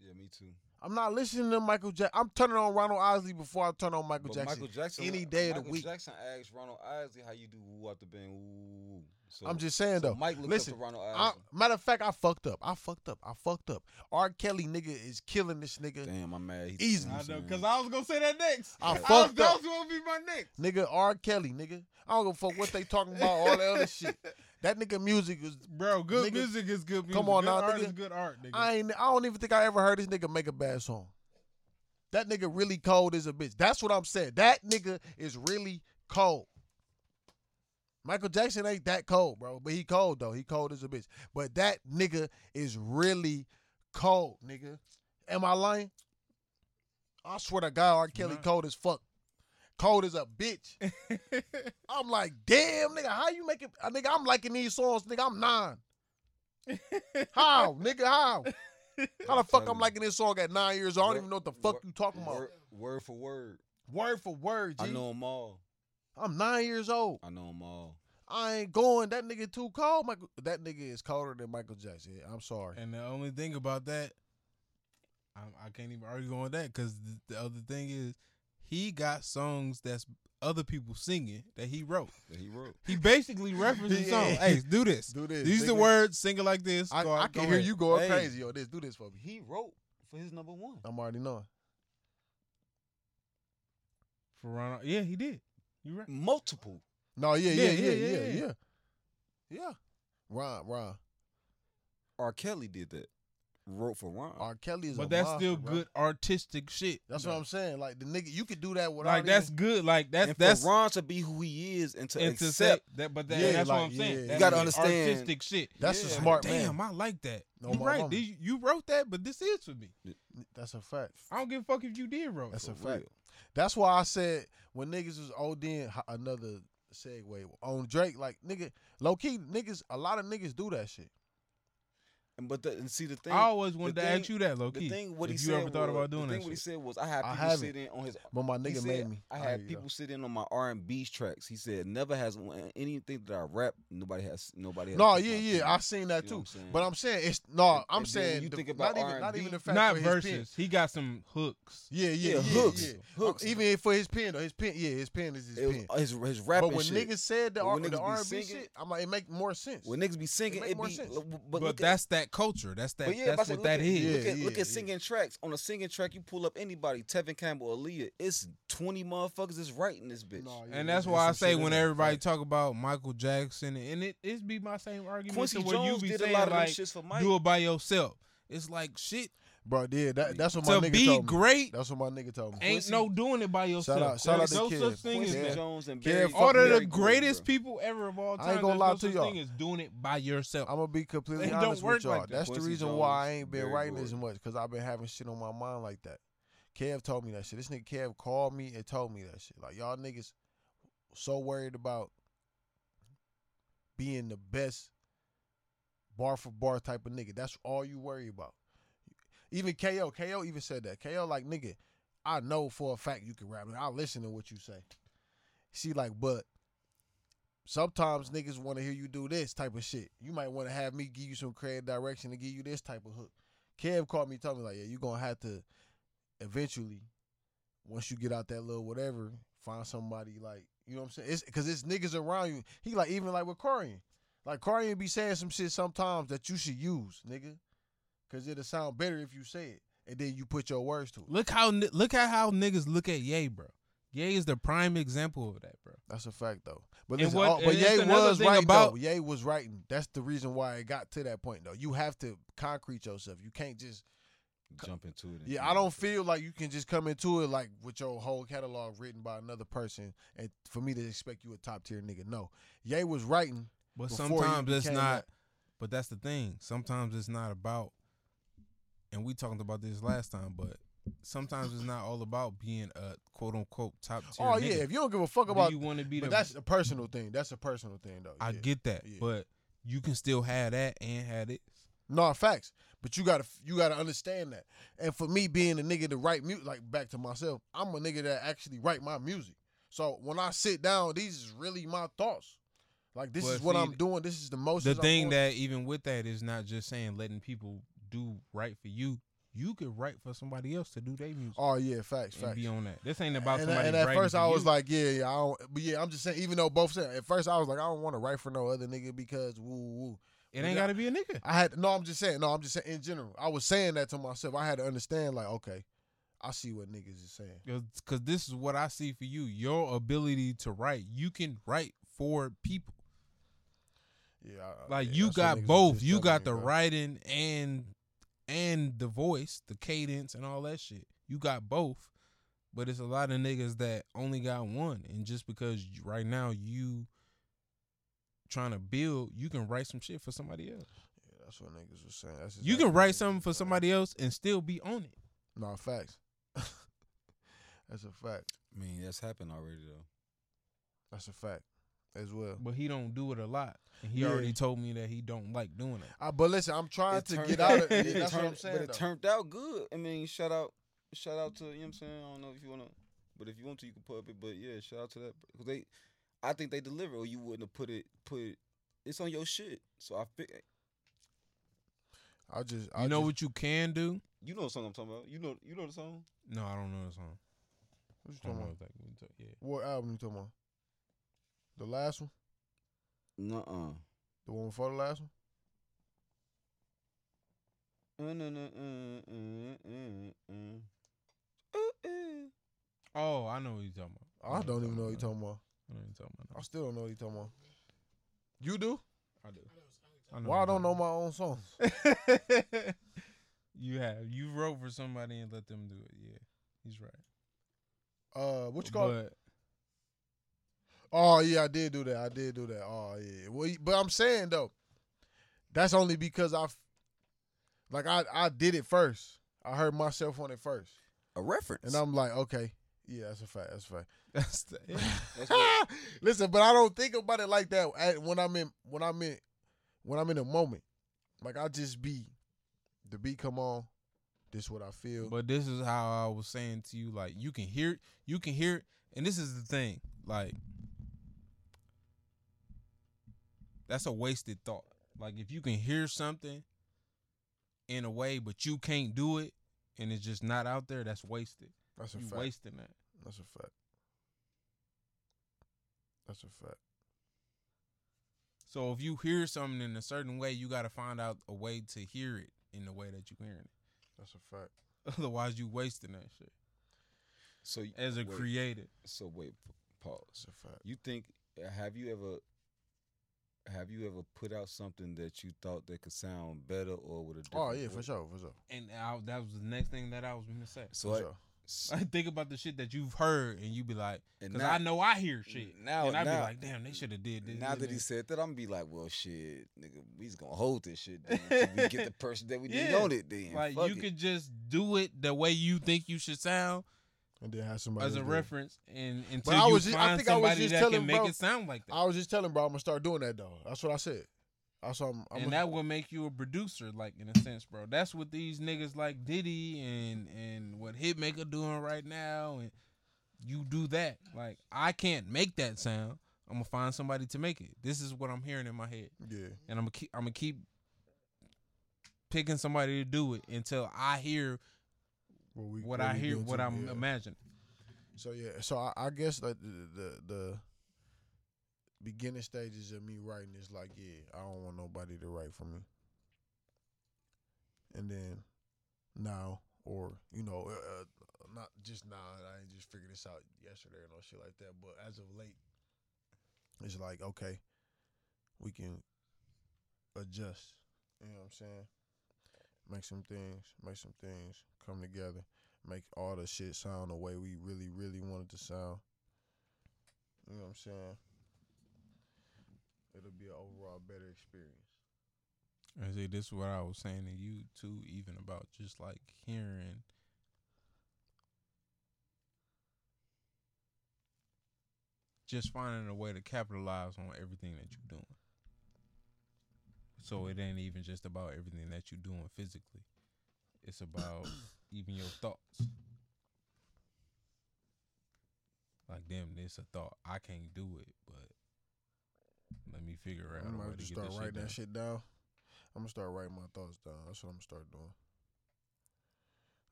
S3: Yeah, me too.
S2: I'm not listening to Michael Jackson. I'm turning on Ronald Osley before I turn on Michael
S3: But
S2: Jackson.
S3: Michael Jackson.
S2: any day of the
S3: Michael
S2: week.
S3: Jackson asked Ronald Isley how you do woo out the band. Woo, woo, woo. So,
S2: I'm just saying
S3: so
S2: though.
S3: Mike looked
S2: listen,
S3: up to Ronald
S2: I,
S3: Isley.
S2: matter of fact, I fucked up. I fucked up. I fucked up. R. Kelly nigga is killing this nigga.
S3: Damn, I'm mad. He,
S2: Easy.
S3: you
S1: I
S3: what
S1: know,
S3: I'm
S1: cause
S3: saying?
S1: I was gonna say that next.
S2: I
S1: was-
S2: fucked
S1: that
S2: up.
S1: was gonna be my next.
S2: Nigga, R. Kelly, nigga. I don't give a fuck what they talking about, all that other shit. That nigga music is
S1: Bro, good
S2: Nigga,
S1: music is good music.
S2: come on
S1: good
S2: now,
S1: art
S2: nigga.
S1: is good art, nigga.
S2: I ain't. I don't even think I ever heard this nigga make a bad song. That nigga really cold as a bitch. That's what I'm saying. That nigga is really cold. Michael Jackson ain't that cold, bro. But he cold though. He cold as a bitch. But that nigga is really cold, nigga. Am I lying? I swear to God, R. Kelly
S1: not.
S2: cold as fuck. Cold as a bitch. I'm like, damn, nigga, how you making? uh, Nigga, I'm liking these songs, nigga. I'm nine. How, nigga? How? How the
S3: I'm
S2: fuck
S3: telling
S2: I'm
S3: you.
S2: liking this song at nine years old? I don't
S3: Word-
S2: even know what the fuck
S3: word-
S2: you talking about.
S3: Word, word for word.
S2: Word for word, G.
S3: I know them all.
S2: I'm nine years old.
S3: I know them all.
S2: I ain't going. That nigga too cold. Michael, that nigga is colder than Michael Jackson. I'm sorry.
S1: and the only thing about that, I'm, I can't even argue on that because the, the other thing is he got songs that's other people singing that he wrote.
S3: That he wrote.
S1: He basically references
S2: Yeah.
S1: songs. Hey, do this.
S2: Do this.
S1: These the
S2: nigga.
S1: words. Sing it like this.
S2: I,
S1: go out-
S2: I can
S1: go
S2: hear
S1: in.
S2: you going
S1: Hey,
S2: crazy on this. Do this for me.
S3: He wrote for his number one.
S2: I'm already knowing.
S1: For Ronald, yeah, he did. You right?
S3: Multiple.
S2: No, yeah, yeah, yeah, yeah, yeah,
S1: yeah.
S2: yeah. Ron, Ron,
S3: R. Kelly did that. Wrote for Ron.
S2: R. Kelly is a
S1: But that's
S2: monster,
S1: still
S2: bro.
S1: good artistic shit.
S2: That's
S1: though.
S2: what I'm saying. Like the nigga, you could do that without
S1: Like that's
S2: even,
S1: good. Like that's
S3: and
S1: that's
S3: for Ron to be who he is and to
S1: and to say
S3: accept.
S1: that. But that,
S2: Yeah,
S1: that's what
S2: like,
S1: I'm saying.
S2: yeah.
S1: That
S3: You gotta
S1: is
S3: understand-
S1: artistic shit.
S2: that's a
S3: Yeah.
S2: smart
S1: Damn,
S2: man.
S1: I like that.
S2: No,
S1: you
S2: my
S1: right.
S2: mama.
S1: These- you wrote that, but this is for me.
S2: That's a fact.
S1: I don't give a fuck if you did wrote.
S2: That's
S1: it.
S2: a
S3: For
S2: fact.
S3: real.
S2: That's why I said when niggas was ODing, h- another segue on Drake. Like nigga, low key niggas, a lot of niggas do that shit.
S3: And but the, and see the thing.
S1: I always wanted
S3: the
S1: to
S3: thing-
S1: ask you that, low
S3: the
S1: key.
S3: thing what
S1: if
S3: he
S1: you
S3: said
S1: ever thought
S3: was-
S1: about doing
S3: the thing
S1: that
S3: what he
S1: shit.
S3: said was I had
S2: I
S3: people
S2: haven't.
S3: sit in on his
S2: But my
S3: He
S2: nigga
S3: said,
S2: made me.
S3: I
S2: There
S3: had
S2: you go.
S3: people sit in on my R and B tracks. He said never has one- anything that I rap. Nobody has. Nobody. Has
S2: No,
S3: put
S2: yeah,
S3: my
S2: yeah,
S3: feet.
S2: I seen that
S3: You
S2: too.
S3: know what I'm saying?
S2: but I'm saying it's no.
S3: And-
S2: I'm
S3: and then
S2: saying
S3: when you
S2: the-
S3: think about
S2: not even not
S3: R&B,
S2: even the fact
S1: Not
S2: for his pen.
S1: verses. He got some hooks.
S2: Yeah, yeah,
S3: Yeah,
S2: yeah,
S3: hooks,
S2: yeah.
S3: hooks.
S2: Um, even for his pen, though, his pen, yeah, his pen is his
S3: it was
S2: pen.
S3: his his rapping
S2: But when
S3: shit.
S2: niggas said the,
S3: But when
S2: R- the
S3: niggas be
S2: R&B
S3: singing-
S2: shit, I'm like, it make more sense.
S3: when niggas be singing,
S2: make
S3: it,
S2: more
S3: be.
S2: sense.
S3: l- But,
S1: But,
S3: look at-
S1: that's that culture. That's that.
S3: But yeah,
S1: that's
S3: but I
S1: what that
S3: said, look at,
S1: is.
S2: Yeah.
S3: Look at, look at singing tracks. On a singing track, you pull up anybody, Tevin Campbell, Aaliyah. It's twenty motherfuckers that's writing this bitch.
S2: Nah, yeah,
S1: And
S2: yeah,
S1: that's
S2: yeah,
S1: why I
S2: some
S1: say
S2: shit in
S1: when
S2: there.
S1: everybody talk about Michael Jackson, and it it be my same argument
S3: Quincy
S1: to where
S3: Jones
S1: you be
S3: did
S1: saying
S3: a lot of them
S1: like
S3: shits for Mike.
S1: do it by yourself. It's like shit
S2: bro, yeah, that, that's what
S1: to
S2: my nigga
S1: be
S2: told me.
S1: great.
S2: That's what my nigga told me.
S1: Ain't no doing it by yourself.
S2: out- shout
S1: There's
S2: out to
S1: no
S2: Kid.
S1: such thing as
S3: Quincy
S1: that.
S3: Jones and
S2: Kid
S3: Barry.
S2: fucking
S1: All of
S3: Barry
S1: the
S3: Gordy,
S1: greatest
S3: bro.
S1: people ever of all time.
S2: I ain't gonna
S1: there's
S2: lie
S1: no
S2: to
S1: such
S2: y'all.
S1: Thing is doing it by yourself.
S2: I'm gonna be completely
S1: It don't
S2: honest
S1: work
S2: with y'all.
S1: like that.
S2: That's the
S3: Quincy
S2: reason why I
S3: Jones,
S2: ain't been
S3: Barry
S2: writing
S3: Gordy.
S2: as much because I've been having shit on my mind like that. Kev told me that shit. This nigga Kev called me and told me that shit. Like y'all niggas so worried about being the best bar for bar type of nigga. That's all you worry about. Even KO, KO even said that. KO like nigga, I know for a fact you can rap. and I listen to what you say. She like, but sometimes niggas want to hear you do this type of shit. You might want to have me give you some creative direction to give you this type of hook. Kev called me, told me like, yeah, you gonna have to eventually, once you get out that little whatever, find somebody like, you know what I'm saying? It's because it's niggas around you. He like even like with Corian, like Corian be saying some shit sometimes that you should use, nigga, because it'll sound better if you say it and then you put your words to it.
S1: Look how ni- look at how niggas look at Ye, bro. Ye is the prime example of that, bro.
S2: That's a fact though. But
S1: And
S2: listen,
S1: what-
S2: all- but
S1: and it's
S2: Ye
S1: another
S2: was
S1: thing
S2: right
S1: about-
S2: though. Ye was writing. That's the reason why it got to that point though. You have to concrete yourself. You can't just
S3: Jump into it. and
S2: yeah.
S3: jump
S2: I don't
S3: into it.
S2: feel like you can just come into it like with your whole catalog written by another person and for me to expect you a top tier nigga. No, Ye was writing.
S1: But
S2: before he
S1: sometimes it's
S2: became
S1: not.
S2: that.
S1: But that's the thing. Sometimes it's not about. And we talked about this last time, but sometimes it's not all about being a quote unquote top tier.
S2: Oh
S1: nigga.
S2: yeah, if you don't give a fuck
S1: Do
S2: about,
S1: you want to be
S2: but
S1: the.
S2: that's a personal thing. That's a personal thing though.
S1: I
S2: yeah.
S1: get that,
S2: yeah.
S1: but you can still have that and have it.
S2: No facts, but you gotta you gotta understand that. And for me, being a nigga to write music, like back to myself, I'm a nigga that actually write my music. So when I sit down, these is really my thoughts. Like this
S1: But
S2: is what
S1: see,
S2: I'm doing. This is the most.
S1: The thing that even with that is not just saying letting people do right for you. You could write for somebody else to do their music
S2: Oh yeah, facts,
S1: and
S2: facts.
S1: be on that. This ain't about
S2: And,
S1: somebody.
S2: and at
S1: writing
S2: first
S1: for
S2: I was
S1: you.
S2: like, yeah, yeah, I don't, but yeah, I'm just saying. Even though both said at first I was like, I don't want to write for no other nigga because woo woo.
S1: it ain't got to be a nigga.
S2: I had no. I'm just saying. No, I'm just saying. In general, I was saying that to myself. I had to understand. Like, okay, I see what niggas is saying.
S1: because this is what I see for you. Your ability to write, you can write for people.
S2: Yeah, I-
S1: Like
S2: yeah,
S1: you
S2: that's what niggas
S1: got
S2: was
S1: both.
S2: just
S1: You
S2: telling
S1: got
S2: me,
S1: the
S2: bro.
S1: writing and and the voice, the cadence, and all that shit. You got both, but it's a lot of niggas that only got one. And just because you, right now you trying to build, you can write some shit for somebody else.
S2: Yeah, that's what niggas was saying. That's
S1: you
S2: exactly
S1: can
S2: what
S1: write
S2: niggas
S1: something
S2: was
S1: for
S2: saying.
S1: somebody else and still be on it.
S2: Nah, facts. that's a fact.
S3: I mean, that's happened already though.
S2: That's a fact as well.
S1: But he don't do it a lot. And he
S2: Yeah.
S1: already told me that he don't like doing it.
S2: I, Ah, but listen, I'm trying
S3: It
S2: to
S3: turned
S2: get out of
S3: out-
S2: it.
S3: it
S2: Yeah, that's what
S3: turned-
S2: I'm saying.
S3: But it
S2: though.
S3: turned out good. I mean, shout out, shout out to you know what I'm saying. I don't know if you wanna, but if you want to, you can put up it. But yeah, shout out to that because they, I think they deliver or you wouldn't have put it put. it- It's on your shit. So I fi-
S2: I just, I
S1: You know
S2: just,
S1: what you can do?
S3: you know the song I'm talking about. You know you know the song.
S1: No, I don't know the song. I
S2: what you
S1: don't
S2: talking
S1: know
S2: about?
S1: if that can talk- yeah.
S2: What album you talking about? The last one,
S3: Nuh uh.
S2: the one before the last one.
S3: Uh, no, no, uh, uh, uh, uh. Uh, uh.
S1: Oh, I know what you're talking about.
S2: I don't even know what you
S1: about.
S2: talking about.
S1: I know what you're talking
S2: I
S1: about.
S2: still don't know what you talking about. You do?
S1: I do.
S6: I know it's only
S1: I know
S2: Why I
S1: what
S2: don't know
S1: you're
S2: my own songs?
S1: talking about. you have. You wrote for somebody and let them do it. Yeah, he's right.
S2: Uh, what you call it?
S1: But
S2: Oh yeah, I did do that. I did do that. Oh yeah. Well, but I'm saying though, that's only because I, f- like I I did it first. I heard myself on it first,
S3: A reference.
S2: and I'm like, okay, yeah, that's a fact. That's a fact.
S1: that's the,
S3: That's what-
S2: Listen, but I don't think about it like that at- when I'm in when I'm in when I'm in a moment. Like I just be, the beat come on, this what I feel.
S1: But this is how I was saying to you, like you can hear, it, you can hear, it, and this is the thing, like that's a wasted thought. Like if you can hear something in a way, but you can't do it, and it's just not out there, that's wasted.
S2: That's a
S1: you
S2: fact.
S1: wasting that.
S2: That's a fact. That's a fact.
S1: So if you hear something in a certain way, you got to find out a way to hear it in the way that you're hearing it.
S2: That's a fact.
S1: Otherwise, you wasting that shit
S3: So y-
S1: as a
S3: wait,
S1: creative.
S3: So wait, p- pause.
S2: That's a fact.
S3: You think have you ever have you ever put out something that you thought that could sound better or with a
S2: Oh
S3: different
S2: yeah, for
S3: voice?
S2: sure, for sure.
S1: And I, that was the next thing that I was gonna say.
S3: So
S2: For
S3: I,
S2: sure.
S3: s-
S1: I think about the shit that you've heard, and you be like,
S3: and
S1: because
S3: now,
S1: I know I hear shit.
S3: now-
S1: and I be
S3: now-
S1: like, damn, they should have did this.
S3: now
S1: this,
S3: that he
S1: this."
S3: said that, I'm be like, well, shit, nigga, we's gonna hold this shit. Then, until we get the person that we need
S1: Yeah.
S3: on it. Then
S1: like,
S3: Fuck
S1: you
S3: it.
S1: could just do it the way you think you should sound
S2: And then have somebody
S1: as a
S2: else do it.
S1: reference, and until
S2: But I
S1: you
S2: was just- I
S1: find
S2: think I was
S1: somebody
S2: just
S1: that can
S2: telling
S1: make
S2: bro-
S1: it sound like that,
S2: I was just telling bro, I'm gonna start doing that though. That's what I said. That's what I'm. I'm
S1: and
S2: gonna-
S1: that will make you a producer, like in a sense, bro. That's what these niggas like Diddy and and what Hitmaker doing right now, and you do that. Like, I can't make that sound. I'm gonna find somebody to make it. This is what I'm hearing in my head.
S2: yeah,
S1: and I'm gonna keep I'm gonna keep picking somebody to do it until I hear
S2: what, we,
S1: what I
S2: we
S1: hear
S2: did
S1: what
S2: too,
S1: I'm
S2: yeah.
S1: imagining.
S2: So yeah, so I, I guess like the, the the beginning stages of me writing is like, yeah, I don't want nobody to write for me. And then now, or you know, uh, uh, not just now. I ain't just figured this out yesterday or no shit like that. But as of late, it's like okay, we can adjust. You know what I'm saying? Make some things, make some things come together make all the shit sound the way we really, really want it to sound. You know what I'm saying? It'll be an overall better experience.
S1: I see this is what I was saying to you too, even about just like hearing just finding a way to capitalize on everything that you're doing. So it ain't even just about everything that you're doing physically. It's about even your thoughts. Like damn, this a thought. I can't do it, but let me figure out
S2: I'm
S1: a way
S2: gonna
S1: to
S2: just
S1: get
S2: start
S1: this shit
S2: writing
S1: done.
S2: that shit down. I'm gonna start writing my thoughts down. That's what I'm gonna start doing.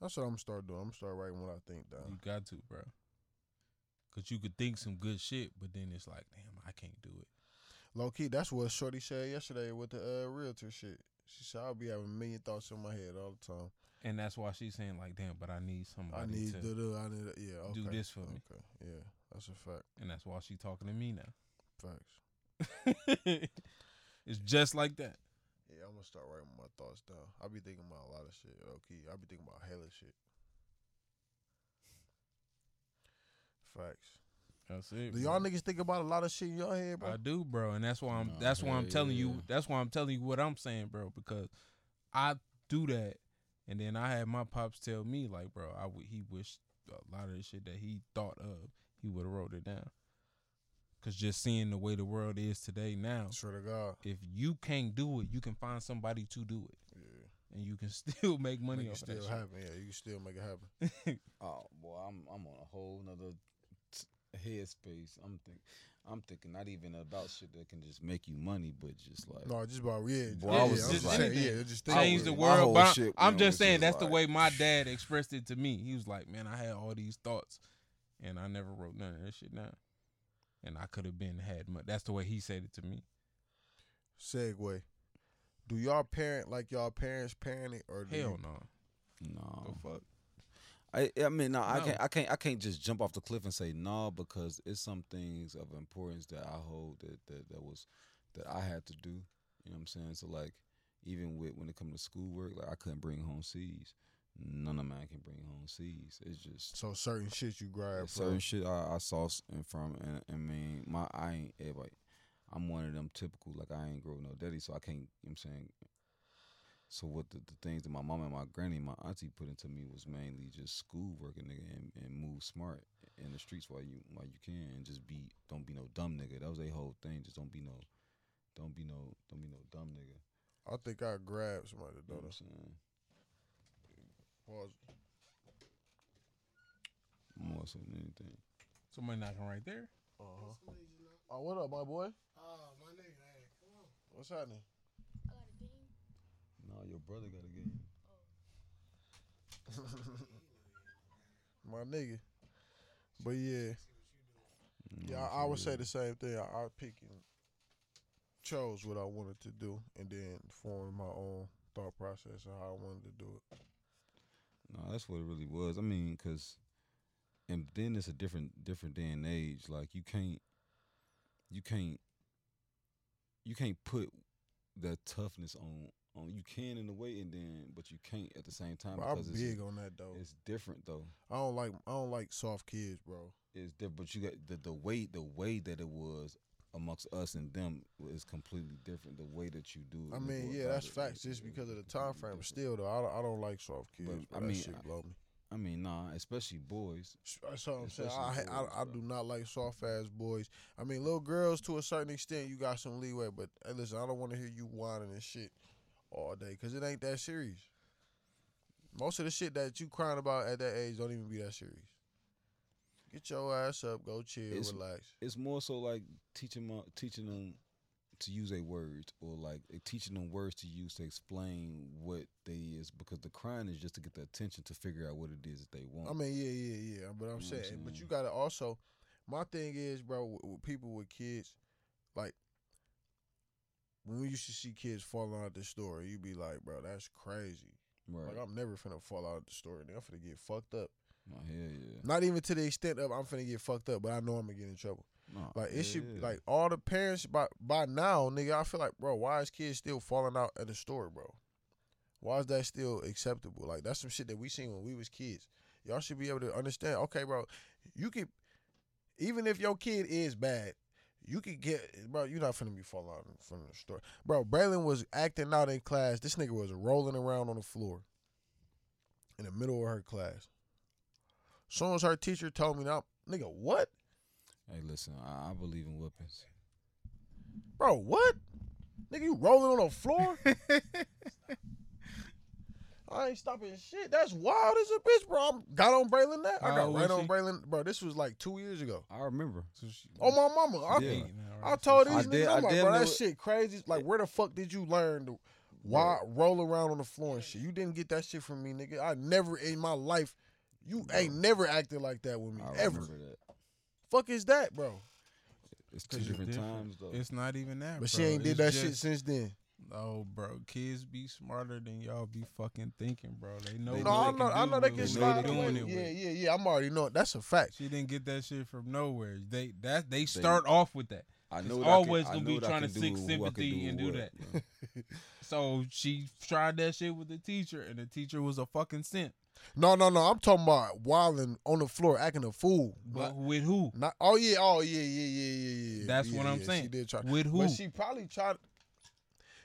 S2: That's what I'm gonna start doing. I'm gonna start writing what I think
S1: You
S2: down.
S1: got to, bro. Cause you could think some good shit, but then it's like, damn, I can't do it.
S2: Low key, that's what Shorty said yesterday with the uh, realtor shit. She said I'll be having a million thoughts in my head all the time.
S1: And that's why she's saying like, damn, but I need somebody
S2: I need
S1: to,
S2: to do. I need. To, yeah. Okay.
S1: do this for me.
S2: Okay. Yeah. That's a fact.
S1: and that's why she talking to me now.
S2: Facts.
S1: it's just like that.
S2: Yeah, I'm gonna start writing my thoughts down. I be thinking about a lot of shit, okay? I be thinking about hella shit. Facts.
S1: That's it.
S2: Do y'all niggas think about a lot of shit in your head, bro?
S1: I do, bro, and that's why I'm.
S3: Nah,
S1: that's why I'm
S3: hell
S1: telling
S3: yeah.
S1: you. That's why I'm telling you what I'm saying, bro. Because I do that, and then I had my pops tell me like, bro, I w- he wished a lot of the shit that he thought of, he would have wrote it down. Cause just seeing the way the world is today now,
S2: Swear to God.
S1: if you can't do it, you can find somebody to do it,
S2: Yeah.
S1: and you can still make money
S2: Make it
S1: off of that.
S2: still
S1: shit.
S2: happen. Yeah, you can still make it happen.
S3: Oh boy, I'm I'm on a whole nother t- headspace. I'm think I'm thinking not even about shit that can just make you money, but just like
S2: No, just about yeah.
S3: Boy,
S2: yeah,
S3: I was
S2: I'm
S3: just
S2: saying,
S1: anything.
S2: yeah, just think
S1: change
S3: I
S1: the
S3: would.
S2: about
S3: My whole
S1: world. But
S3: shit,
S1: I'm, I'm
S3: man, was
S1: just saying
S3: just
S1: that's the
S3: like-
S1: way my dad expressed it to me. He was like, "Man, I had all these thoughts, and I never wrote none of that shit down, and I could have been had money." That's the way he said it to me.
S2: it. Segue. Do y'all parent like y'all parents parented or do
S1: Hell
S2: you,
S1: no,
S3: no.
S1: the fuck.
S3: I I mean no, I
S1: No.
S3: can't I can't I can't just jump off the cliff and say no because it's some things of importance that I hold that that, that was that I had to do. You know what I'm saying? So like even with when it comes to schoolwork, like I couldn't bring home C's. None of mine can bring home C's. It's just
S2: So certain shit you grab
S3: There's
S2: from.
S3: certain shit I, I saw s- and from and I mean my I ain't eh, like I'm one of them typical like I ain't grow no daddy so I can't you know what I'm saying so what the, the things that my mom and my granny and my auntie put into me was mainly just schoolwork and nigga and, and move smart in the streets while you while you can and just be don't be no dumb nigga that was their whole thing just don't be no don't be no don't be no dumb nigga
S2: I think I grabbed somebody
S3: You know
S2: though.
S3: what I'm saying?
S2: Pause.
S3: More so than anything.
S1: Somebody knocking right there.
S2: Uh-huh.
S4: Somebody just knocked-
S2: Oh, what up, my boy?
S4: Oh, my nigga, hey, come on.
S2: What's happening?
S7: I got a game.
S3: No, your brother got a game.
S2: my nigga. But yeah,
S3: Mm,
S2: yeah, I, I would say the same thing. I, I pick and chose what I wanted to do, and then formed my own thought process of how I wanted to do it.
S3: No, that's what it really was. I mean, cause, and then it's a different different day and age. Like you can't, you can't, you can't put that toughness on on. You can in a way, and then but you can't at the same time
S2: But I'm
S3: because
S2: big
S3: it's
S2: on that though.
S3: it's different though.
S2: I don't like I don't like soft kids, bro.
S3: It's different, but you got the the way the way that it was amongst us and them is completely different. The way that you do.
S2: I
S3: it
S2: mean,
S3: was
S2: yeah,
S3: about
S2: that's
S3: it.
S2: facts.
S3: It
S2: Just
S3: was
S2: because of the time
S3: completely
S2: frame.
S3: different.
S2: Still though, I don't, I don't like soft kids.
S3: But,
S2: bro.
S3: I
S2: that
S3: mean,
S2: shit
S3: I-
S2: blow me.
S3: I mean, nah, especially boys.
S2: That's what I'm saying. I,
S3: Especially boys,
S2: I, I
S3: bro.
S2: do not like soft ass boys. I mean, little girls to a certain extent, you got some leeway, but hey, listen, I don't want to hear you whining and shit all day because it ain't that serious. Most of the shit that you crying about at that age don't even be that serious. Get your ass up, go chill,
S3: It's-
S2: relax.
S3: it's more so like teaching my, teaching them to use a words or like eh, teaching them words to use to explain what they is because the crying is just to get the attention to figure out what it is that they want.
S2: I mean, yeah, yeah, yeah. But I'm
S3: what I'm
S2: saying, but
S3: saying?
S2: you gotta also. My thing is, bro, with, with people with kids, like when we used to see kids falling out the store, you be like, bro, that's crazy.
S3: right?
S2: Like I'm never finna fall out of the story. Nigga. I'm finna get fucked up.
S3: No, Oh, hell yeah.
S2: Not even to the extent of I'm finna get fucked up, but I know I'm gonna get in trouble.
S3: No,
S2: Like it
S3: yeah.
S2: should like all the parents by by now, nigga. I feel like bro, why is kids still falling out at the store, bro? Why is that still acceptable? Like that's some shit that we seen when we was kids. Y'all should be able to understand. Okay, bro, you could even if your kid is bad. You could get, bro. You're not finna be falling out in front of the store, bro. Braylon was acting out in class. This nigga was rolling around on the floor in the middle of her class. Soon as her teacher told me, "Now, nigga, what,
S3: Hey, listen, I, I believe in weapons.
S2: bro? What, nigga? You rolling on the floor? I ain't stopping shit. That's wild as a bitch, bro. I got on Braylon that. I
S1: How
S2: got
S1: old
S2: right
S1: was
S2: on
S1: she?
S2: Braylon, bro. This was like two years ago.
S3: I remember.
S1: So she,
S2: Oh my mama, I,
S3: Yeah.
S2: I told
S3: I
S2: these niggas,
S3: did- I
S2: I'm like,
S3: did
S2: bro,
S3: know
S2: that
S3: it-
S2: shit crazy. Like, where the fuck did you learn to why roll around on the floor and shit? You didn't get that shit from me, nigga. I never in my life, you ain't never acted like that with me
S3: I
S2: ever.
S3: remember that.
S2: Fuck is that, bro?
S3: It's two different, times though.
S1: It's not even that.
S2: But
S1: bro.
S2: she ain't
S1: It's
S2: did that shit
S1: just-
S2: since then.
S1: No, bro. Kids be smarter than y'all be fucking thinking, bro. They know.
S3: They
S2: No, I
S1: what
S2: know, I know they
S1: do
S2: can
S1: with it.
S3: slide
S2: slide
S1: They doing
S2: away.
S1: it with.
S2: Yeah, yeah, yeah. I'm already know that's a fact.
S1: She didn't get that shit from nowhere. They that they start off with that.
S3: I
S1: it's
S3: know what I can-
S1: always
S3: I
S1: gonna
S3: know
S1: be
S3: what I
S1: trying
S3: can
S1: to
S3: do,
S1: seek
S3: who I can
S1: sympathy
S3: do
S1: and
S3: what,
S1: do that.
S3: you know.
S1: So she tried that shit with the teacher, and the teacher was a fucking simp.
S2: No, no, no. I'm talking about wilding on the floor, acting a fool.
S1: But with who?
S2: Not, oh yeah, oh yeah, yeah, yeah, yeah, yeah.
S1: That's
S2: yeah,
S1: what I'm
S2: yeah, She
S1: saying.
S2: did try.
S1: With who?
S2: But she probably tried.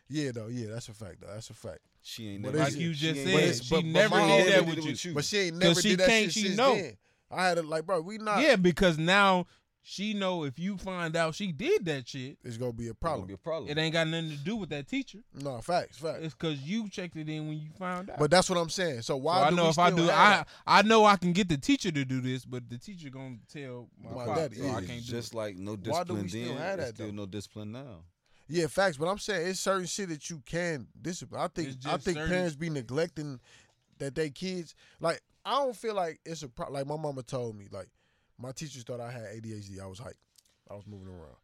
S2: Yeah, though. Yeah, that's a fact. Though that's a fact.
S3: She ain't
S2: But
S3: never.
S1: Like
S2: it's-
S1: you
S2: she
S1: just
S2: ain't-
S1: said,
S2: but it's-
S1: she
S2: but- but
S1: never
S2: my
S1: did
S2: whole-
S1: that with you.
S2: But she ain't never
S1: she
S2: did that
S1: can't,
S2: shit
S1: she
S2: since
S1: know.
S2: then. I had it like, bro, we not.
S1: yeah, because now she know if you find out she did that shit,
S2: It's gonna be a
S3: It's gonna
S2: problem.
S3: Be a problem.
S1: it ain't got nothing to do with that teacher.
S2: no facts, facts.
S1: It's because you checked it in when you found out.
S2: But that's what I'm saying. So
S1: So
S2: why
S1: I
S2: do
S1: know
S2: we
S1: if I
S2: still
S1: do,
S2: have
S1: I I know I can get the teacher to do this, but the teacher gonna tell my,
S2: My
S1: pop,
S2: daddy,
S1: so
S2: yeah,
S1: I
S3: It's
S1: can't do
S3: just
S1: it.
S3: like no
S2: Why
S3: discipline
S2: do we still
S3: then.
S2: have
S3: it's
S2: that,
S3: still
S2: though?
S3: no discipline now.
S2: Yeah, facts. But I'm saying it's certain shit that you can discipline. I think
S1: It's
S2: I
S1: just
S2: think
S1: certain-
S2: parents be neglecting that they kids. Like I don't feel like it's a pro- like my mama told me. Like my teachers thought I had ADHD. I was hype. I was moving around.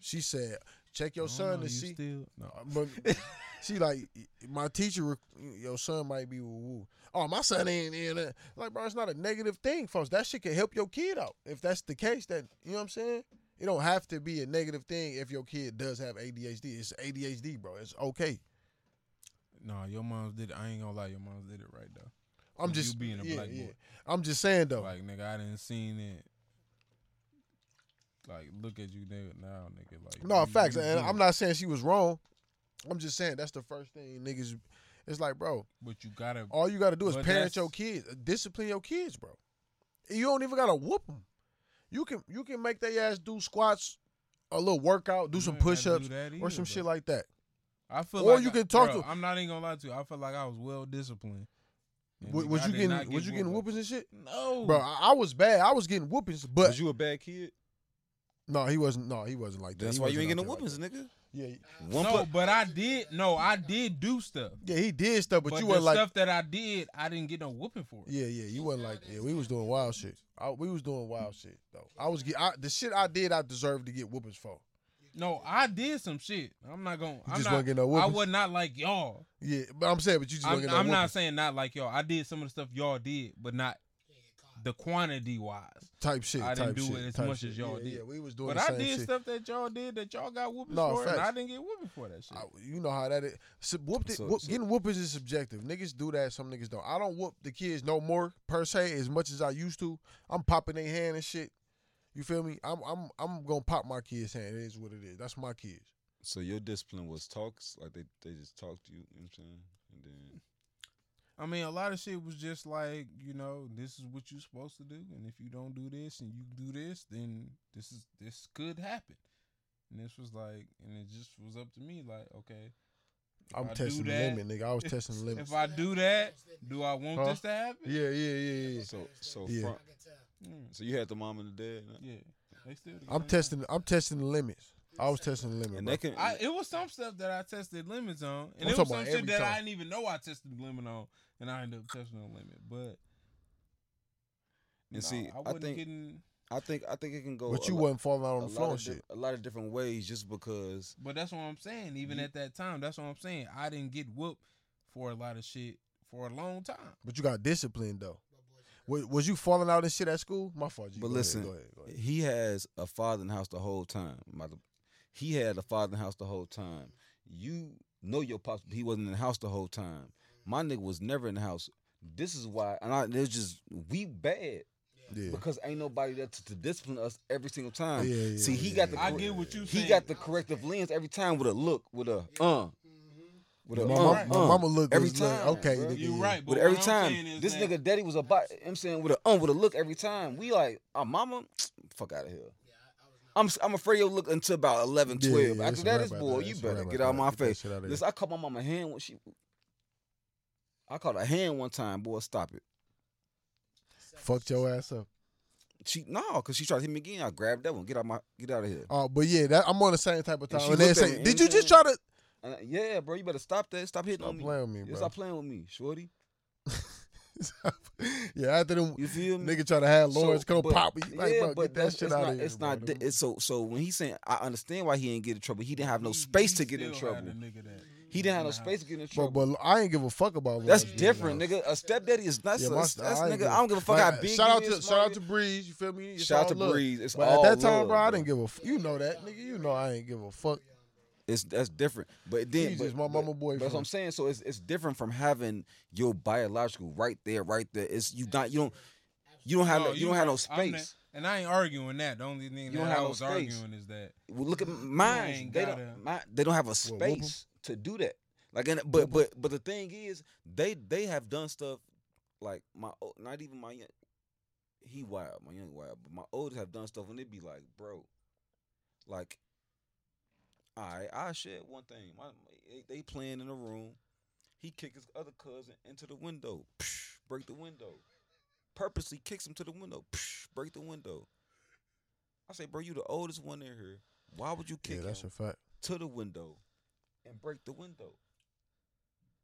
S2: She said, "Check your
S1: I don't
S2: son
S1: know,
S2: to
S1: you
S2: see."
S1: Still, no.
S2: Uh, But she like my teacher. rec- Your son might be woo woo. Oh, my son ain't in it. Like, bro, it's not a negative thing, folks. That shit can help your kid out if that's the case. That you know what I'm saying. It don't have to be a negative thing if your kid does have ADHD. It's ADHD, bro. It's okay.
S1: No, your mom's did. it. I ain't gonna lie, your mom's did it right though.
S2: I'm
S1: You
S2: just
S1: being a
S2: yeah,
S1: black
S2: yeah.
S1: boy.
S2: I'm just saying though.
S1: Like nigga, I didn't seen it. Like look at you nigga now, nigga. Like
S2: no
S1: you-
S2: facts,
S1: you
S2: and
S1: good,
S2: I'm not saying she was wrong. I'm just saying that's the first thing niggas. It's like, bro,
S1: But you gotta.
S2: All you got to do is
S1: But
S2: parent
S1: that's-
S2: your kids, discipline your kids, bro. You don't even got to whoop them. You can you can make their ass do squats, a little workout, do
S1: you
S2: some
S1: ain't gotta
S2: push-ups
S1: do that
S2: or
S1: either,
S2: some shit
S1: bro.
S2: like that.
S1: I feel
S2: Or
S1: like
S2: you
S1: I-
S2: can talk
S1: bro,
S2: to-
S1: I'm not even gonna lie to you. I feel like I was well disciplined. And
S2: Was,
S1: nigga,
S2: was
S1: I
S2: you
S1: did
S2: getting
S1: not
S2: was
S1: get
S2: you getting
S1: whooped.
S2: whoopings and shit?
S1: No,
S2: Bro, I, I was bad. I was getting whoopings, but
S3: Was you a bad kid?
S2: no, he wasn't. No, he wasn't like that.
S3: That's
S2: He
S3: why you ain't
S2: wasn't out
S3: getting whoopings,
S2: there
S3: nigga.
S2: like that.
S3: One
S1: no,
S3: put-
S1: but I did. No, I did do stuff.
S2: Yeah, yeah, he did stuff, but,
S1: But,
S2: you
S1: the
S2: wasn't like
S1: stuff that I did, I didn't get no whooping for it.
S2: Yeah, yeah, you wasn't like yeah. We was doing wild shit. I, we was doing wild shit though. I was get I, the shit I did. I deserved to get whoopings for.
S1: No, I did some shit. I'm not gonna.
S2: You
S1: I'm
S2: just
S1: not,
S2: wasn't getting no
S1: I
S2: whoopings.
S1: was not like y'all.
S2: Yeah, but I'm saying, but you just
S1: I'm,
S2: wasn't
S1: I'm
S2: getting no
S1: not
S2: whoopings
S1: saying not like y'all. I did some of the stuff y'all did, but not the quantity wise.
S2: type shit.
S1: I didn't
S2: type
S1: do
S2: shit,
S1: it as
S2: type
S1: much
S2: shit.
S1: as y'all
S2: yeah,
S1: did.
S2: Yeah, we was doing
S1: But
S2: the
S1: I
S2: same
S1: did
S2: shit.
S1: stuff that y'all did that y'all got whoopings
S2: No,
S1: for, and I
S2: facts.
S1: didn't get whooping for that shit.
S2: I- you know how that is. So, whooped it,
S3: So-
S2: whoop,
S3: so-
S2: getting whoopings is subjective. Niggas do that. Some niggas don't. I don't whoop the kids no more per se as much as I used to. I'm popping their hand and shit. You feel me? I'm I'm I'm gonna pop my kids' hand. It is what it is. That's my kids.
S3: So your discipline was talks, like they, they just talked to you, you know what I'm saying? And then
S1: I mean, a lot of shit was just like, you know, this is what you're supposed to do, and if you don't do this and you do this, then this is this could happen. And this was like, and it just was up to me, like, okay, if
S2: I'm
S1: I do
S2: testing the
S1: that-
S2: limit, nigga. I was testing the limit.
S1: if I do that, do I want
S2: Huh?
S1: this to happen?
S2: yeah, yeah, yeah, yeah.
S3: so so
S2: Yeah.
S3: front,
S4: I can tell.
S1: Mm,
S3: so you had the mom and the dad, and-
S1: yeah. They still together
S2: I'm
S1: now.
S2: testing. I'm testing the limits. I was testing the limit.
S3: and
S2: bro.
S3: they can
S1: I, it was some stuff that I tested limits on, and
S2: I'm
S1: it was
S2: talking
S1: some
S2: about
S1: shit
S2: every
S1: that I
S2: time.
S1: didn't even know I tested the limit on, and I ended up testing the limit. But
S3: And see,
S1: I
S3: I
S1: wasn't
S3: think-
S1: getting.
S3: I think I think it can go
S2: but
S3: a
S2: you
S3: lot-
S2: wasn't falling out
S3: a
S2: on the floor
S3: lot,
S2: and
S3: of di-
S2: shit.
S3: a lot of different ways just because
S1: But that's what I'm saying. Even
S3: You-
S1: at that time, that's what I'm saying. I didn't get whooped for a lot of shit for a long time.
S2: But you got disciplined though. Was, was you falling out and shit at school? My fault. G. Go
S3: But
S2: ahead,
S3: listen,
S2: go ahead, go ahead.
S3: he has a father in the house the whole time. My, he had a father in the house the whole time. You know your pops. He wasn't in the house the whole time. My nigga was never in the house. This is why, and I, it was just we bad
S2: yeah.
S3: because ain't nobody there to, to discipline us every single time.
S2: Yeah, yeah,
S3: See, he
S2: yeah,
S3: got the
S2: yeah,
S1: I
S3: cor-
S1: get what you
S3: he
S1: saying.
S3: got the corrective lens every time with a look, with a uh,
S4: Mm-hmm.
S3: with a
S2: my,
S3: uh,
S2: mama, my
S3: uh.
S2: mama looked
S3: every
S2: good, looked,
S3: time,
S2: okay,
S3: bro.
S2: nigga,
S1: You
S2: yeah.
S1: right, but
S3: But every
S1: what I'm saying
S3: time,
S1: is
S3: this
S1: that-
S3: nigga daddy was about, I'm saying with a um, with a look every time. We like, our mama, fuck out of here.
S2: Um,
S3: I'm s- I'm afraid you'll look until about 11,
S2: Yeah,
S3: 12.
S2: yeah,
S3: After
S2: it's a
S3: that,
S2: wrap
S3: it's
S2: right
S3: boy,
S2: there.
S3: you
S2: It's a
S3: better
S2: wrap
S3: get
S2: right
S3: out
S2: there.
S3: of my
S2: Get that
S3: face.
S2: shit outta there.
S3: Listen, I caught my mama hand when she, I caught her hand one time, boy, stop it.
S2: Fucked your ass up.
S3: She no, cause she tried to hit me again. I grabbed that one. Get out my, get out of here.
S2: Oh, but yeah, that, I'm on the same type of
S3: And
S2: time.
S3: she
S2: And, they
S3: looked at
S2: say,
S3: me,
S2: "Did you
S3: and-
S2: just try to
S3: And I- Uh, yeah, bro, you better stop that. Stop hitting
S2: stop
S3: on me.
S2: playing with me,
S3: Yeah,
S2: bro?"
S3: Stop playing with me, shorty.
S2: yeah, after them
S3: You feel me?
S2: nigga try to have Lawrence
S3: So,
S2: come
S3: but-
S2: pop, you like,
S3: yeah,
S2: bro,
S3: but
S2: get that
S3: that's-
S2: shit
S3: it's
S2: out
S3: not,
S2: of here.
S3: It's
S2: bro.
S3: not. di- It's so. So when he's saying, I understand why he ain't get in trouble. He didn't have no
S1: He-
S3: space
S1: he
S3: to get in
S1: still had
S3: trouble.
S1: a nigga that-
S3: He didn't have no
S1: Nah.
S3: space to get in
S2: But,
S3: trouble.
S2: but I ain't give a fuck about
S3: that's
S2: Lawrence,
S3: different,
S2: nigga.
S3: nigga. A stepdaddy is that's,
S2: Yeah, my
S3: that's,
S2: st-
S3: that's
S2: I ain't
S3: nigga.
S2: give-
S3: I don't give a fuck
S2: Like,
S3: how big.
S2: Shout
S3: you
S2: out
S3: is,
S2: to
S3: small
S2: shout out
S3: you
S2: to Breeze. You feel me? It's
S3: Shout out
S2: all
S3: to
S2: love.
S3: Breeze. It's
S2: but
S3: all
S2: at that time,
S3: love,
S2: bro, I
S3: bro.
S2: didn't give a. F- you know that, nigga. You know I ain't give a fuck.
S3: It's that's different. But then,
S2: He's
S3: but,
S2: just my
S3: but-
S2: mama
S3: But that's
S2: boyfriend.
S3: what I'm saying. So it's it's different from having your biological right there, right there. It's you not you don't you don't have no,
S1: No,
S3: you don't have no
S1: right. I'm
S3: space.
S1: not- and I ain't arguing that. The only thing
S3: You don't
S1: that
S3: have
S1: I
S3: no
S1: was
S3: space.
S1: arguing is that
S3: Well, look at mine.
S1: ain't
S3: They
S1: gotta-
S3: don't. My, they don't have a
S2: whoop 'em?
S3: space to do that. Like, and, but but but the thing is, they they have done stuff like my o- not even my young. He wild, my young wild, but my oldest have done stuff, and they be like, bro, like, all right, I shared one thing. My they, they playing in a room. He kicked his other cousin into the window. Psh, break the window. Purposely kicks him to the window. Psh, break the window. I say, bro, you the oldest one in here. Why would you kick
S2: Yeah, that's
S3: him
S2: a fact.
S3: to the window and break the window?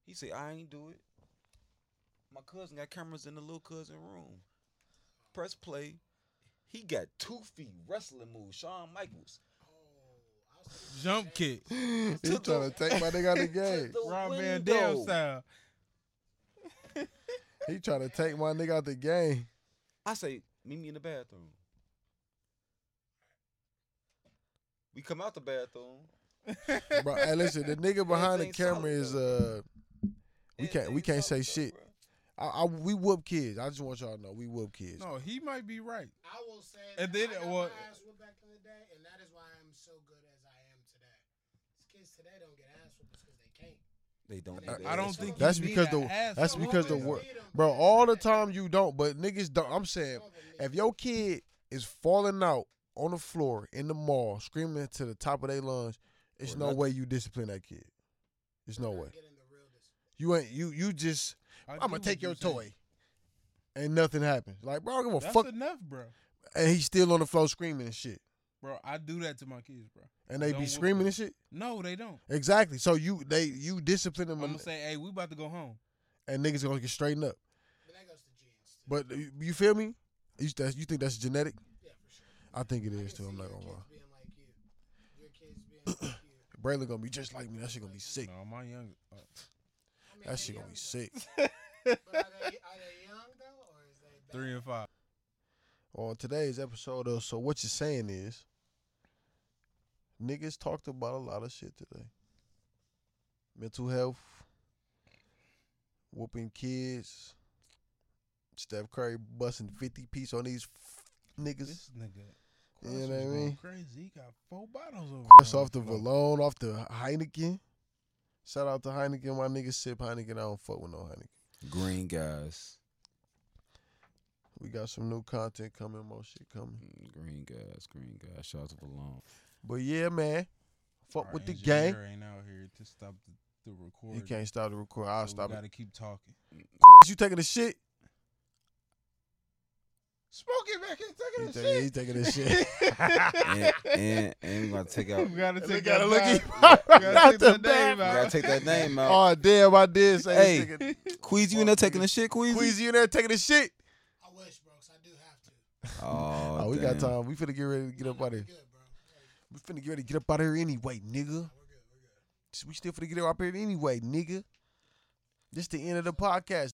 S3: He say, I ain't do it. My cousin got cameras in the little cousin room. Press play. He got two feet wrestling move, Shawn Michaels.
S1: jump kick,
S2: He trying to take my nigga out of the game.
S3: To the
S1: Rob Van Dam
S3: window.
S1: style.
S2: He trying to take my nigga out the game.
S3: I say, meet me in the bathroom. We come out the bathroom.
S2: Bro, hey, listen, the nigga behind the
S3: Everything's
S2: camera
S3: solid,
S2: is
S3: though.
S2: uh, we can't we
S3: Everything's
S2: can't say
S3: solid,
S2: shit.
S3: though, bro.
S2: uh, I, I we whoop kids. I just want y'all to know we whoop kids.
S1: No, he might be right.
S4: I will say
S1: And
S4: and
S1: then,
S4: then, I got
S1: well-
S4: my ass whooped back in the day, and that is why I'm so good as I am today. These kids today don't get ass whooped because they can't.
S3: They don't.
S4: I-
S3: need
S1: I
S3: that.
S1: don't
S3: It's
S1: think
S3: not-
S2: That's
S1: you need
S2: because
S1: an
S2: the-
S1: ass
S2: That's
S1: to
S2: because the
S1: whoop
S2: work,
S1: it.
S2: bro. All the time you don't, but niggas don't. I'm saying if your kid is falling out on the floor in the mall screaming to the top of their lungs, it's
S3: Or
S2: no
S3: nothing.
S2: way you discipline that kid. There's no way.
S4: Getting the realness.
S2: You ain't you you just
S1: I
S2: I'm
S1: get
S2: gonna
S1: what
S2: take your
S1: you're saying.
S2: toy. And nothing happens. Like, bro, I don't give a
S1: That's
S2: fuck.
S1: enough, bro.
S2: and he's still on the floor screaming and shit.
S1: Bro, I do that to my kids, bro.
S2: And they
S1: Don't
S2: be
S1: whoop
S2: screaming
S1: them.
S2: and shit.
S1: No, they don't.
S2: Exactly. So you they you discipline
S1: I'm
S2: them
S1: gonna
S2: and,
S1: say, hey, we about to go home.
S2: and niggas gonna get straightened up.
S4: But that goes to genes. Too.
S2: But you- you feel me? You, that's, you think that's genetic?
S4: Yeah, for sure.
S2: I think it
S4: I
S2: is
S4: can
S2: too.
S4: see
S2: I'm not
S4: your
S2: gonna lie.
S4: kids being like you. Your kids being like you.
S2: Braylon gonna be just like me. That shit gonna be sick.
S1: No, my young. uh,
S4: I mean,
S2: That
S4: they
S2: shit gonna be
S4: young,
S2: sick.
S4: though. But are they, are they young though, or is they
S1: three
S4: bad?
S1: and five.
S2: On today's episode of So What You Saying Is, niggas talked about a lot of shit today. Mental health, whooping kids, Steph Curry busting 50 piece on these niggas.
S1: This nigga.
S2: You
S1: Quas
S2: know what I
S1: was going
S2: mean?
S1: Crazy. He got four bottles over.
S2: That's
S1: there on
S2: off the
S1: floor.
S2: Valone, off the Heineken. Shout out to Heineken. My niggas sip Heineken. I don't fuck with no Heineken.
S3: Green guys.
S2: We got some new content coming, more shit coming.
S3: Mm, Green guys, green guys. Shout out to Valone.
S2: But yeah, man. Fuck
S1: Our
S2: with the
S1: engineer
S2: gang.
S1: Ain't out here to stop the, the recording.
S2: You can't stop the record. I'll
S1: so
S2: stop
S1: we
S2: it.
S1: Gotta keep talking.
S2: You taking the shit?
S1: Smoke it back and
S2: He
S1: take
S2: taking,
S1: it
S2: he taking the shit.
S3: And, and, and we gonna take out.
S1: We gotta
S2: They
S1: take that
S2: gotta look
S1: back.
S2: at
S1: We gotta take
S2: out the
S1: that
S2: back.
S1: name
S3: We gotta
S1: out.
S3: take that name out.
S2: Oh damn, I did say
S3: Hey.
S2: this nigga.
S3: Queasy, you in there taking the shit, Queasy?
S2: Oh, Queasy, you in there taking the shit?
S4: I wish, bro, 'cause I do have to.
S3: Oh,
S2: Oh, we got
S3: damn.
S2: time. We finna get ready to get up out of
S4: We're
S2: here.
S4: good, bro. Like,
S2: We finna get ready to get up out of here anyway, nigga.
S4: we're good. We're good.
S2: We still finna get up out of here anyway, nigga. This the end of the podcast.